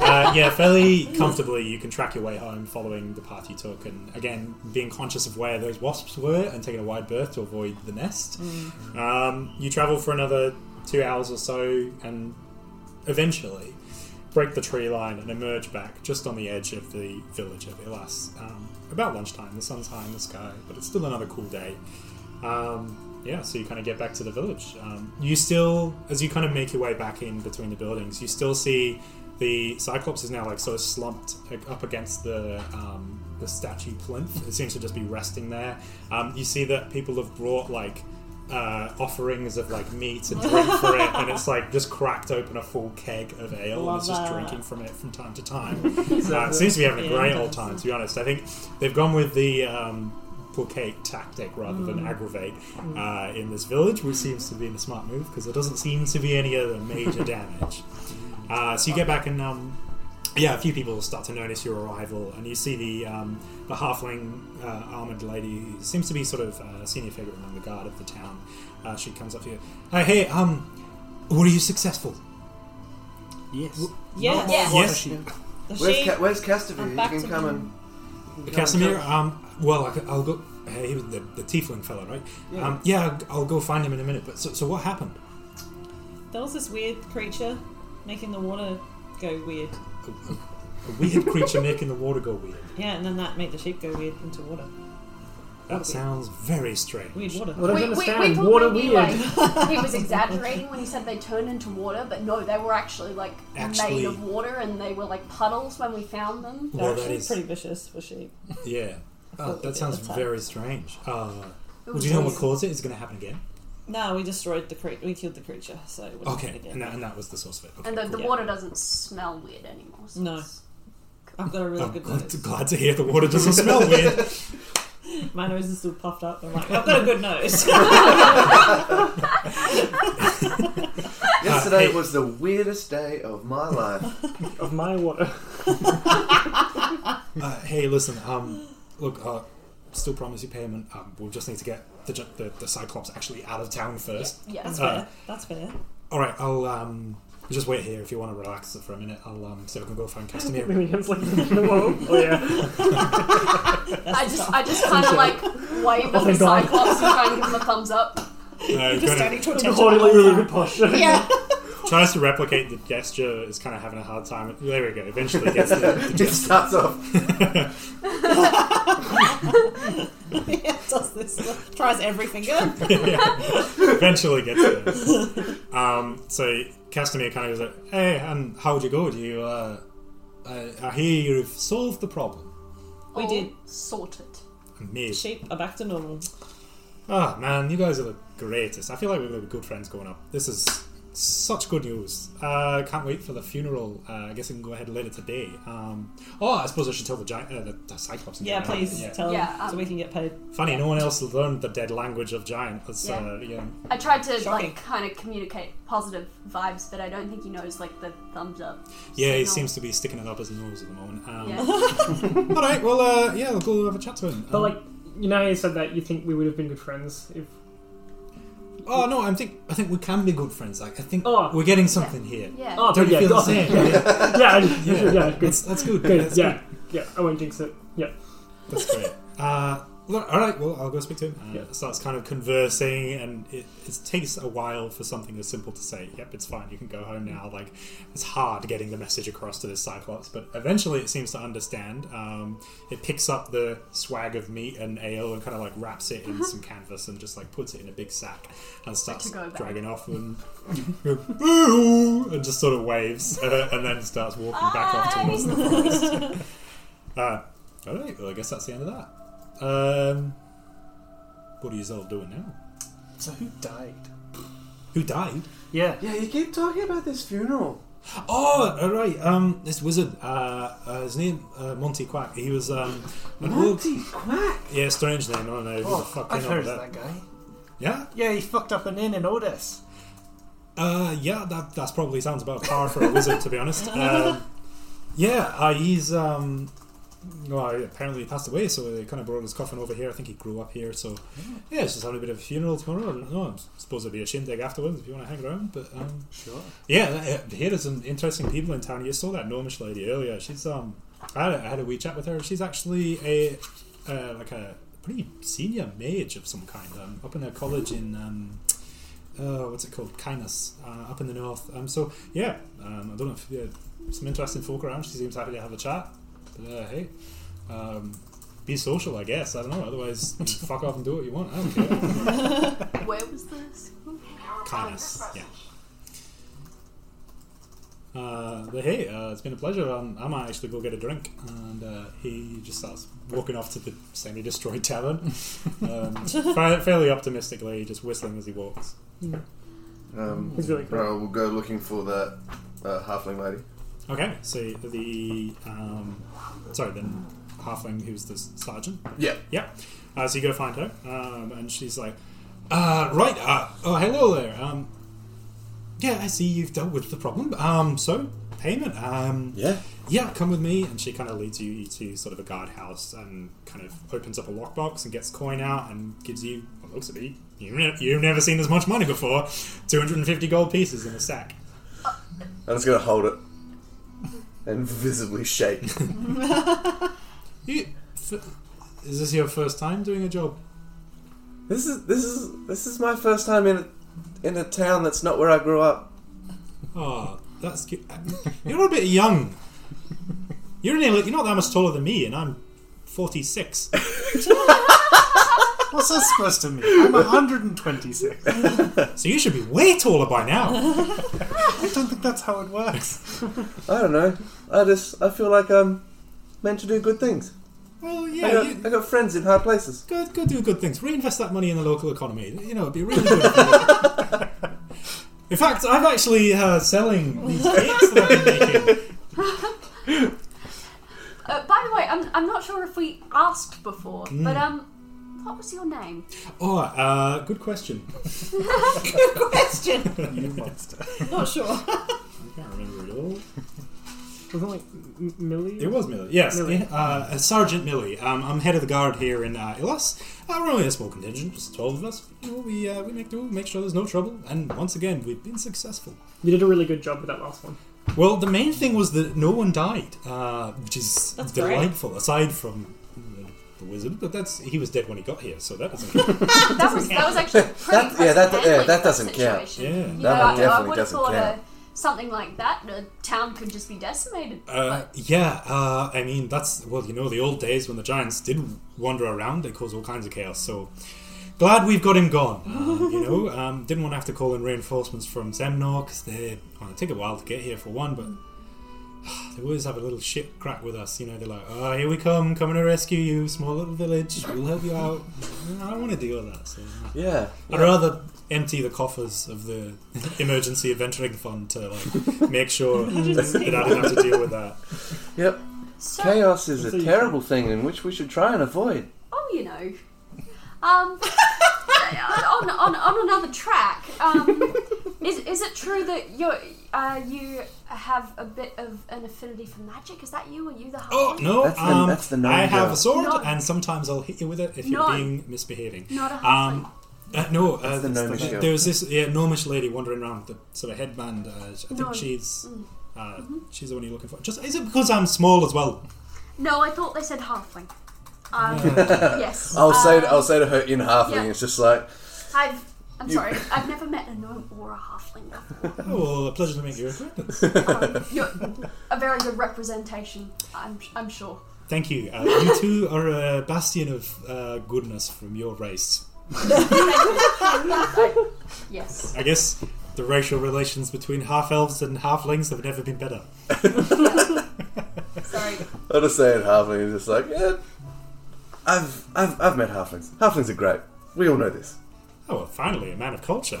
Speaker 4: Uh, yeah, fairly comfortably you can track your way home following the path you took, and again being conscious of where those wasps were and taking a wide berth to avoid the nest. Um, you travel for another two hours or so, and eventually break the tree line and emerge back just on the edge of the village of Ilas. Um, about lunchtime, the sun's high in the sky, but it's still another cool day. Um, yeah, so you kind of get back to the village. Um, you still, as you kind of make your way back in between the buildings, you still see the Cyclops is now like sort of slumped like, up against the um, the statue plinth. It seems to just be resting there. Um, you see that people have brought like uh, offerings of like meat and drink for it, and it's like just cracked open a full keg of ale
Speaker 5: Love
Speaker 4: and it's just
Speaker 5: that.
Speaker 4: drinking from it from time to time. uh, it seems to be having a
Speaker 5: Yeah,
Speaker 4: great
Speaker 5: it
Speaker 4: old
Speaker 5: does.
Speaker 4: time, to be honest. I think they've gone with the um, placate tactic rather than aggravate uh, in this village, which seems to be a smart move because there doesn't seem to be any other major damage. Uh, so you get back and um, yeah, a few people start to notice your arrival, and you see the um, the halfling uh, armored lady who seems to be sort of uh, a senior figure among the guard of the town. Uh, she comes up to you. Uh, hey, um, were you successful?
Speaker 6: Yes.
Speaker 5: Yes.
Speaker 4: Yes.
Speaker 3: Yes.
Speaker 6: [laughs]
Speaker 5: The
Speaker 2: Where's,
Speaker 5: sheep.
Speaker 2: Ca- where's
Speaker 5: I'm
Speaker 2: Castavir? You
Speaker 5: back
Speaker 2: can
Speaker 5: to
Speaker 2: come
Speaker 5: you.
Speaker 2: and.
Speaker 4: Casimir, um, well, I, will go. Uh, he was the, the tiefling fellow, right? Yeah. Um, yeah, I'll go find him in a minute. But so, so what happened?
Speaker 5: There was this weird creature making the water go weird.
Speaker 4: A, a, a weird creature making the water go weird.
Speaker 5: Yeah, and then that made the sheep go weird into water.
Speaker 4: That sounds very strange.
Speaker 5: Weird water.
Speaker 7: Well, I don't
Speaker 3: We, we, we
Speaker 7: understand.
Speaker 3: thought
Speaker 7: Water
Speaker 3: maybe,
Speaker 7: weird.
Speaker 3: like, he was exaggerating when he said they turned into water, but no, they were actually like
Speaker 4: Actually-
Speaker 3: made of water, and they were like puddles when we found them.
Speaker 5: They're
Speaker 4: Well, that
Speaker 5: actually
Speaker 4: is
Speaker 5: pretty vicious for sheep.
Speaker 4: yeah. Uh,
Speaker 5: thought we
Speaker 4: that
Speaker 5: did
Speaker 4: sounds
Speaker 5: the time.
Speaker 4: very strange. Uh,
Speaker 3: It
Speaker 4: do
Speaker 3: was
Speaker 4: you know what
Speaker 3: amazing.
Speaker 4: caused it? Is it going to happen again?
Speaker 5: No, we destroyed the creature. We killed the creature, so it wouldn't happen
Speaker 4: Okay,
Speaker 5: again.
Speaker 4: and that, and that was the source of it. Okay,
Speaker 3: And the, the
Speaker 5: Yeah.
Speaker 3: water doesn't smell weird anymore. So
Speaker 5: No.
Speaker 3: it's-
Speaker 5: I've got a really
Speaker 4: I'm
Speaker 5: good
Speaker 4: glad to,
Speaker 5: nose.
Speaker 4: glad to hear the water doesn't smell weird.
Speaker 5: My nose is still puffed up. I'm like, I've got a good nose. [laughs]
Speaker 2: Yesterday
Speaker 4: hey.
Speaker 2: was the weirdest day of my life.
Speaker 3: [laughs]
Speaker 7: Of my
Speaker 6: [laughs]
Speaker 7: water.
Speaker 4: Uh, hey, listen. Um, look, uh, still promise you payment. Um, we'll just need to get the, gi- the the Cyclops actually out of town first.
Speaker 3: Yeah.
Speaker 5: That's
Speaker 4: Uh,
Speaker 5: fair. That's fair.
Speaker 4: All right, I'll um, just wait here if you want to relax for a minute. I'll um, see if I can go find Castaneda.
Speaker 7: Maybe [laughs] it's like whoa. Oh yeah.
Speaker 3: I just I just kind of like wave at the
Speaker 7: God.
Speaker 3: Cyclops and try and give him a thumbs up.
Speaker 4: Uh, [laughs]
Speaker 5: Just standing to
Speaker 7: The
Speaker 5: attention.
Speaker 7: really good posture.
Speaker 3: Yeah.
Speaker 4: tries to replicate the gesture, is kind of having a hard time. There we go. Eventually gets the,
Speaker 5: [laughs]
Speaker 4: the
Speaker 11: It
Speaker 4: [laughs] gesture.
Speaker 11: starts off.
Speaker 5: [laughs] yeah, does this stuff. Tries every finger.
Speaker 4: Eventually gets there. Um, so Castamere kind of goes like, "Hey, and how would you go? Do you? Uh, I, I hear you've solved the problem."
Speaker 5: [laughs] We
Speaker 3: All
Speaker 5: did.
Speaker 3: sorted.
Speaker 4: Me,
Speaker 5: Sheep are back to normal.
Speaker 4: ah man, you guys are the greatest. I feel like we're gonna be good friends going up. This is such good news. Uh, can't wait for the funeral. Uh, I guess I can go ahead later today. Um, oh, I suppose I should tell the giant, uh, the, the Cyclops. and
Speaker 5: Yeah,
Speaker 4: Giant.
Speaker 5: please
Speaker 4: Yeah.
Speaker 5: tell
Speaker 3: Yeah,
Speaker 5: so
Speaker 3: um,
Speaker 5: we can get paid.
Speaker 4: Funny, no one else learned the dead language of giant. That's,
Speaker 3: Yeah.
Speaker 4: Uh, yeah.
Speaker 3: I tried to
Speaker 5: Shocking.
Speaker 3: like kind of communicate positive vibes, but I don't think he knows like the thumbs up.
Speaker 4: Yeah, he
Speaker 3: signal.
Speaker 4: seems to be sticking it up his nose at the moment. Um, [laughs]
Speaker 3: Yeah.
Speaker 4: All right, well, uh, yeah, we'll go have a chat to him.
Speaker 7: But
Speaker 4: Um,
Speaker 7: like, you know, how you said that you think we would have been good friends
Speaker 2: [laughs]
Speaker 7: if.
Speaker 4: oh no, I think I think we can be good friends. Like, I think
Speaker 7: Oh.
Speaker 4: we're getting something here.
Speaker 3: yeah.
Speaker 7: Oh,
Speaker 4: Don't you
Speaker 7: yeah,
Speaker 4: feel the
Speaker 7: oh,
Speaker 4: same?
Speaker 7: [laughs] Yeah,
Speaker 4: Yeah,
Speaker 7: yeah, I- yeah, good,
Speaker 4: that's, that's good.
Speaker 7: good,
Speaker 4: That's
Speaker 7: yeah, yeah. I won't jinx it. Yeah,
Speaker 4: good. That's great. Uh, look, all right, well, I'll go speak to him. Uh,
Speaker 7: Yeah.
Speaker 4: Starts kind of conversing, and it, it takes a while for something as simple to say. Yep, it's fine. You can go home now. Like, it's hard getting the message across to this Cyclops, but eventually it seems to understand. Um, it picks up the swag of meat and ale and kind of like wraps it
Speaker 3: Uh-huh.
Speaker 4: in some canvas and just like puts it in a big sack and starts
Speaker 3: go back.
Speaker 4: dragging off and and just sort of waves [laughs] uh, and then starts walking back off towards Ah, the forest. [laughs] uh, all right, well, I guess that's the end of that. Um, what are you all doing now?
Speaker 6: So who died?
Speaker 4: Who died?
Speaker 6: Yeah.
Speaker 8: Yeah, you keep talking about this funeral.
Speaker 4: Oh, all right. Um, this wizard, uh, uh his name uh, Monty Quack. He was um, an old,
Speaker 8: Monty Quack.
Speaker 4: yeah, strange name. I don't know who the fuck
Speaker 6: Oh, I've
Speaker 4: came up
Speaker 6: heard
Speaker 4: with
Speaker 6: of
Speaker 4: that.
Speaker 6: that guy.
Speaker 4: Yeah,
Speaker 6: Yeah, he fucked up an inn in Otis.
Speaker 4: Uh, yeah, that that's probably sounds about par for a wizard, to be honest. Um, yeah, uh, he's um, well, he apparently passed away, so they kind of brought his coffin over here. I think he grew up here, so yeah, he's just having a bit of a funeral tomorrow. No, I suppose there'll be a shindig afterwards if you want to hang around. But um,
Speaker 6: Sure.
Speaker 4: yeah, uh, here there's some interesting people in town. You saw that Gnomish lady earlier. She's um, I had a, I had a wee chat with her. She's actually a uh, like a pretty senior mage of some kind. Um, up in a college in um, uh, what's it called? Kindness, uh, up in the north. Um, so yeah, um, I don't know if yeah, some interesting folk around. She seems happy to have a chat. But uh, hey, um, be social, I guess. I don't know. Otherwise, fuck off and do what you want. I don't care.
Speaker 3: Where was this?
Speaker 4: Connors. Yeah. Uh, but hey, uh, it's been a pleasure. Um, I might actually go get a drink. And uh, he just starts walking off to the semi destroyed tavern. [laughs] Um, fa- fairly optimistically, just whistling as he walks.
Speaker 11: Um,
Speaker 7: He's really cool.
Speaker 11: well, we'll go looking for that uh, halfling lady.
Speaker 4: Okay, so the. Um, sorry, then Halfling, who's the sergeant.
Speaker 11: Yeah.
Speaker 4: Yeah. Uh, so you go find her, um, and she's like, uh, right, uh, oh, hello there. Um, yeah, I see you've dealt with the problem. Um, so, payment. Um,
Speaker 8: Yeah.
Speaker 4: yeah, come with me. And she kind of leads you to sort of a guardhouse and kind of opens up a lockbox and gets coin out and gives you, what looks to be, you ne- you've never seen this much money before 250 gold pieces in a sack.
Speaker 11: I'm just gonna hold it and visibly shake.
Speaker 4: You, f- is this your first time doing a job?
Speaker 8: [laughs] This is this is this is my first time in a, in a town that's not where I grew up.
Speaker 4: Oh, that's cute. [laughs] You're a bit young. You're nearly, you're not that much taller than me, and I'm 46.
Speaker 6: What's that supposed to mean? [laughs] I'm 126. I
Speaker 4: So you should be way taller by now.
Speaker 6: don't think that's how it works.
Speaker 8: I don't know. I just I feel like
Speaker 2: um,
Speaker 8: I'm meant to do good things.
Speaker 1: uh,
Speaker 4: Well,
Speaker 8: I
Speaker 4: yeah,
Speaker 8: got,
Speaker 4: you,
Speaker 8: I got friends in high places.
Speaker 4: go, go do good things. Reinvest that money in the local economy. You know, it'd be really good. for you. In fact, I'm actually uh, selling these cakes that I've been making.
Speaker 3: Uh, by the way, I'm, I'm not sure if we asked before, but um, what was your name?
Speaker 4: Oh, uh, good question.
Speaker 5: Good question.
Speaker 4: you monster.
Speaker 5: Not sure.
Speaker 4: I can't remember it all.
Speaker 7: Wasn't like M- Millie?
Speaker 4: It was Millie, yes.
Speaker 7: Millie.
Speaker 4: yeah, Uh, uh, Sergeant Millie. Um, I'm head of the guard here in uh, Illas. Uh, we're only a small contingent, just 12 of us. You know, we, uh, we make do, make sure there's no trouble, and once again, we've been successful.
Speaker 7: You did a really good job with that last one.
Speaker 4: Well, the main thing was that no one died, uh, which is
Speaker 5: That's great.
Speaker 4: delightful, aside from uh, the wizard, but that's he was dead when he got here, so that doesn't count.
Speaker 3: That was that was actually pretty
Speaker 8: That- yeah, that-
Speaker 3: impressive
Speaker 8: yeah, that
Speaker 3: handling
Speaker 8: doesn't
Speaker 3: situation.
Speaker 4: count. Yeah.
Speaker 3: You
Speaker 11: That
Speaker 3: know,
Speaker 11: one
Speaker 3: I- I
Speaker 11: definitely
Speaker 3: would have
Speaker 11: doesn't
Speaker 3: thought
Speaker 11: count.
Speaker 3: A, something like that, the town could just be decimated.
Speaker 4: Uh, yeah, uh, I mean, that's, well, you know, the old days when the giants did wander around, they caused all kinds of chaos, so glad we've got him gone. Uh, you know, um, didn't want to have to call in reinforcements from Zemnor, because they, well, it took a while to get here for one, but [sighs] they always have a little shit crack with us, you know, they're like, oh, here we come, coming to rescue you, small little village, we'll help you out. I don't want to deal with that, so.
Speaker 1: Yeah.
Speaker 4: I'd rather empty the coffers of the [laughs] emergency adventuring fund to like make sure that I don't have to deal with that.
Speaker 1: Yep.
Speaker 3: So,
Speaker 1: Chaos is a terrible thing in which we should try and avoid.
Speaker 3: oh, you know. Um, [laughs] on, on, on another track, um, is, is it true that you uh, you have a bit of an affinity for magic? Is that you? Are you the
Speaker 4: Oh
Speaker 3: halfling?
Speaker 4: no!
Speaker 1: That's the-
Speaker 4: um,
Speaker 1: that's the nine
Speaker 4: I have
Speaker 1: joke.
Speaker 4: a sword,
Speaker 3: No.
Speaker 4: and sometimes I'll hit you with it if
Speaker 3: No.
Speaker 4: you're being misbehaving.
Speaker 3: Not a halfling.
Speaker 4: Um, uh, no, uh,
Speaker 1: the
Speaker 4: that's
Speaker 1: gnomish joke.
Speaker 4: there was this yeah, gnomish lady wandering around with the sort of headband. Uh, I think
Speaker 3: No.
Speaker 4: she's uh, she's the one you're looking for. Just is it because I'm small as well?
Speaker 3: no, I thought they said halfling. Um, yes.
Speaker 2: I'll say
Speaker 3: um,
Speaker 2: I'll say to her in halfling.
Speaker 3: yeah.
Speaker 2: It's just like
Speaker 3: I've, I'm sorry, I've never met a gnome or a halfling before.
Speaker 4: Oh, well, a pleasure to make your acquaintance.
Speaker 3: Um, you're a very good representation, I'm, I'm sure.
Speaker 4: Thank you. Uh, you two are a bastion of uh, goodness from your race.
Speaker 3: Yes.
Speaker 4: I guess the racial relations between half elves and halflings have never been better.
Speaker 3: Sorry.
Speaker 2: I'll just say it halfling. It's just like yeah. I've I've I've met halflings. Halflings are great. We all know this.
Speaker 4: Oh, well, finally, a man of [laughs] culture.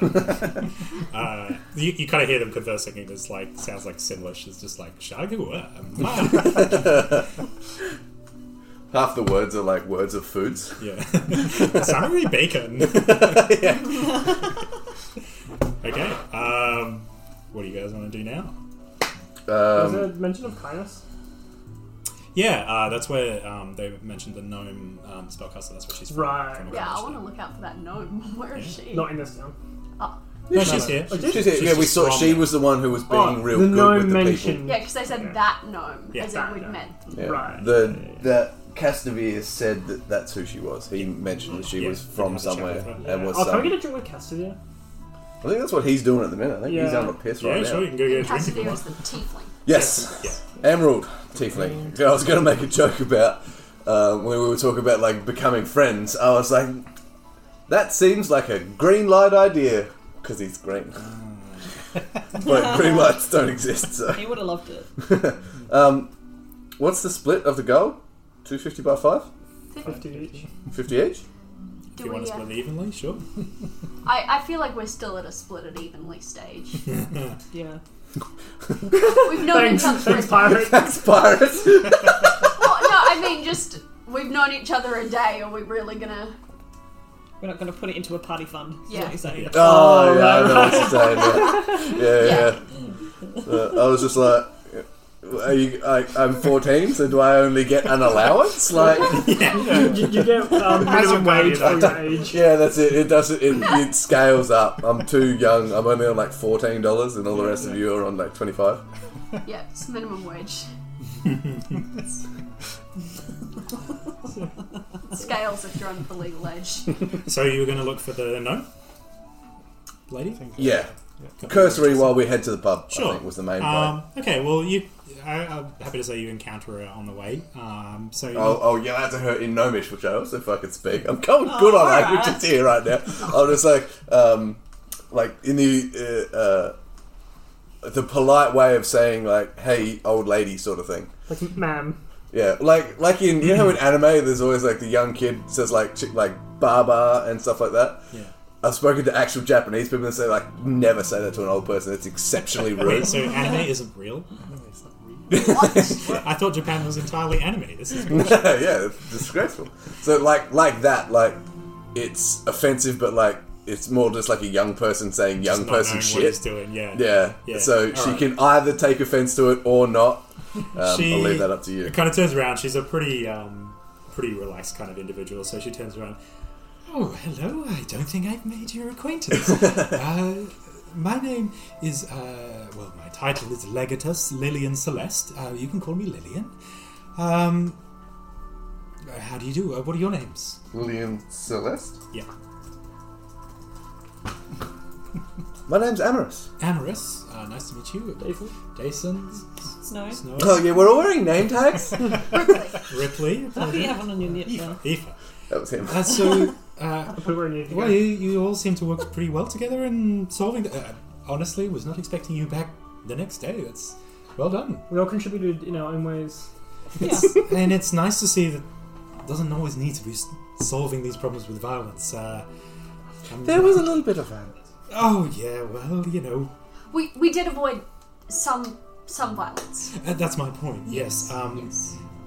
Speaker 4: uh, you you kind of hear them conversing, and it's like sounds like Sinlish is just like [laughs] Shagua.
Speaker 2: Half the words are like words of foods.
Speaker 4: [laughs] yeah, Samari [laughs] bacon. okay, um, what do you guys want to do now?
Speaker 7: Was
Speaker 2: Um,
Speaker 7: there a mention of kindness?
Speaker 4: Yeah, uh, that's where um, they mentioned the gnome um, spellcaster. That's what she's from.
Speaker 7: Right.
Speaker 4: from
Speaker 3: Yeah, I
Speaker 4: originally.
Speaker 3: want to look out for that gnome. [laughs] Where is she?
Speaker 7: Not in this town.
Speaker 4: No, she's here.
Speaker 2: she's- yeah, we
Speaker 4: just
Speaker 2: saw
Speaker 4: from
Speaker 2: she
Speaker 4: there.
Speaker 2: was the one who was being
Speaker 7: Oh,
Speaker 2: real
Speaker 7: the
Speaker 2: good
Speaker 7: no
Speaker 2: with the
Speaker 7: mention.
Speaker 3: Yeah, because they said that gnome,
Speaker 4: Yeah,
Speaker 3: as
Speaker 7: that
Speaker 3: it would
Speaker 7: gnome.
Speaker 3: meant.
Speaker 2: people. Yeah.
Speaker 7: Right.
Speaker 2: The that Castavier said that that's who she was. He mentioned that she
Speaker 4: Yeah,
Speaker 2: was
Speaker 4: didn't
Speaker 2: from
Speaker 4: have to check
Speaker 2: somewhere
Speaker 4: with her.
Speaker 2: and was. um,
Speaker 7: Oh, can
Speaker 2: some-
Speaker 7: we get a drink with Cassidy?
Speaker 2: I think that's what he's doing at the minute. I think he's
Speaker 7: Yeah.
Speaker 2: on a piss
Speaker 4: Yeah,
Speaker 2: right
Speaker 4: sure,
Speaker 2: now.
Speaker 4: you can go get a drink if you
Speaker 3: Cassidy
Speaker 4: want.
Speaker 3: is the tiefling.
Speaker 2: Yes.
Speaker 4: Yeah.
Speaker 2: Emerald Tiefling. I was going to make a joke about um, when we were talking about like becoming friends. I was like, that seems like a green light idea because he's [laughs] green. but green lights don't exist. So,
Speaker 5: He would have loved it.
Speaker 2: um, what's the split of the goal? Two fifty by five.
Speaker 7: Fifty each.
Speaker 2: Fifty each. [laughs]
Speaker 4: If
Speaker 3: Do
Speaker 4: you
Speaker 3: we,
Speaker 4: want to
Speaker 3: uh,
Speaker 4: split it evenly, sure.
Speaker 3: I, I feel like we're still at a split it evenly stage.
Speaker 5: Yeah.
Speaker 3: We've known each other
Speaker 7: Thanks,
Speaker 3: for
Speaker 7: thanks,
Speaker 2: [laughs]
Speaker 7: pirate.
Speaker 2: That's pirates.
Speaker 3: Well, no, I mean just we've known each other a day. Are we really gonna?
Speaker 5: We're not going to put it into a party fund. is
Speaker 3: Yeah.
Speaker 5: what you're saying.
Speaker 4: Yeah.
Speaker 2: Oh, yeah, I know what you're saying. [laughs] Yeah, yeah. yeah. Uh, I was just like, are you, I, I'm 14, so do I only get an allowance? Like,
Speaker 7: [laughs] you, you get um, minimum wage for your age.
Speaker 2: yeah, that's it. It does it. It scales up. I'm too young. I'm only on like fourteen dollars, and all the rest of you are on like twenty five.
Speaker 3: Yeah, it's minimum
Speaker 7: [laughs]
Speaker 3: wage. Scales if you're under the legal age.
Speaker 4: So you were going to look for the gnome lady?
Speaker 2: Yeah, cursory while we head to the pub. I
Speaker 4: Sure.
Speaker 2: think was the main
Speaker 4: Um,
Speaker 2: point.
Speaker 4: okay, well, you. I, I'm happy to say you encounter her on the way. Um, so you-
Speaker 2: I'll, I'll yell out to her in Gnomish, which I also fucking speak. I'm going good on languages here right now. I'm just like, um, like in the uh, uh, the polite way of saying like, "Hey, old lady," sort of thing.
Speaker 7: Like, ma'am.
Speaker 2: Yeah, like like in you know
Speaker 4: Hmm.
Speaker 2: in anime, there's always like the young kid says like chick, like baba and stuff like that. [laughs]
Speaker 4: yeah.
Speaker 2: I've spoken to actual Japanese people and say like never say that to an old person.
Speaker 4: [laughs]
Speaker 2: It's exceptionally rude.
Speaker 4: Wait,
Speaker 2: [laughs]
Speaker 4: so anime isn't real? [laughs] I thought Japan was entirely anime. This is
Speaker 2: yeah, it's disgraceful. So like like that, like it's offensive, but like it's more just like a young person saying young
Speaker 4: not
Speaker 2: person
Speaker 4: knowing what he's
Speaker 2: shit.
Speaker 4: doing. Yeah,
Speaker 2: Yeah.
Speaker 4: Yeah,
Speaker 2: So she
Speaker 4: alright.
Speaker 2: can either take offense to it or not.
Speaker 4: [laughs]
Speaker 2: Um,
Speaker 4: She-
Speaker 2: I'll leave that up to you.
Speaker 4: It kind of turns around. She's a pretty, um, pretty relaxed kind of individual. So she turns around. Oh, hello. I don't think I've made your acquaintance. uh, my name is, uh, well, my title is Legatus Lillian Celeste. Uh, you can call me Lillian. Um, uh, how do you do? Uh, what are your names?
Speaker 2: Lillian Celeste.
Speaker 4: Yeah.
Speaker 2: [laughs] My name's Amorous.
Speaker 4: Amorous, uh, nice to meet you.
Speaker 5: Jason?
Speaker 4: Jason,
Speaker 5: Snow?
Speaker 4: Snow,
Speaker 2: Oh yeah, we're all wearing name
Speaker 4: [laughs]
Speaker 2: tags.
Speaker 4: Ripley,
Speaker 5: What do you have one on your knit now?
Speaker 4: Aoife.
Speaker 2: that was him.
Speaker 4: Uh, so, uh,
Speaker 7: Put where you need to
Speaker 4: well,
Speaker 7: go.
Speaker 4: you, you all seem to work pretty well together in solving the. Uh, honestly, was not expecting you back the next day. That's well done.
Speaker 7: We all contributed in our own ways.
Speaker 5: Yeah.
Speaker 4: and it's nice to see that it doesn't always need to be s- solving these problems with violence. Uh, I'm-
Speaker 2: There was a little bit of violence.
Speaker 4: Oh yeah, well you know
Speaker 3: We we did avoid some some violence.
Speaker 4: uh, that's my point. Yes. Um,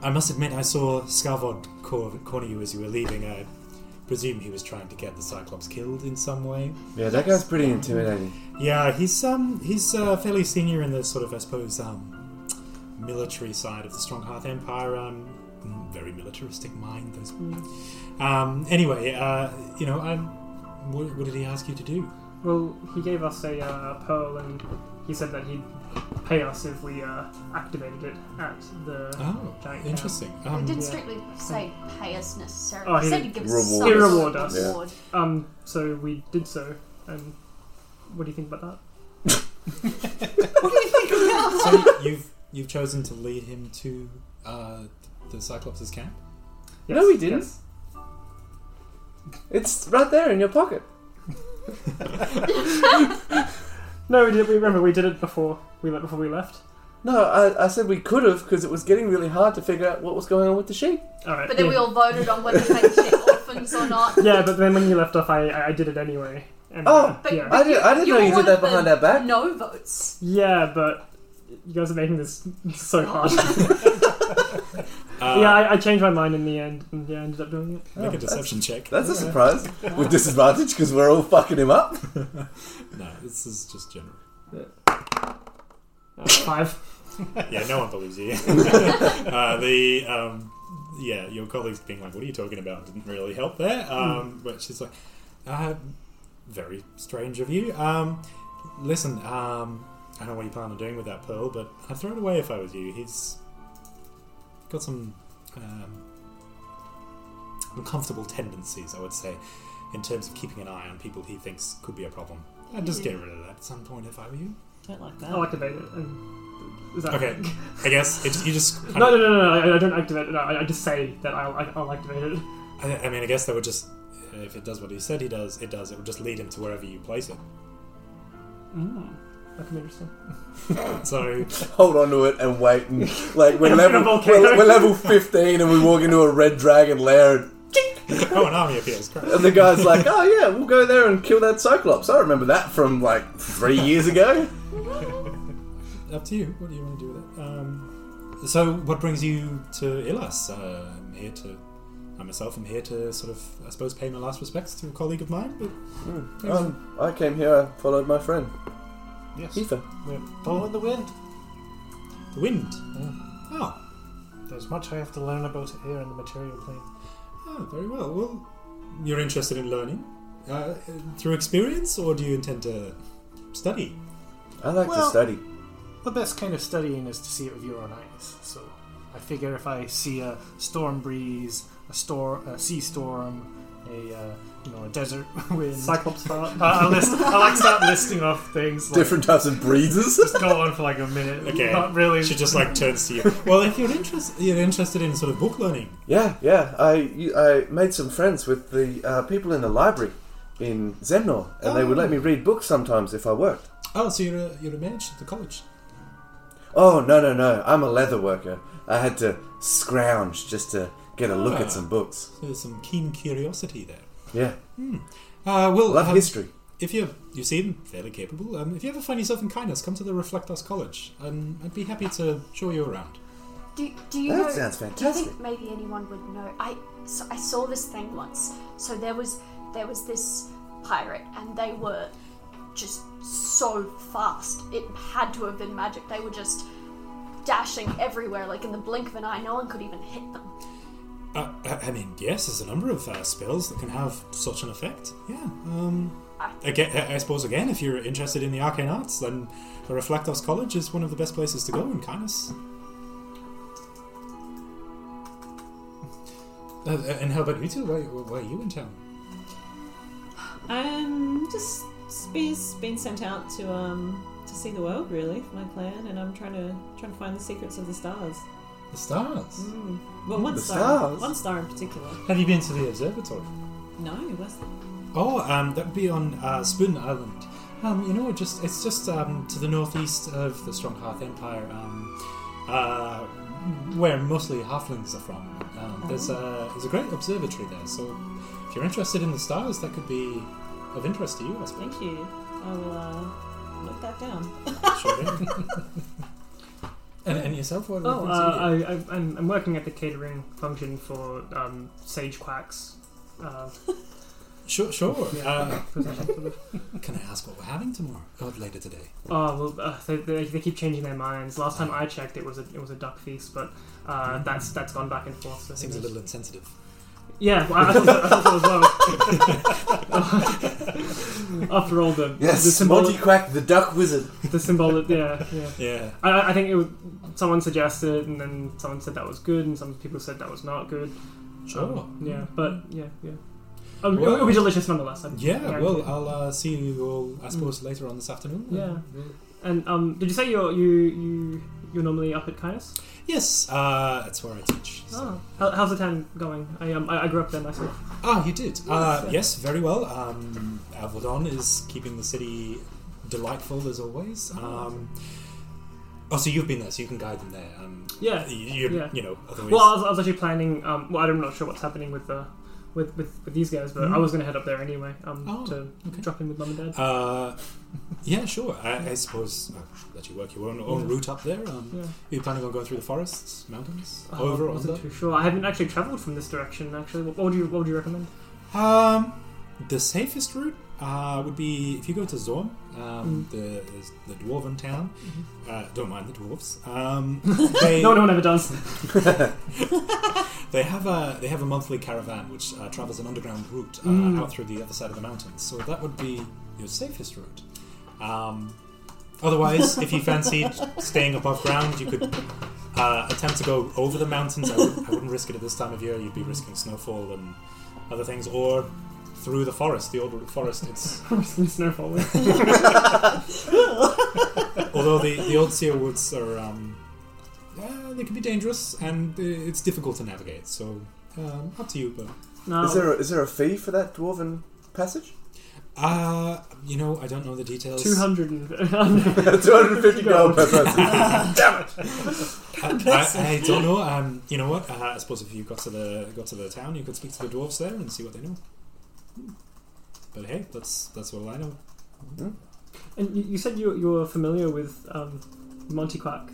Speaker 4: I must admit, I saw Scarvod cor- corner you as you were leaving. I presume he was trying to get the Cyclops killed in some way.
Speaker 2: Yeah, that guy's pretty intimidating.
Speaker 4: Yeah, he's um he's uh, fairly senior in the sort of I suppose um military side of the Stronghearth Empire. Um, very militaristic mind. Those. Um. Anyway, uh, you know, I'm. What, what did he ask you to do?
Speaker 7: Well, he gave us a uh, pearl, and he said that he'd pay us if we uh, activated it at the
Speaker 4: Oh,
Speaker 7: giant
Speaker 4: interesting.
Speaker 3: He
Speaker 4: Um,
Speaker 3: didn't strictly say pay us necessarily.
Speaker 7: Oh,
Speaker 3: he
Speaker 7: he
Speaker 3: said he'd
Speaker 7: didn't.
Speaker 3: give us
Speaker 2: Reward.
Speaker 3: some
Speaker 7: He reward us.
Speaker 3: reward.
Speaker 7: camp. Um, so we did so, and what do you think about that?
Speaker 4: so you've you've chosen to lead him to uh, the Cyclops' camp.
Speaker 7: Yes,
Speaker 2: we didn't.
Speaker 7: yes.
Speaker 2: It's right there in your pocket.
Speaker 7: No, we did. We remember we did it before we left. Before we left.
Speaker 2: No, I, I said we could have because it was getting really hard to figure out what was going on with the sheep.
Speaker 7: All right.
Speaker 3: But then
Speaker 7: Uh,
Speaker 3: we
Speaker 7: yeah.
Speaker 3: all voted on whether they
Speaker 7: [laughs]
Speaker 3: shit orphans or not.
Speaker 7: Yeah, but then when you left off, I I- I did it anyway. And,
Speaker 2: Oh.
Speaker 7: uh,
Speaker 3: But,
Speaker 7: yeah.
Speaker 2: I didn't- I didn't know
Speaker 3: were
Speaker 2: you did
Speaker 3: one
Speaker 2: that
Speaker 3: of the
Speaker 2: behind our back.
Speaker 3: No votes.
Speaker 7: yeah, but you guys are making this so hard.
Speaker 4: [laughs] Uh,
Speaker 7: yeah, I, I changed my mind in the end, and yeah, I ended up doing it.
Speaker 4: Make a deception check.
Speaker 2: That's a surprise. With disadvantage because we're all fucking him up.
Speaker 4: No, this is just general.
Speaker 7: Uh, five.
Speaker 4: Yeah, no one believes you. uh, the um, yeah, your colleagues being like, "What are you talking about?" didn't really help there. Um, But she's like, uh, "Very strange of you." Um, listen, um, I don't know what you plan on doing with that pearl, but I'd throw it away if I was you. He's got some um, uncomfortable tendencies, I would say, in terms of keeping an eye on people he thinks could be a problem. I'd just get rid of that at some point if I were you.
Speaker 5: Don't like
Speaker 7: I'll
Speaker 5: that.
Speaker 7: activate it. And is that
Speaker 4: Okay, I guess it, you just kind
Speaker 7: No,
Speaker 4: of-
Speaker 7: no, no, no, no! I, I don't activate it. No, I, I just say that I'll, I'll activate it.
Speaker 4: I, I mean, I guess that would just. If it does what he said he does, it does. It would just lead him to wherever you place it. Mm.
Speaker 7: That can be interesting.
Speaker 4: So, [laughs]
Speaker 2: Hold on to it and wait. [laughs] And, like we're level,
Speaker 7: volcano.
Speaker 2: we're, we're level fifteen and we walk into a red dragon lair and,
Speaker 4: oh, an army appears. Great.
Speaker 2: and the guy's like, "Oh yeah, we'll go there and kill that cyclops." I remember that from like three years ago.
Speaker 4: Up to you. What do you want to do with it? Um, so, what brings you to Ilas? Uh, I'm here to. I myself am here to sort of, I suppose, pay my last respects to a colleague of mine. But
Speaker 2: Um, I came here. I followed my friend
Speaker 4: yes,
Speaker 2: Aoife.
Speaker 4: we're
Speaker 6: Following the wind.
Speaker 4: the wind.
Speaker 6: Yeah.
Speaker 4: Oh,
Speaker 6: There's much I have to learn about it here in the material plane.
Speaker 4: oh, very well. Well, you're interested in learning uh, through experience, or do you intend to study?
Speaker 2: I like to
Speaker 6: Well-
Speaker 2: study.
Speaker 6: The best kind of studying is to see it with your own eyes. So I figure if I see a storm breeze, a storm, a sea storm, a uh, you know a desert [laughs] wind,
Speaker 7: Cyclops
Speaker 6: [laughs]
Speaker 7: part.
Speaker 6: I, I, list, I like start listing off things. Like,
Speaker 2: Different types of breezes.
Speaker 6: Just go on for like a minute.
Speaker 4: Okay.
Speaker 6: Not really.
Speaker 4: She just like turns to you. Well, if you're interested, you're interested in sort of book learning.
Speaker 2: Yeah, yeah. I you- I made some friends with the uh, people in the library in Zemnor, and they would let me read books sometimes if I worked.
Speaker 4: Oh, so you're a, you're a manager at the college.
Speaker 2: Oh no no no! I'm a leather worker. I had to scrounge just to get a look
Speaker 4: Ah.
Speaker 2: at some books.
Speaker 4: So there's some keen curiosity there.
Speaker 2: Yeah,
Speaker 4: Uh, well,
Speaker 2: love
Speaker 4: um,
Speaker 2: history.
Speaker 4: If you you seem fairly capable, um, if you ever find yourself in kindness, come to the Reflect Us College. Um, I'd be happy to show you around.
Speaker 3: Do, do you
Speaker 2: That
Speaker 3: know,
Speaker 2: sounds
Speaker 3: Do you
Speaker 2: fantastic.
Speaker 3: think maybe anyone would know? I so I saw this thing once. So there was there was this pirate, and they were just so fast. It had to have been magic. They were just dashing everywhere, like in the blink of an eye. No one could even hit them.
Speaker 4: Uh, I I mean, yes, there's a number of uh, spells that can have such an effect. Yeah. Um, again, I I suppose again, if you're interested in the arcane arts, then the Reflect Us College is one of the best places to go in kindness. Uh, and how about you two? Why, why are you in town?
Speaker 5: I'm Um, just Spee's been sent out to um to see the world really for my plan, and I'm trying to trying to find the secrets of the stars.
Speaker 4: The stars.
Speaker 5: Mm. Well, one
Speaker 4: the
Speaker 5: star,
Speaker 4: stars?
Speaker 5: one star in particular.
Speaker 4: Have you been to the observatory?
Speaker 5: No, what's the
Speaker 4: Oh, um, that would be on uh, Spoon Island. Um, you know, just it's just um, to the northeast of the Stronghearth Empire, um, uh, where mostly halflings are from. Um, there's a there's a great observatory there, so if you're interested in the stars, that could be of interest to you, I suppose.
Speaker 5: Thank you. I will uh, note that down.
Speaker 4: [laughs] And, and yourself, what?
Speaker 7: Oh,
Speaker 4: what-
Speaker 7: uh, I, I, I'm, I'm working at the catering function for um, Sage Quacks. Uh,
Speaker 4: sure, [laughs] sure.
Speaker 7: Yeah.
Speaker 4: Uh, can I ask what we're having tomorrow? Oh, later today.
Speaker 7: oh well, uh, they, they, they keep changing their minds. Last time I checked, it was a it was a duck feast, but uh, that's that's gone back and forth. So who
Speaker 4: Seems a
Speaker 7: knows?
Speaker 4: little insensitive.
Speaker 7: Yeah, well, I, thought, I thought it was low. [laughs] After all, the
Speaker 2: Yes,
Speaker 7: the symbolic,
Speaker 2: Monty Quack, the duck wizard.
Speaker 7: the symbolic, yeah, yeah.
Speaker 4: Yeah.
Speaker 7: I- I, I think it was, someone suggested, it, and then someone said that was good, and some people said that was not good.
Speaker 4: Sure.
Speaker 7: Um, yeah, but yeah, yeah. Um,
Speaker 4: Oh. Well-
Speaker 7: it'll be delicious nonetheless. I
Speaker 4: Yeah.
Speaker 7: guarantee
Speaker 4: Well,
Speaker 7: it.
Speaker 4: I'll uh, see you all. I suppose later on this afternoon.
Speaker 7: Mm. Yeah.
Speaker 4: We'll-
Speaker 7: And um, did you say you're you you you're normally up at Caius?
Speaker 4: Yes, uh, that's where I teach. so-
Speaker 7: Oh, How, how's the town going? I um, I, I grew up there myself.
Speaker 4: Ah, you did. Uh,
Speaker 7: Yes.
Speaker 4: yes, very well. Um, Avalon is keeping the city delightful as always. Um, oh, so you've been there, so you can guide them there. Um,
Speaker 7: Yeah,
Speaker 4: y- You,
Speaker 7: yeah.
Speaker 4: you know, otherwise.
Speaker 7: Well, I was, I was actually planning. Um, well, I'm not sure what's happening with the. With, with, with these guys, but I
Speaker 4: Mhm.
Speaker 7: was going to head up there anyway um,
Speaker 4: Oh,
Speaker 7: to drop in with mum and dad.
Speaker 4: Uh, yeah, sure. I, I suppose I'll let you work your own, own
Speaker 7: Yeah.
Speaker 4: route up there. Um,
Speaker 7: Yeah.
Speaker 4: Are you planning on going through the forests, mountains,
Speaker 7: Oh,
Speaker 4: over
Speaker 7: I
Speaker 4: or
Speaker 7: wasn't
Speaker 4: under?
Speaker 7: too sure. I haven't actually travelled from this direction. Actually, what, what would you what would you recommend?
Speaker 4: Um, the safest route uh, would be if you go to Zorn, um, the the dwarven town. Uh, don't mind the dwarves. Um, they,
Speaker 7: No, no one ever does. [laughs]
Speaker 4: they have a they have a monthly caravan which uh, travels an underground route uh,
Speaker 7: Mm.
Speaker 4: out through the other side of the mountains. So that would be your safest route. Um, otherwise, if you fancied staying above ground, you could uh, attempt to go over the mountains. I, would, I wouldn't risk it at this time of year. You'd be risking snowfall and other things, or through the forest, the old forest. It's
Speaker 7: Snowfall.
Speaker 4: although the the old Seer woods are um, uh, they can be dangerous and uh, it's difficult to navigate. So um, up to you, but.
Speaker 7: No.
Speaker 2: Is there a, is there a fee for that dwarven [laughs] passage?
Speaker 4: Uh, you know, I don't know the details.
Speaker 7: Two hundred and
Speaker 4: [laughs]
Speaker 7: [laughs]
Speaker 2: Two hundred fifty gold per person.
Speaker 4: I, I don't know. Um, you know what? Uh, I suppose if you got to the got to the town, you could speak to the dwarves there and see what they know. But hey, that's that's all I know.
Speaker 7: And you, you said you you were familiar with um, Monty Quack.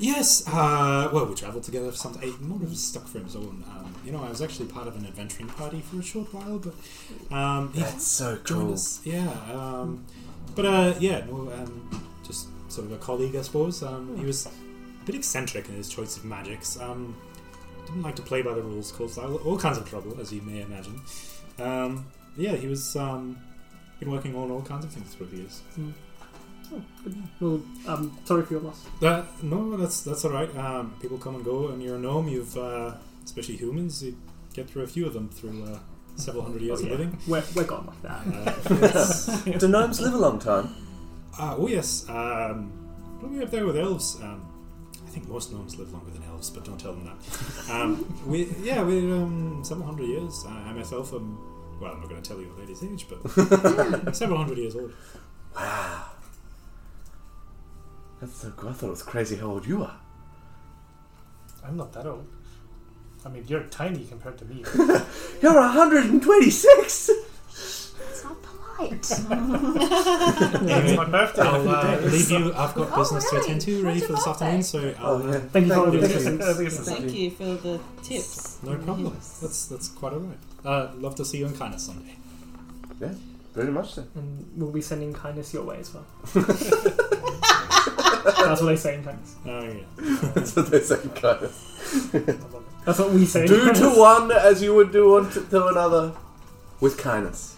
Speaker 4: Yes. Uh, well, we travelled together for some. eh, More of us stuck for his own. Um, you know, I was actually part of an adventuring party for a short while, but um, he
Speaker 2: That's so
Speaker 4: joined
Speaker 2: cool.
Speaker 4: us. Yeah. Um, but uh, yeah, no, um, just sort of a colleague, I suppose. Um, he was a bit eccentric in his choice of magics. Um, didn't like to play by the rules, caused all, all kinds of trouble, as you may imagine. Um, yeah, he was um, been working on all kinds of things through the years.
Speaker 7: Well, um, sorry for your loss.
Speaker 4: That no, that's that's all right. Um, people come and go, and you're a gnome. You've uh, especially humans. You get through a few of them through uh, several hundred years
Speaker 7: Oh, yeah.
Speaker 4: of
Speaker 7: [laughs]
Speaker 4: living.
Speaker 7: We're, we're gone like that.
Speaker 4: Uh,
Speaker 2: Do gnomes live a long time?
Speaker 4: Uh, oh yes, um, probably up there with elves. Um, I think most gnomes live longer than elves, but don't tell them that. Um, we yeah, we're um, several hundred years. Uh, I myself am well, I'm not going to tell you a lady's age, but
Speaker 2: Hmm.
Speaker 4: several hundred years [laughs] old.
Speaker 2: That's so cool. I thought it was crazy how old you are.
Speaker 6: I'm not that old. I mean, you're tiny compared to me.
Speaker 2: You're 126!
Speaker 3: It's not polite.
Speaker 6: it's my birthday.
Speaker 4: I'll
Speaker 6: in a few
Speaker 4: uh,
Speaker 6: [laughs] days.
Speaker 4: leave you. I've got
Speaker 3: Oh,
Speaker 4: business to
Speaker 3: really?
Speaker 4: attend to, ready
Speaker 3: When's
Speaker 4: for
Speaker 3: your
Speaker 4: this afternoon. So um, I'll,
Speaker 2: Oh, yeah.
Speaker 7: Thank you for all the
Speaker 6: Thank you.
Speaker 7: assistance.
Speaker 6: I think it's
Speaker 5: Thank you for the tips.
Speaker 4: No problem. That's that's quite all right. Uh, love to see you in kindness someday.
Speaker 2: Very much [laughs] so.
Speaker 7: And we'll be sending kindness your way as
Speaker 2: [laughs]
Speaker 7: well. That's what they say in kindness.
Speaker 4: Oh yeah.
Speaker 2: That's what they say, kind of.
Speaker 7: That's what we say. in
Speaker 2: Do
Speaker 7: kindness.
Speaker 2: [laughs] to one as you would do unto to another. With kindness.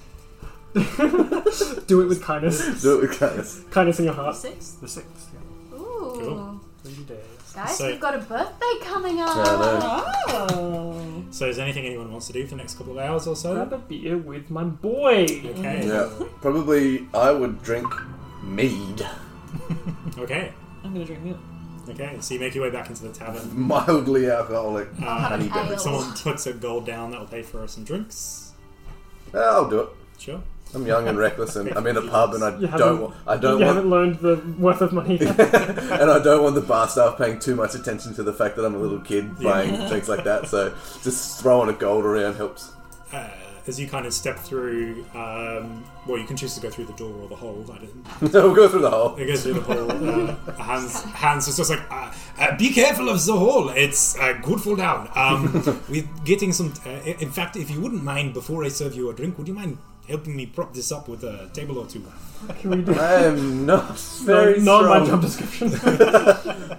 Speaker 7: Do it with kindness.
Speaker 2: Do it with kindness.
Speaker 7: kindness in your heart.
Speaker 3: Six.
Speaker 6: The sixth.
Speaker 3: Ooh.
Speaker 14: three days.
Speaker 3: Guys,
Speaker 4: So-
Speaker 3: we've got a birthday coming up.
Speaker 2: uh,
Speaker 5: Oh.
Speaker 4: So, is there anything anyone wants to do for the next couple of hours or so?
Speaker 7: Grab a beer with my boy.
Speaker 4: Okay.
Speaker 2: Yeah, probably I would drink mead. [laughs]
Speaker 4: Okay.
Speaker 5: I'm gonna drink milk.
Speaker 4: Okay. So you make your way back into the tavern.
Speaker 2: Mildly alcoholic.
Speaker 4: Uh,
Speaker 2: honey
Speaker 3: ale.
Speaker 2: beverage.
Speaker 4: someone puts a gold down that will pay for some drinks.
Speaker 2: Yeah, I'll do it.
Speaker 4: Sure.
Speaker 2: I'm young and reckless, and I'm in a pub, and I
Speaker 7: You
Speaker 2: don't
Speaker 7: haven't-
Speaker 2: want, I don't
Speaker 7: you
Speaker 2: want,
Speaker 7: haven't learned the worth of
Speaker 2: [laughs]
Speaker 7: money. yet.
Speaker 2: and I don't want the bar staff paying too much attention to the fact that I'm a little kid buying drinks like that. So just throwing a gold around helps. [laughs]
Speaker 4: Uh, as you kind of step through, um, well, you can choose to go through the door or the hold. I didn't.
Speaker 2: we'll go through the hole.
Speaker 4: It goes through the hole. Uh,
Speaker 3: [laughs]
Speaker 4: Hans, Hans is just like, uh, uh, be careful of the hole. It's uh, good fall down. Um,
Speaker 3: [laughs]
Speaker 4: we're getting some. Uh, in fact, if you wouldn't mind, before I serve you a drink, would you mind helping me prop this up with a table or two? [laughs]
Speaker 7: Can we do
Speaker 2: I am not very
Speaker 7: not my job
Speaker 2: strong.
Speaker 7: description?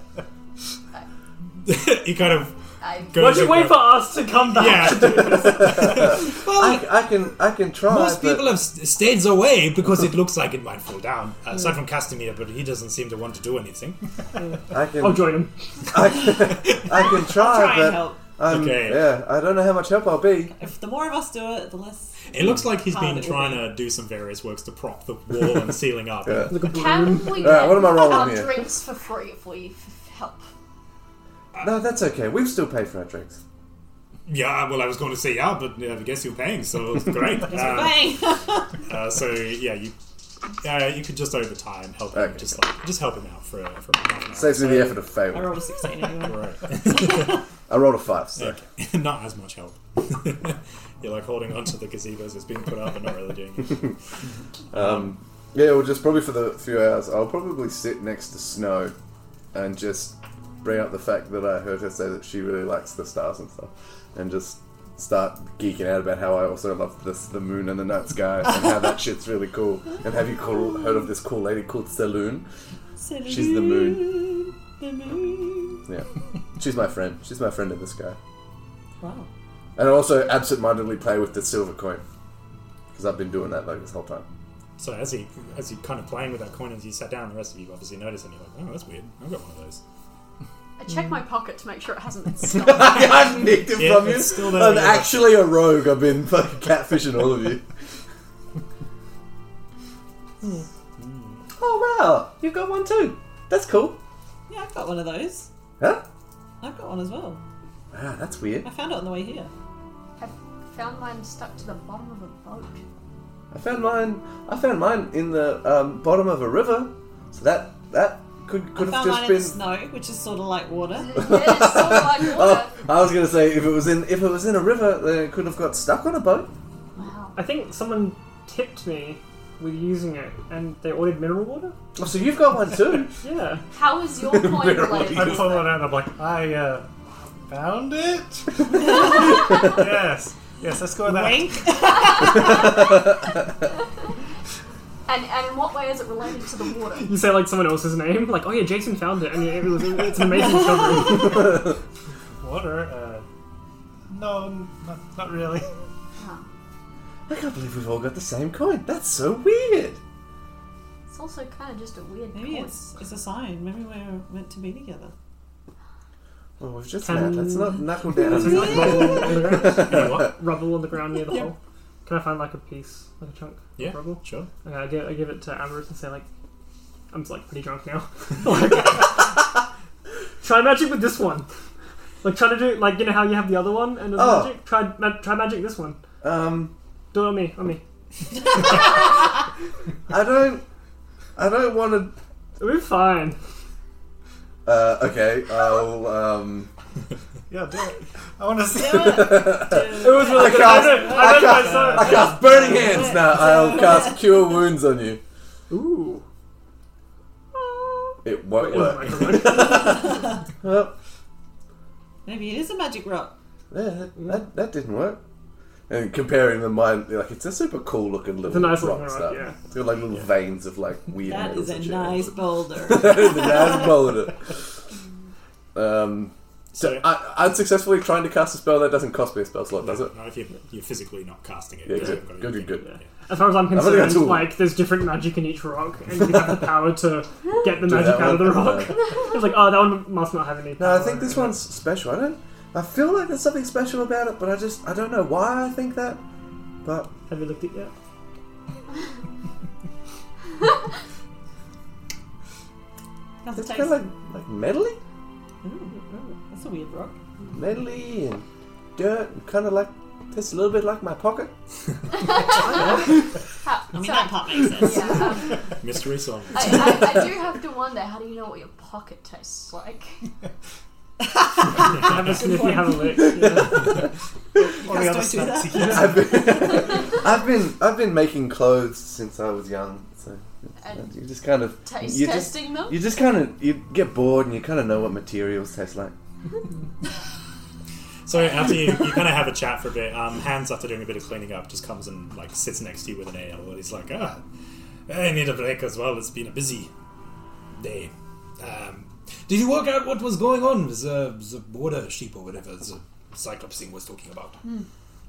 Speaker 4: you kind of.
Speaker 3: I,
Speaker 4: Go
Speaker 7: Why do you
Speaker 4: to-
Speaker 7: wait for us to come back?
Speaker 4: Yeah.
Speaker 7: [laughs]
Speaker 4: [laughs] well,
Speaker 2: I, I can I can try.
Speaker 4: Most
Speaker 2: but
Speaker 4: people have st- stayed away because it looks like it might fall down. Aside from Castamere, but he doesn't seem to want to do anything.
Speaker 2: I can
Speaker 7: I'll join him.
Speaker 2: I can, I can try,
Speaker 5: Try
Speaker 2: Oh, but
Speaker 5: and help.
Speaker 2: I'm,
Speaker 4: Okay.
Speaker 2: Um, yeah, I don't know how much help I'll be.
Speaker 5: If the more of us do it, the less.
Speaker 4: It looks like he's
Speaker 5: Hard
Speaker 4: been
Speaker 5: it
Speaker 4: trying
Speaker 5: will
Speaker 4: to do some various works to prop the wall and ceiling up.
Speaker 2: Yeah.
Speaker 3: Can
Speaker 2: [laughs]
Speaker 3: we get
Speaker 2: Alright, what am I rolling
Speaker 3: our
Speaker 2: here?
Speaker 3: drinks for free if we f- help?
Speaker 2: No, that's okay. We've still paid for our drinks.
Speaker 4: Yeah, uh, well, I was going to say yeah, but uh, I guess you're paying, so it's great. Uh,
Speaker 5: Bang!
Speaker 4: uh, so yeah, you uh, you could just over time help him,
Speaker 2: Okay.
Speaker 4: just like just help him out for uh, for half an hour.
Speaker 2: Saves me the effort
Speaker 5: [laughs]
Speaker 2: of
Speaker 5: I
Speaker 2: failing.
Speaker 5: rolled a 16 anyway.
Speaker 2: I rolled a five, so
Speaker 4: Okay. [laughs] not as much help. you're like holding onto the gazebos that's being put up and not really doing it.
Speaker 2: um, yeah, well, just probably for the few hours, I'll probably sit next to Snow and just bring up the fact that I heard her say that she really likes the stars and stuff, and just start geeking out about how I also love this the moon and the night sky and how that shit's really cool. And have you cool, heard of this cool lady called Saloon? She's the moon.
Speaker 5: The moon.
Speaker 2: Yeah, she's my friend. She's my friend in the sky.
Speaker 5: Wow.
Speaker 2: And I also absentmindedly play with the silver coin. Because I've been doing that like this whole time. [laughs]
Speaker 4: So as he as you kind of playing with that coin as you sat down, the rest of you obviously notice and you're like, oh, that's weird. I've got one of those.
Speaker 3: I check my pocket to make sure it hasn't
Speaker 2: [laughs]
Speaker 3: been stolen.
Speaker 2: I've nicked it
Speaker 4: Yeah,
Speaker 2: from you.
Speaker 4: it's still there.
Speaker 2: I'm actually a rogue. I've been fucking [laughs] catfishing all of you. oh wow, you've got one too. That's cool.
Speaker 5: Yeah, I've got one of those.
Speaker 2: Huh?
Speaker 5: I've got one as well.
Speaker 2: Wow, that's weird.
Speaker 5: I found it on the way here.
Speaker 3: I found mine stuck to the bottom of a
Speaker 2: [laughs]
Speaker 3: boat.
Speaker 2: I found mine. I found mine in the um, bottom of a river. So that that could could
Speaker 5: I
Speaker 2: have
Speaker 5: found mine in
Speaker 2: just
Speaker 5: the
Speaker 2: been.
Speaker 5: snow, which is sort of like water.
Speaker 3: Yeah, it's sort of like water.
Speaker 2: Oh, I was gonna say if it was in if it was in a river, then it could have got stuck on a boat.
Speaker 3: Wow.
Speaker 7: I think someone tipped me with using it, and they ordered mineral water.
Speaker 2: Oh, so you've got one
Speaker 5: [laughs]
Speaker 2: too.
Speaker 7: Yeah,
Speaker 3: How is
Speaker 2: [laughs]
Speaker 3: your coin related?
Speaker 6: I pull it out and I'm like, I uh, found it. [laughs] yes, yes, let's go with that.
Speaker 5: Wink.
Speaker 3: And, and in what way is it related to the water?
Speaker 7: you say like someone else's name, like, oh yeah, Jason found it, and it was it's an amazing discovery.
Speaker 6: Water? Uh, no, not, not really. [laughs]
Speaker 2: I can't believe we've all got the same coin. That's so weird.
Speaker 3: It's also kind of just a weird
Speaker 5: Maybe
Speaker 3: coin.
Speaker 5: it's, it's a sign. Maybe we're meant to be together.
Speaker 2: Well, we've just
Speaker 7: Can-
Speaker 2: met. Let's not knuckle down.
Speaker 7: So, like, rubble, on the ground,
Speaker 4: You know what?
Speaker 7: rubble on the ground near the hole. Can I find like a piece, like a chunk? of
Speaker 4: Yeah,
Speaker 7: Rubble.
Speaker 4: sure.
Speaker 7: Okay, I give, I give it to Amorous and say like, I'm like pretty drunk now. like, try magic with this one. Like try to do like you know how you have the other one and there's
Speaker 2: Oh.
Speaker 7: magic. Try ma- try magic this one.
Speaker 2: um,
Speaker 7: Do it on me, on me.
Speaker 2: I don't. I don't want
Speaker 7: We're fine.
Speaker 2: to. Uh, okay, I'll. Um,
Speaker 6: Yeah, do it. I want to see.
Speaker 7: It was really good. I know, I know myself.
Speaker 2: I cast burning hands now. I'll cast cure wounds on you.
Speaker 7: Ooh.
Speaker 2: It won't work. Well,
Speaker 5: Maybe it is a magic rock.
Speaker 2: yeah, that, that, that didn't work. And comparing the mine, like it's a super cool looking little
Speaker 7: It's a nice
Speaker 2: rock
Speaker 7: looking rock,
Speaker 2: stuff.
Speaker 7: yeah.
Speaker 2: It's got like little veins of like weird.
Speaker 5: That
Speaker 2: metals
Speaker 5: is
Speaker 2: [laughs]
Speaker 5: a
Speaker 2: and
Speaker 5: [laughs]
Speaker 2: shit.
Speaker 5: nice boulder. Mm.
Speaker 2: that is a nice boulder. Um, So, I, unsuccessfully trying to cast a spell that doesn't cost me a spell slot, does it?
Speaker 4: Not if you're, you're physically not casting it.
Speaker 2: Yeah,
Speaker 4: because
Speaker 2: good,
Speaker 4: you've got
Speaker 2: good, good,
Speaker 4: anything.
Speaker 2: good.
Speaker 7: As far as I'm
Speaker 2: I've only got
Speaker 7: concerned,
Speaker 2: two.
Speaker 7: like there's different magic in each rock, and you have the power to get the
Speaker 2: Do
Speaker 7: magic
Speaker 2: that
Speaker 7: out of the
Speaker 2: one. [laughs]
Speaker 7: rock. it's like, oh, that one must not have any.
Speaker 2: No,
Speaker 7: Power.
Speaker 2: I think this one's special. I don't. I feel like there's something special about it, but I just I don't know why I think that. But
Speaker 7: Have you looked at it yet?
Speaker 5: How's it
Speaker 2: it's
Speaker 5: taste?
Speaker 2: kind of like like metally,
Speaker 5: That's a weird
Speaker 2: [laughs]
Speaker 5: rock.
Speaker 2: metally and dirt, and kind of like tastes a little bit like my pocket.
Speaker 3: How,
Speaker 5: I mean,
Speaker 3: so-
Speaker 5: that part makes sense.
Speaker 3: yeah, um,
Speaker 4: Mystery song.
Speaker 3: I, I, I do have to wonder how do you know what your pocket tastes like?
Speaker 7: have a sniff, you have a
Speaker 2: [laughs]
Speaker 7: lick. Yeah.
Speaker 5: You guys don't do that.
Speaker 2: I've been, I've been I've been making clothes since I was young, so
Speaker 3: And
Speaker 2: you just kind of
Speaker 3: taste
Speaker 2: you just
Speaker 3: testing them?
Speaker 2: you just kind of you get bored and you kind of know what materials taste like.
Speaker 4: So after you, you kind of have a chat for a bit, um, Hans, after doing a bit of cleaning up, just comes and like sits next to you with an ale, and he's like, "Ah, I need a break as well. It's been a busy day. Um, did you work out what was going on with the, the water sheep or whatever the Cyclops thing was talking about?
Speaker 5: Hmm.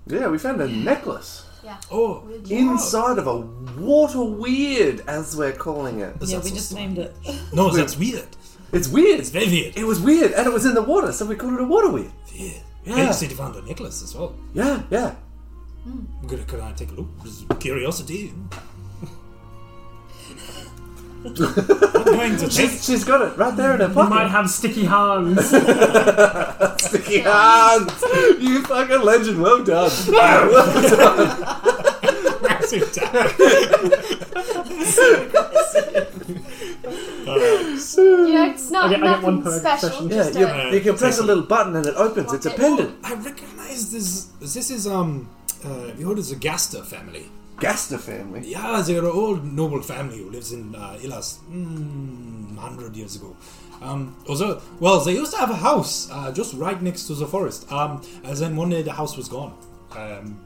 Speaker 2: Yeah, we found a necklace
Speaker 3: Yeah.
Speaker 4: Oh,
Speaker 3: Weird.
Speaker 2: inside of a water weird, as we're calling it.
Speaker 5: Yeah, we just named it.
Speaker 4: no, that's weird.
Speaker 2: It's weird.
Speaker 4: It's very weird.
Speaker 2: It was weird, and it was in the water, so we called it a water weird.
Speaker 4: Yeah,
Speaker 2: Yeah.
Speaker 4: And you said you found a necklace as well.
Speaker 2: Yeah, yeah.
Speaker 4: Could, could I take a look? Just curiosity. I'm going to take
Speaker 2: She's, she's got it right there in her
Speaker 7: You
Speaker 2: pocket.
Speaker 7: might have sticky hands.
Speaker 2: Sticky hands! You fucking legend, well done. Well
Speaker 4: [laughs]
Speaker 2: done.
Speaker 4: massive attack. [laughs]
Speaker 3: Yeah, it's not
Speaker 7: I get- I get one
Speaker 3: nothing
Speaker 7: per
Speaker 3: special.
Speaker 7: session.
Speaker 2: yeah,
Speaker 3: Just a,
Speaker 2: you, you can press a little button and it opens. It's a pendant.
Speaker 4: I recognize this. This is um. Uh, have you heard of the Gaster family?
Speaker 2: Gaster family.
Speaker 4: Yeah, they're an old noble family who lives in uh, Ilas mm, 100 years ago. Um, also, well, they used to have a house uh, just right next to the forest. Um, and then one day the house was gone. Um,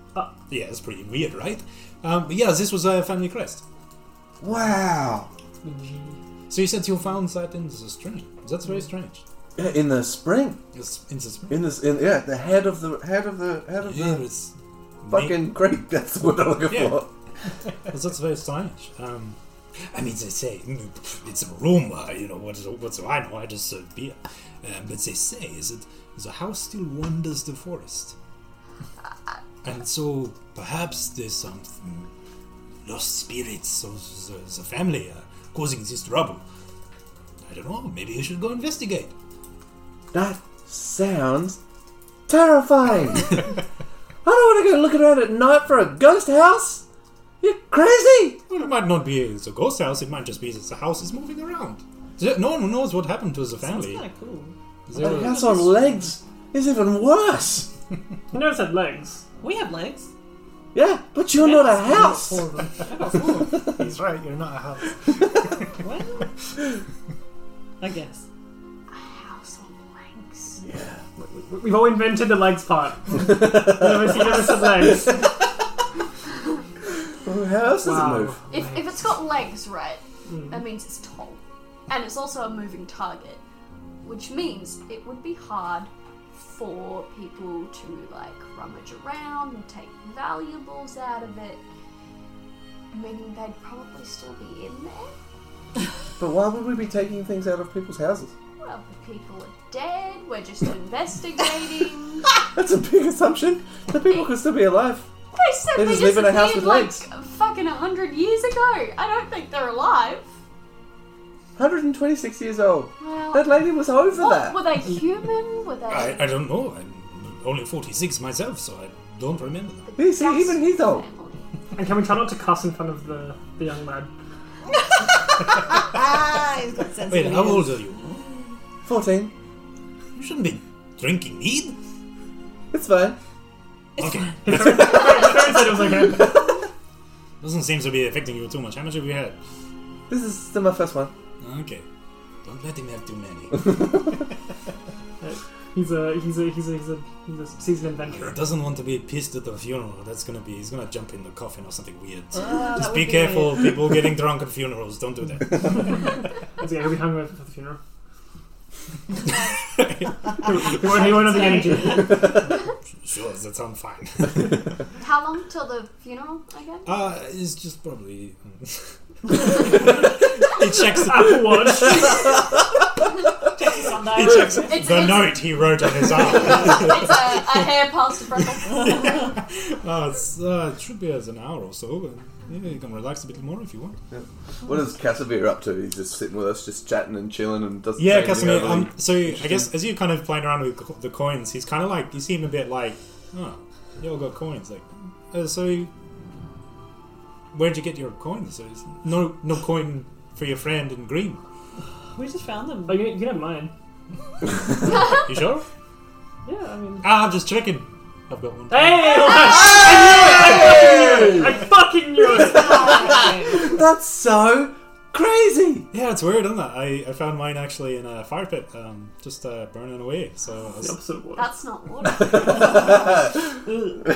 Speaker 4: yeah, it's pretty weird, right? Um, but yeah, this was a family crest.
Speaker 2: Wow.
Speaker 4: So you said you found that in the strange. That's very strange.
Speaker 2: Yeah, in the spring.
Speaker 4: It's in the spring.
Speaker 2: In this in yeah, the head of the head of the head of
Speaker 4: Yeah,
Speaker 2: the
Speaker 4: it's
Speaker 2: fucking creek, that's what I'm looking
Speaker 4: Yeah.
Speaker 2: for.
Speaker 4: Well, that's very strange. Um, I mean, they say mm, it's a rumor, you know. What, what do I know? I just serve beer. Um, but they say is that the house still wanders the [laughs] forest, and so perhaps there's some mm, lost spirits of the, the family uh, causing this trouble. I don't know. Maybe you should go investigate.
Speaker 2: That sounds
Speaker 4: [laughs]
Speaker 2: terrifying. I don't want to go looking around at night for a ghost house. You're crazy.
Speaker 4: Well, it might not be the ghost house. It might just be that the house is moving around. The- No one knows what happened to the
Speaker 5: That's
Speaker 4: family.
Speaker 5: kind of cool.
Speaker 2: A house on legs is even worse.
Speaker 7: You notice that legs.
Speaker 5: We have legs.
Speaker 2: Yeah, but you're not a house.
Speaker 6: [laughs]
Speaker 14: He's right. You're not a house.
Speaker 2: [laughs]
Speaker 5: What? I guess.
Speaker 3: house on legs.
Speaker 7: We've all invented the legs
Speaker 2: [laughs]
Speaker 7: part. you never, you never said legs.
Speaker 2: How else does
Speaker 7: Wow.
Speaker 2: it move?
Speaker 3: If, if it's got legs, right,
Speaker 2: Hmm.
Speaker 3: that means it's tall. And it's also a moving target, which means it would be hard for people to, like, rummage around and take valuables out of it, meaning they'd probably still be in there.
Speaker 2: But why would we be taking things out of people's houses?
Speaker 3: Well, the people are dead, we're
Speaker 2: [coughs]
Speaker 3: just investigating.
Speaker 2: That's a big assumption. The people could still be alive.
Speaker 3: They said
Speaker 2: They
Speaker 3: they,
Speaker 2: just
Speaker 3: just
Speaker 2: live in a house
Speaker 3: disappeared,
Speaker 2: with
Speaker 3: like
Speaker 2: legs.
Speaker 3: fucking a hundred years ago. I don't think they're alive.
Speaker 2: 126 years old.
Speaker 3: Well,
Speaker 2: That lady was over
Speaker 3: what,
Speaker 2: that.
Speaker 3: were they human? Were they?
Speaker 4: I, I don't know. I'm only 46 myself, so I don't remember them.
Speaker 2: You see, even he's old.
Speaker 3: family?
Speaker 7: And can we try not to cuss in front of the, the young lad?
Speaker 5: Ah, he's got sense.
Speaker 4: Wait, how old are you?
Speaker 2: 14.
Speaker 4: You shouldn't be drinking mead.
Speaker 2: It's fine.
Speaker 4: Okay,
Speaker 7: Sorry, said it was okay.
Speaker 4: [laughs] doesn't seem to be affecting you too much. How much have you had?
Speaker 2: This is still my first one.
Speaker 4: Okay, don't let him have too many.
Speaker 7: He's a he's a he's a he's a, he's a seasoned adventurer.
Speaker 4: [laughs] He doesn't want to be pissed at the funeral. That's gonna be. He's gonna jump in the coffin or something weird. Just Oh, be careful, [laughs] people getting drunk at funerals. Don't do that.
Speaker 2: [laughs]
Speaker 7: Yeah, he'll be hungover for the funeral. He won't- he won't have the energy.
Speaker 4: sure, that sounds fine.
Speaker 3: How long till the funeral again?
Speaker 4: uh, it's just probably. hmm. [laughs] he checks Apple Watch. he checks
Speaker 3: It's-
Speaker 4: the
Speaker 3: it's-
Speaker 4: note he wrote on his arm.
Speaker 3: it's a, a hair pulse from
Speaker 4: [laughs] Uh, it's, uh, it should be as an hour or so, and yeah, you can relax a bit more if you want.
Speaker 2: What is Casimir up to? He's just sitting with us, just chatting and chilling, and doesn't.
Speaker 4: Yeah,
Speaker 2: say anything
Speaker 4: Casimir.
Speaker 2: overly
Speaker 4: Um, so I
Speaker 2: interesting?
Speaker 4: guess as you're kind of playing around with co- the coins, he's kind of like you seem a bit like, oh, you all got coins. Like, uh, so where'd you get your coins? So he's, no, no coin for your friend in green.
Speaker 5: We just found them. [laughs]
Speaker 7: Oh,
Speaker 2: [laughs]
Speaker 7: you, you don't mind.
Speaker 4: You sure?
Speaker 5: Yeah, I mean.
Speaker 4: ah, I'm just checking. I've got one.
Speaker 7: Hey! I knew it! I fucking knew [laughs] it! I fucking knew it!
Speaker 4: That's so
Speaker 2: [laughs]
Speaker 4: crazy. [laughs] Yeah, it's weird, isn't it? I, I found mine actually in a fire pit, um, just uh, burning away. So I was-
Speaker 5: [laughs]
Speaker 7: The opposite of water.
Speaker 3: [laughs] That's not water.
Speaker 4: Uh,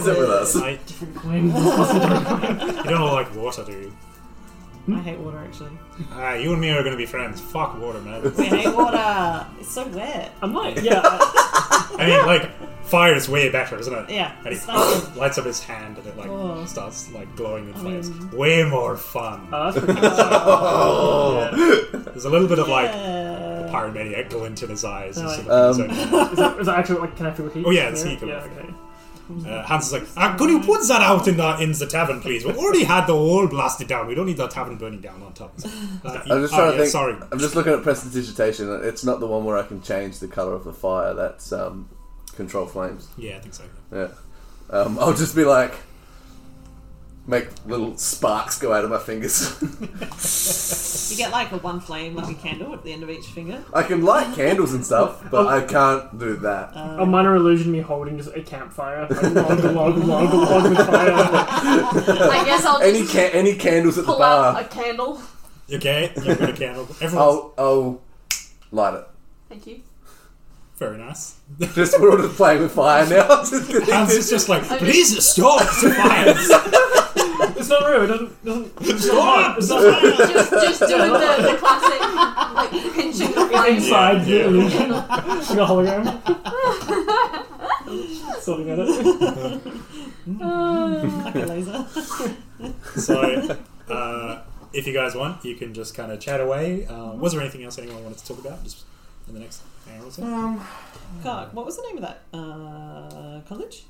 Speaker 2: sit with us.
Speaker 4: I- you don't all like water, do you?
Speaker 5: I hate water actually.
Speaker 4: Ah, you and me are going to be friends. Fuck water, man.
Speaker 5: We hate water. It's so wet.
Speaker 7: I'm like, yeah. uh, I-
Speaker 4: I
Speaker 5: [laughs]
Speaker 4: mean, like, fire is way better, isn't it?
Speaker 5: Yeah,
Speaker 4: And
Speaker 5: it's
Speaker 4: he [laughs] lights up his hand and it, like,
Speaker 5: Oh.
Speaker 4: starts, like, glowing in
Speaker 5: I
Speaker 4: flames.
Speaker 5: mean-
Speaker 4: Way more fun.
Speaker 7: Oh, that's pretty
Speaker 2: Oh.
Speaker 7: cool.
Speaker 4: There's a little bit of, like,
Speaker 5: Yeah.
Speaker 4: pyromaniac glint in his eyes. and
Speaker 7: Oh,
Speaker 4: sort of
Speaker 2: um,
Speaker 4: things like
Speaker 7: Is that, is that actually like, can I feel heat?
Speaker 4: Oh, yeah, it's heat that we
Speaker 7: Yeah,
Speaker 4: feel.
Speaker 7: okay.
Speaker 4: that. uh, Hans is like, ah, could you put that out in the, in the tavern, please? We've already had the wall blasted down. We don't need the tavern burning down on top. Uh,
Speaker 2: I'm just
Speaker 4: oh,
Speaker 2: trying
Speaker 4: yeah,
Speaker 2: to think.
Speaker 4: Sorry.
Speaker 2: I'm just looking at prestidigitation. It's not the one where I can change the color of the fire. That's um, control flames.
Speaker 4: Yeah, I think so.
Speaker 2: Yeah. Um, I'll just be like, make little sparks go out of my fingers. [laughs]
Speaker 5: You get like a one flame, like a candle at the end of each finger.
Speaker 2: I can light candles and stuff, but I can't do that.
Speaker 3: Oh.
Speaker 7: A minor illusion me holding just a campfire. Like, log, log, log, log the fire.
Speaker 3: I guess I'll
Speaker 2: any
Speaker 3: just
Speaker 2: ca- any candles at the
Speaker 3: pull out
Speaker 2: bar,
Speaker 3: a candle.
Speaker 4: Okay, you've got a candle. Everyone's
Speaker 2: I'll I'll light it.
Speaker 3: Thank you.
Speaker 4: very nice. [laughs]
Speaker 2: Just we're all just playing with fire now. [laughs] Just kidding.
Speaker 4: Hans is just like, please stop [laughs] the fires.
Speaker 7: It's not real, it doesn't. doesn't it's not
Speaker 4: Stop!
Speaker 7: hot. It's not hot.
Speaker 3: Just, just doing the, the classic, like, pinching the flames.
Speaker 7: Inside the illusion. Like a hologram. Sorting at it.
Speaker 5: Like a laser. [laughs]
Speaker 4: So, uh, if you guys want, you can just kind of chat away. Um, was there anything else anyone wanted to talk about just in the next hour or
Speaker 2: Uh,
Speaker 4: so?
Speaker 5: God, what was the name of that uh, college?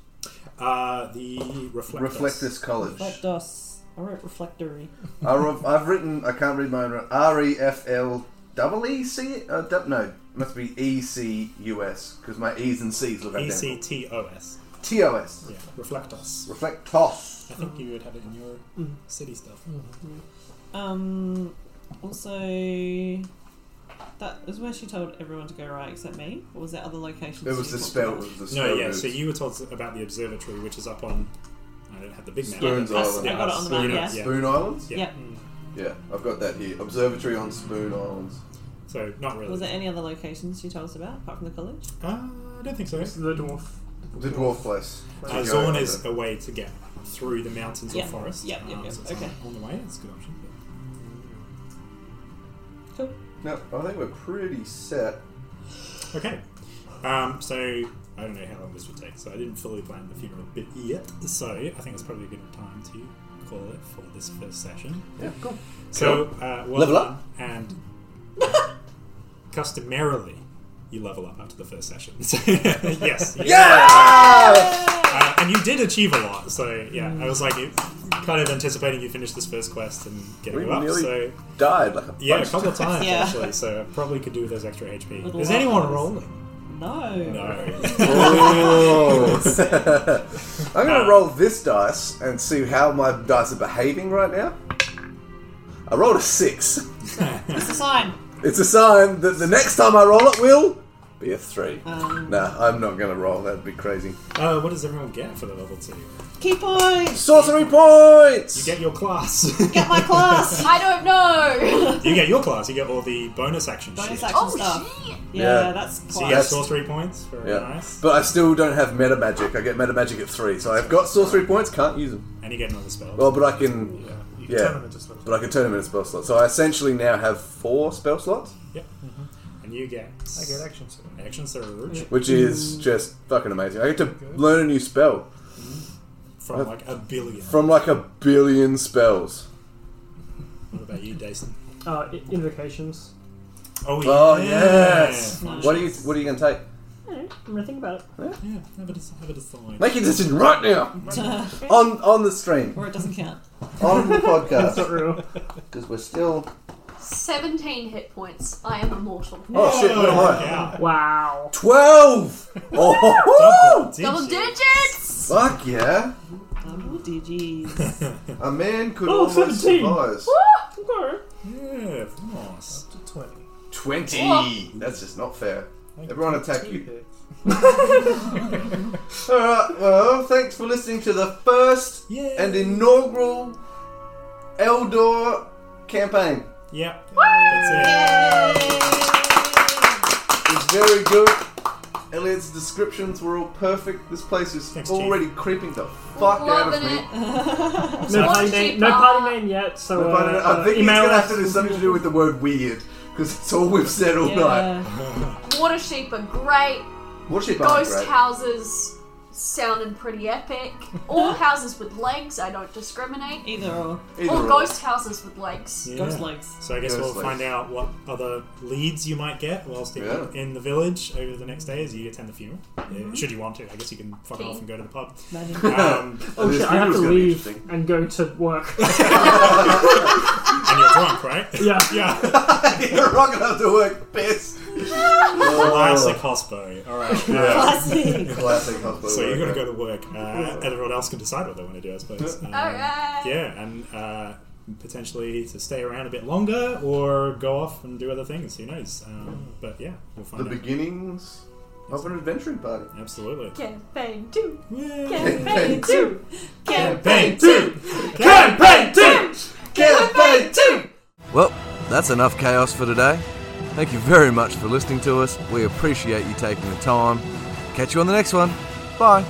Speaker 4: Uh, the reflectors.
Speaker 2: Reflectus College.
Speaker 5: Reflectos. I wrote reflectory.
Speaker 2: I re- I've written. I can't read my own. R e f l double e c. Uh, dub- no, it must be e c u s because my e's and c's look
Speaker 4: E C
Speaker 2: identical.
Speaker 4: T O S.
Speaker 2: T o s.
Speaker 4: Yeah, reflectors.
Speaker 2: Reflect toss.
Speaker 4: I think you would have it in your
Speaker 5: Mm-hmm.
Speaker 4: city stuff.
Speaker 5: Um, also, that is where she told everyone to go right except me. What was that other location?
Speaker 2: It was
Speaker 5: she
Speaker 2: the
Speaker 5: talked
Speaker 2: spell. It
Speaker 5: about?
Speaker 2: was the spell.
Speaker 4: No, yeah.
Speaker 2: move.
Speaker 4: So you were told about the observatory, which is up on. I don't have the big map.
Speaker 2: Spoon's
Speaker 5: I,
Speaker 2: Island.
Speaker 5: I got it on the
Speaker 4: Spoon
Speaker 5: map,
Speaker 4: Island,
Speaker 5: yeah.
Speaker 4: yeah.
Speaker 2: Spoon Islands.
Speaker 5: Yeah.
Speaker 4: Yeah.
Speaker 2: Yeah, I've got that here. Observatory on Spoon Islands.
Speaker 4: So not really.
Speaker 5: Was there any other locations she told us about apart from the college?
Speaker 4: Uh, I don't think so.
Speaker 7: It's [laughs] the dwarf.
Speaker 2: The dwarf place.
Speaker 4: Uh, Zorn is a way to get through the mountains
Speaker 5: Yeah,
Speaker 4: or forests.
Speaker 5: yeah, yeah,
Speaker 4: Um,
Speaker 5: yeah,
Speaker 4: so it's
Speaker 5: okay.
Speaker 4: on- On the way, it's a good option.
Speaker 5: Cool.
Speaker 2: No, I think we're pretty set.
Speaker 4: but- Okay. Um, so I don't know how long this would take. So I didn't fully plan the funeral bit yet. So I think it's probably a good time to call it for this first session.
Speaker 2: Yeah, cool.
Speaker 4: So uh, well
Speaker 2: Level
Speaker 4: done,
Speaker 2: up.
Speaker 4: and [laughs] customarily you level up after the first session. [laughs]
Speaker 2: [laughs]
Speaker 4: yes. you-
Speaker 2: Yeah!
Speaker 4: Uh, and you did achieve a lot, so yeah, I was like it- kind of anticipating you finished this first quest and getting
Speaker 2: We
Speaker 4: you up.
Speaker 2: nearly-
Speaker 4: So
Speaker 2: Died like a
Speaker 4: yeah, a
Speaker 2: bunch.
Speaker 4: couple of times
Speaker 5: Yeah.
Speaker 4: actually. So I probably could do with those extra HP.
Speaker 5: Little
Speaker 4: Is anyone
Speaker 5: ones.
Speaker 4: rolling?
Speaker 5: No.
Speaker 4: No.
Speaker 2: [laughs]
Speaker 4: [laughs]
Speaker 2: Oh. [laughs] I'm gonna roll this dice and see how my dice are behaving right now. I rolled a six.
Speaker 5: It's a sign.
Speaker 2: It's a sign that the next time I roll it will be a three.
Speaker 4: Um,
Speaker 2: nah, I'm not gonna roll. That'd be crazy.
Speaker 4: uh, what does everyone get for the level two?
Speaker 5: Key point.
Speaker 2: Sorcery points.
Speaker 4: You get your class.
Speaker 5: Get my
Speaker 3: [laughs]
Speaker 5: class.
Speaker 3: I don't know.
Speaker 4: you get your class. You get all the bonus action
Speaker 5: Bonus
Speaker 4: shit.
Speaker 5: action
Speaker 3: Oh,
Speaker 5: stuff.
Speaker 3: shit.
Speaker 5: Yeah,
Speaker 2: Yeah.
Speaker 5: that's class.
Speaker 4: So you get sorcery points for
Speaker 2: yeah,
Speaker 4: nice,
Speaker 2: but I still don't have meta magic. I get meta magic at three, so I've got sorcery points. Can't use them.
Speaker 4: and you get another spell.
Speaker 2: Well, but I can.
Speaker 15: You can
Speaker 2: Yeah.
Speaker 15: turn them into spells.
Speaker 2: But I can turn them into spell slots. So I essentially now have four spell slots.
Speaker 4: Yep. And You get.
Speaker 6: I get action surge.
Speaker 4: Action surge.
Speaker 2: Which
Speaker 4: Mm.
Speaker 2: is just fucking amazing. I get to learn a new spell.
Speaker 4: From like a billion.
Speaker 2: From like a billion spells.
Speaker 4: What about you, Jason?
Speaker 7: Uh, i- invocations.
Speaker 4: Oh,
Speaker 2: Oh
Speaker 4: yeah.
Speaker 2: yes. What are you What are you gonna take?
Speaker 7: I don't know. I'm gonna think about it.
Speaker 4: Yeah, have it as, have it as the line.
Speaker 2: Make your decision right now on on the stream
Speaker 5: [laughs] or it doesn't count.
Speaker 2: on the [laughs]
Speaker 7: That's
Speaker 2: podcast
Speaker 7: not real.
Speaker 2: because we're still.
Speaker 3: 17 hit points. I am immortal.
Speaker 2: Oh shit! What am I?
Speaker 4: Yeah.
Speaker 7: Wow.
Speaker 2: Twelve. Oh,
Speaker 4: Did
Speaker 3: Double
Speaker 4: you?
Speaker 3: digits!
Speaker 2: fuck yeah!
Speaker 5: Double
Speaker 2: [laughs]
Speaker 5: DGs.
Speaker 2: A man could
Speaker 7: Oh,
Speaker 2: almost
Speaker 7: 17.
Speaker 2: surprise.
Speaker 4: Yeah, nice.
Speaker 6: Twenty.
Speaker 2: Twenty. That's just not fair. Everyone attack you. All right. Well, thanks for listening to the first
Speaker 4: Yay.
Speaker 2: and inaugural Eldor campaign.
Speaker 4: Yep. That's
Speaker 2: It's very good. Elliot's descriptions were all perfect. This place is
Speaker 4: Thanks, Chief.
Speaker 2: already creeping the fuck out of
Speaker 3: Loving
Speaker 2: me.
Speaker 3: it.
Speaker 7: No
Speaker 3: What
Speaker 7: party
Speaker 3: did you
Speaker 7: name. No
Speaker 3: buy?
Speaker 7: party name yet. So uh,
Speaker 2: But I, I
Speaker 7: uh,
Speaker 2: think it's
Speaker 7: email
Speaker 2: gonna have
Speaker 7: us.
Speaker 2: to do something to do with the word weird, because it's all we've said all night.
Speaker 5: Yeah.
Speaker 3: Water sheep are great.
Speaker 2: What's your barn,
Speaker 3: Ghost houses sounded pretty epic. All houses with legs, I don't discriminate.
Speaker 5: Either or.
Speaker 3: All ghost houses with legs.
Speaker 4: it. Yeah.
Speaker 5: Ghost legs.
Speaker 4: So I guess
Speaker 2: Ghost
Speaker 4: we'll find
Speaker 2: legs.
Speaker 4: out what other leads you might get whilst in-
Speaker 2: Yeah.
Speaker 4: in the village over the next day as you attend the funeral. Yeah,
Speaker 3: Mm-hmm.
Speaker 4: Should you want to, I guess you can fuck
Speaker 3: Okay.
Speaker 4: off and go to the
Speaker 2: [laughs]
Speaker 4: pub.
Speaker 5: Imagine.
Speaker 4: Um,
Speaker 7: Oh
Speaker 2: This
Speaker 7: shit! I have
Speaker 2: funeral's
Speaker 7: to
Speaker 2: gonna be
Speaker 7: leave
Speaker 2: interesting.
Speaker 7: and go to [laughs] work.
Speaker 4: and you're drunk,
Speaker 2: [laughs]
Speaker 4: right? [laughs]
Speaker 7: yeah.
Speaker 4: yeah.
Speaker 2: [laughs] You're rocking up to work, piss. Oh.
Speaker 4: Classic hospo. All right. Uh,
Speaker 5: [laughs]
Speaker 2: [laughs]
Speaker 5: Classic.
Speaker 2: Classic hospital.
Speaker 4: so you're gonna
Speaker 2: worker.
Speaker 4: go to work. Uh, and everyone else can decide what they want to do, I suppose. Uh,
Speaker 3: Alright.
Speaker 4: Yeah, and uh, potentially to stay around a bit longer or go off and do other things. Who knows? Um, but yeah, we'll find
Speaker 2: The
Speaker 4: out.
Speaker 2: beginnings of an adventuring party.
Speaker 4: Absolutely.
Speaker 3: Campaign two.
Speaker 4: Yay.
Speaker 3: Campaign
Speaker 5: [laughs]
Speaker 3: two.
Speaker 4: Campaign two. Campaign two.
Speaker 2: Campaign two.
Speaker 1: Well, that's enough chaos for today. Thank you very much for listening to us. We appreciate you taking the time. Catch you on the next one. Bye.